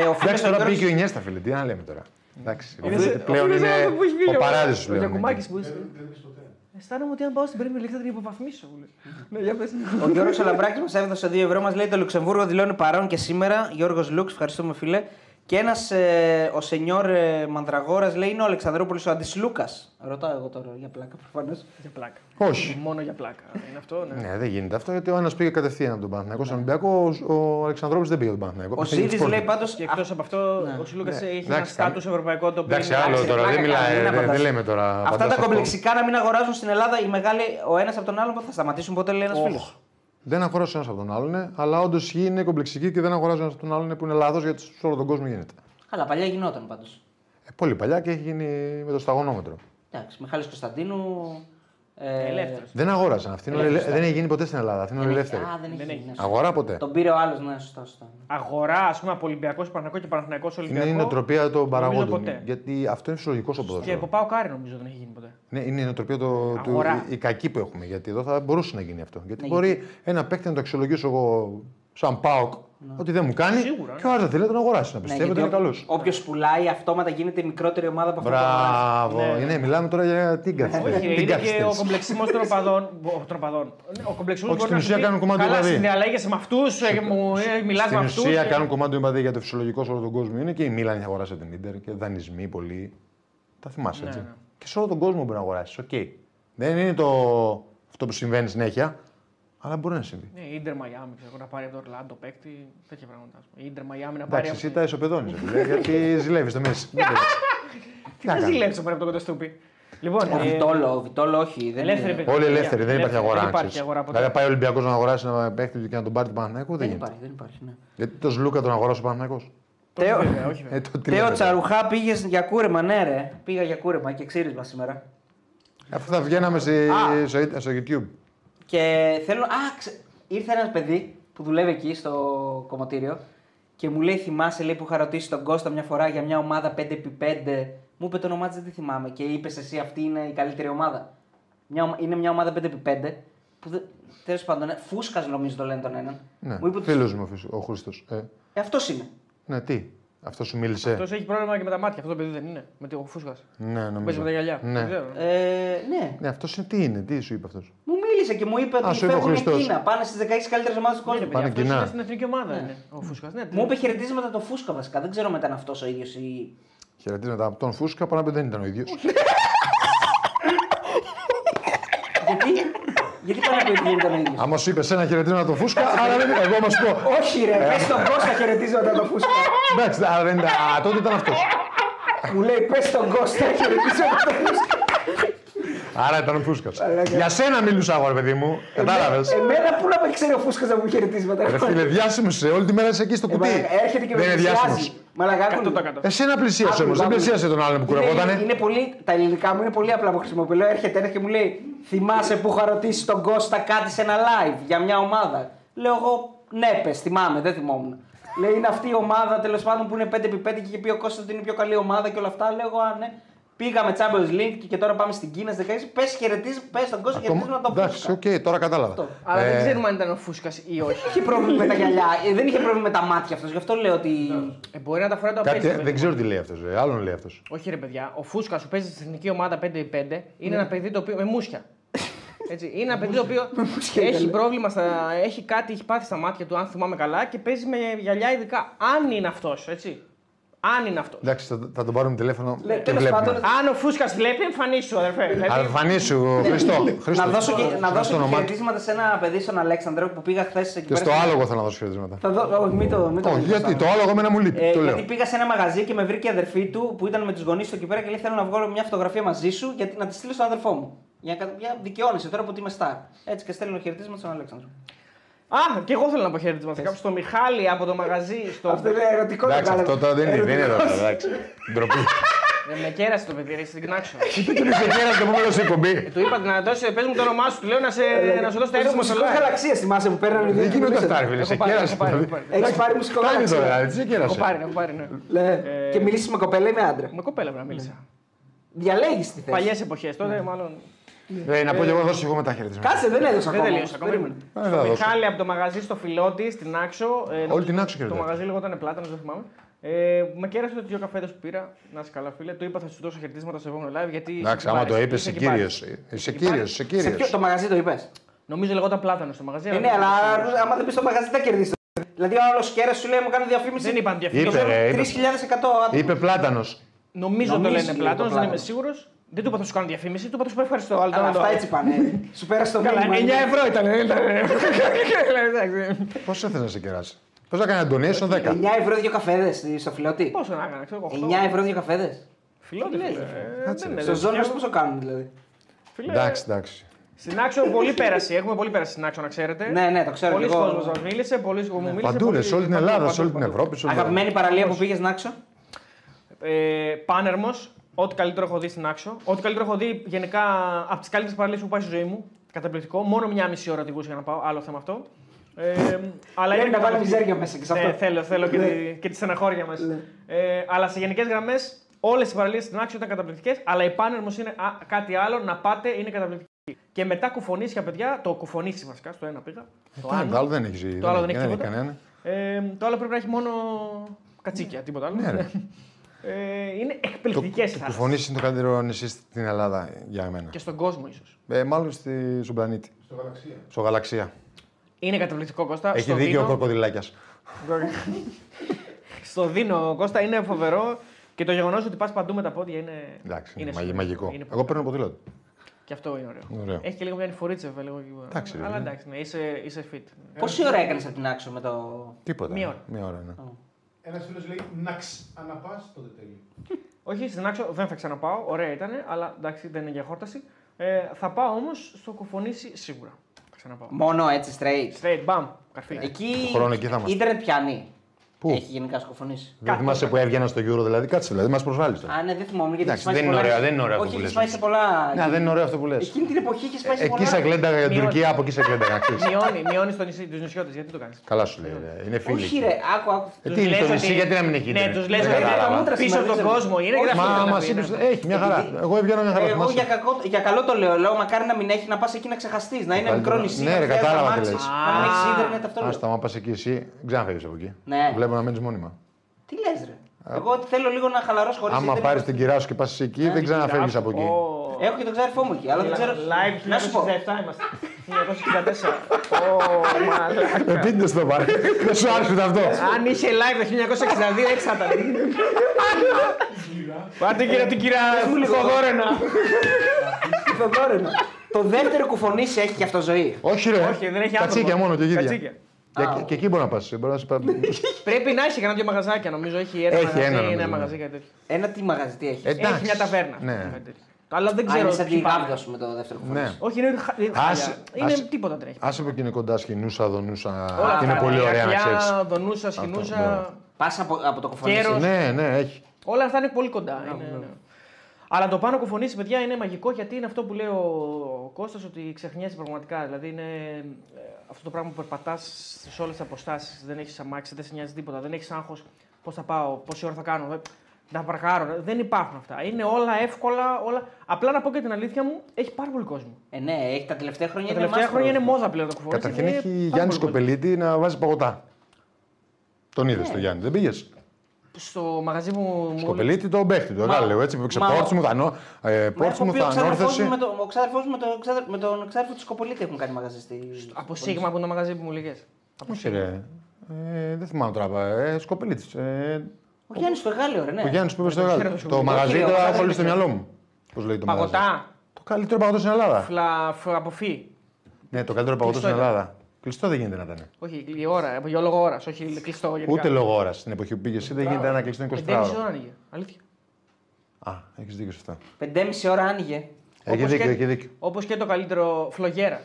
Speaker 2: ε, ο φίλο
Speaker 4: Εντάξει, τώρα πήγε ο Ινιέστα, φίλε. Τι να λέμε τώρα. Εντάξει,
Speaker 3: σε- ο
Speaker 4: πλέον
Speaker 3: φίλος
Speaker 4: είναι
Speaker 3: άνθρωπο που έχει βγεις
Speaker 4: ο
Speaker 3: για
Speaker 4: παράδεισος
Speaker 3: Ο
Speaker 4: πλέον. είναι
Speaker 3: Γιακουμάκη
Speaker 4: εκεί.
Speaker 3: που είσαι. Αισθάνομαι ότι αν πάω στην Premier League θα την υποβαθμίσω. μου λέει. Ναι, για πες.
Speaker 2: Ο Γιώργος Αλαμπράκης μας έδωσε 2 ευρώ. Μας λέει το Λουξεμβούργο δηλώνει παρόν και σήμερα. Γιώργος Λουξ, ευχαριστούμε φίλε. Και ένας, ε, ο σενιόρ ε, Μανδραγόρας, λέει είναι ο Αλεξανδρόπουλο ο Αντισλούκα. Ρωτάω εγώ τώρα για πλάκα προφανώς.
Speaker 3: Για πλάκα.
Speaker 4: Όχι.
Speaker 3: Μόνο για πλάκα. Είναι αυτό, ναι.
Speaker 4: Ναι, δεν γίνεται αυτό γιατί ο ένας πήγε κατευθείαν από τον Παναθηναϊκό στον Ολυμπιακό. ο- Ο Αλεξανδρόπουλο δεν πήγε από τον Παναθηναϊκό.
Speaker 2: Ο Σίδη λέει πάντως.
Speaker 3: Και εκτός από αυτό, ο Σιλούκα έχει ένα
Speaker 4: Εντάξει,
Speaker 3: στάτου
Speaker 4: καλά.
Speaker 3: ευρωπαϊκό το οποίο.
Speaker 4: Εντάξει,
Speaker 3: είναι-
Speaker 4: άλλο
Speaker 2: Εντάξει,
Speaker 4: τώρα. Δεν
Speaker 2: πλάκα κάνουμε,
Speaker 4: μιλάει.
Speaker 2: δεν
Speaker 4: δεν- Δεν
Speaker 2: απαντάς.
Speaker 4: λέμε τώρα.
Speaker 2: Αυτά
Speaker 4: απαντάς
Speaker 2: τα
Speaker 4: αυτό.
Speaker 2: κομπλεξικά να μην αγοράζουν στην Ελλάδα οι μεγάλοι ο ένας από τον άλλον που θα σταματήσουν ποτέ, λέει ένας
Speaker 3: Οχ.
Speaker 2: φίλος.
Speaker 4: Δεν αγοράζουν ένας από τον άλλον, ναι, αλλά όντως η ε, είναι κομπλεξική και δεν αγοράζουν ένας από τον άλλον που είναι λάθος γιατί σε όλο τον κόσμο γίνεται. Ε,
Speaker 2: Αλλά παλιά γινόταν πάντως.
Speaker 4: Πολύ παλιά και έχει γίνει με το σταγονόμετρο.
Speaker 2: Εντάξει, Μιχάλης Κωνσταντίνου. ε,
Speaker 3: Ελεύθερος.
Speaker 4: Δεν αγόρασαν. Αυτή είναι
Speaker 2: Ελεύθερη.
Speaker 4: ολε- δεν έχει γίνει ποτέ στην Ελλάδα. Αυτή είναι
Speaker 2: δεν έχει-
Speaker 4: ελεύθερη.
Speaker 2: Α, δεν
Speaker 3: Δεν
Speaker 2: έχει.
Speaker 3: έχει.
Speaker 2: ναι, σωστά.
Speaker 4: Αγορά ποτέ.
Speaker 2: Τον πήρε ο άλλος, ναι, σωστά, σωστά.
Speaker 3: Αγορά, ας πούμε, από Ολυμπιακό, Παναγό και Παναθηναϊκός
Speaker 4: Ναι, Είναι
Speaker 3: Ολυμπιακό.
Speaker 4: η νοοτροπία των παραγόντων.
Speaker 3: ποτέ.
Speaker 4: Γιατί αυτό είναι φυσιολογικός στο
Speaker 3: Και από
Speaker 4: ποδόσφαιρο.
Speaker 3: Πάο Κάρι νομίζω δεν έχει γίνει ποτέ.
Speaker 4: Ναι, είναι η νοοτροπία το, του,
Speaker 3: Αγορά.
Speaker 4: η, η κακή που έχουμε. Γιατί εδώ θα μπορούσε να γίνει αυτό. Γιατί
Speaker 2: Ναι,
Speaker 4: μπορεί ένα παίκτη να το αξιολογήσω εγώ σαν ΠΑΟΚ ότι δεν μου κάνει.
Speaker 3: Ναι. Σίγουρα, ναι.
Speaker 4: και ο άλλο θέλει να τον αγοράσει. Να πιστεύει ότι είναι καλός.
Speaker 2: Όποιος πουλάει αυτόματα γίνεται η μικρότερη ομάδα από αυτό που αγοράζει.
Speaker 4: Μπράβο.
Speaker 3: Ναι, ναι.
Speaker 4: Ναι, μιλάμε τώρα για την καθυστέρηση.
Speaker 3: Όχι,
Speaker 4: Την
Speaker 3: είναι και ο
Speaker 4: καθυστέρηση.
Speaker 3: κομπλεξιμό των οπαδών. Ο- των οπαδών. Ναι, Ο κομπλεξιμό
Speaker 4: Όχι, στην ουσία κάνουν κομμάτι
Speaker 3: Καλά,
Speaker 4: οπαδοί».
Speaker 3: συνδιαλλαγέ με ε, αυτού, μιλάς με ε».
Speaker 4: Στην
Speaker 3: αυτού.
Speaker 4: ουσία κάνουν κομμάτι οι για το φυσιολογικό σε όλο τον κόσμο. Είναι και η Μίλαν έχει αγοράσει από την ντερ και δανεισμοί πολλοί. Τα θυμάσαι
Speaker 3: Ναι,
Speaker 4: έτσι.
Speaker 3: ναι.
Speaker 4: Και σε όλο τον κόσμο μπορεί να αγοράσεις. Οκ. Δεν είναι το... αυτό που συμβαίνει συνέχεια, αλλά μπορεί να συμβεί.
Speaker 3: Ναι, Ιντερ Μαϊάμι, ξέρω να πάρει από το Ορλάντο παίκτη, τέτοια πράγματα. ας πούμε. Ιντερ Μαϊάμι να πάρει.
Speaker 4: Εντάξει,
Speaker 3: από-
Speaker 4: εσύ τα ισοπεδώνεις. γιατί ζηλεύεις το
Speaker 3: [LAUGHS]
Speaker 4: μέση. Μην το λες.
Speaker 3: Τι θα
Speaker 4: κάνω.
Speaker 3: ζηλέψει να πάρει από το κοντοστούπι. Λοιπόν,
Speaker 2: Ο
Speaker 3: ε,
Speaker 2: Βιτόλο, ο Βιτόλο, όχι. Δεν
Speaker 3: ελεύθερη
Speaker 2: είναι.
Speaker 3: παιδιά.
Speaker 4: Όλοι ελεύθεροι, δεν
Speaker 3: Ελεύθερη,
Speaker 4: υπάρχει αγορά.
Speaker 3: Δεν
Speaker 4: αν
Speaker 3: υπάρχει
Speaker 4: ξέρεις.
Speaker 3: αγορά
Speaker 4: Δηλαδή,
Speaker 3: ποτέ.
Speaker 4: πάει ο Ολυμπιακός να αγοράσει ένα παίχτη και να τον πάρει την Παναθηναϊκό, δεν
Speaker 2: Δεν
Speaker 4: γίνεται.
Speaker 2: υπάρχει, δεν υπάρχει. Ναι.
Speaker 4: Γιατί το Σλούκα τον αγοράσει ο Παναθηναϊκός.
Speaker 3: Όχι
Speaker 2: Τέο-
Speaker 3: βέβαια, όχι βέβαια.
Speaker 4: Ε, το τι
Speaker 2: Τέο
Speaker 4: λέμε τώρα.
Speaker 2: Τσαρουχά πήγε για κούρεμα, ναι, ρε. Πήγα για κούρεμα και ξύρισμα σήμερα.
Speaker 4: Αφού θα βγαίναμε στη-
Speaker 2: Α.
Speaker 4: στο- στο YouTube.
Speaker 2: Και θέλω. Α, ξε- ήρθε ένας παιδί που δουλεύει εκεί στο κομμωτήριο και μου λέει: Θυμάσαι, λέει που είχα ρωτήσει τον Κώστα μια φορά για μια ομάδα 5x5. Μου είπε το όνομά της, δεν τη θυμάμαι. Και είπες εσύ, αυτή είναι η καλύτερη ομάδα. Μια, ομα- είναι μια ομάδα 5x5 που δεν. Τέλος πάντων, φούσκας νομίζω το λένε τον έναν.
Speaker 4: Ναι.
Speaker 2: Μου είπε ότι.
Speaker 4: Φίλος μου ο Φυσ- ο Χρήστος. Ε,
Speaker 2: Ε, αυτός είναι.
Speaker 4: ναι, τι. Αυτός σου μίλησε.
Speaker 3: Αυτός έχει πρόβλημα και με τα μάτια. Αυτό το παιδί δεν είναι. Με το φούσκας.
Speaker 4: Ναι, νομίζω.
Speaker 3: Παίζει με τα γυαλιά.
Speaker 4: Ναι.
Speaker 3: Δεν ξέρω.
Speaker 2: Ε, ναι.
Speaker 4: Ναι, αυτός είναι τι είναι, τι σου είπε αυτός.
Speaker 2: Μου μίλησε και μου είπε
Speaker 4: Α,
Speaker 2: ότι
Speaker 4: σου είπε ο
Speaker 2: φεύγουν η
Speaker 4: Χριστός.
Speaker 2: Κίνα. Πάνε στις 16 καλύτερες ομάδες του
Speaker 3: Ναι,
Speaker 2: κόσμου.
Speaker 3: παιδιά,
Speaker 4: πάνε
Speaker 3: αυτός
Speaker 4: κοινά.
Speaker 3: είναι στην εθνική ομάδα. είναι Ο φούσκας. Ναι,
Speaker 2: Μου είπε χαιρετίζει μετά το φούσκα βασικά. Δεν ξέρω μετά αν αυτός ο ίδιος ή
Speaker 4: Χαιρετίσματα από τον Φούσκα, πάνω δεν ήταν ο ίδιος.
Speaker 2: Γιατί, γιατί Παναγιώτη δεν ήταν ο ίδιο.
Speaker 4: Άμα σου είπες ένα χαιρετίσμα από τον Φούσκα, άρα δεν ήταν. Εγώ μα πω.
Speaker 2: Όχι, ρε, πε τον Κώστα χαιρετίζω όταν το φούσκα.
Speaker 4: Εντάξει, άρα δεν ήταν. Α, τότε ήταν αυτός.
Speaker 2: Μου λέει, πες τον Κώστα χαιρετίζω όταν το φούσκα.
Speaker 4: Άρα ήταν ο Φούσκας.
Speaker 2: Ε,
Speaker 4: Για σένα μιλούσα εγώ, ρε παιδί μου. Κατάλαβε.
Speaker 2: Εμένα πού να με ξέρει ο φούσκας να μου χαιρετίζει μετά.
Speaker 4: Ε, Ρε φίλε, διάσημος σε όλη τη μέρα είσαι εκεί στο κουτί.
Speaker 2: Μαλάκα, ε, Έρχεται και με
Speaker 4: Δεν είναι διάσημο.
Speaker 2: πλησιάζει. Μαλάκα, άκου
Speaker 3: Εκατό
Speaker 2: λίγο.
Speaker 3: τα εκατό.
Speaker 4: Εσένα πλησίασε όμως,
Speaker 2: Άκου,
Speaker 4: δεν
Speaker 2: άκου.
Speaker 4: πλησίασε τον άλλον που ε.
Speaker 2: Είναι-
Speaker 4: κουρευότανε.
Speaker 2: Είναι πολύ, τα ελληνικά μου είναι πολύ απλά που χρησιμοποιώ. Έρχεται ένας και μου λέει: Θυμάσαι που είχα ρωτήσει τον Κώστα κάτι σε ένα live για μια ομάδα. Λέω εγώ: Ναι, πες, θυμάμαι, δεν θυμόμουν. λέει: Είναι αυτή η ομάδα τέλος πάντων που είναι 5x5 και είχε πει ο Κώστας ότι είναι η πιο καλή ομάδα και όλα αυτά. Λέω εγώ: Α, ναι. Πήγαμε Champions League και, και τώρα πάμε στην Κίνα στι 16. Πε χαιρετίζει, πες τον Κώστα
Speaker 4: Ακόμα-
Speaker 2: χαιρετίζουμε να τον
Speaker 4: Εντάξει,
Speaker 2: πούμε.
Speaker 4: οκ, τώρα κατάλαβα.
Speaker 3: Αλλά δεν
Speaker 4: Ε,
Speaker 3: ξέρουμε αν ήταν ο φούσκας ή όχι.
Speaker 2: Είχε πρόβλημα με τα γυαλιά, ε, δεν είχε πρόβλημα με τα μάτια αυτός. Γι' αυτό λέω ότι.
Speaker 3: Ε, μπορεί να τα φοράει το
Speaker 4: Κάτι,
Speaker 3: απέσιο.
Speaker 4: δεν ξέρω τι λέει αυτός. Άλλον λέει αυτός.
Speaker 3: Όχι ρε παιδιά, ο Φούσκας που παίζει στην εθνική ομάδα 5x5 είναι ένα παιδί το οποίο. με [LAUGHS] μουσια. Έτσι, είναι ένα παιδί το οποίο έχει πρόβλημα, στα, έχει κάτι, έχει πάθει στα μάτια του, αν θυμάμαι καλά, και παίζει με γυαλιά ειδικά. Αν είναι αυτός, έτσι. Αν είναι αυτό.
Speaker 4: Εντάξει, θα, θα τον πάρουμε τηλέφωνο
Speaker 2: Λέ-
Speaker 4: και
Speaker 2: Ναι, τέλος πάντων,
Speaker 4: βλέπουμε.
Speaker 3: Αν ο Φούσκας βλέπει, εμφανίσου, αδερφέ. Δηλαδή,
Speaker 4: Αλφανίσου, Χριστό. Χριστό.
Speaker 2: Να δώσω και, να
Speaker 4: Χριστό
Speaker 2: δώσω και
Speaker 4: όνομά του.
Speaker 2: χαιρετίσματα σε ένα παιδί στον Αλέξανδρο που πήγα χθες εκεί
Speaker 4: Και
Speaker 2: πέρα
Speaker 4: στο
Speaker 2: στην-
Speaker 4: άλογο θα να δώσω χαιρετίσματα.
Speaker 2: Θα δω, όχι, μην το, μην το
Speaker 4: Όχι,
Speaker 2: μην το
Speaker 4: γιατί
Speaker 2: κάνω.
Speaker 4: το άλογο εμένα μου
Speaker 2: Ε,
Speaker 4: λείπει. Το
Speaker 2: γιατί
Speaker 4: λέω.
Speaker 2: πήγα σε ένα μαγαζί και με βρήκε η αδερφή του που ήταν με τους γονείς του εκεί πέρα και λέει: Θέλω να βγάλω μια φωτογραφία μαζί σου γιατί να τη στείλω στον αδερφό μου. Για, να κα- για δικαιώνεσαι τώρα που είμαι star. Έτσι και στέλνω χαιρετίσμα στον Αλέξανδρο.
Speaker 3: Α, και εγώ θέλω να πω χαιρετισμό σε κάποιον. Στο Μιχάλη από το μαγαζί. Στο...
Speaker 2: είναι ερωτικό
Speaker 4: Εντάξει, αυτό τώρα δεν είναι. Δεν είναι εδώ. Εντάξει. Ντροπή.
Speaker 3: Ε, με κέρασε το παιδί, ρε, στην κοινάξω.
Speaker 4: Τι του σε κέρα το επόμενο σε εκπομπή.
Speaker 3: Του είπα να δώσει, πες μου το όνομά σου, του λέω να σε, Ε, να σου δώσω τα
Speaker 2: Είναι
Speaker 3: έξι μου
Speaker 2: μουσικός γαλαξίας Ε, θυμάσαι που παίρνανε.
Speaker 4: Δεν γίνεται Ε, αυτά, ρε
Speaker 3: Έχω
Speaker 4: φίλε. Σε δηλαδή.
Speaker 3: πάρει,
Speaker 4: κέρα.
Speaker 3: έχω πάρει, έχω πάρει.
Speaker 2: Έχεις πάρει μουσικό
Speaker 4: Κάνει
Speaker 2: γαλαξία.
Speaker 4: τώρα, έτσι
Speaker 3: Έχω πάρει,
Speaker 4: κέρασε.
Speaker 3: έχω πάρει, ναι.
Speaker 2: Λέ, Και μιλήσεις με κοπέλα ή με άντρα.
Speaker 3: Με κοπέλα πρέπει να μίλησα.
Speaker 2: Διαλέγεις τη θέση.
Speaker 3: Παλιές εποχές τότε, μάλλον.
Speaker 4: Ε, Να πω και εγώ δώσω εγώ μετά χαιρετίσματα.
Speaker 2: Κάτσε, δεν έδωσα
Speaker 3: Δεν
Speaker 2: ακόμα.
Speaker 3: τελείωσα ακόμα.
Speaker 2: Περίμενε.
Speaker 4: Ε,
Speaker 3: Στο
Speaker 4: θα δώσω.
Speaker 3: Μιχάλη από το μαγαζί στο Φιλότη, στην Άξο. ε, νομίζω
Speaker 4: την Άξο
Speaker 3: Το
Speaker 4: χαιρετάει.
Speaker 3: μαγαζί λεγόταν Πλάτανος, δεν θυμάμαι. Ε, με κέρασε το δύο καφέδε που πήρα. Να είσαι καλά, φίλε. Του είπα θα σου δώσω χαιρετίσματα σε επόμενο live. Γιατί
Speaker 4: Εντάξει,
Speaker 3: είσαι
Speaker 4: άμα
Speaker 3: πάρεις,
Speaker 4: το είπες,
Speaker 3: είσαι
Speaker 4: είσαι
Speaker 3: και πάρεις.
Speaker 4: κύριο. Είσαι κύριος, είσαι
Speaker 2: Σε
Speaker 4: κύριο.
Speaker 2: ποιο το μαγαζί το είπες.
Speaker 3: Νομίζω λεγόταν Πλάτανο στο μαγαζί.
Speaker 2: Ναι, αλλά άμα δεν πεις το μαγαζί, δεν θα κερδίσει. Δηλαδή, ο άλλος κέρας σου λέει: Μου κάνει διαφήμιση.
Speaker 3: Δεν είπαν
Speaker 4: Είπε,
Speaker 3: διαφήμιση.
Speaker 4: ρε. Ε,
Speaker 2: 3.100
Speaker 4: είπε-
Speaker 2: άτομα.
Speaker 4: Είπε πλάτανος.
Speaker 3: Νομίζω το
Speaker 2: Νομίζω
Speaker 3: λένε
Speaker 2: λέγεται
Speaker 3: Πλάτανος, δεν είμαι
Speaker 2: Πλάτανος.
Speaker 3: σίγουρος. Δεν του είπα θα σου κάνω διαφήμιση, του είπα θα σου πω ευχαριστώ. Αλλά
Speaker 2: Αλλά
Speaker 3: ήταν
Speaker 2: αυτά
Speaker 3: όλο.
Speaker 2: έτσι πάνε. σου πέρασε το
Speaker 3: Καλά,
Speaker 2: μήνυμα.
Speaker 3: 9 ευρώ ήταν. δεν ήταν- ε, [LAUGHS] Εντάξει.
Speaker 4: Πώ έθελε να σε κεράσει. Πώς να κάνει donation 10.
Speaker 2: 9 ευρώ δύο καφέδες στο φιλότη.
Speaker 3: Πόσο να έκανα, ξέρω
Speaker 2: 9
Speaker 3: εγώ. 8.
Speaker 2: ευρώ δύο καφέδες.
Speaker 3: Φιλότη,
Speaker 2: λες,
Speaker 3: φίλε.
Speaker 2: ρε.
Speaker 3: Ε,
Speaker 4: Κάτσε,
Speaker 3: δεν είναι,
Speaker 4: ρε.
Speaker 2: Στο
Speaker 3: ρε.
Speaker 2: ζώνη μα πόσο κάνουν δηλαδή.
Speaker 3: Φίλε,
Speaker 4: Εντάξει, εντάξει.
Speaker 3: Στην Άξο πολύ πέρασε. Έχουμε πολύ πέρασε στην Άξο, να ξέρετε.
Speaker 2: Ναι, ναι, το ξέρω
Speaker 3: Πολλοί
Speaker 2: κι εγώ.
Speaker 3: Ε, κόσμος μας μίλησε, πολλοί κόσμος μου μίλησε.
Speaker 4: Παντού, ρε,
Speaker 3: πολλοί-
Speaker 4: σε όλη την
Speaker 3: παντού,
Speaker 4: Ελλάδα,
Speaker 3: παντού,
Speaker 4: σε όλη την
Speaker 3: παντού.
Speaker 4: Ευρώπη. σε όλη την-
Speaker 2: Αγαπημένη παραλία που πήγε να άξω.
Speaker 3: Ε, Πάνερμος, ό,τι καλύτερο έχω δει στην άξο. Ό,τι καλύτερο έχω δει γενικά από τις καλύτερες παραλίες που πάει στη ζωή μου. Καταπληκτικό. Μόνο μια μισή ώρα οδηγούσα για να πάω. Άλλο θέμα αυτό. Ε, αλλά
Speaker 6: Πρέπει
Speaker 3: είναι
Speaker 6: να βάλει
Speaker 3: καταπληκτικό.
Speaker 6: μιζέρια μέσα και σε
Speaker 3: Ναι,
Speaker 6: αυτό. Ναι.
Speaker 3: θέλω, θέλω και, τη, και τη στεναχώρια μας. Ε, αλλά σε γενικές γραμμές, όλες οι παραλίες στην άξιο ήταν καταπληκτικές. Αλλά η πάνερμος είναι α, κάτι άλλο. Να πάτε είναι καταπληκτική. Και μετά κουφονίσια, παιδιά, το κουφονίσι βασικά, στο ένα πήγα. Το
Speaker 4: Ε, Το
Speaker 3: άλλο.
Speaker 4: άλλο δεν έχει.
Speaker 3: Το άλλο δεν έχει τίποτα.
Speaker 4: κανένα.
Speaker 3: Ε, το άλλο πρέπει να έχει μόνο κατσίκια, τίποτα άλλο.
Speaker 4: Ναι, ρε.
Speaker 3: Ε, είναι
Speaker 4: Το
Speaker 3: εκπληκτικέ οι θάλασσες.
Speaker 4: κουφονίσι είναι το καλύτερο νησί στην Ελλάδα για μένα.
Speaker 3: Και στον κόσμο, ίσως.
Speaker 4: Ε, μάλλον στη, στον πλανήτη.
Speaker 7: Στο γαλαξία.
Speaker 4: Στο γαλαξία.
Speaker 3: Είναι καταπληκτικό Κώστα.
Speaker 4: Έχει
Speaker 3: στο
Speaker 4: δίκιο ο
Speaker 3: Δίνο,
Speaker 4: κροκοδιλάκιας.
Speaker 3: Στο Δίνο, Κώστα, είναι φοβερό. Και το γεγονός ότι πας παντού με τα πόδια είναι.
Speaker 4: Εντάξει,
Speaker 3: είναι
Speaker 4: είναι μαγι-
Speaker 3: σούπερ.
Speaker 4: μαγικό.
Speaker 3: Είναι
Speaker 4: Εγώ παίρνω ποδήλατο.
Speaker 3: Και αυτό είναι ωραίο.
Speaker 4: Ωραίο.
Speaker 3: Έχει και λίγο μια νηφορίτσεβα. Λίγο...
Speaker 4: Εντάξει, ρε,
Speaker 3: Αλλά
Speaker 4: ναι.
Speaker 3: εντάξει, ναι, είσαι, είσαι fit.
Speaker 2: Πόση ώρα έκανες από την άξο με το.
Speaker 4: Τίποτα.
Speaker 3: Μία ώρα.
Speaker 4: Μία ώρα ναι.
Speaker 7: Ένας φίλος λέει Ναξ, αναπάς τότε τέλει.
Speaker 3: Όχι, στην άξο δεν θα ξαναπάω. Ωραία ήταν, αλλά εντάξει, δεν είναι για χόρταση. Ε, θα πάω όμως στο κοφονήσι σίγουρα. Θα ξαναπάω.
Speaker 2: Μόνο έτσι, straight.
Speaker 3: Straight, μπαμ, καρφί.
Speaker 2: Ε, Εκεί.
Speaker 4: Του χρόνου εκεί θα είμαστε.
Speaker 2: Ιντερνετ πιάνει.
Speaker 4: Πού?
Speaker 2: Έχει γενικά σκοφωνήσει.
Speaker 4: Δεν θυμάσαι που έβγαινα στο Euro, δηλαδή κάτσε, δηλαδή μας προσβάλλει.
Speaker 2: Α, ναι, δεν θυμόμουν γιατί
Speaker 4: Εντάξει,
Speaker 2: έχεις πάει
Speaker 4: δεν
Speaker 2: σε
Speaker 4: είναι
Speaker 2: πολλά-
Speaker 4: ωραίο, δεν είναι ωραίο αυτό
Speaker 2: Όχι,
Speaker 4: που
Speaker 2: έχεις
Speaker 4: λες.
Speaker 2: πάει σε πολλά.
Speaker 4: Ναι, δεν είναι ωραίο αυτό που λες.
Speaker 2: Εκείνη την εποχή έχει πάει σε πολλά.
Speaker 4: Εκεί σε γλέντα για την
Speaker 3: Μειώνει.
Speaker 4: Τουρκία, από εκεί σε γλέντα. ξέρεις.
Speaker 3: μειώνει, μειώνει στο νησί, τους νησιώτες, γιατί το κάνεις.
Speaker 4: Καλά σου λέει, ρε. είναι φίλοι.
Speaker 2: Όχι, ρε, άκου, άκου.
Speaker 4: Ε, τι είναι στο νησί, γιατί να μην έχει.
Speaker 3: Ναι,
Speaker 4: ίντερνετ.
Speaker 3: τους λες
Speaker 4: Δεν
Speaker 3: ότι είναι
Speaker 4: κατάλαβα.
Speaker 2: τα μούτρα
Speaker 3: πίσω
Speaker 2: σήμερα,
Speaker 3: από τον
Speaker 2: δεν ξέρω.
Speaker 3: κόσμο. Είναι
Speaker 2: Όχι,
Speaker 3: και τα φίλτρα που είναι.
Speaker 4: Μα μα ε, είπε. Έχει μια χαρά. Εγώ έβγαινα μια χαρά.
Speaker 2: Ε, Εγώ
Speaker 4: θυμάσαι.
Speaker 2: για, κακό, για καλό το λέω, λέω μακάρι να μην έχει να πας εκεί να ξεχαστείς. Να είναι
Speaker 4: Καλύτερα.
Speaker 2: μικρό νησί.
Speaker 4: Ναι,
Speaker 2: να
Speaker 4: ρε,
Speaker 2: φτιάχνεις
Speaker 4: κατάλαβα τι
Speaker 2: αμάξι,
Speaker 4: λες.
Speaker 2: Να μην έχεις ίντερνετ αυτό. λέω.
Speaker 4: Άστα, άμα πας εκεί, εσύ δεν ξαναφεύγει από εκεί.
Speaker 2: Ναι.
Speaker 4: Βλέπω να μένει μόνιμα.
Speaker 2: Τι λες, ρε. Εγώ ότι θέλω λίγο να χαλαρώσω χωρίς
Speaker 4: Άμα πάρει την κυρά σου και πας
Speaker 3: Ναι,
Speaker 4: εκεί, δεν ξαναφεύγει από εκεί.
Speaker 3: Ω,
Speaker 2: Έχω και τον ξάδερφό μου εκεί, Ε, αλλά δεν ξέρω.
Speaker 3: Live
Speaker 2: να σου πω.
Speaker 3: 1967 είμαστε. [LAUGHS] 1964. Ω, μαλάκα.
Speaker 4: Επίτηδε το
Speaker 3: [LAUGHS]
Speaker 4: πάρει. Δεν σου άρεσε ούτε αυτό.
Speaker 3: Αν είχε live το 1962, έτσι θα ήταν. Πάτε κύριε την κυρία Θοδόρενα.
Speaker 2: Θεοδόρενο. Το δεύτερο κουφονίσι έχει και αυτό ζωή.
Speaker 4: Όχι, ρε.
Speaker 3: Όχι, δεν έχει άνθρωπο.
Speaker 4: Κατσίκια μόνο και γύρια.
Speaker 3: Κατσίκια.
Speaker 4: Και, και εκεί μπορεί να πας.
Speaker 3: [LAUGHS] Πρέπει να έχει κανένα δύο μαγαζάκια, νομίζω. Έχει ένα
Speaker 4: Έχει
Speaker 3: μαγαζί,
Speaker 4: ένα,
Speaker 3: ένα
Speaker 4: νομίζω.
Speaker 3: μαγαζί, κάτι τέτοιο.
Speaker 2: Ένα τι μαγαζί τι
Speaker 4: Ε,
Speaker 2: έχει.
Speaker 3: Έχει μια ταβέρνα. κάτι
Speaker 4: Ναι.
Speaker 3: τέτοιο. Αλλά δεν
Speaker 2: Α, είναι
Speaker 3: ξέρω.
Speaker 2: σαν
Speaker 3: ποιοι
Speaker 2: τη
Speaker 3: πάνε.
Speaker 2: γάβδα σου με το δεύτερο κουφονίσι.
Speaker 4: ναι.
Speaker 3: Όχι, είναι, χα- είναι χαλιά.
Speaker 4: Άσε-
Speaker 3: είναι
Speaker 4: άσε-
Speaker 3: τίποτα τρέχει.
Speaker 4: Άσε που και είναι κοντά σκηνούσα, δονούσα.
Speaker 3: Όλα
Speaker 4: και είναι
Speaker 3: αυτά,
Speaker 4: πολύ
Speaker 3: τα
Speaker 4: ωραία να
Speaker 3: γιακιά,
Speaker 4: ξέρεις.
Speaker 3: Δονούσα, σκηνούσα.
Speaker 4: μπράβο.
Speaker 2: Πας από, από το
Speaker 3: Κέρος.
Speaker 2: κουφονίσι.
Speaker 4: Ναι, ναι, έχει.
Speaker 3: Όλα αυτά είναι πολύ κοντά. είναι, ναι. Αλλά το πάνω κουφονίσι, παιδιά, είναι μαγικό γιατί είναι αυτό που λέει ο Κώστας ότι ξεχνιέσαι πραγματικά. Δηλαδή είναι ε, αυτό το πράγμα που περπατάς σε όλες τις αποστάσεις. Δεν έχεις αμάξει, δεν σε νοιάζει τίποτα. Δεν έχεις άγχος πώς θα πάω, πόση ώρα θα κάνω. ε, Να παρκάρω. Δεν υπάρχουν αυτά. Είναι όλα εύκολα. Όλα... Απλά να πω και την αλήθεια μου, έχει πάρα πολύ κόσμο.
Speaker 2: Ε, ναι, έχει τα τελευταία χρόνια
Speaker 3: Τα
Speaker 2: είναι
Speaker 3: τελευταία
Speaker 2: μάστρο.
Speaker 3: χρόνια είναι μόδα πλέον το κουφονίσι.
Speaker 4: Καταρχήν
Speaker 3: είναι
Speaker 4: έχει
Speaker 3: πάρα
Speaker 4: Γιάννης
Speaker 3: πολύ Ναι. κόσμο.
Speaker 4: Σκοπελίτη να βάζει παγωτά. Τον είδες το Γιάννη, δεν πήγες.
Speaker 3: Στο μαγαζί που μου.
Speaker 4: Σκοπελίτη τον παίχτη, τον
Speaker 2: Μα-
Speaker 4: Γάλλο. Έτσι που
Speaker 2: μα-
Speaker 4: ξεπόρτσι μου, θανό.
Speaker 2: Μα έχω
Speaker 4: Πόρτσι μου,
Speaker 2: πει, ο ξάδερφός μου
Speaker 4: θανόρθεση.
Speaker 2: με το- Ο ξάδερφός μου με τον ξάδερ- με τον ξάδερφο της Κοπολίτης έχουν κάνει μαγαζί στη.
Speaker 3: Από Σίγμα που είναι το μαγαζί που μου λυγες.
Speaker 4: Όχι, ρε. Ε, δεν θυμάμαι τώρα. Ε, Σκοπελίτης. Ε,
Speaker 2: Ο Γιάννης στο Γάλλιο, ρε, ναι.
Speaker 4: ο Γιάννης που είπε στο
Speaker 3: το
Speaker 4: Γάλλο.
Speaker 3: ξέρω το
Speaker 4: Το
Speaker 3: Σκοπελίτη.
Speaker 4: μαγαζί
Speaker 2: Όχι, ρε, ο
Speaker 4: τώρα
Speaker 2: Γάλλος
Speaker 4: έχω
Speaker 2: δεν
Speaker 4: λύσει στο μυαλό μου. Πώς λέει το μαγαζί.
Speaker 3: Παγωτά,
Speaker 4: Το καλύτερο παγωτό στην Ελλάδα.
Speaker 3: φλα, φλα, από φύ.
Speaker 4: Ναι, το καλύτερο
Speaker 3: Κλειστό
Speaker 4: παγωτό στην
Speaker 3: ήταν.
Speaker 4: Ελλάδα. Κλειστό δεν γίνεται να ήταν.
Speaker 3: Όχι, η ώρα, από- για λόγο ώρας, όχι κλειστό. Γενικά. Ε,
Speaker 4: Ούτε λόγω ώρας στην εποχή που πήγες εσύ δεν γίνεται ένα κλειστό 24
Speaker 3: Πεντέμιση ώρα
Speaker 4: ώρα.
Speaker 3: ανοίγει. Αλήθεια.
Speaker 4: Α, έχεις δίκιο σε αυτά.
Speaker 2: Πεντέμιση ώρα άνοιγε.
Speaker 4: Έχει
Speaker 3: Όπως
Speaker 4: δίκιο,
Speaker 3: και-
Speaker 4: έχει δίκιο.
Speaker 3: Όπως και το καλύτερο φλογέρα.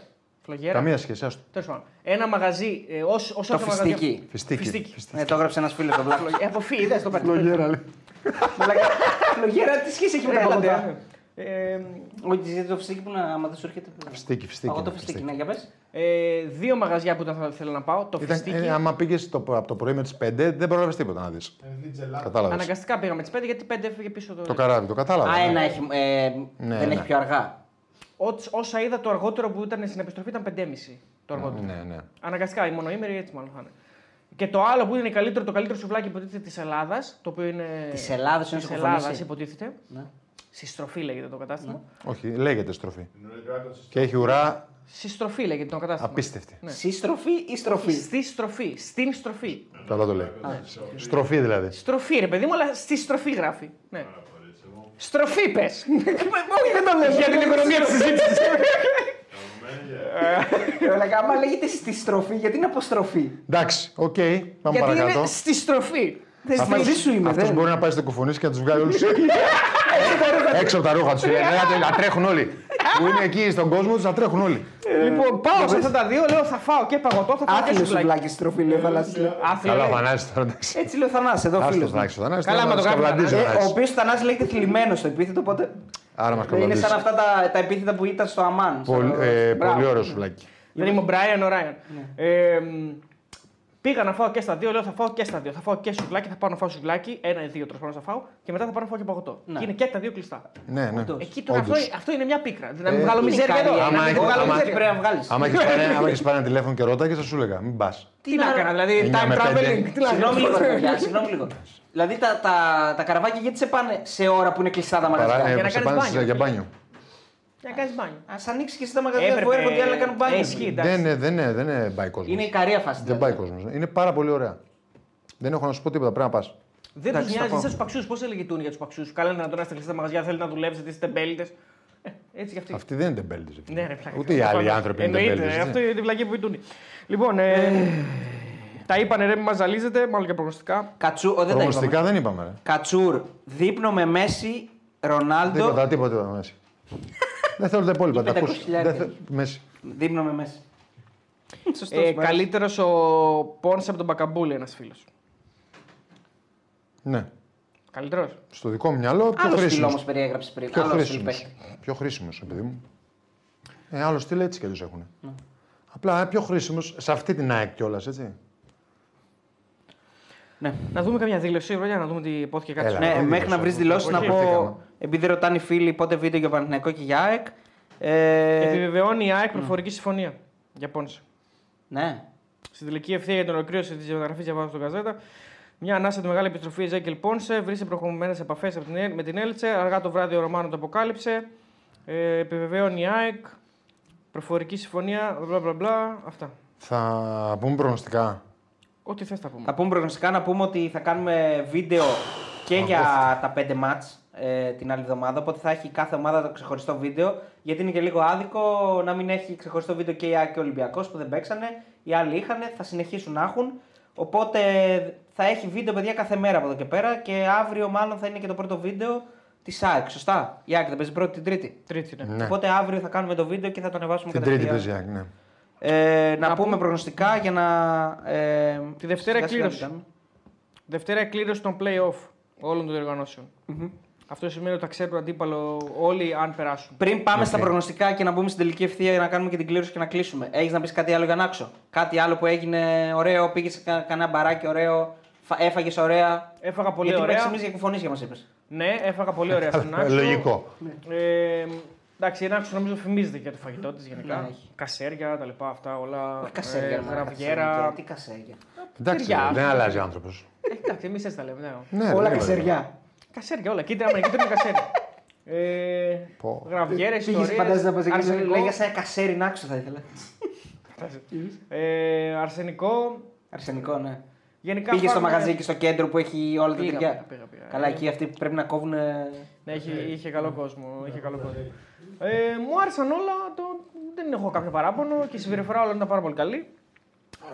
Speaker 3: Φλογέρα.
Speaker 4: Καμία σχέση, άστο.
Speaker 3: Τέλος πάντων. Ένα μαγαζί. Ε, ως, όσο
Speaker 2: Το
Speaker 3: αυτό μαγαζί-
Speaker 2: φιστίκι.
Speaker 4: Φιστίκι.
Speaker 3: Φιστίκι.
Speaker 4: Φιστίκι.
Speaker 2: Ναι, το έγραψε ένας
Speaker 4: [LAUGHS]
Speaker 2: φίλος το βλάχνο.
Speaker 3: Φλογε- ε, από φύ, είδες το παίρνει.
Speaker 2: Φλογέρα, τι σχέση έχει με
Speaker 3: Ρε,
Speaker 2: τα
Speaker 3: κοντά.
Speaker 2: παγωτά.
Speaker 3: Ε,
Speaker 2: Όχι, γιατί το φυσική που να άμα δεν σου έρχεται.
Speaker 4: Φιστίκι, φιστίκι,
Speaker 2: Εγώ το
Speaker 4: ναι,
Speaker 2: φιστίκι,
Speaker 4: φιστίκι.
Speaker 2: ναι, για πες.
Speaker 3: ε, δύο μαγαζιά που ήταν, θα θέλω να πάω. Το
Speaker 4: Ήταν,
Speaker 3: φιστίκι.
Speaker 4: ε, άμα πήγες από το πρωί με τις 5, δεν πρόλαβες τίποτα να δεις.
Speaker 7: Ενδύ τζελάτο.
Speaker 4: Κατάλαβες.
Speaker 3: Αναγκαστικά πήγαμε τις 5 γιατί 5 έφυγε πίσω το.
Speaker 4: Το καράβι, το κατάλαβα.
Speaker 2: Α,
Speaker 4: ναι.
Speaker 2: ένα έχει. ε,
Speaker 4: Ναι,
Speaker 2: Δεν
Speaker 4: ναι.
Speaker 2: έχει πιο αργά.
Speaker 3: Ό- Όσα είδα το αργότερο που ήταν στην επιστροφή ήταν 5,5 το αργότερο.
Speaker 4: Ναι, ναι.
Speaker 3: Αναγκαστικά, η μονοήμερη έτσι μάλλον θα είναι. Και το άλλο που είναι καλύτερο, το καλύτερο σουβλάκι υποτίθεται της Ελλάδας, το οποίο είναι.
Speaker 2: Της Ελλάδας είναι
Speaker 3: Της
Speaker 2: στο
Speaker 3: Ελλάδας,
Speaker 2: Κοφονήσι.
Speaker 3: υποτίθεται.
Speaker 2: Ναι.
Speaker 3: Συστροφή λέγεται το κατάστημα.
Speaker 4: Όχι, λέγεται στροφή.
Speaker 7: Είναι ο Dragon's
Speaker 4: Και έχει ουρά
Speaker 3: Συστροφή λέγεται το κατάστημα.
Speaker 4: απίστευτη.
Speaker 3: Ναι.
Speaker 2: Σύστροφη ή στροφή.
Speaker 3: Στη στροφή. Στην στροφή.
Speaker 4: Καλά το λέει. Στροφή δηλαδή.
Speaker 3: Στροφή, ρε παιδί μου, αλλά στη στροφή γράφει. Ναι. Στροφή πες. [LAUGHS] Όχι, δεν το λέω. Για την οικονομία της συζήτησης.
Speaker 2: Όλα άμα λέγεται στη στροφή, γιατί είναι αποστροφή.
Speaker 4: Εντάξει, οκ, πάμε
Speaker 3: Γιατί
Speaker 4: παρακάτω.
Speaker 3: είναι στη στροφή.
Speaker 2: Δεν μαζί σου είμαι.
Speaker 4: Αυτός
Speaker 2: δεν-
Speaker 4: μπορεί να πάει στο κοφονίσιο και να τους βγάλει όλους έξω από τα ρούχα τους. Να τρέχουν όλοι. Που είναι εκεί στον κόσμο τους, να τρέχουν όλοι.
Speaker 3: Λοιπόν, πάω σε αυτά τα δύο, λέω θα φάω και παγωτό, θα φάω και
Speaker 2: Άθλιος σου
Speaker 3: σουβλάκι.
Speaker 2: βλάκι τροφή,
Speaker 3: Ε,
Speaker 2: λέει ο Θανάσης, λέει.
Speaker 3: Άθλιος,
Speaker 4: Καλά,
Speaker 3: λέει.
Speaker 4: Θανάσης τώρα εντάξει.
Speaker 2: Έτσι λέει ο Θανάσης, εδώ
Speaker 4: Άστο
Speaker 2: φίλο.
Speaker 4: Θανάση, ο Θανάσης.
Speaker 3: Καλά, μα το κάνει,
Speaker 2: Ε, Ο οποίος Θανάσης λέγεται θλιμμένος στο επίθετο, οπότε.
Speaker 4: Άρα μας
Speaker 2: Είναι
Speaker 4: καβαλίζει.
Speaker 2: σαν αυτά τα, τα επίθετα που ήταν στο Αμάν. στο- Μπράβο.
Speaker 4: ε, Πολύ ωραίο σουβλάκι.
Speaker 3: Δεν είμαι ο Brian, ο Ryan. Ε, μ, πήγα να φάω και στα δύο, λέω θα φάω και στα δύο. Θα φάω και σουβλάκι, θα πάω να φάω σουβλάκι, ένα ή δύο τέλο πάντων θα φάω και μετά θα πάω να φάω και παγωτό. Και είναι και τα δύο κλειστά.
Speaker 4: Ναι, ναι.
Speaker 3: Εκεί τώρα αυτό,
Speaker 4: Όντως. Ε,
Speaker 3: αυτό, είναι μια πίκρα. Δηλαδή, Να μην βγάλω μιζέρια εδώ.
Speaker 2: καριέρα,
Speaker 3: να
Speaker 4: άμα
Speaker 3: μην
Speaker 4: έχετε-
Speaker 3: βγάλω
Speaker 4: άμα-
Speaker 2: Κάτι
Speaker 3: μιζέρια.
Speaker 2: πρέπει να βγάλεις.
Speaker 4: Άμα έχεις πάρει, άμα έχεις πάρει ένα τηλέφωνο και ρώτα και θα σου έλεγα, μην πας.
Speaker 3: Τι να έκανα, δηλαδή
Speaker 4: Εννιά με
Speaker 3: time traveling.
Speaker 4: πέντε.
Speaker 3: Τι να
Speaker 2: Συγγνώμη
Speaker 3: [LAUGHS]
Speaker 2: λίγο, ρε
Speaker 3: έκανα.
Speaker 2: παιδιά, συγγνώμη λίγο. Δηλαδή τα, τα, τα καραβάκια γιατί σε πάνε σε ώρα που είναι κλειστά τα μαγαζιά.
Speaker 3: ε, να
Speaker 4: σε
Speaker 3: κάνεις
Speaker 4: πάνε
Speaker 3: μπάνιο.
Speaker 4: σε- για μπάνιο.
Speaker 3: Για να κάνεις μπάνιο.
Speaker 2: Ας ανοίξει και εσύ τα μαγαζιά που έρχονται οι άλλοι να κάνουν
Speaker 3: Ε,
Speaker 2: μπάνιο.
Speaker 3: ισχύει, εντάξει.
Speaker 4: Δεν είναι- δεν είναι- δεν είναι πάει κόσμος.
Speaker 2: Είναι η καρία φάση. δηλαδή.
Speaker 4: Δεν πάει κόσμος. Είναι πάρα πολύ ωραία. Δεν έχω να σου πω τίποτα, πρέπει να πας.
Speaker 3: Δεν του
Speaker 2: Εντάξει, θα
Speaker 3: νοιάζει,
Speaker 2: πάω.
Speaker 3: είστε στους παξιούς. Πώς έλεγε η Τούνη για τους παξιούς. Καλάνε να τον άστε κλειστά τα μαγαζιά, θέλετε να δουλεύετε, είστε τεμπέλητε. Ε, Έτσι κι αυτοί.
Speaker 4: Αυτή δεν είναι τεμπέλτη.
Speaker 3: Ναι, ρε, πλάκα.
Speaker 4: Ούτε οι άλλοι
Speaker 3: Προφανώς.
Speaker 4: άνθρωποι είναι
Speaker 3: Εννοείται.
Speaker 4: τεμπέλτε.
Speaker 3: ε, Αυτό είναι τη βλακή που πιτούνι. Λοιπόν, ε, τα είπανε ρε, μη μας ζαλίζετε, μάλλον και προγνωστικά.
Speaker 2: Κατσού, ο, δεν τα είπαμε.
Speaker 4: Προγνωστικά δεν είπαμε. ρε.
Speaker 2: Κατσούρ, δείπνο με Μέση, Ρονάλντο.
Speaker 4: Τίποτα, τίποτα. Μέση. δεν θέλω τα υπόλοιπα. Τα ακούς.
Speaker 2: 500.000.
Speaker 4: Δεν θε- Μέση.
Speaker 2: Δείπνο με Μέση. Σωστός,
Speaker 3: Ε,
Speaker 2: μ' αρέσει.
Speaker 3: καλύτερος ο Πόνσε από τον Μπακαμπούλη, ένας φίλος.
Speaker 4: Ναι.
Speaker 3: Καλύτερος.
Speaker 4: Στο δικό μου μυαλό πιο
Speaker 2: Άλλος στυλ
Speaker 4: χρήσιμος.
Speaker 2: όμως περιέγραψε πριν.
Speaker 4: Πιο
Speaker 2: Άλλος στυλ
Speaker 4: χρήσιμο.
Speaker 2: παίχτη.
Speaker 4: Πιο χρήσιμος, παιδί μου. Ε, άλλος στυλ έτσι κι αλλιώς έχουν.
Speaker 2: Ναι.
Speaker 4: Απλά ε, πιο χρήσιμος σε αυτή την ΑΕΚ κιόλας, έτσι.
Speaker 2: Ναι.
Speaker 3: Να δούμε καμιά δήλωση, ρε, για να δούμε τι υπόθηκε κάτι.
Speaker 4: Έλα,
Speaker 3: σου.
Speaker 4: ρε.
Speaker 2: Ναι,
Speaker 4: δήλωσε.
Speaker 2: μέχρι να βρεις δηλώσει να
Speaker 4: Όχι,
Speaker 2: πω.
Speaker 4: βρήκαμε.
Speaker 2: Επειδή ρωτάνε οι φίλοι πότε βίντεο για Παναθηναϊκό και για ΑΕΚ. Ε,
Speaker 3: Επιβεβαιώνει η ΑΕΚ προφορική συμφωνία για Πόνσε.
Speaker 2: ναι.
Speaker 3: Στην τελική ευθεία για την ολοκλήρωση της μεταγραφή διαβάζω στον Καζέτα. Μια ανάσα τη μεγάλη επιστροφή Ζέγκελ Πόνσε. Βρήκε προχωρημένες επαφές με την Έλτσε. Αργά το βράδυ ο Ρωμάνο το αποκάλυψε. Ε, επιβεβαίωνει η ΑΕΚ. Προφορική συμφωνία. Μπλα μπλα μπλα. Αυτά.
Speaker 4: Θα πούμε προγνωστικά.
Speaker 3: Ό,τι θες θα πούμε.
Speaker 2: Θα πούμε προγνωστικά να πούμε ότι θα κάνουμε βίντεο και για τα πέντε μάτς ε, την άλλη εβδομάδα. Οπότε θα έχει κάθε ομάδα το ξεχωριστό βίντεο. Γιατί είναι και λίγο άδικο να μην έχει ξεχωριστό βίντεο και η ΑΕΚ και ο Ολυμπιακός που δεν παίξανε. Οι άλλοι είχαν, θα συνεχίσουν να έχουν. Οπότε θα έχει βίντεο παιδιά κάθε μέρα από εδώ και πέρα. Και αύριο μάλλον θα είναι και το πρώτο βίντεο της ΑΕΚ. Σωστά. Η ΑΕΚ δεν παίζει πρώτη την Τρίτη.
Speaker 3: Τρίτη ναι.
Speaker 4: Ναι.
Speaker 2: Οπότε αύριο θα κάνουμε το βίντεο και θα το ανεβάσουμε
Speaker 4: Την τρίτη
Speaker 2: κατευθείαν.
Speaker 4: παίζει η ΑΕΚ, ναι.
Speaker 2: Ε, να, πούμε προγνωστικά για να. Ε,
Speaker 3: Τη Δευτέρα
Speaker 2: σιγά-σιγά
Speaker 3: κλήρωση.
Speaker 2: να κάνουμε.
Speaker 3: Δευτέρα κλήρωση των play-off όλων των διοργανώσεων. Αυτό σημαίνει ότι θα ξέρουν αντίπαλο όλοι αν περάσουν.
Speaker 2: Πριν πάμε στα προγνωστικά και να μπούμε στην τελική ευθεία για να κάνουμε και την κλήρωση και να κλείσουμε, έχεις να πεις κάτι άλλο για να άξω. Κάτι άλλο που έγινε ωραίο, πήγες σε κα- κανένα μπαράκι ωραίο, έφαγες ωραία.
Speaker 3: Έφαγα πολύ
Speaker 2: Γιατί
Speaker 3: Ε, ωραία.
Speaker 2: εμεί για κουφονή μας είπες.
Speaker 3: Ναι, έφαγα πολύ ωραία στον άξο.
Speaker 4: Λογικό.
Speaker 3: Ε, εντάξει, ένα άξο νομίζω φημίζεται για το φαγητό της γενικά.
Speaker 2: Ναι, έχει.
Speaker 3: κασέρια, τα λοιπά αυτά όλα.
Speaker 2: Όχι κασέρια.
Speaker 3: ε,
Speaker 2: μάνα, κασέρια,
Speaker 3: γραβιέρα.
Speaker 2: Τι κασέρια.
Speaker 4: Εντάξει,
Speaker 3: Ταιριά.
Speaker 4: δεν αλλάζει άνθρωπος.
Speaker 3: Ε, εντάξει, εμείς έτσι τα λέμε. Ναι.
Speaker 4: Ναι,
Speaker 2: Όλα
Speaker 4: δεν αλλάζει.
Speaker 2: κασέρια.
Speaker 3: Κασέρια, όλα. Κοίτα, άμα είναι κίτρινο κασέρια. Ε,
Speaker 4: Πω.
Speaker 3: Γραβιέρες,
Speaker 2: Πήγες φαντάζεσαι να πας εκεί.
Speaker 3: αρσενικό,
Speaker 2: Λέγε σε ένα κασέρι να άξω θα ήθελα.
Speaker 3: ε, αρσενικό.
Speaker 2: Αρσενικό, ναι.
Speaker 3: Γενικά
Speaker 2: Πήγες στο
Speaker 3: φάγαμε-
Speaker 2: μαγαζί εκεί στο κέντρο που έχει όλα τα
Speaker 3: Πήγα,
Speaker 2: τυριά.
Speaker 3: πήγα, πήγα, πήγα.
Speaker 2: Καλά,
Speaker 3: Ε,
Speaker 2: εκεί αυτοί που πρέπει να κόβουν.
Speaker 3: Ναι, είχε, είχε καλό κόσμο. Είχε καλό κόσμο. Ε, μου άρεσαν όλα. Το... Δεν έχω κάποιο παράπονο και η συμπεριφορά όλων ήταν πάρα πολύ καλή.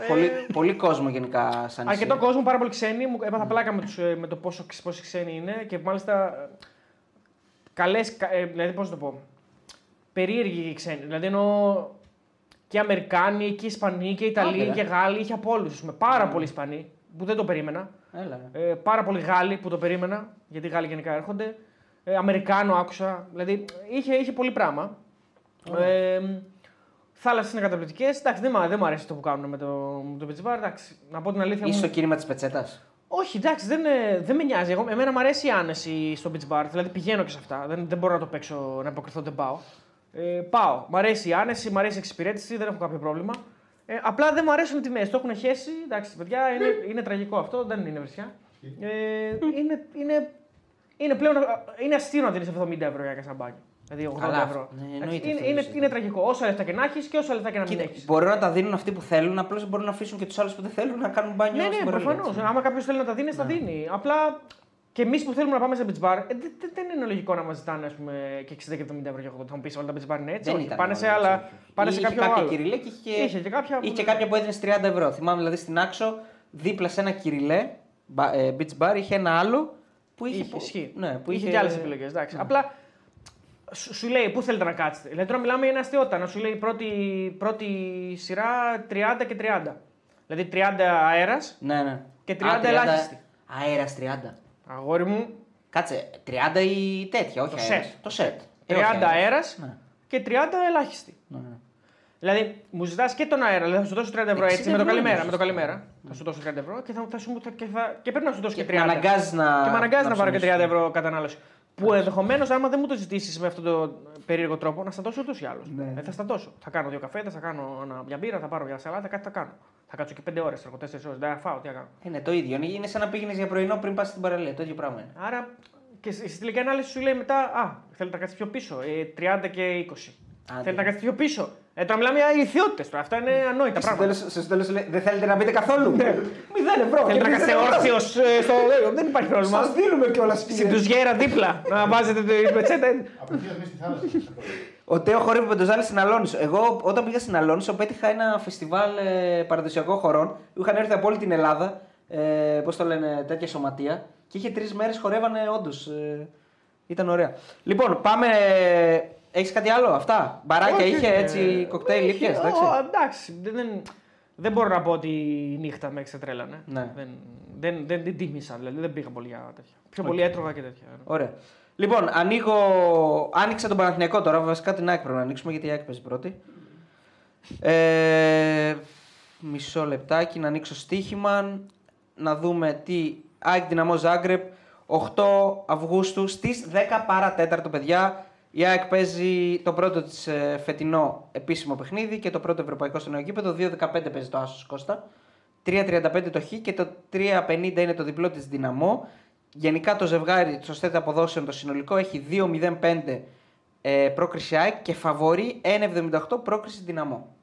Speaker 2: Πολύ, πολύ κόσμο γενικά σαν νησί.
Speaker 3: Ε, Αρκετό κόσμο, πάρα πολύ ξένοι. Μου έπαθα πλάκα με, τους, ε, με το πόσο, ξ- πόσοι ξένοι είναι και μάλιστα. Καλέ. Ε, δηλαδή, πώς να το πω. Περίεργοι οι ξένοι. Δηλαδή, εννοώ και Αμερικάνοι και Ισπανοί και Ιταλοί
Speaker 2: Άντε, ρε.
Speaker 3: και Γάλλοι. Είχε από όλου. Πάρα πολλοί Ισπανοί που δεν το περίμενα.
Speaker 2: Έλα. ρε.
Speaker 3: Ε, πάρα πολλοί Γάλλοι που το περίμενα, γιατί οι Γάλλοι γενικά έρχονται. Ε, Αμερικάνο άκουσα. Δηλαδή είχε, είχε πολύ πράγμα. Ε, Θάλασσες είναι καταπληκτικές. Εντάξει, δεν, μ' α- δεν μου αρέσει το που κάνουν με το, με το Πετσιμπάρ. Εντάξει, να πω την αλήθεια.
Speaker 2: Είσαι
Speaker 3: Μου...
Speaker 2: στο κίνημα της πετσέτας.
Speaker 3: Όχι, εντάξει, δεν, ε, δεν με νοιάζει. Εγώ, εμένα μου αρέσει η άνεση στο beach bar. Δηλαδή πηγαίνω και σε αυτά. Δεν, δεν μπορώ να το παίξω, να αποκριθώ, δεν πάω. Ε, πάω. Μ' αρέσει η άνεση, μ' αρέσει η εξυπηρέτηση, δεν έχω κάποιο πρόβλημα. Ε, απλά δεν μου αρέσουν οι τιμές. Το έχουν χέσει. Εντάξει, παιδιά, είναι, είναι τραγικό αυτό, δεν είναι βρισιά. Ε, είναι, είναι, είναι πλέον. ε, Είναι αστείο να δίνεις 70 ευρώ για κασαμπάκι. Δηλαδή 80
Speaker 2: Καλά,
Speaker 3: ευρώ.
Speaker 2: ναι,
Speaker 3: Εντάξει,
Speaker 2: εννοείται
Speaker 3: είναι,
Speaker 2: αυτό,
Speaker 3: είναι,
Speaker 2: εννοείται.
Speaker 3: είναι, τραγικό. Όσα λεφτά και να έχεις και όσα λεφτά και να μην
Speaker 2: Κοίτα,
Speaker 3: έχεις.
Speaker 2: μπορούν να τα δίνουν αυτοί που θέλουν, απλώς μπορούν να αφήσουν και τους άλλους που δεν θέλουν να κάνουν μπάνιο.
Speaker 3: Ναι,
Speaker 2: στην
Speaker 3: ναι,
Speaker 2: παραλία,
Speaker 3: προφανώς.
Speaker 2: έτσι. Ναι.
Speaker 3: Άμα κάποιος θέλει να τα δίνει, τα δίνει. Απλά και εμείς που θέλουμε να πάμε σε beach bar, ε, δε- δε- δεν είναι λογικό να μας ζητάνε ας πούμε, και 60 και 70 ευρώ για αυτό. Θα μου πεις όλα τα beach bar είναι έτσι.
Speaker 2: Δεν
Speaker 3: Όχι,
Speaker 2: ήταν
Speaker 3: πάνε
Speaker 2: όλα
Speaker 3: σε
Speaker 2: έτσι,
Speaker 3: άλλα.
Speaker 2: όχι.
Speaker 3: Πάνε
Speaker 2: Είχε
Speaker 3: σε κάποιο
Speaker 2: κάποια
Speaker 3: άλλο.
Speaker 2: κυριλέ και είχε,
Speaker 3: Είχε και κάποια που
Speaker 2: είχε
Speaker 3: δεν-
Speaker 2: κάποια που έδινε 30 ευρώ. Θυμάμαι δηλαδή στην άξο δίπλα σε ένα κυριλέ μπα- ε, beach bar, είχε ένα άλλο που είχε.
Speaker 3: Είχε, ισχύει.
Speaker 2: Ναι, που
Speaker 3: είχε,
Speaker 2: είχε, Ναι.
Speaker 3: και άλλες επιλογές. Εντάξει. Απλά σου, σου λέει πού θέλετε να κάτσετε. Δηλαδή τώρα μιλάμε για ένα αστείωτα. Να σου λέει πρώτη, πρώτη σειρά 30 και 30. Δηλαδή 30 αέρας.
Speaker 2: Ναι, ναι.
Speaker 3: Και 30 ελάχιστη.
Speaker 2: Αέρα 30.
Speaker 3: Αγόρι μου,
Speaker 2: Κάτσε, 30 ή τέτοια, όχι
Speaker 3: Το
Speaker 2: αέρας.
Speaker 3: σετ.
Speaker 2: Το σετ. Ε,
Speaker 3: 30
Speaker 2: όχι αέρας.
Speaker 3: αέρας
Speaker 2: Ναι.
Speaker 3: και 30 ελάχιστη.
Speaker 2: Ναι, ναι.
Speaker 3: Δηλαδή μου ζητάς και τον αέρα. Δηλαδή θα σου δώσω 30 ευρώ
Speaker 2: Εντάξει,
Speaker 3: έτσι με
Speaker 2: δεν
Speaker 3: το
Speaker 2: γνωρίζεις.
Speaker 3: καλημέρα. Με το καλημέρα. Θα σου δώσω 30 ευρώ και, θα, θα σου, θα, και, θα, και πρέπει να σου δώσω και,
Speaker 2: Ναι. Και
Speaker 3: 30.
Speaker 2: με αναγκάζεις να- Ναι.
Speaker 3: Και με αναγκάζεις να,
Speaker 2: να
Speaker 3: πάρω και 30
Speaker 2: ψωνίσεις.
Speaker 3: ευρώ κατανάλωση. Που ενδεχομένως, άμα δεν μου το ζητήσεις με αυτόν τον περίεργο τρόπο, να στατώσω ούτως ή άλλως.
Speaker 2: Ναι.
Speaker 3: Ε, θα στατώσω. Θα κάνω δύο καφέδες, θα κάνω ένα- μια μπύρα, θα πάρω μια σαλάτα, κάτι θα κάνω. Θα κάτσω και 5 ώρες, τρέχω 4 ώρες. Δεν θα φάω, τι θα κάνω.
Speaker 2: Ε, ναι, το ίδιο. Είναι- Είναι σαν να πήγαινες για πρωινό πριν πας στην παραλία. Το ίδιο πράγμα είναι.
Speaker 3: Άρα και στη στη τελική ανάλυση σου λέει μετά, Α, θέλετε να κάτσετε πιο πίσω. Ε, 30 και 20.
Speaker 2: Άντε.
Speaker 3: Θέλετε να κάτσετε πιο πίσω. Ε, τώρα μιλάμε για ιδιότητε τώρα. Αυτά είναι ανόητα
Speaker 6: Στο
Speaker 3: πράγματα.
Speaker 6: τέλος, στο τέλος λέει, δεν θέλετε να μπείτε καθόλου. Μηδέν ευρώ.
Speaker 3: Ναι. Θέλετε να
Speaker 6: Μηδέν
Speaker 3: κάτσετε
Speaker 6: ευρώ.
Speaker 3: όρθιο στο. Δεν υπάρχει πρόβλημα.
Speaker 6: Σας δίνουμε κιόλας.
Speaker 3: Στην τουζιέρα δίπλα. να βάζετε την πετσέτα.
Speaker 7: Απευθείας μέσα στη θάλασσα.
Speaker 2: Ο Τέο χορεύει πεντοζάλι στην Αλόνισο. Εγώ όταν πήγα στην Αλόνισο πέτυχα ένα φεστιβάλ ε, παραδοσιακών χωρών που είχαν έρθει από όλη την Ελλάδα. Ε, Πώς το λένε, τέτοια σωματεία. Και είχε τρεις μέρες χορεύανε όντως. Ε, ήταν ωραία. Λοιπόν, πάμε. Έχεις κάτι άλλο, αυτά. Μπαράκια είχε έτσι, κοκτέιλ
Speaker 3: ε, είχε,
Speaker 2: ήπιες, εντάξει.
Speaker 3: ω, εντάξει. Δεν, δεν, δεν μπορώ να πω ότι η νύχτα με εξετρέλανε.
Speaker 2: Ναι.
Speaker 3: Δεν, δεν, δεν την τίμησα, δηλαδή δεν πήγα πολύ για τέτοια. Πιο πολύ έτρωγα και τέτοια.
Speaker 2: Ωραία. Λοιπόν, ανοίγω. Άνοιξα τον Παναθηναϊκό τώρα. Βασικά την ΑΕΚ πρέπει να ανοίξουμε γιατί η ΑΕΚ παίζει πρώτη. Ε, μισό λεπτάκι να ανοίξω στοίχημα. Να δούμε τι. ΑΕΚ Δυναμό Ζάγκρεπ. 8 Αυγούστου στις 10 παρατέταρτο, παιδιά. Η ΑΕΚ παίζει το πρώτο της ε, φετινό επίσημο παιχνίδι και το πρώτο ευρωπαϊκό στο νέο γήπεδο. 2-15 παίζει το Άσος Κώστα. 3.35 το Χ και το 3.50 είναι το διπλό της Δυναμό. Γενικά το ζευγάρι τη ωστέτα αποδόσεων το συνολικό έχει 2.05 ε, πρόκριση ΑΕΚ και φαβορεί 1.78 πρόκριση Δυναμό.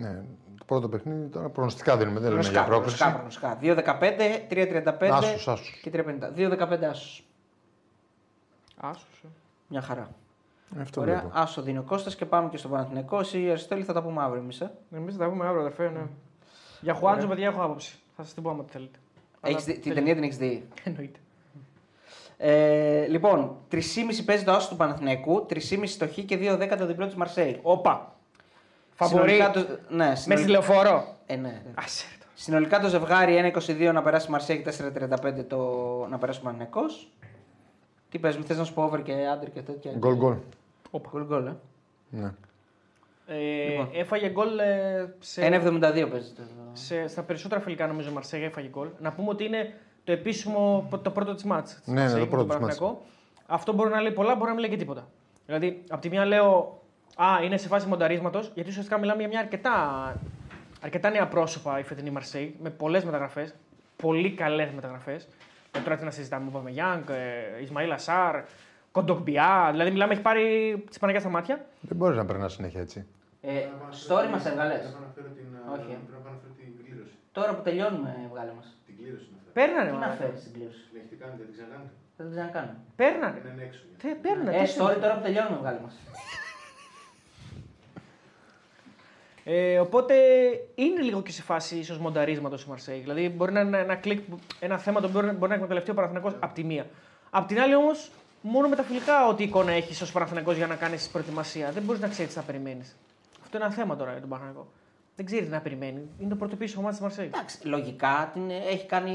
Speaker 4: Ναι, το πρώτο παιχνίδι τώρα προγνωστικά δίνουμε, δεν λέμε για
Speaker 2: Προγνωστικά,
Speaker 4: πρόκληση.
Speaker 2: προγνωστικά, προγνωστικά. 2.15, 3.35
Speaker 4: Άσους, άσους.
Speaker 2: και 3.50. 2.15 άσους.
Speaker 3: Άσουσε.
Speaker 2: Μια χαρά.
Speaker 4: Ε, Αυτό
Speaker 2: Ωραία,
Speaker 4: βλέπω.
Speaker 2: άσο δίνει ο Κώστας και πάμε και στον Παναθηναϊκό. Εσύ Αριστέλη θα τα πούμε αύριο εμείς. Ε.
Speaker 3: Εμείς θα τα πούμε αύριο, αδερφέ. Ναι. Για Χουάντζο, παιδιά, έχω άποψη. Θα σας την πω άμα τη θέλετε.
Speaker 2: Έχεις
Speaker 3: Αλλά
Speaker 2: δει- την
Speaker 3: τελείω.
Speaker 2: ταινία την έχεις δει.
Speaker 3: Εννοείται.
Speaker 2: Ε, λοιπόν, 3,5 παίζει το άσο του Παναθηναϊκού, 3,5 το Χ και 2.10 το διπλό της Μαρσέη.
Speaker 3: Όπα. Φαβορή.
Speaker 2: Συνολικά το- Ναι,
Speaker 3: Με
Speaker 2: συνολικά-
Speaker 3: τηλεφορό.
Speaker 2: Ε, ναι, ναι.
Speaker 3: Άσε. ρε το.
Speaker 2: Συνολικά το ζευγάρι 1-22 να περάσει η Μαρσία και 4-35 το να περάσει ο Παναθηναϊκός. Τι παίζουμε, θες να σου πω over και under και τέτοια.
Speaker 4: Γκολ γκολ.
Speaker 2: Γκολ γκολ, ε. Λοιπόν.
Speaker 4: Ναι.
Speaker 3: Ε, Έφαγε γκολ ε, σε
Speaker 2: 1-72 παίζει το.
Speaker 3: σε, στα περισσότερα φιλικά νομίζω η Μαρσέγια έφαγε γκολ. Να πούμε ότι είναι το επίσημο, το πρώτο της μάτς. της
Speaker 4: Ναι, ναι,
Speaker 3: Μαρσέγια με
Speaker 4: το πρώτο
Speaker 3: τον
Speaker 4: της μάτς.
Speaker 3: Παναθηναϊκό. Αυτό μπορεί να λέει πολλά, μπορεί να μην λέει και τίποτα. Δηλαδή, από τη μια λέω, Α, είναι σε φάση μονταρίσματος, γιατί ουσιαστικά μιλάμε για μια αρκετά, αρκετά νέα πρόσωπα η φετινή Μαρσέη, με πολλές μεταγραφές, πολύ καλές μεταγραφές. Ε, τώρα τι να συζητάμε, είπαμε Γιάνγκ, ε, Ισμαήλ Ασάρ, Κοντοκμπιά, δηλαδή μιλάμε, έχει πάρει τη Παναγία στα μάτια.
Speaker 4: Δεν μπορείς να περνάς συνέχεια έτσι.
Speaker 2: [LAUGHS] Ε, story μας
Speaker 7: Πρέπει
Speaker 2: έβγαλες.
Speaker 7: να αναφέρω την, ε,
Speaker 2: Όχι.
Speaker 7: πρέπει να αναφέρω την κλήρωση.
Speaker 2: Τώρα που τελειώνουμε έβγαλε μας.
Speaker 7: Την κλήρωση να φέρω.
Speaker 3: Παίρνανε,
Speaker 2: Τι να
Speaker 3: μα,
Speaker 2: φέρεις την κλήρωση.
Speaker 7: Την έχετε κάνει, δεν την ξανακάνετε.
Speaker 2: Θα την ξανακάνω. Ναι.
Speaker 3: παίρνανε.
Speaker 7: Είναι ένα έξω. για.
Speaker 3: Τε, παίρνανε.
Speaker 2: Ε,
Speaker 3: τι
Speaker 2: story τώρα που τελειώνουμε έβγαλε μας.
Speaker 3: Ε, οπότε είναι λίγο και σε φάση ίσως μονταρίσματος η Μαρσέη. Δηλαδή μπορεί να είναι ένα, κλικ, ένα θέμα το οποίο μπορεί να- μπορεί να εκμεταλλευτεί ο
Speaker 2: Ναι.
Speaker 3: Παναθηναϊκός από τη μία. Απ' την άλλη όμως, μόνο με τα φιλικά ό,τι εικόνα έχεις ως Παναθηναϊκός για να κάνεις προετοιμασία. Δεν μπορείς να ξέρεις τι να περιμένεις. Αυτό είναι ένα θέμα τώρα για τον Παναθηναϊκό. Δεν ξέρει τι να περιμένει. Είναι το πρώτο πίσω μάτι της Μαρσέης.
Speaker 2: Εντάξει, λογικά την έχει κάνει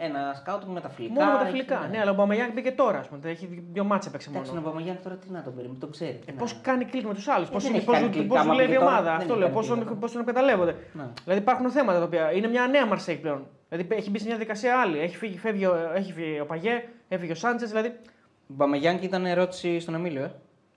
Speaker 2: ένα σκάουτινγκ με τα φιλικά.
Speaker 3: Μόνο με τα
Speaker 2: έχει-
Speaker 3: φιλικά. Ναι, αλλά ο Μπαμεγιάνγκ μπήκε τώρα. Ας πούμε. Τα Έχει δύο μάτσε παίξει
Speaker 2: Εντάξει,
Speaker 3: μόνο.
Speaker 2: ο Παπαγιάννη τώρα τι να τον περιμένει, τον ξέρει.
Speaker 3: Ε,
Speaker 2: Ναι.
Speaker 3: πώς κάνει κλικ με τους άλλους, πώς
Speaker 2: δεν έχει κάνει κλικ, άμα
Speaker 3: δουλεύει η
Speaker 2: πήγε τώρα,
Speaker 3: ομάδα.
Speaker 2: δεν
Speaker 3: Αυτό
Speaker 2: έχει
Speaker 3: λέω,
Speaker 2: κάνει
Speaker 3: πώς
Speaker 2: κλικ,
Speaker 3: τον, πώς τον εκμεταλλεύονται.
Speaker 2: Ναι.
Speaker 3: Δηλαδή υπάρχουν θέματα τα οποία είναι μια νέα Μαρσέικ πλέον. Δηλαδή έχει μπει σε μια δικασία άλλη. Έχει φύγει, φεύγει, ο- έχει φύγει ο Παγιέ, έφυγε ο Σάντσες. Δηλαδή.
Speaker 2: Μπαμεγιάννη ήταν ερώτηση στον Εμίλιο, ε.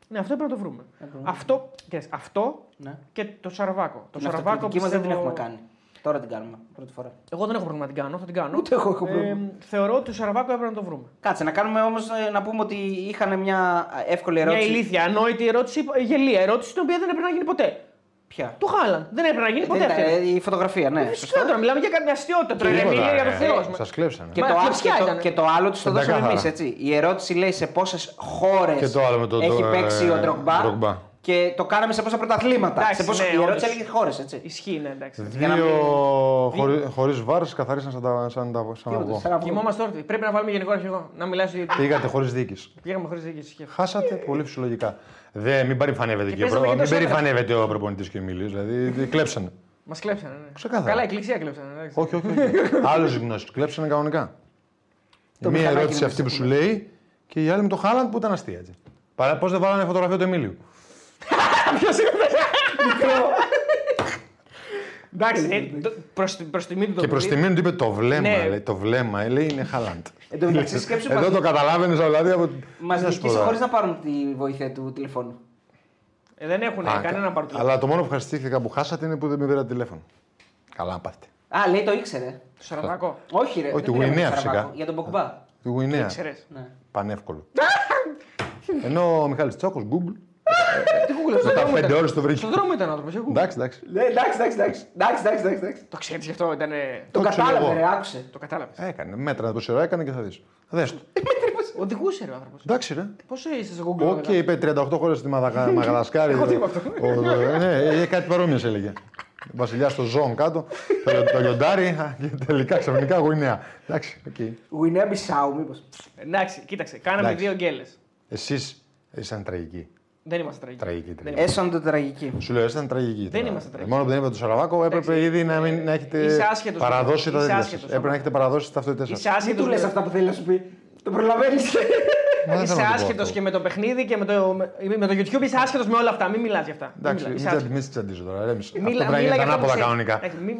Speaker 3: Ναι, αυτό πρέπει να το βρούμε.
Speaker 2: πρέπει να το
Speaker 3: Αυτό, κοίτας, αυτό
Speaker 2: Ναι.
Speaker 3: και το Σαραβάκο. Το
Speaker 2: Την αυτοκριτική μας δεν την
Speaker 3: πιστεύω-
Speaker 2: έχουμε κάνει. Τώρα την κάνουμε πρώτη φορά.
Speaker 3: Εγώ δεν έχω πρόβλημα να την κάνω. Θα την κάνω.
Speaker 2: Ούτε εγώ έχω πρόβλημα.
Speaker 3: Ε, θεωρώ ότι το Σαραβάκο έπρεπε να το βρούμε.
Speaker 2: Κάτσε, να κάνουμε όμως να πούμε ότι είχαν μια εύκολη
Speaker 3: Μια
Speaker 2: ερώτηση.
Speaker 3: ηλίθια, ανόητη ερώτηση, ε, γελία ερώτηση την οποία δεν έπρεπε να γίνει ποτέ.
Speaker 2: Ποια.
Speaker 3: Του Χάλαν. Δεν έπρεπε να γίνει
Speaker 2: Ε,
Speaker 3: ποτέ
Speaker 2: δεν
Speaker 3: αυτή.
Speaker 2: ήταν, ε, η φωτογραφία, ναι.
Speaker 3: Ε, Σωστά τώρα, μιλάμε για κάτι αστείωτα. Τώρα είναι
Speaker 4: Τίποτα, ε,
Speaker 3: μιλία για
Speaker 4: ρε.
Speaker 3: το Θεό.
Speaker 4: Σας κλέψανε.
Speaker 2: Και
Speaker 3: Μα
Speaker 2: το,
Speaker 3: ποια
Speaker 2: άλλο- και, το,
Speaker 3: ήταν?
Speaker 2: και το άλλο του το
Speaker 4: Τα
Speaker 2: δώσαμε
Speaker 4: Ε, καθαρά.
Speaker 2: εμείς, έτσι. Η ερώτηση λέει σε πόσες χώρες
Speaker 4: Και το άλλο με το
Speaker 2: έχει
Speaker 4: το-
Speaker 2: παίξει
Speaker 4: ε,
Speaker 2: ο Ντρογμπά.
Speaker 4: Ντρογμπά.
Speaker 2: Και το κάναμε σε πόσα πρωταθλήματα.
Speaker 3: Εντάξει,
Speaker 2: σε πόσα...
Speaker 3: ναι,
Speaker 2: η ερώτηση
Speaker 3: όντως.
Speaker 2: έλεγε χώρες, έτσι.
Speaker 3: Ισχύει, ναι, εντάξει.
Speaker 2: Για να
Speaker 4: Δύο
Speaker 2: μην-
Speaker 4: χωρί χωρίς βάρ καθαρίσαν σαν, τα, σαν, τα, σαν
Speaker 2: Τίποτα,
Speaker 4: αυγό.
Speaker 2: σαν να πω.
Speaker 3: Κοιμόμαστε όρθιοι. Πρέπει να βάλουμε γενικό αρχηγό. Να μιλάει για την.
Speaker 4: Πήγατε χωρίς δίκης.
Speaker 3: Πήγαμε χωρίς διοίκηση.
Speaker 4: Χάσατε πολύ φυσιολογικά. Δε, μην παρηφανεύεται
Speaker 3: Και
Speaker 4: και, ο
Speaker 3: παίζαμε
Speaker 4: προ-
Speaker 3: και το
Speaker 4: μην
Speaker 3: Σέντρα.
Speaker 4: περηφανεύεται ο προπονητής και ο Μίλη. Δηλαδή τι- κλέψανε.
Speaker 3: Μας κλέψανε. Ναι.
Speaker 4: Ξεκάθαρα.
Speaker 3: Καλά, η εκκλησία κλέψανε. εντάξει.
Speaker 4: όχι,
Speaker 2: [LAUGHS]
Speaker 4: όχι. όχι. Άλλο γνώση. Κλέψανε κανονικά.
Speaker 2: Το
Speaker 4: Μία
Speaker 2: μηχανάκι
Speaker 4: ερώτηση
Speaker 2: είναι
Speaker 4: αυτή που
Speaker 2: μέσα
Speaker 4: σου λέει και η άλλη με το Χάλαντ που ήταν αστεία. Έτσι. Παρά πώς δεν βάλανε φωτογραφία του Εμίλιου.
Speaker 3: Εντάξει, ε, προ τιμή του το
Speaker 4: Και προς
Speaker 3: παιδί.
Speaker 4: τη μήνυ του είπε το βλέμμα.
Speaker 3: Ναι.
Speaker 4: Λέει, το βλέμμα, ε, λέει είναι Χάλαντ.
Speaker 2: Εν τω μεταξύ, σκέψου
Speaker 4: Εδώ
Speaker 2: μας-
Speaker 4: το καταλάβαινες, δηλαδή. Από...
Speaker 2: Μας
Speaker 4: Τι να σου πω
Speaker 2: νικήσει
Speaker 4: τώρα.
Speaker 2: χωρίς να πάρουμε τη βοήθεια του τηλεφώνου.
Speaker 3: Ε, δεν έχουν
Speaker 2: Ναι,
Speaker 4: Α,
Speaker 3: κανένα παρτούλα.
Speaker 4: Αλλά το μόνο που ευχαριστήθηκα που χάσατε είναι που δεν με πήρατε τηλέφωνο. Καλά να πάτε.
Speaker 2: Α, λέει το ήξερε.
Speaker 3: Το σαραβάκο.
Speaker 2: Όχι, ρε.
Speaker 4: Όχι,
Speaker 2: δεν
Speaker 4: του
Speaker 2: πήραμε
Speaker 4: Γουινέα,
Speaker 2: το Σαραβάκο,
Speaker 4: φυσικά.
Speaker 2: Για τον Ποκμπά.
Speaker 4: Του Γουινέα.
Speaker 3: Ξέρε.
Speaker 2: Ναι. [LAUGHS]
Speaker 4: Πανεύκολο. Ενώ ο Μιχάλης Τσόκος, Google, μετά πέντε ώρες το βρήκε.
Speaker 3: Στον δρόμο ήταν άνθρωπο.
Speaker 4: Εντάξει, εντάξει.
Speaker 2: Ναι, εντάξει, εντάξει, εντάξει. εντάξει, εντάξει, εντάξει.
Speaker 3: Το ξέρεις γι' αυτό ήταν.
Speaker 2: Το
Speaker 4: Το ξέρω
Speaker 2: κατάλαβε,
Speaker 4: εγώ.
Speaker 2: ρε, άκουσε.
Speaker 3: Το κατάλαβες.
Speaker 4: Έκανε. Μέτρα το σειρά, έκανε και θα δεις. Δες το.
Speaker 3: Οδηγούσε ρε ο άνθρωπος.
Speaker 4: Εντάξει, ρε.
Speaker 3: Πόσο είσαι στο Google. δηλαδή.
Speaker 4: Οκ,
Speaker 3: μετά?
Speaker 4: είπε 38 χώρες στη
Speaker 3: [LAUGHS]
Speaker 4: Μαδαγα- Μαγαδασκάρη. ε,
Speaker 3: Έχω τίποτα.
Speaker 4: Ο- Ναι, ε, κάτι παρόμοιο έλεγε. Βασιλιά στο ζώο κάτω, το, λιο- το λιοντάρι α, και τελικά ξαφνικά Γουινέα. Εντάξει, οκ.
Speaker 2: Γουινέα Μπισάου, μήπως.
Speaker 3: Εντάξει, κοίταξε. Κάναμε
Speaker 4: Εντάξει.
Speaker 3: δύο γκέλες.
Speaker 4: Εσείς ήσαν τραγικοί.
Speaker 3: Δεν είμαστε τραγικοί.
Speaker 4: Τραγική,
Speaker 3: Δεν
Speaker 4: τραγική.
Speaker 3: είμαστε.
Speaker 2: Έσον το τραγική.
Speaker 4: Σου λέω, ήσταν τραγική.
Speaker 3: Δεν είμαστε τραγικοί.
Speaker 4: Ε, Μόνο που δεν είπα το Σαραβάκο, έπρεπε
Speaker 3: Εντάξει,
Speaker 4: ήδη να, μην, να έχετε
Speaker 3: είσαι άσχετος,
Speaker 4: παραδώσει τα
Speaker 3: είσαι
Speaker 4: τέτοια
Speaker 3: άσχετος,
Speaker 4: σας. Έπρεπε να
Speaker 3: όμως.
Speaker 4: έχετε παραδώσει ταυτότητε
Speaker 3: Είσαι
Speaker 4: σας.
Speaker 2: Μην
Speaker 3: άσχετο.
Speaker 2: του λε αυτά που θέλει να σου πει. Το προλαβαίνεις.
Speaker 3: Ε, Είσαι άσχετο και με το παιχνίδι και με το, με το YouTube. Είσαι άσχετος με όλα αυτά. Μην μιλάς γι' αυτά. Μην
Speaker 4: Εντάξει,
Speaker 3: μιλάς,
Speaker 4: μην
Speaker 3: είσαι
Speaker 4: τσαν-
Speaker 3: άσχετος.
Speaker 4: μην σε τσαντίζω τώρα. ρε, μη- Αυτό
Speaker 3: Μίλα-
Speaker 4: πρέπει να
Speaker 3: μίλα
Speaker 4: γίνεται
Speaker 3: για αυτά που
Speaker 4: ανάποδα
Speaker 3: ξέρεις.
Speaker 4: κανονικά.
Speaker 3: Εντάξει, Μην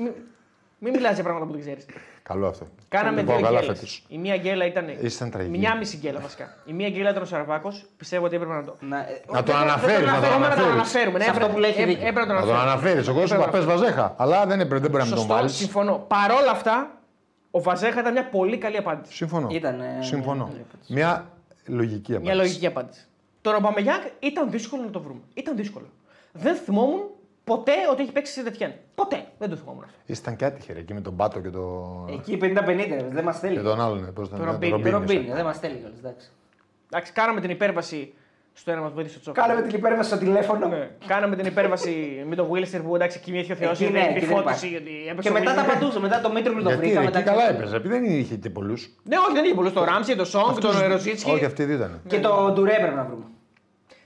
Speaker 3: μην μιλά για πράγματα που δεν ξέρεις.
Speaker 4: Καλό αυτό.
Speaker 3: Κάναμε
Speaker 4: Δεν πάω
Speaker 3: δύο
Speaker 4: Λοιπόν, καλά
Speaker 3: γκέλε.
Speaker 4: φέτος.
Speaker 3: Η μία γκέλα ήταν.
Speaker 4: Ήσταν τραγική.
Speaker 3: Μια μισή γκέλα βασικά. Η μία γκέλα ήταν ο Σαρβάκος. Πιστεύω ότι έπρεπε να το.
Speaker 2: ε,
Speaker 4: Να το αναφέρεις,
Speaker 3: να
Speaker 4: να
Speaker 3: το
Speaker 4: το αναφέρεις.
Speaker 3: αναφέρουμε. ναι,
Speaker 2: Σε αυτό
Speaker 3: έπρεπε-
Speaker 2: που λέει έχει
Speaker 3: έπρεπε-
Speaker 2: δίκιο.
Speaker 3: έπρεπε να το
Speaker 4: Να τον
Speaker 3: αναφέρουμε.
Speaker 4: αναφέρεις. Ο κόσμο
Speaker 3: Έπρεπε να
Speaker 4: είπα πε Βαζέχα. Αλλά δεν έπρεπε, δεν μπορεί να μην τον
Speaker 3: Σωστό,
Speaker 4: βάλεις.
Speaker 3: συμφωνώ. Παρ' όλα αυτά, ο Βαζέχα ήταν μια πολύ καλή απάντηση.
Speaker 4: Συμφωνώ.
Speaker 2: Ήταν, ε,
Speaker 4: Συμφωνώ.
Speaker 2: μια-
Speaker 4: Μια λογική
Speaker 3: Μια
Speaker 4: απάντηση.
Speaker 3: λογική απάντηση. Τον Ομπαμεγιάκ ήταν δύσκολο να το βρούμε. Ήταν δύσκολο. Δεν θυμόμουν ποτέ ότι έχει παίξει σε Δετιέν. Ποτέ. Δεν το θυμόμουν. αυτό.
Speaker 4: Ήσταν και άτυχε ρε, εκεί με τον Πάτο και τον-
Speaker 2: Εκεί 50-50, δεν μας
Speaker 4: και
Speaker 2: θέλει.
Speaker 4: τον άλλον. Πώς
Speaker 3: Το
Speaker 4: ήταν.
Speaker 3: Ρομπίνι.
Speaker 4: τον
Speaker 2: Το
Speaker 4: Ρομπίνι.
Speaker 2: Ρομπίνιο, δεν μας θέλει κιόλας, εντάξει.
Speaker 3: Εντάξει, κάναμε την υπέρβαση στο ένα μας βοήθησε ο Τσόκα.
Speaker 2: Κάναμε την υπέρβαση στο τηλέφωνο. Ε,
Speaker 3: Ναι. Κάναμε την υπέρβαση με τον Βίλστερ που εντάξει κοιμήθηκε ο Θεός.
Speaker 4: Ε,
Speaker 2: Εκεί,
Speaker 3: Είχε
Speaker 2: ναι, εκεί δεν
Speaker 3: επιφώτιση.
Speaker 2: υπάρχει.
Speaker 3: γιατί έπαιξε
Speaker 2: Και
Speaker 3: ο
Speaker 2: μετά τα
Speaker 3: Βίλσερ.
Speaker 2: πατούσα, μετά το Μίτροπλ το
Speaker 4: Γιατί
Speaker 2: βρήκα.
Speaker 4: ρε,
Speaker 2: μετά
Speaker 4: εκεί καλά
Speaker 2: ξέρω.
Speaker 4: έπαιζε. Επειδή δεν είχε και πολλούς.
Speaker 3: Ναι, όχι, δεν είχε πολλούς. Το Ράμψι, το Σόγκ, τον Ροζίτσκι.
Speaker 4: Όχι, αυτοί δύο ήταν.
Speaker 2: Και το Ντουρέ πρέπει να βρούμε.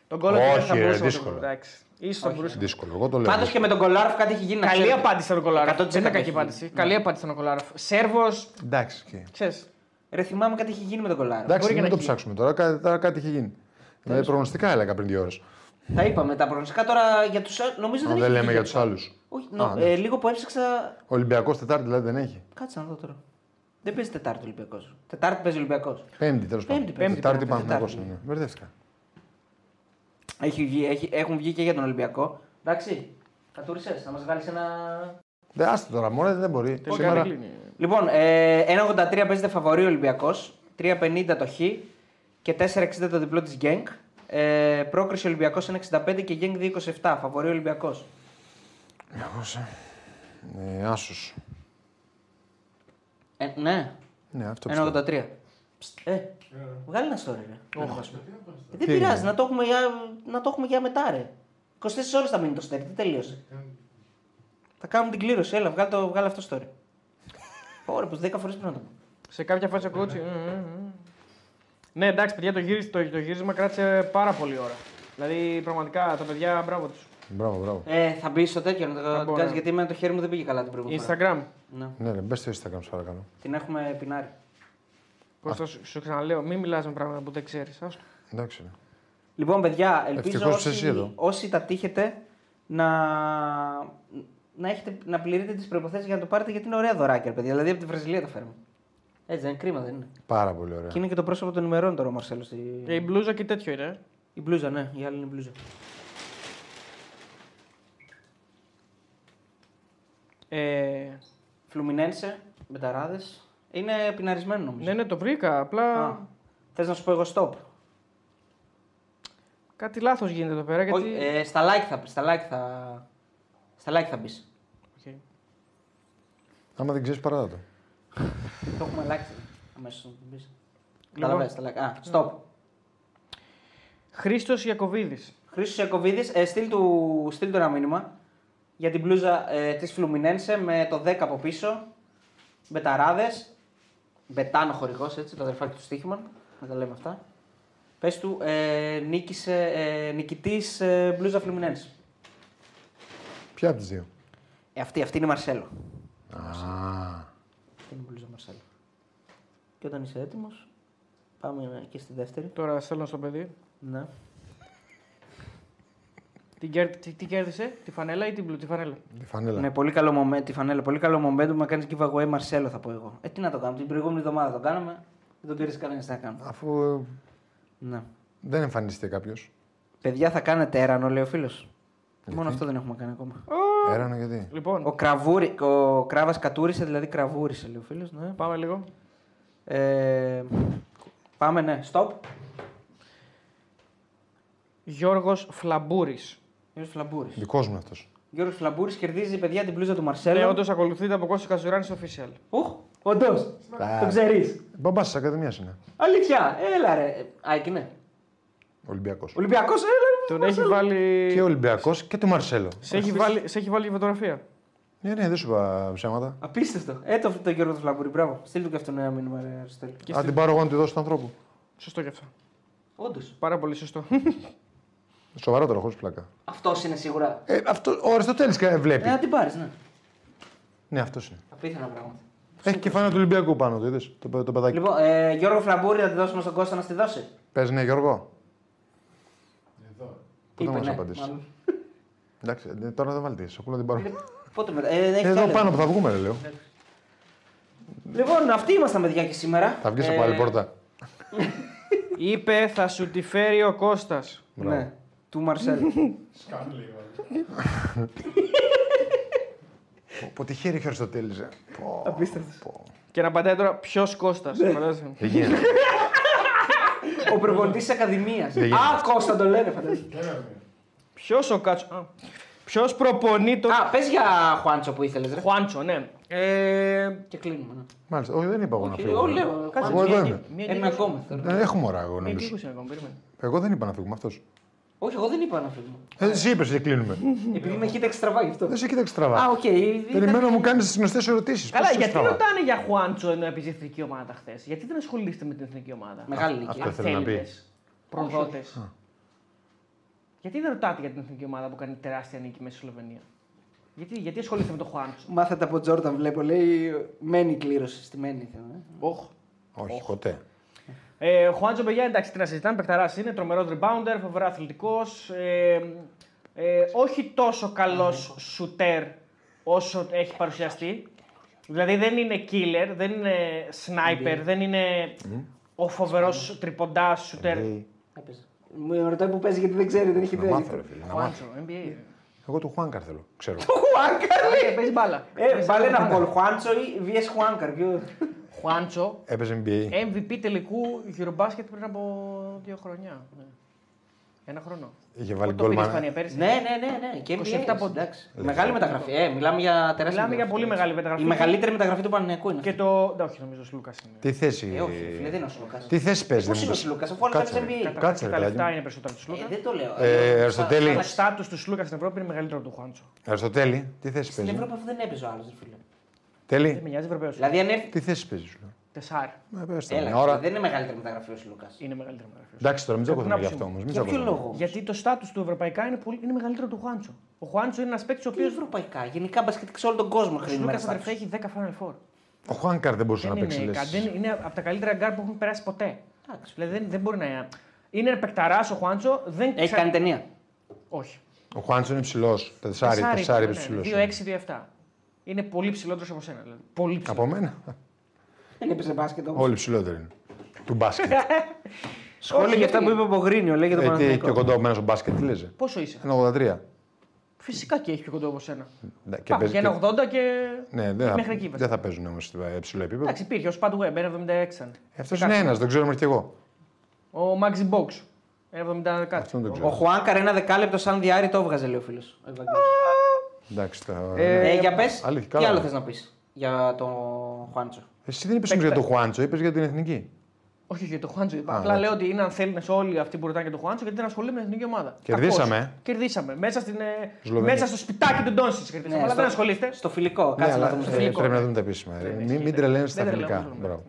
Speaker 3: Τον κόλλο του
Speaker 4: Όχι,
Speaker 3: δεν θα
Speaker 4: ρε,
Speaker 3: μπορούσαμε να το
Speaker 4: δύσκολο.
Speaker 3: βρούμε, εντάξει. Ίσως θα μπορούσαμε.
Speaker 4: Δύσκολο. Εγώ το λέω.
Speaker 2: Πάντως και με τον Κολάροφ κάτι έχει γίνει. να
Speaker 3: Καλή
Speaker 2: ξέρετε.
Speaker 3: απάντηση στον Κολάραφ.
Speaker 2: 100%
Speaker 3: Δεν ήταν κακή
Speaker 2: έχει.
Speaker 3: απάντηση. Καλή απάντηση στον Κολάραφ. Σέρβος.
Speaker 4: Εντάξει. και-
Speaker 3: Ξέρεις,
Speaker 2: Ρε θυμάμαι κάτι έχει γίνει με τον Κολάροφ.
Speaker 4: Εντάξει,
Speaker 3: και
Speaker 4: μην
Speaker 3: να
Speaker 4: το
Speaker 3: έχει
Speaker 4: ψάξουμε τώρα. Κάτι, τώρα κάτι είχε γίνει. Δηλαδή, προγνωστικά έλεγα πριν δύο ώρες.
Speaker 2: Τα είπαμε τα προγνωστικά τώρα για τους. Νομίζω δεν
Speaker 4: Αν δεν
Speaker 2: έχει
Speaker 4: λέμε
Speaker 2: βγει
Speaker 4: για τους άλλους.
Speaker 2: Όχι, νο-
Speaker 4: Α, ναι.
Speaker 2: ε, λίγο που έψαξα.
Speaker 4: Ολυμπιακός Τετάρτη δηλαδή δεν έχει.
Speaker 2: Κάτσε να δω τώρα. Δεν παίζει Τετάρτη Ολυμπιακός. Τετάρτη παίζει Ολυμπιακός.
Speaker 4: Πέμπτη τέλος πάντων.
Speaker 2: Πέμπτη, πέμπτη,
Speaker 4: Τετάρτη
Speaker 2: πέμπτη,
Speaker 4: Παναθυνακό
Speaker 2: Τετάρτη.
Speaker 4: είναι. ναι. Μπερδεύτηκα.
Speaker 2: Έχει βγει, έχει, έχουν βγει και για τον Ολυμπιακό. Εντάξει. Κατούρισες, να μας βγάλεις ένα.
Speaker 4: Δεν άστε τώρα, μωρέ, δεν μπορεί.
Speaker 3: τελικά δεν
Speaker 4: Σήμερα
Speaker 3: κλείνει.
Speaker 2: Λοιπόν, ε, 1,83 παίζεται φαβορή ο Ολυμπιακός. 3,50 το Χ και 4,60 το διπλό της Γκένκ. Ε, πρόκριση Ολυμπιακός 1,65 και Γκένκ 2,27. Φαβορή Ολυμπιακό.
Speaker 4: Ε, Άσος.
Speaker 2: Ε, ναι,
Speaker 4: Ναι, αυτό πιστεύω.
Speaker 2: 1,83. Ψτ, Ε, βγάλει ένα story, ρε. Να το βάζουμε. Ε, δεν
Speaker 4: Τι
Speaker 2: πειράζει,
Speaker 4: έγινε?
Speaker 2: να το, έχουμε για, να το έχουμε για μετά, ρε. 24 ώρες θα μείνει το story, Ε, δεν τελείωσε. Θα κάνουμε την κλήρωση, έλα, βγάλε, το, βγάλε αυτό story. Ωραία, πως 10 φορές πρέπει να το πω.
Speaker 3: Σε κάποια φάση ο κότσι. Ναι, εντάξει, παιδιά, το, γύρι- το, το γύρισμα κράτησε πάρα πολύ ώρα. Δηλαδή, πραγματικά τα παιδιά, μπράβο τους.
Speaker 4: Μπράβο, μπράβο.
Speaker 2: Ε, θα μπεις στο τέτοιο να το-
Speaker 3: μπω,
Speaker 2: το κάνεις
Speaker 3: ναι.
Speaker 2: γιατί με το χέρι μου δεν πήγε καλά την προηγούμενη. φορά.
Speaker 3: Instagram.
Speaker 2: Ναι.
Speaker 4: Ναι, ρε, μπες στο Instagram, σα παρακαλώ.
Speaker 2: Την έχουμε πεινάρει.
Speaker 3: Κώστα, σου, σου ξαναλέω, μην μιλάς με πράγματα που δεν ξέρεις.
Speaker 4: Εντάξει. ρε.
Speaker 2: Λοιπόν, παιδιά, ελπίζω
Speaker 4: Ευτυχώς είσαι εσύ
Speaker 2: όσοι,
Speaker 4: εδώ.
Speaker 2: όσοι τα τύχετε να, να, έχετε, να πληρείτε τις προποθέσει για να το πάρετε γιατί είναι ωραία δωράκια, ρε παιδιά. Δηλαδή από τη Βραζιλία τα φέρουμε. Έτσι, δεν είναι κρίμα, δεν είναι.
Speaker 4: Πάρα πολύ ωραία.
Speaker 2: Και είναι και το πρόσωπο των ημερών τώρα ο Μαρσέλος. Στη...
Speaker 3: Η μπλούζα και τέτοιο είναι. ε.
Speaker 2: Η μπλούζα, ναι, η άλλη είναι η μπλούζα.
Speaker 3: Ε,
Speaker 2: Φλουμινένσε, μπεταράδε. Είναι πειναρισμένο νομίζω.
Speaker 3: ναι, ναι, το βρήκα. Απλά
Speaker 2: Θες να σου πω εγώ stop.
Speaker 3: κάτι λάθος γίνεται εδώ πέρα. Γιατί...
Speaker 2: Όχι, ε, στα like θα, στα like θα, στα like θα μπεις.
Speaker 3: Οκ.
Speaker 4: Άμα δεν ξέρεις, παράτα το.
Speaker 2: Το έχουμε αλλάξει. Αμέσως να
Speaker 3: Λοιπόν.
Speaker 2: μπει. Καταλαβαίνεις, στα like. Α, stop.
Speaker 3: Χρήστος Ιακοβίδης.
Speaker 2: Χρήστος Ιακοβίδης, ε, στείλ, του, στείλ του ένα μήνυμα για την μπλούζα ε, της Φλουμινένσε με το 10 από πίσω. Μπεταράδε. Μπετάνο χορηγός, έτσι, το αδερφάκι του Στίχημαν. Να τα λέμε αυτά. Πες του, ε, νίκησε, ε, νικητής ε, μπλούζα Φλουμινένσε.
Speaker 4: Ποια από τις δύο.
Speaker 2: Ε, αυτή, αυτή είναι η Μαρσέλο.
Speaker 4: Α,
Speaker 2: Αυτή είναι η μπλούζα Μαρσέλο. Και όταν είσαι έτοιμος, πάμε και στη δεύτερη.
Speaker 3: Τώρα στέλνω στο παιδί.
Speaker 2: Ναι.
Speaker 3: Την κέρ- Τι, τι κέρδισε, τη φανέλα ή την μπλου, τη φανέλα.
Speaker 4: τη φανέλα.
Speaker 2: Ναι, πολύ καλό μομέ, τη φανέλα, πολύ καλό momentum να κάνεις giveaway Μαρσέλο, θα πω εγώ. Ε, τι να το κάνω, την προηγούμενη εβδομάδα το κάναμε. Δεν τον πήρες κανένας τι να κάνουμε.
Speaker 4: Αφού ε,
Speaker 2: Ναι.
Speaker 4: δεν εμφανίστηκε κάποιος.
Speaker 2: Παιδιά, θα κάνετε έρανο, λέει ο φίλος. Μόνο αυτό δεν έχουμε κάνει ακόμα.
Speaker 4: Έρανο γιατί.
Speaker 3: Λοιπόν,
Speaker 2: Ο, κραβούρι, ο κράβας κατούρισε, δηλαδή κραβούρισε, λέει ο φίλος. Ναι.
Speaker 3: πάμε λίγο.
Speaker 2: Ε, πάμε, ναι. Stop.
Speaker 3: Γιώργος Φλαμπούρης.
Speaker 2: Γιώργος Φλαμπούρης.
Speaker 4: Δικός μου αυτός.
Speaker 2: Γιώργος Φλαμπούρης κερδίζει, παιδιά, την πλούζα του
Speaker 3: Ναι,
Speaker 2: Μαρσέλο.
Speaker 3: όντως ακολουθείται από Κώστας Καζουράνης official.
Speaker 2: Ουχ, όντως. Το ξέρεις.
Speaker 4: Μπαμπά της Ακαδημίας είναι.
Speaker 2: Αλήθεια, έλα ρε. Α, εκεί ναι.
Speaker 4: Ολυμπιακός.
Speaker 2: Ολυμπιακός, έλα.
Speaker 3: Τον έχει βάλει.
Speaker 4: Και Ολυμπιακός και του Μαρσέλο.
Speaker 3: Σε έχει, βάλει, σε έχει βάλει φωτογραφία.
Speaker 4: Ναι, ναι, δεν σου είπα ψέματα.
Speaker 2: Απίστευτο. Ε, το, το Γιώργο του Φλαμπούρη, μπράβο. Στείλ του και αυτόν ένα μήνυμα, ρε Αριστοτέλη.
Speaker 3: Και
Speaker 4: Αν
Speaker 3: στη-
Speaker 4: την πάρω εγώ να τη δώσω του ανθρώπου.
Speaker 3: Σωστό κι αυτό.
Speaker 2: Όντως.
Speaker 3: Πάρα πολύ σωστό. [LAUGHS]
Speaker 4: Σοβαρότερα, χωρίς πλάκα.
Speaker 2: Αυτός είναι σίγουρα.
Speaker 4: Ε, αυτό, ο Αριστοτέλης βλέπει.
Speaker 2: Ε, να την πάρεις, ναι.
Speaker 4: Ναι, αυτός είναι.
Speaker 2: Απίθανα πράγματα.
Speaker 4: Έχει και φανά του Ολυμπιακού πάνω του, είδες το, παι- το παιδάκι.
Speaker 2: Λοιπόν, ε, Γιώργο Φλαμπούρη, θα τη δώσουμε στον Κώστα να στη δώσει.
Speaker 4: Πες ναι, Γιώργο.
Speaker 7: Εδώ.
Speaker 4: Πού θα
Speaker 2: Είπε,
Speaker 4: μας
Speaker 2: ναι,
Speaker 4: απαντήσεις.
Speaker 2: μάλλον.
Speaker 4: Εντάξει, ε, τώρα δεν βάλτε. Σε κούλα την πάρω.
Speaker 2: Πότε μετά. Ε, δεν έχει κι
Speaker 4: Εδώ
Speaker 2: άλλο.
Speaker 4: πάνω που θα βγούμε, ρε, λέω.
Speaker 2: Λοιπόν, αυτοί ήμασταν παιδιά και σήμερα.
Speaker 4: Θα βγεις από
Speaker 2: Ε,
Speaker 4: άλλη πόρτα.
Speaker 3: Είπε θα σου τη φέρει ο Κώστας.
Speaker 2: Ναι, του Μαρσέλ.
Speaker 7: Σκάμε λίγο.
Speaker 4: Πω, Πω τι χέρι είχε ο Αριστοτέλης, ε. Πω, πω.
Speaker 3: Και να απαντάει τώρα ποιος Κώστας.
Speaker 2: Ναι.
Speaker 3: φαντάζεσαι.
Speaker 2: [LAUGHS]
Speaker 4: Δεν γίνεται.
Speaker 2: Ο προπονητής της Ακαδημίας.
Speaker 4: γίνεται.
Speaker 2: Α, Κώστα το λένε, φαντάζομαι.
Speaker 7: Πέραμε.
Speaker 3: Ποιος ο Κάτσο. Ποιος προπονεί τον.
Speaker 2: Α, πες για Χουάντσο που ήθελες, ρε.
Speaker 3: Χουάντσο, ναι. Ε,
Speaker 2: Και κλείνουμε. ναι.
Speaker 4: Μάλιστα, όχι, δεν είπα εγώ να
Speaker 2: Όχι,
Speaker 4: φύγω.
Speaker 2: εγώ λέω.
Speaker 4: Κάτσε,
Speaker 2: Χουάντσο.
Speaker 4: εγώ εδώ
Speaker 3: μία-
Speaker 4: είμαι.
Speaker 3: μία-
Speaker 2: Ένα
Speaker 3: μία-
Speaker 2: ακόμα θέλω.
Speaker 4: Ε, Έχουμε ώρα, εγώ
Speaker 3: μία-
Speaker 4: νομίζω.
Speaker 3: είκοσι είναι ακόμα, περίμενε.
Speaker 4: Εγώ δεν είπα να φύγουμε αυτός.
Speaker 2: Όχι, εγώ δεν είπα να φύγω.
Speaker 4: Εσύ είπες και
Speaker 2: [LAUGHS]
Speaker 4: κλείνουμε.
Speaker 2: Επειδή με κοίταξε τραβά γι' αυτό.
Speaker 4: Δεν σε κοίταξε
Speaker 2: Α,
Speaker 4: τραβά.
Speaker 2: οκ.
Speaker 4: Περιμένω να μου κάνεις τις γνωστές ερωτήσεις.
Speaker 3: Καλά, γιατί ρωτάνε για Χουάντσο ενώ έπαιζε η εθνική ομάδα χθες. Γιατί δεν ασχολείστε με την εθνική ομάδα.
Speaker 2: Μεγάλη
Speaker 4: Αυτό
Speaker 2: ηλικία.
Speaker 4: θέλω να πει.
Speaker 3: Αθέλητες, Προδότες. Γιατί δεν ρωτάτε για την εθνική ομάδα που κάνει τεράστια νίκη μέσα στη Σλοβενία. Γιατί, γιατί ασχολείστε με τον Χουάντσο.
Speaker 2: Μάθατε από Τζόρταν, βλέπω. Λέει μένει η κλήρωση. Στη μένη θέλω. ε.
Speaker 3: Οχ.
Speaker 4: Όχι, ποτέ.
Speaker 3: Ε, ο Χουάντζο, παιδιά, εντάξει, τι να συζητάμε, παιχταράς είναι, τρομερός rebounder, φοβερά αθλητικός. Ε, ε, όχι τόσο καλός σουτέρ όσο έχει παρουσιαστεί. Δηλαδή δεν είναι killer, δεν είναι sniper, δεν είναι ο φοβερός τρυποντά σουτέρ.
Speaker 2: Έπαιζε. Μου ρωτάει που παίζει γιατί δεν ξέρει, δεν έχει
Speaker 4: Να
Speaker 2: ιδέα.
Speaker 4: μάθω, ρε φίλε. να μάθω.
Speaker 3: Χουάντζο, NBA.
Speaker 4: Εγώ του Χουάνκαρ θέλω. Ξέρω.
Speaker 3: Χουάνκαρ, παίζει μπάλα.
Speaker 2: Ε, βάλε ένα γκολ. Χουάντσο ή VS Χουάνκαρ. ποιο-
Speaker 3: Χουάντσο,
Speaker 4: Έπαιζε
Speaker 2: Ε,
Speaker 4: NBA.
Speaker 3: MVP τελικού Eurobasket πριν από δύο χρονιά. Ναι. Ένα χρόνο.
Speaker 4: Είχε βάλει
Speaker 3: Πότε το πήρε η
Speaker 4: γκολ
Speaker 3: Ισπανία πέρυσι.
Speaker 2: Ναι, ναι, ναι, ναι. Και
Speaker 3: 27
Speaker 2: 27
Speaker 3: πόντους.
Speaker 2: εντάξει. Μεγάλη μεταγραφή. Ε, μιλάμε για τεράστια.
Speaker 3: Μιλάμε για
Speaker 2: μεταγραφή.
Speaker 3: πολύ μεγάλη μεταγραφή.
Speaker 2: Η μεγαλύτερη μεταγραφή του Παναγενικού είναι.
Speaker 3: Και
Speaker 2: αυτή.
Speaker 3: το. Ναι, όχι, νομίζω ο Σλούκας είναι.
Speaker 4: Τι θέση.
Speaker 2: Ε, όχι, ρε φίλε, δεν είναι ο Σλούκας.
Speaker 4: Τι θέση παίζει.
Speaker 2: Πώς
Speaker 4: δεν
Speaker 2: είναι ο
Speaker 4: μου πες.
Speaker 2: Σλούκας, αφού όλα
Speaker 4: Κάτσε,
Speaker 2: τα NBA.
Speaker 4: ρε.
Speaker 3: Κατά-
Speaker 4: Κάτσε,
Speaker 3: τα
Speaker 4: ρε
Speaker 3: λεφτά
Speaker 4: παιδάκι.
Speaker 3: είναι περισσότερα του
Speaker 2: Ε,
Speaker 3: Σλούκα.
Speaker 2: δεν το λέω.
Speaker 4: Ε,
Speaker 2: Στα-
Speaker 4: Αριστοτέλη.
Speaker 3: Αλλά
Speaker 2: στα- στα-
Speaker 3: στάτου του Σλούκα στην Ευρώπη είναι μεγαλύτερο από τον Χουάντσο.
Speaker 2: Ε.
Speaker 4: Αριστοτέλη, τι θέση
Speaker 2: Στην
Speaker 4: παίζει.
Speaker 2: Ευρώπη αυτό δεν έπαιζε ο άλλος, φίλε.
Speaker 3: Δεν με
Speaker 4: Τέλει.
Speaker 3: νοιάζει, Ευρωπαίος.
Speaker 2: Δηλαδή αν έρθει.
Speaker 4: Τι θέση παίζει, σου λέω.
Speaker 3: Τεσάρ
Speaker 4: Ε, πες το,
Speaker 2: Έλα,
Speaker 4: μια
Speaker 2: φίλε,
Speaker 4: ώρα.
Speaker 2: δεν είναι μεγαλύτερη μεταγραφή ο Σλούκα.
Speaker 3: είναι μεγαλύτερο μεταγραφή.
Speaker 4: Εντάξει τώρα, μην τσακωθούμε
Speaker 3: Έχουν
Speaker 4: γι' αυτό όμως. Μην
Speaker 2: Για ποιο
Speaker 4: τσακωθούμε.
Speaker 2: λόγο.
Speaker 3: Γιατί το στάτους του ευρωπαϊκά είναι, πολύ... είναι μεγαλύτερο του Χουάντσο. Ο Χουάντσο είναι ένας παίκτης ο
Speaker 2: Τι
Speaker 3: οποίος.
Speaker 2: ευρωπαϊκά, γενικά μπασκετικά σε όλο τον κόσμο
Speaker 3: Ο
Speaker 2: χρήμα.
Speaker 3: Σλούκα αδερφέ έχει 10 Final Four.
Speaker 4: Ο Χουάνκαρ δεν μπορούσε
Speaker 3: Δεν
Speaker 4: να παίξει.
Speaker 3: είναι, κα-
Speaker 4: λες.
Speaker 3: δεν είναι από τα καλύτερα γκάρ που έχουν περάσει ποτέ.
Speaker 2: Εντάξει.
Speaker 3: Δηλαδή δεν, δεν μπορεί να. Είναι παικταράς ο Χουάντσο. Δεν
Speaker 2: Έχει
Speaker 3: ξα-
Speaker 2: κάνει ταινία.
Speaker 3: Όχι. ναι,
Speaker 4: Ο Χουάντσο είναι ψηλό. Τεσάρι, τεσάρι
Speaker 2: ναι,
Speaker 4: ψηλό.
Speaker 3: 2-6-2-7. Είναι πολύ ψηλότερος από σένα. Δηλαδή. Πολύ ψηλότερο.
Speaker 4: Από μένα.
Speaker 2: Δεν έπαιζε μπάσκετ όμως.
Speaker 4: Όλοι ψηλότεροι είναι. Του
Speaker 2: [LAUGHS]
Speaker 4: μπάσκετ.
Speaker 2: Σχόλια
Speaker 3: Όχι,
Speaker 2: για αυτά
Speaker 3: γιατί-
Speaker 2: που είπε ο Μπογρίνιο, λέει για το
Speaker 4: Ε, τι, και
Speaker 2: Παναθηναϊκό.
Speaker 4: ο Ε, κοντόπμενο στο μπάσκετ, τι λέζε.
Speaker 3: Πόσο είσαι.
Speaker 4: Ένα 83.
Speaker 3: Φυσικά και έχει πιο κοντό από σένα.
Speaker 4: Ναι,
Speaker 3: Και Πάμε
Speaker 4: παίζει-
Speaker 3: και ένα 80 και.
Speaker 4: Ναι, δεν
Speaker 3: μέχρι
Speaker 4: θα,
Speaker 3: εκεί
Speaker 4: δεν
Speaker 3: βασικά.
Speaker 4: θα παίζουν όμως σε ψηλό επίπεδο.
Speaker 3: Εντάξει, υπήρχε ο Spad Web, 1,76. ήταν.
Speaker 4: Αυτό είναι ένας, δεν ξέρω μέχρι κι εγώ.
Speaker 3: Ο Maxi Box, 1,70 κάτι.
Speaker 4: Αυτό δεν το
Speaker 2: Ο
Speaker 4: ξέρω.
Speaker 2: Χουάνκαρ ένα δεκάλεπτο σαν διάρρη το έβγαζε, λέει ο φίλος.
Speaker 4: Εντάξει, τα-
Speaker 2: Ε,
Speaker 4: ναι.
Speaker 2: για πες,
Speaker 4: αλήθεια,
Speaker 2: τι
Speaker 4: καλά.
Speaker 2: άλλο θες να πεις για τον Χουάντσο.
Speaker 4: Εσύ δεν είπες για τον Χουάντσο, είπες για την εθνική.
Speaker 3: Όχι για τον Χουάντσο. είπα.
Speaker 4: Α,
Speaker 3: Απλά
Speaker 4: εντάξει.
Speaker 3: λέω ότι είναι ανθέληνε όλοι αυτοί που ρωτάνε για τον Χουάντσο γιατί δεν ασχολείται με την εθνική ομάδα.
Speaker 4: Κερδίσαμε,
Speaker 3: Κακώς.
Speaker 4: ε.
Speaker 3: Κερδίσαμε. Μέσα, στην, ε,
Speaker 4: Σλοβενία.
Speaker 3: μέσα στο σπιτάκι του Ντόνσιτ κερδίσαμε.
Speaker 2: Ναι,
Speaker 3: αλλά
Speaker 2: στο-
Speaker 3: δεν ασχολείστε.
Speaker 2: Στο φιλικό,
Speaker 4: Ναι,
Speaker 2: κάτσε να
Speaker 4: αλλά
Speaker 2: δούμε. στο
Speaker 4: ε,
Speaker 2: φιλικό.
Speaker 4: πρέπει να δούμε τα επίσημα. ρε. Μην- Μην
Speaker 3: τρελαίνεις
Speaker 4: τρελαίνεστε τα φιλικά. Μπράβο.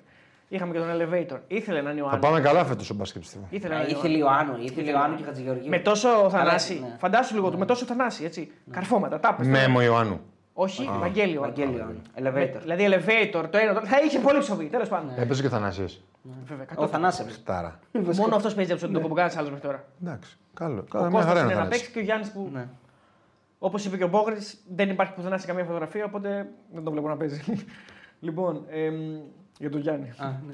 Speaker 3: Είχαμε και τον Elevator. Ήθελε να είναι ο
Speaker 4: Θα
Speaker 3: Άνω.
Speaker 4: πάμε καλά φέτος ο μπάσκετ πιστεύω.
Speaker 3: Ήθελε να
Speaker 2: Ε,
Speaker 3: είναι ο
Speaker 2: Ήθελε
Speaker 3: Άνω.
Speaker 2: Ιωάννου, ήθελε Ιωάννου και Χατζηγεωργίου.
Speaker 3: Με τόσο
Speaker 2: ναι.
Speaker 3: θανάση. Φαντάσου λίγο του, με τόσο θανάση. Έτσι. Καρφώματα, τάπε.
Speaker 4: Μέμο Ιωάννου.
Speaker 3: Όχι, Βαγγέλιο.
Speaker 2: Βαγγέλιο,
Speaker 3: Elevator.
Speaker 2: elevator. Ναι.
Speaker 3: Δηλαδή elevator, το ένα. το άλλο. Θα είχε πολύ ψωμί, τέλος πάντων.
Speaker 2: Ε.
Speaker 4: Έπαιζε και ο Θανάσης.
Speaker 3: Βέβαια,
Speaker 2: Ο
Speaker 3: κατώ-
Speaker 2: Θανάσεβης.
Speaker 4: Τάρα.
Speaker 2: Ε,
Speaker 3: Μόνο αυτός παίζει από τον Κομπουγκάνη άλλος μέχρι τώρα.
Speaker 4: Εντάξει. Καλό.
Speaker 3: Ο
Speaker 4: Καλά, μια
Speaker 3: Κώστας
Speaker 4: χαρά
Speaker 3: είναι
Speaker 4: είναι
Speaker 3: να
Speaker 4: ο Θανάσης.
Speaker 3: παίξει και ο Γιάννης που.
Speaker 2: Ναι.
Speaker 3: Όπως είπε και ο Μπόγρη, δεν υπάρχει πουθενά σε καμία φωτογραφία, οπότε δεν τον βλέπω να παίζει.
Speaker 4: [LAUGHS]
Speaker 3: λοιπόν, εμ, για τον Γιάννη.
Speaker 2: Α, ναι.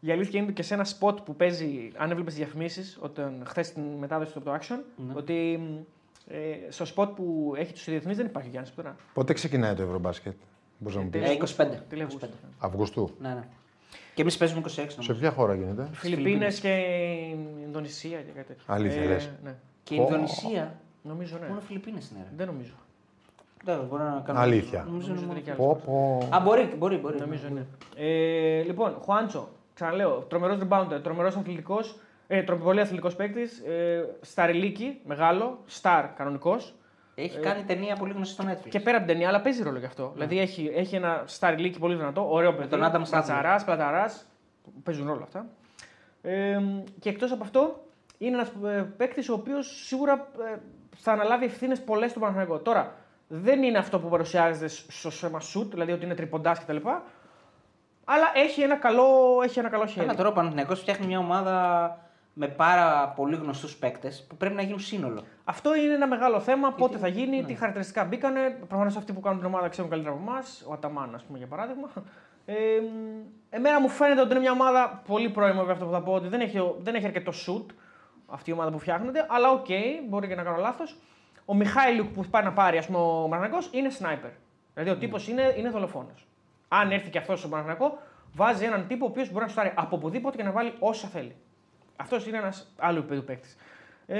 Speaker 3: Η αλήθεια είναι ότι και σε ένα σποτ που παίζει, αν έβλεπες τις διαφημίσεις, όταν χθες την μετάδοση του από το Action,
Speaker 2: Ναι.
Speaker 3: ότι ε, στο σποτ που έχει τους διεθνεί δεν υπάρχει Γιάννης πουθενά.
Speaker 4: Πότε ξεκινάει το Ευρωμπάσκετ, μπορείς να μου πει.
Speaker 2: Ε,
Speaker 3: Τέλος-
Speaker 2: 25.
Speaker 3: Τέλος Αυγούστου.
Speaker 2: 25.
Speaker 4: Αυγουστού.
Speaker 2: Ναι, ναι. Και εμείς παίζουμε 26
Speaker 4: Σε
Speaker 2: νομίζω.
Speaker 4: ποια χώρα γίνεται.
Speaker 3: Φιλιππίνες και Ινδονησία και κάτι τέτοιο.
Speaker 4: Αλήθεια, λες.
Speaker 3: Ναι.
Speaker 2: Και η Ινδονησία,
Speaker 3: Νομίζω ναι.
Speaker 2: μόνο Φιλιππίνες είναι. ρε.
Speaker 3: Δεν νομίζω.
Speaker 2: Δεν μπορεί να κάνω.
Speaker 4: Αλήθεια.
Speaker 2: Νομίζω είναι
Speaker 3: Νομίζω
Speaker 2: μόνο.
Speaker 3: είναι και άλλο.
Speaker 4: Πω, πω.
Speaker 2: Α, μπορεί, μπορεί. μπορεί.
Speaker 3: Νομίζω ναι. Ε, λοιπόν, Χουάντσο, ξαναλέω, τρομερός rebounder, τρομερός αθλητικός, ε, τρο- πολύ αθλητικός παίκτης, ε, σταριλίκι, μεγάλο, σταρ κανονικός.
Speaker 2: Έχει κάνει ταινία πολύ γνωστή στο Netflix.
Speaker 3: Ε,
Speaker 2: Ναι.
Speaker 3: Και πέρα από την ταινία, αλλά παίζει ρόλο γι' αυτό. Δηλαδή έχει, έχει ένα σταριλίκι πολύ δυνατό, ωραίο παιδί.
Speaker 2: τον Άνταμ Σάντλερ.
Speaker 3: πλατσαράς, πλαταράς, Παίζουν ρόλο αυτά. Ε, και εκτός από αυτό, είναι ένας παίκτης ο οποίος σίγουρα ε, θα αναλάβει ευθύνες πολλές στον Παναγενικό. Τώρα, δεν είναι αυτό που παρουσιάζεται στο σώμα σουτ, δηλαδή ότι είναι τριποντά κτλ. Αλλά έχει ένα καλό, έχει ένα καλό χέρι.
Speaker 2: Αλλά τώρα ο Παναθηναϊκός φτιάχνει μια ομάδα με πάρα πολύ γνωστούς παίκτες που πρέπει να γίνουν σύνολο.
Speaker 3: Αυτό είναι ένα μεγάλο θέμα. Πότε θα γίνει, τι χαρακτηριστικά μπήκανε. Προφανώς αυτοί που κάνουν την ομάδα ξέρουν καλύτερα από εμάς. Ο Αταμάν, ας πούμε, για παράδειγμα. [LAUGHS] Ε, μ, εμένα μου φαίνεται ότι είναι μια ομάδα πολύ πρώιμο για αυτό που θα πω ότι δεν έχει, δεν έχει αρκετό σουτ αυτή η ομάδα που φτιάχνεται. Αλλά οκ, μπορεί και να κάνω λάθος. Ο Μιχάηλουκ που πάει να πάρει, ας πούμε, ο Μαρνακό είναι σνάιπερ. Δηλαδή ο τύπος είναι, είναι δολοφόνος. Αν έρθει και αυτός στον Παναγενικό, βάζει έναν τύπο ο οποίος μπορεί να στάρει από οπουδήποτε και να βάλει όσα θέλει. Αυτός είναι ένας άλλο επίπεδο παίκτης. Ε,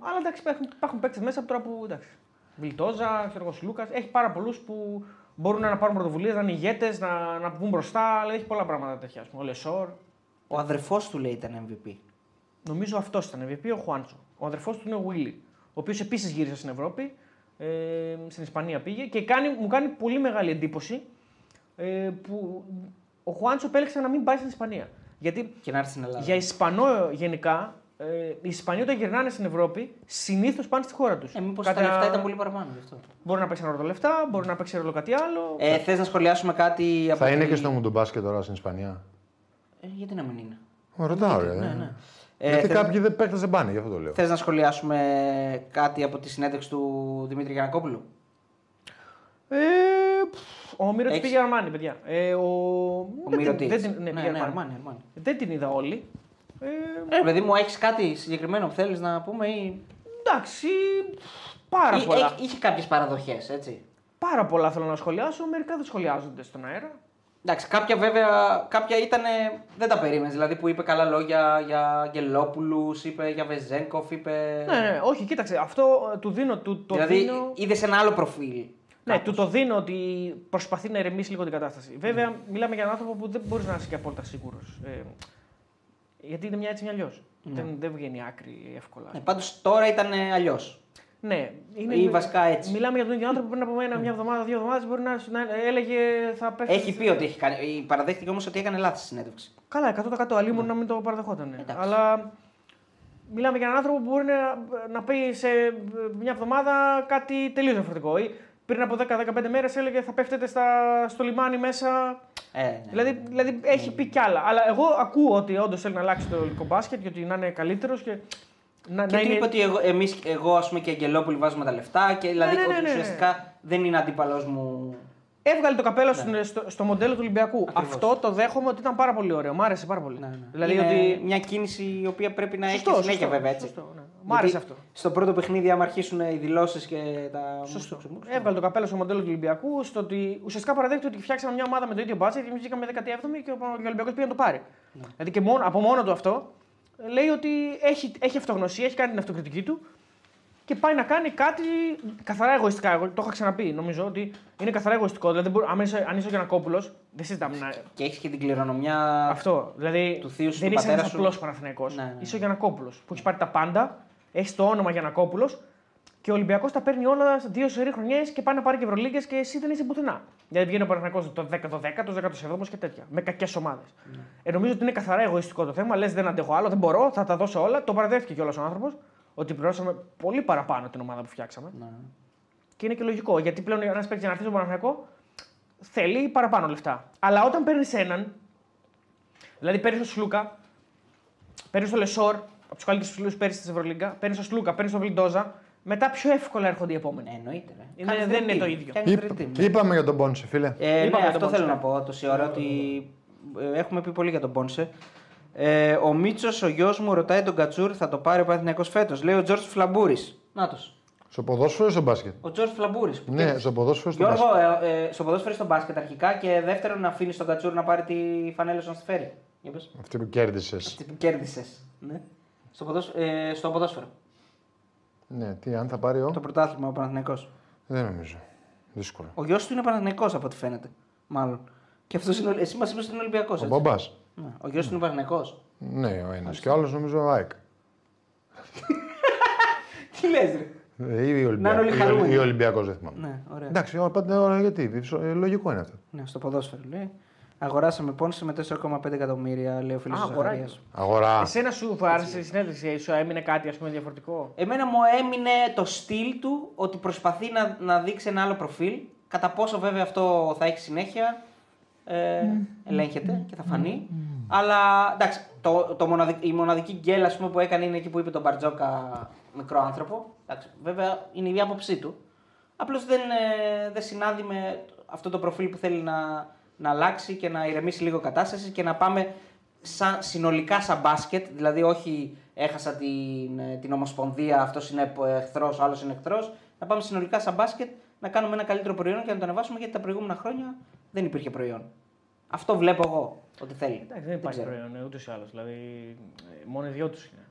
Speaker 3: αλλά εντάξει, υπάρχουν, υπάρχουν παίκτες μέσα από τώρα που. Εντάξει, Βιλτόζα, ξέρω εγώ, Σλούκα. Έχει πάρα πολλούς που μπορούν να πάρουν πρωτοβουλίες, να είναι ηγέτες, να, να βγουν μπροστά. Αλλά έχει πολλά πράγματα τέτοια. ας πούμε. Ο Λεσόρ.
Speaker 2: Ο αδερφός του λέει ήταν MVP.
Speaker 3: Νομίζω αυτός ήταν MVP, ο Χουάντσο. Ο αδερφός του είναι ο Βίλι, ο οποίος επίσης γύρισε στην Ευρώπη. Ε, στην Ισπανία πήγε και κάνει, μου κάνει πολύ μεγάλη εντύπωση ε, που ο Χουάντσο επέλεξε να μην πάει στην Ισπανία. Γιατί
Speaker 2: Και να έρθει στην Ελλάδα.
Speaker 3: για Ισπανό γενικά, ε, οι Ισπανοί όταν γυρνάνε στην Ευρώπη συνήθως πάνε στη χώρα τους.
Speaker 2: Ε, μήπως τα λεφτά ήταν πολύ παραπάνω γι' αυτό.
Speaker 3: Μπορεί να παίξει ένα ρόλο λεφτά, μπορεί να παίξει ρόλο κάτι άλλο.
Speaker 2: Ε, Θες να σχολιάσουμε κάτι από.
Speaker 4: Θα είναι
Speaker 2: τη-
Speaker 4: και στο Μουντομπάσκετ τώρα στην Ισπανία.
Speaker 2: Ε, γιατί να μην είναι.
Speaker 4: Ω, Ρωτάω, ρε.
Speaker 2: Ε,
Speaker 4: Γιατί
Speaker 2: θες-
Speaker 4: κάποιοι δεν παίχτε δεν πάνε, γι' αυτό το λέω.
Speaker 2: Θες να σχολιάσουμε κάτι από τη συνέντευξη του Δημήτρη Γιανακόπουλου.
Speaker 3: Ε, πφ, ο Μύρο
Speaker 2: Έχεις-
Speaker 3: πήγε Αρμάνι, παιδιά. Ε, ο
Speaker 2: Ο
Speaker 3: δεν
Speaker 2: Μύρο
Speaker 3: την-
Speaker 2: Τίτς.
Speaker 3: δεν την- ναι,
Speaker 2: ναι,
Speaker 3: πήγε
Speaker 2: ναι,
Speaker 3: Armani.
Speaker 2: Αρμάνι, Αρμάνι.
Speaker 3: Δεν την είδα όλη. Ε,
Speaker 2: Ρε, παιδί μου, έχεις κάτι συγκεκριμένο που θέλεις να πούμε ή.
Speaker 3: εντάξει, πάρα
Speaker 2: Ή-
Speaker 3: πολλά.
Speaker 2: έχ- είχε κάποιες παραδοχές, έτσι.
Speaker 3: Πάρα πολλά θέλω να σχολιάσω, μερικά δεν σχολιάζονται στον αέρα.
Speaker 2: Εντάξει, κάποια βέβαια κάποια ήτανε, δεν τα περίμενες. Δηλαδή που είπε καλά λόγια για Αγγελόπουλους, είπε για Βεζέγκοφ, είπε.
Speaker 3: Ναι, ναι, όχι, κοίταξε, αυτό ε, του δίνω, του το
Speaker 2: Ε. δηλαδή
Speaker 3: δίνω...
Speaker 2: είδες ένα άλλο προφίλ.
Speaker 3: Ναι, του το δίνω ότι προσπαθεί να ερεμήσει λίγο την κατάσταση. Βέβαια,
Speaker 2: Ναι.
Speaker 3: μιλάμε για έναν άνθρωπο που δεν μπορείς να είσαι και απόλυτα σίγουρος. Ε, γιατί είναι μια έτσι μια αλλιώς. Δεν, δεν βγαίνει άκρη εύκολα.
Speaker 2: Ναι, Πάντως τώρα ήταν αλλιώς.
Speaker 3: Ναι, είναι.
Speaker 2: Ή βασικά έτσι.
Speaker 3: Μιλάμε για τον ίδιο άνθρωπο που πριν από μένα, μια εβδομάδα, δύο εβδομάδες μπορεί να, να έλεγε θα πέφτεις.
Speaker 2: Έχει πει ότι έχει κάνει. Παραδέχτηκε όμως ότι έκανε λάθη στη συνέντευξη.
Speaker 3: Καλά, 100% αλλήμον να μην το παραδεχόταν.
Speaker 2: Ναι.
Speaker 3: ναι.
Speaker 2: Εντάξει.
Speaker 3: Αλλά μιλάμε για έναν άνθρωπο που μπορεί να, να πει σε μια εβδομάδα κάτι τελείως διαφορετικό. Ή πριν από 10-15 μέρες έλεγε θα πέφτετε στα, στο λιμάνι μέσα.
Speaker 2: Ε, ναι.
Speaker 3: Δηλαδή, δηλαδή έχει πει κι άλλα. Αλλά εγώ ακούω ότι όντως θέλει να αλλάξει το ελληνικό μπάσκετ και ότι να είναι καλύτερος και να,
Speaker 2: και
Speaker 3: να
Speaker 2: του
Speaker 3: είναι.
Speaker 2: είπε ότι εγώ, εμείς, εγώ ας πούμε, και Αγγελόπουλοι βάζουμε τα λεφτά. Και, δηλαδή
Speaker 3: ναι,
Speaker 2: ότι
Speaker 3: ναι, ναι.
Speaker 2: ουσιαστικά δεν είναι αντίπαλό μου.
Speaker 3: Έβγαλε το καπέλο
Speaker 2: Ναι.
Speaker 3: στον- στο, στο μοντέλο του Ολυμπιακού. Αυτό το δέχομαι ότι ήταν πάρα πολύ ωραίο. Μ' άρεσε πάρα πολύ.
Speaker 2: Ναι, ναι.
Speaker 3: Δηλαδή
Speaker 2: είναι
Speaker 3: ότι.
Speaker 2: μια κίνηση η οποία πρέπει να
Speaker 3: Σωστό,
Speaker 2: έχει συνέχεια
Speaker 3: σωστό,
Speaker 2: βέβαια. Έτσι.
Speaker 3: σωστό, ναι. Μ'
Speaker 2: Γιατί
Speaker 3: άρεσε αυτό.
Speaker 2: Στο πρώτο παιχνίδι, άμα αρχίσουν οι δηλώσεις και τα.
Speaker 3: Σωστό.
Speaker 2: Ξεμούς,
Speaker 3: Έβγαλε το καπέλο στο μοντέλο του Ολυμπιακού, στο ότι ουσιαστικά παραδέχεται ότι φτιάξαμε μια ομάδα με το ίδιο μπάτζετ, εμείς βγήκαμε 17η και ο Ολυμπιακός πήγε να το πάρει. Δηλαδή και μόνο, από μόνο του αυτό λέει ότι έχει, έχει αυτογνωσία, έχει κάνει την αυτοκριτική του και πάει να κάνει κάτι καθαρά εγωιστικά. Εγώ το είχα ξαναπεί, νομίζω ότι είναι καθαρά εγωιστικό. Δηλαδή, δεν μπορεί- αν είσαι, αν είσαι ο Γιανακόπουλος, δεν συζητάμε να.
Speaker 2: Και έχεις και την κληρονομιά.
Speaker 3: Αυτό. Δηλαδή,
Speaker 2: Του θείου σου,
Speaker 3: δεν
Speaker 2: του
Speaker 3: είσαι
Speaker 2: πατέρα
Speaker 3: ένας
Speaker 2: σου.
Speaker 3: απλός Παναθηναϊκός.
Speaker 2: Ναι, ναι.
Speaker 3: Είσαι ο Γιανακόπουλος που έχει πάρει τα πάντα, έχεις το όνομα Γιανακόπουλος και ο Ολυμπιακός τα παίρνει όλα σε δύο σερή χρονιές και πάει να πάρει και Ευρωλίγκες και εσύ δεν είσαι πουθενά. Γιατί βγαίνει ο Παναθηναϊκός το 10ο, το 17ο και τέτοια. Με κακές ομάδες.
Speaker 2: Ναι.
Speaker 3: Ε, νομίζω ότι είναι καθαρά εγωιστικό το θέμα. Λες δεν αντέχω άλλο, δεν μπορώ, θα τα δώσω όλα. Το παραδέχτηκε κιόλας ο άνθρωπος ότι πληρώσαμε πολύ παραπάνω την ομάδα που
Speaker 2: Ναι.
Speaker 3: φτιάξαμε. Και είναι και λογικό γιατί πλέον ένας παίκτης για να έρθει στον Παναθηναϊκό θέλει παραπάνω λεφτά. Αλλά όταν παίρνεις έναν, δηλαδή παίρνεις τον Σλούκα, παίρνεις τον Λεσόρ, από τους καλύτερους ψηλού πέρυσι της Ευρωλίγκα, παίρνεις τον Σλούκα, παίρνεις τον Βιλντόζα, μετά πιο εύκολα έρχονται οι επόμενοι.
Speaker 2: Ναι, εννοείται. ρε.
Speaker 3: Είναι-
Speaker 2: Κάνεις
Speaker 3: δεν είναι
Speaker 2: dream team.
Speaker 3: το ίδιο.
Speaker 2: Κάνεις
Speaker 4: Είπα-
Speaker 2: dream team.
Speaker 4: Είπαμε για τον Πόνσε, φίλε.
Speaker 2: ναι. Ε, ναι,
Speaker 3: Είπαμε
Speaker 2: αυτό
Speaker 3: τον
Speaker 2: θέλω
Speaker 3: Πόνσε.
Speaker 2: να πω τόση ώρα ότι ε, έχουμε πει πολύ για τον Πόνσε. Ε, ο Μίτσος, ο γιος μου, ρωτάει τον Κατσούρη, θα το πάρει ο Παναθηναϊκός φέτος. Λέει ο Τζορτ Φλαμπούρης. Νάτος.
Speaker 4: Στο ποδόσφαιρο ή στο μπάσκετ.
Speaker 2: Ο Τζορτ Φλαμπούρη.
Speaker 4: Ναι, στο ποδόσφαιρο ή στο μπάσκετ.
Speaker 2: Γιώργο, ε, ε, στο ποδόσφαιρο στο μπάσκετ αρχικά και δεύτερον να αφήνεις τον Κατσούρη να πάρει τη φανέλα σου να στη φέρει. Για πες.
Speaker 4: Αυτή που κέρδισες.
Speaker 2: Τι κέρδισες. Ναι. Στο, ποδόσ- ε, στο ποδόσφαιρο.
Speaker 4: Ναι, τι, αν θα πάρει ο.
Speaker 2: Το πρωτάθλημα ο Παναθηναϊκός.
Speaker 4: Δεν νομίζω. Δύσκολο.
Speaker 2: Ο γιος του είναι Παναθηναϊκός από ό,τι φαίνεται. Μάλλον. Και αυτός είναι. ο- Εσύ μας είπες ότι είναι Ολυμπιακός.
Speaker 4: Ο μπαμπά.
Speaker 2: Ο γιος του είναι Παναθηναϊκός.
Speaker 4: Ναι, ο ένας. Και ο άλλος νομίζω ο ΑΕΚ.
Speaker 2: Τι λες, ρε.
Speaker 4: Ε,
Speaker 2: Να
Speaker 4: Ή
Speaker 2: είναι όλοι
Speaker 4: Ολυμπιακό.
Speaker 2: χαρούμενοι.
Speaker 4: Ή Ολυμπιακός, δεν θυμάμαι.
Speaker 2: Ναι, ωραία.
Speaker 4: Εντάξει, όλα πάντα όλα γιατί. Σο- ε, Λογικό είναι αυτό.
Speaker 2: Ναι, στο ποδόσφαιρο λέει. Αγοράσαμε πόνση με 4,5 εκατομμύρια, λέει ο φίλος
Speaker 3: Α,
Speaker 2: Ζαχαρία.
Speaker 3: αγοράκι.
Speaker 4: Αγορά.
Speaker 3: Εσένα σου άρεσε η συνέντευξη, σου έμεινε κάτι ας πούμε, διαφορετικό.
Speaker 2: Εμένα μου έμεινε το στυλ του ότι προσπαθεί να, να δείξει ένα άλλο προφίλ. Κατά πόσο βέβαια αυτό θα έχει συνέχεια, ε, ελέγχεται και θα φανεί. Αλλά εντάξει, το, το μοναδικ- η μοναδική γκέλα ας πούμε, που έκανε είναι εκεί που είπε τον Μπαρτζόκα μικρό άνθρωπο. Εντάξει, βέβαια είναι η άποψή του. Απλώς δεν, ε, δεν συνάδει με αυτό το προφίλ που θέλει να, να αλλάξει και να ηρεμήσει λίγο η κατάσταση και να πάμε σαν, συνολικά σαν μπάσκετ. Δηλαδή, όχι έχασα την, ε, την Ομοσπονδία, αυτός είναι εχθρός, ο άλλος είναι εχθρός. Να πάμε συνολικά σαν μπάσκετ να κάνουμε ένα καλύτερο προϊόν και να το ανεβάσουμε γιατί τα προηγούμενα χρόνια δεν υπήρχε προϊόν. Αυτό βλέπω εγώ ότι θέλει.
Speaker 3: Εντάξει, δεν υπάρχει
Speaker 2: ξέρω.
Speaker 3: προϊόν ε, ούτε ή άλλως. Δηλαδή, ε, μόνο οι δυο τους είναι.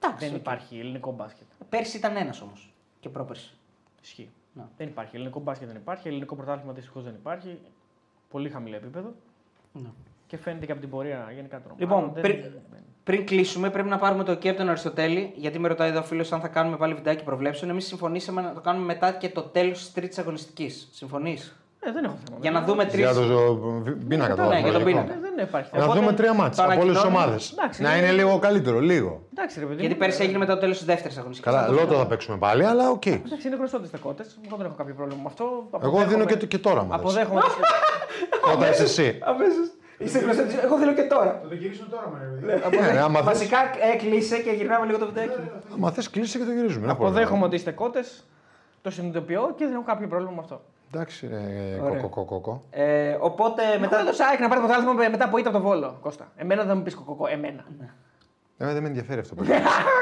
Speaker 2: Εντάξει,
Speaker 3: Δεν
Speaker 2: οκ.
Speaker 3: υπάρχει ελληνικό μπάσκετ.
Speaker 2: Πέρσι ήταν ένας όμως και πρόπερσι.
Speaker 3: Ισχύει.
Speaker 2: Να.
Speaker 3: Δεν υπάρχει. Ελληνικό μπάσκετ δεν υπάρχει. Ελληνικό πρωτάθλημα δυστυχώς δεν υπάρχει. Πολύ χαμηλό επίπεδο.
Speaker 2: Ναι.
Speaker 3: Και φαίνεται και από την πορεία γενικά των
Speaker 2: Λοιπόν,
Speaker 3: ομάδων,
Speaker 2: πρι-
Speaker 3: δεν...
Speaker 2: Πριν κλείσουμε, πρέπει να πάρουμε το OK από τον Αριστοτέλη, γιατί με ρωτάει εδώ ο φίλος αν θα κάνουμε πάλι βιντεάκι προβλέψεων. Εμείς συμφωνήσαμε να το κάνουμε μετά και το τέλος της τρίτης αγωνιστικής. Συμφωνείς.
Speaker 3: Ε, δεν έχω θέμα.
Speaker 2: Για να δούμε τρεις.
Speaker 4: Για τον ζω- πίνακα
Speaker 2: Ναι,
Speaker 4: τώρα.
Speaker 2: για τον
Speaker 4: λογικό.
Speaker 2: πίνακα.
Speaker 3: Ε, δεν υπάρχει.
Speaker 4: Να
Speaker 3: θέμα.
Speaker 2: Οπότε
Speaker 4: δούμε τρία
Speaker 2: το
Speaker 4: μάτσα από όλες τις
Speaker 2: ανακοινώνουμε. ναι,
Speaker 4: ομάδες.
Speaker 3: Εντάξει,
Speaker 4: Να
Speaker 3: είναι-
Speaker 4: είναι λίγο καλύτερο, λίγο.
Speaker 3: Εντάξει, ρε παιδί.
Speaker 2: Γιατί
Speaker 3: μου,
Speaker 2: πέρσι
Speaker 3: ε,
Speaker 2: έγινε μετά το τέλος της δεύτερης αγωνιστικής.
Speaker 4: Καλά, λότο θα παίξουμε πάλι, αλλά οκ.
Speaker 3: Εντάξει, είναι γνωστό ότι είστε κότες. Εγώ δεν έχω κάποιο πρόβλημα με αυτό.
Speaker 4: Εγώ
Speaker 3: Αποδέχομαι-
Speaker 4: δίνω και, το- και τώρα μου. αρέσει.
Speaker 3: Αποδέχομαι.
Speaker 2: [LAUGHS]
Speaker 4: Όταν είσαι εσύ.
Speaker 2: Αμέσω. Είσαι γνωστό. Εγώ θέλω και τώρα.
Speaker 7: Θα το γυρίσουν τώρα, μωρέ, παιδί.
Speaker 4: Ναι, άμα θες-
Speaker 2: Βασικά έκλεισε και γυρνάμε λίγο το βιντεάκι.
Speaker 4: άμα θες κλείσε και το γυρίζουμε. Δεν πρόβλημα.
Speaker 3: Αποδέχομαι ότι είστε κότες. Το συνειδητοποιώ και δεν έχω κάποιο πρόβλημα με αυτό.
Speaker 4: Εντάξει, ρε,
Speaker 2: Ωραία.
Speaker 4: κοκοκοκοκο.
Speaker 2: Ε, οπότε
Speaker 3: Μετά
Speaker 2: μετά.
Speaker 3: το Σάικ να πάρει το θάλασμα μετά από ήττα από τον Βόλο. Κώστα. Εμένα δεν μου πεις κοκοκό. Εμένα.
Speaker 4: Εμένα δεν με ενδιαφέρει αυτό. παιδί.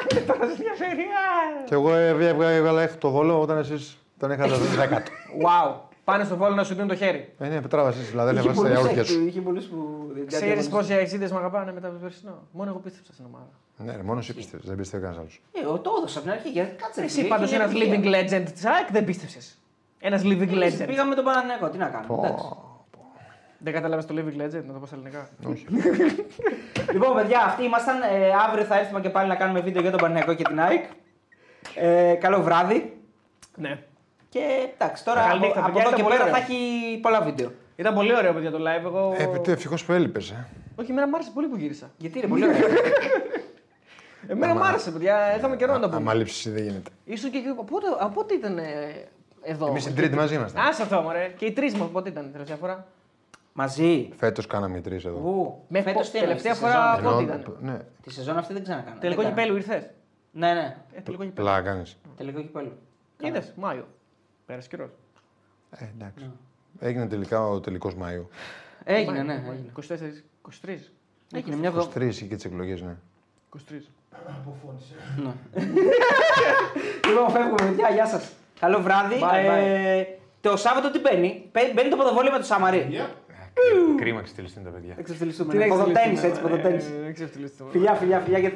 Speaker 3: Και τώρα σε ενδιαφέρει. α!
Speaker 4: και εγώ ε, έβγα- έβγαλα έξω το βόλο όταν εσείς τον είχατε δέκατο.
Speaker 3: Wow. Πάνε στο Βόλο να σου δίνουν το χέρι.
Speaker 4: Ε, ναι, πετράβα εσείς, δηλαδή,
Speaker 2: Είχε
Speaker 4: έβαζε τα
Speaker 2: πολλούς
Speaker 4: γιαούρτια σου.
Speaker 2: έξι, είχε πολλούς που. δεν κάτι
Speaker 3: Ξέρει
Speaker 2: αγωνιστές.
Speaker 3: πόσοι αεξίδες με αγαπάνε μετά από το περσινό. Μόνο εγώ πίστεψα στην ομάδα.
Speaker 4: Ναι, ρε, μόνος εσύ πιστεύεις, δεν πιστεύει κανένας άλλος.
Speaker 2: Ε, ο- Το έδωσα από την αρχή. γιατί- Κάτσε.
Speaker 3: Εσύ
Speaker 2: φίλε,
Speaker 3: πάντω
Speaker 2: είχε
Speaker 3: ένα
Speaker 2: μια επιτυχία.
Speaker 3: living legend της ΑΕΚ δεν πίστευσε. Ένα living
Speaker 2: Legend.
Speaker 3: legend.
Speaker 2: Πήγαμε με τον Παναναναϊκό, τι να κάνουμε. εντάξει.
Speaker 3: Δεν κατάλαβε το living legend, να το πω στα ελληνικά.
Speaker 2: λοιπόν, παιδιά, αυτοί ήμασταν. Ε, αύριο θα έρθουμε και πάλι να κάνουμε βίντεο για τον Παναναναϊκό και την ΑΕΚ. Ε, καλό βράδυ.
Speaker 3: Ναι.
Speaker 2: Και εντάξει, τώρα
Speaker 3: Καλή
Speaker 2: από,
Speaker 3: νύχτα,
Speaker 2: από
Speaker 3: παιδιά,
Speaker 2: εδώ
Speaker 3: ήταν
Speaker 2: και
Speaker 3: πολύ
Speaker 2: πέρα θα
Speaker 3: ωραίο.
Speaker 2: έχει πολλά βίντεο.
Speaker 3: Ήταν πολύ ωραίο παιδιά το live. Εγώ...
Speaker 4: Ε, ευτυχώς που έλειπες, ε.
Speaker 3: Όχι, εμένα μου άρεσε πολύ που γύρισα.
Speaker 2: Γιατί είναι πολύ ωραίο.
Speaker 3: [LAUGHS] Εμένα μου άρεσε, παιδιά. Είχαμε καιρό να το πούμε.
Speaker 4: Άμα λείψεις δεν γίνεται.
Speaker 3: Ήσουν και. Από ό,τι- από ό,τι ήταν ε, εδώ.
Speaker 4: Εμείς την τρίτη μαζί ήμασταν.
Speaker 3: Άσε αυτό, μωρέ. Και οι τρεις μας, πότε ήταν η τελευταία φορά.
Speaker 2: Μαζί.
Speaker 4: Φέτος κάναμε οι τρεις εδώ.
Speaker 2: Ου,
Speaker 3: Μέχρι
Speaker 2: φέτος
Speaker 3: πο-
Speaker 2: τι έλεγες,
Speaker 3: τελευταία
Speaker 2: τη
Speaker 3: φορά-
Speaker 2: σεζόν αυτή.
Speaker 4: Ενώ-
Speaker 3: πότε ήταν.
Speaker 4: Ναι,
Speaker 2: Τη σεζόν αυτή δεν ξανακάναμε.
Speaker 3: Τελικό
Speaker 2: Δεν κάναμε.
Speaker 3: κυπέλου ήρθες.
Speaker 2: Ναι, ναι.
Speaker 3: Ε, τελικό κυπέλου.
Speaker 4: πλάκα κάνεις.
Speaker 2: Τελικό κυπέλου.
Speaker 3: Είδες, Μάιο. Πέρασε καιρός.
Speaker 4: Ε, εντάξει. Έγινε τελικά ο τελικός Μαΐου.
Speaker 2: Έγινε, ναι. Έγινε,
Speaker 3: 24, 23.
Speaker 2: Έγινε μια βδομάδα.
Speaker 4: 23 είχε και τις εκλογές, ναι.
Speaker 3: 23.
Speaker 7: Αποφώνησε.
Speaker 2: Λοιπόν, φεύγουμε, παιδιά, γεια σας. Καλό βράδυ.
Speaker 3: Bye,
Speaker 2: Ε, Το Σάββατο τι μπαίνει. Μπαίνει- Μπαίνει το ποδοβόλιο με το Σαμαρί.
Speaker 7: Γεια.
Speaker 4: Κρίμα ξετυλιστούν τα παιδιά.
Speaker 3: ναι.
Speaker 2: Εξευτελιστούμε. Ποδοτέννη, έτσι, ποδοτέννης.
Speaker 3: Ε, Δεν ξεφτυλιστούμε.
Speaker 2: Φιλιά, φιλιά, φιλιά. και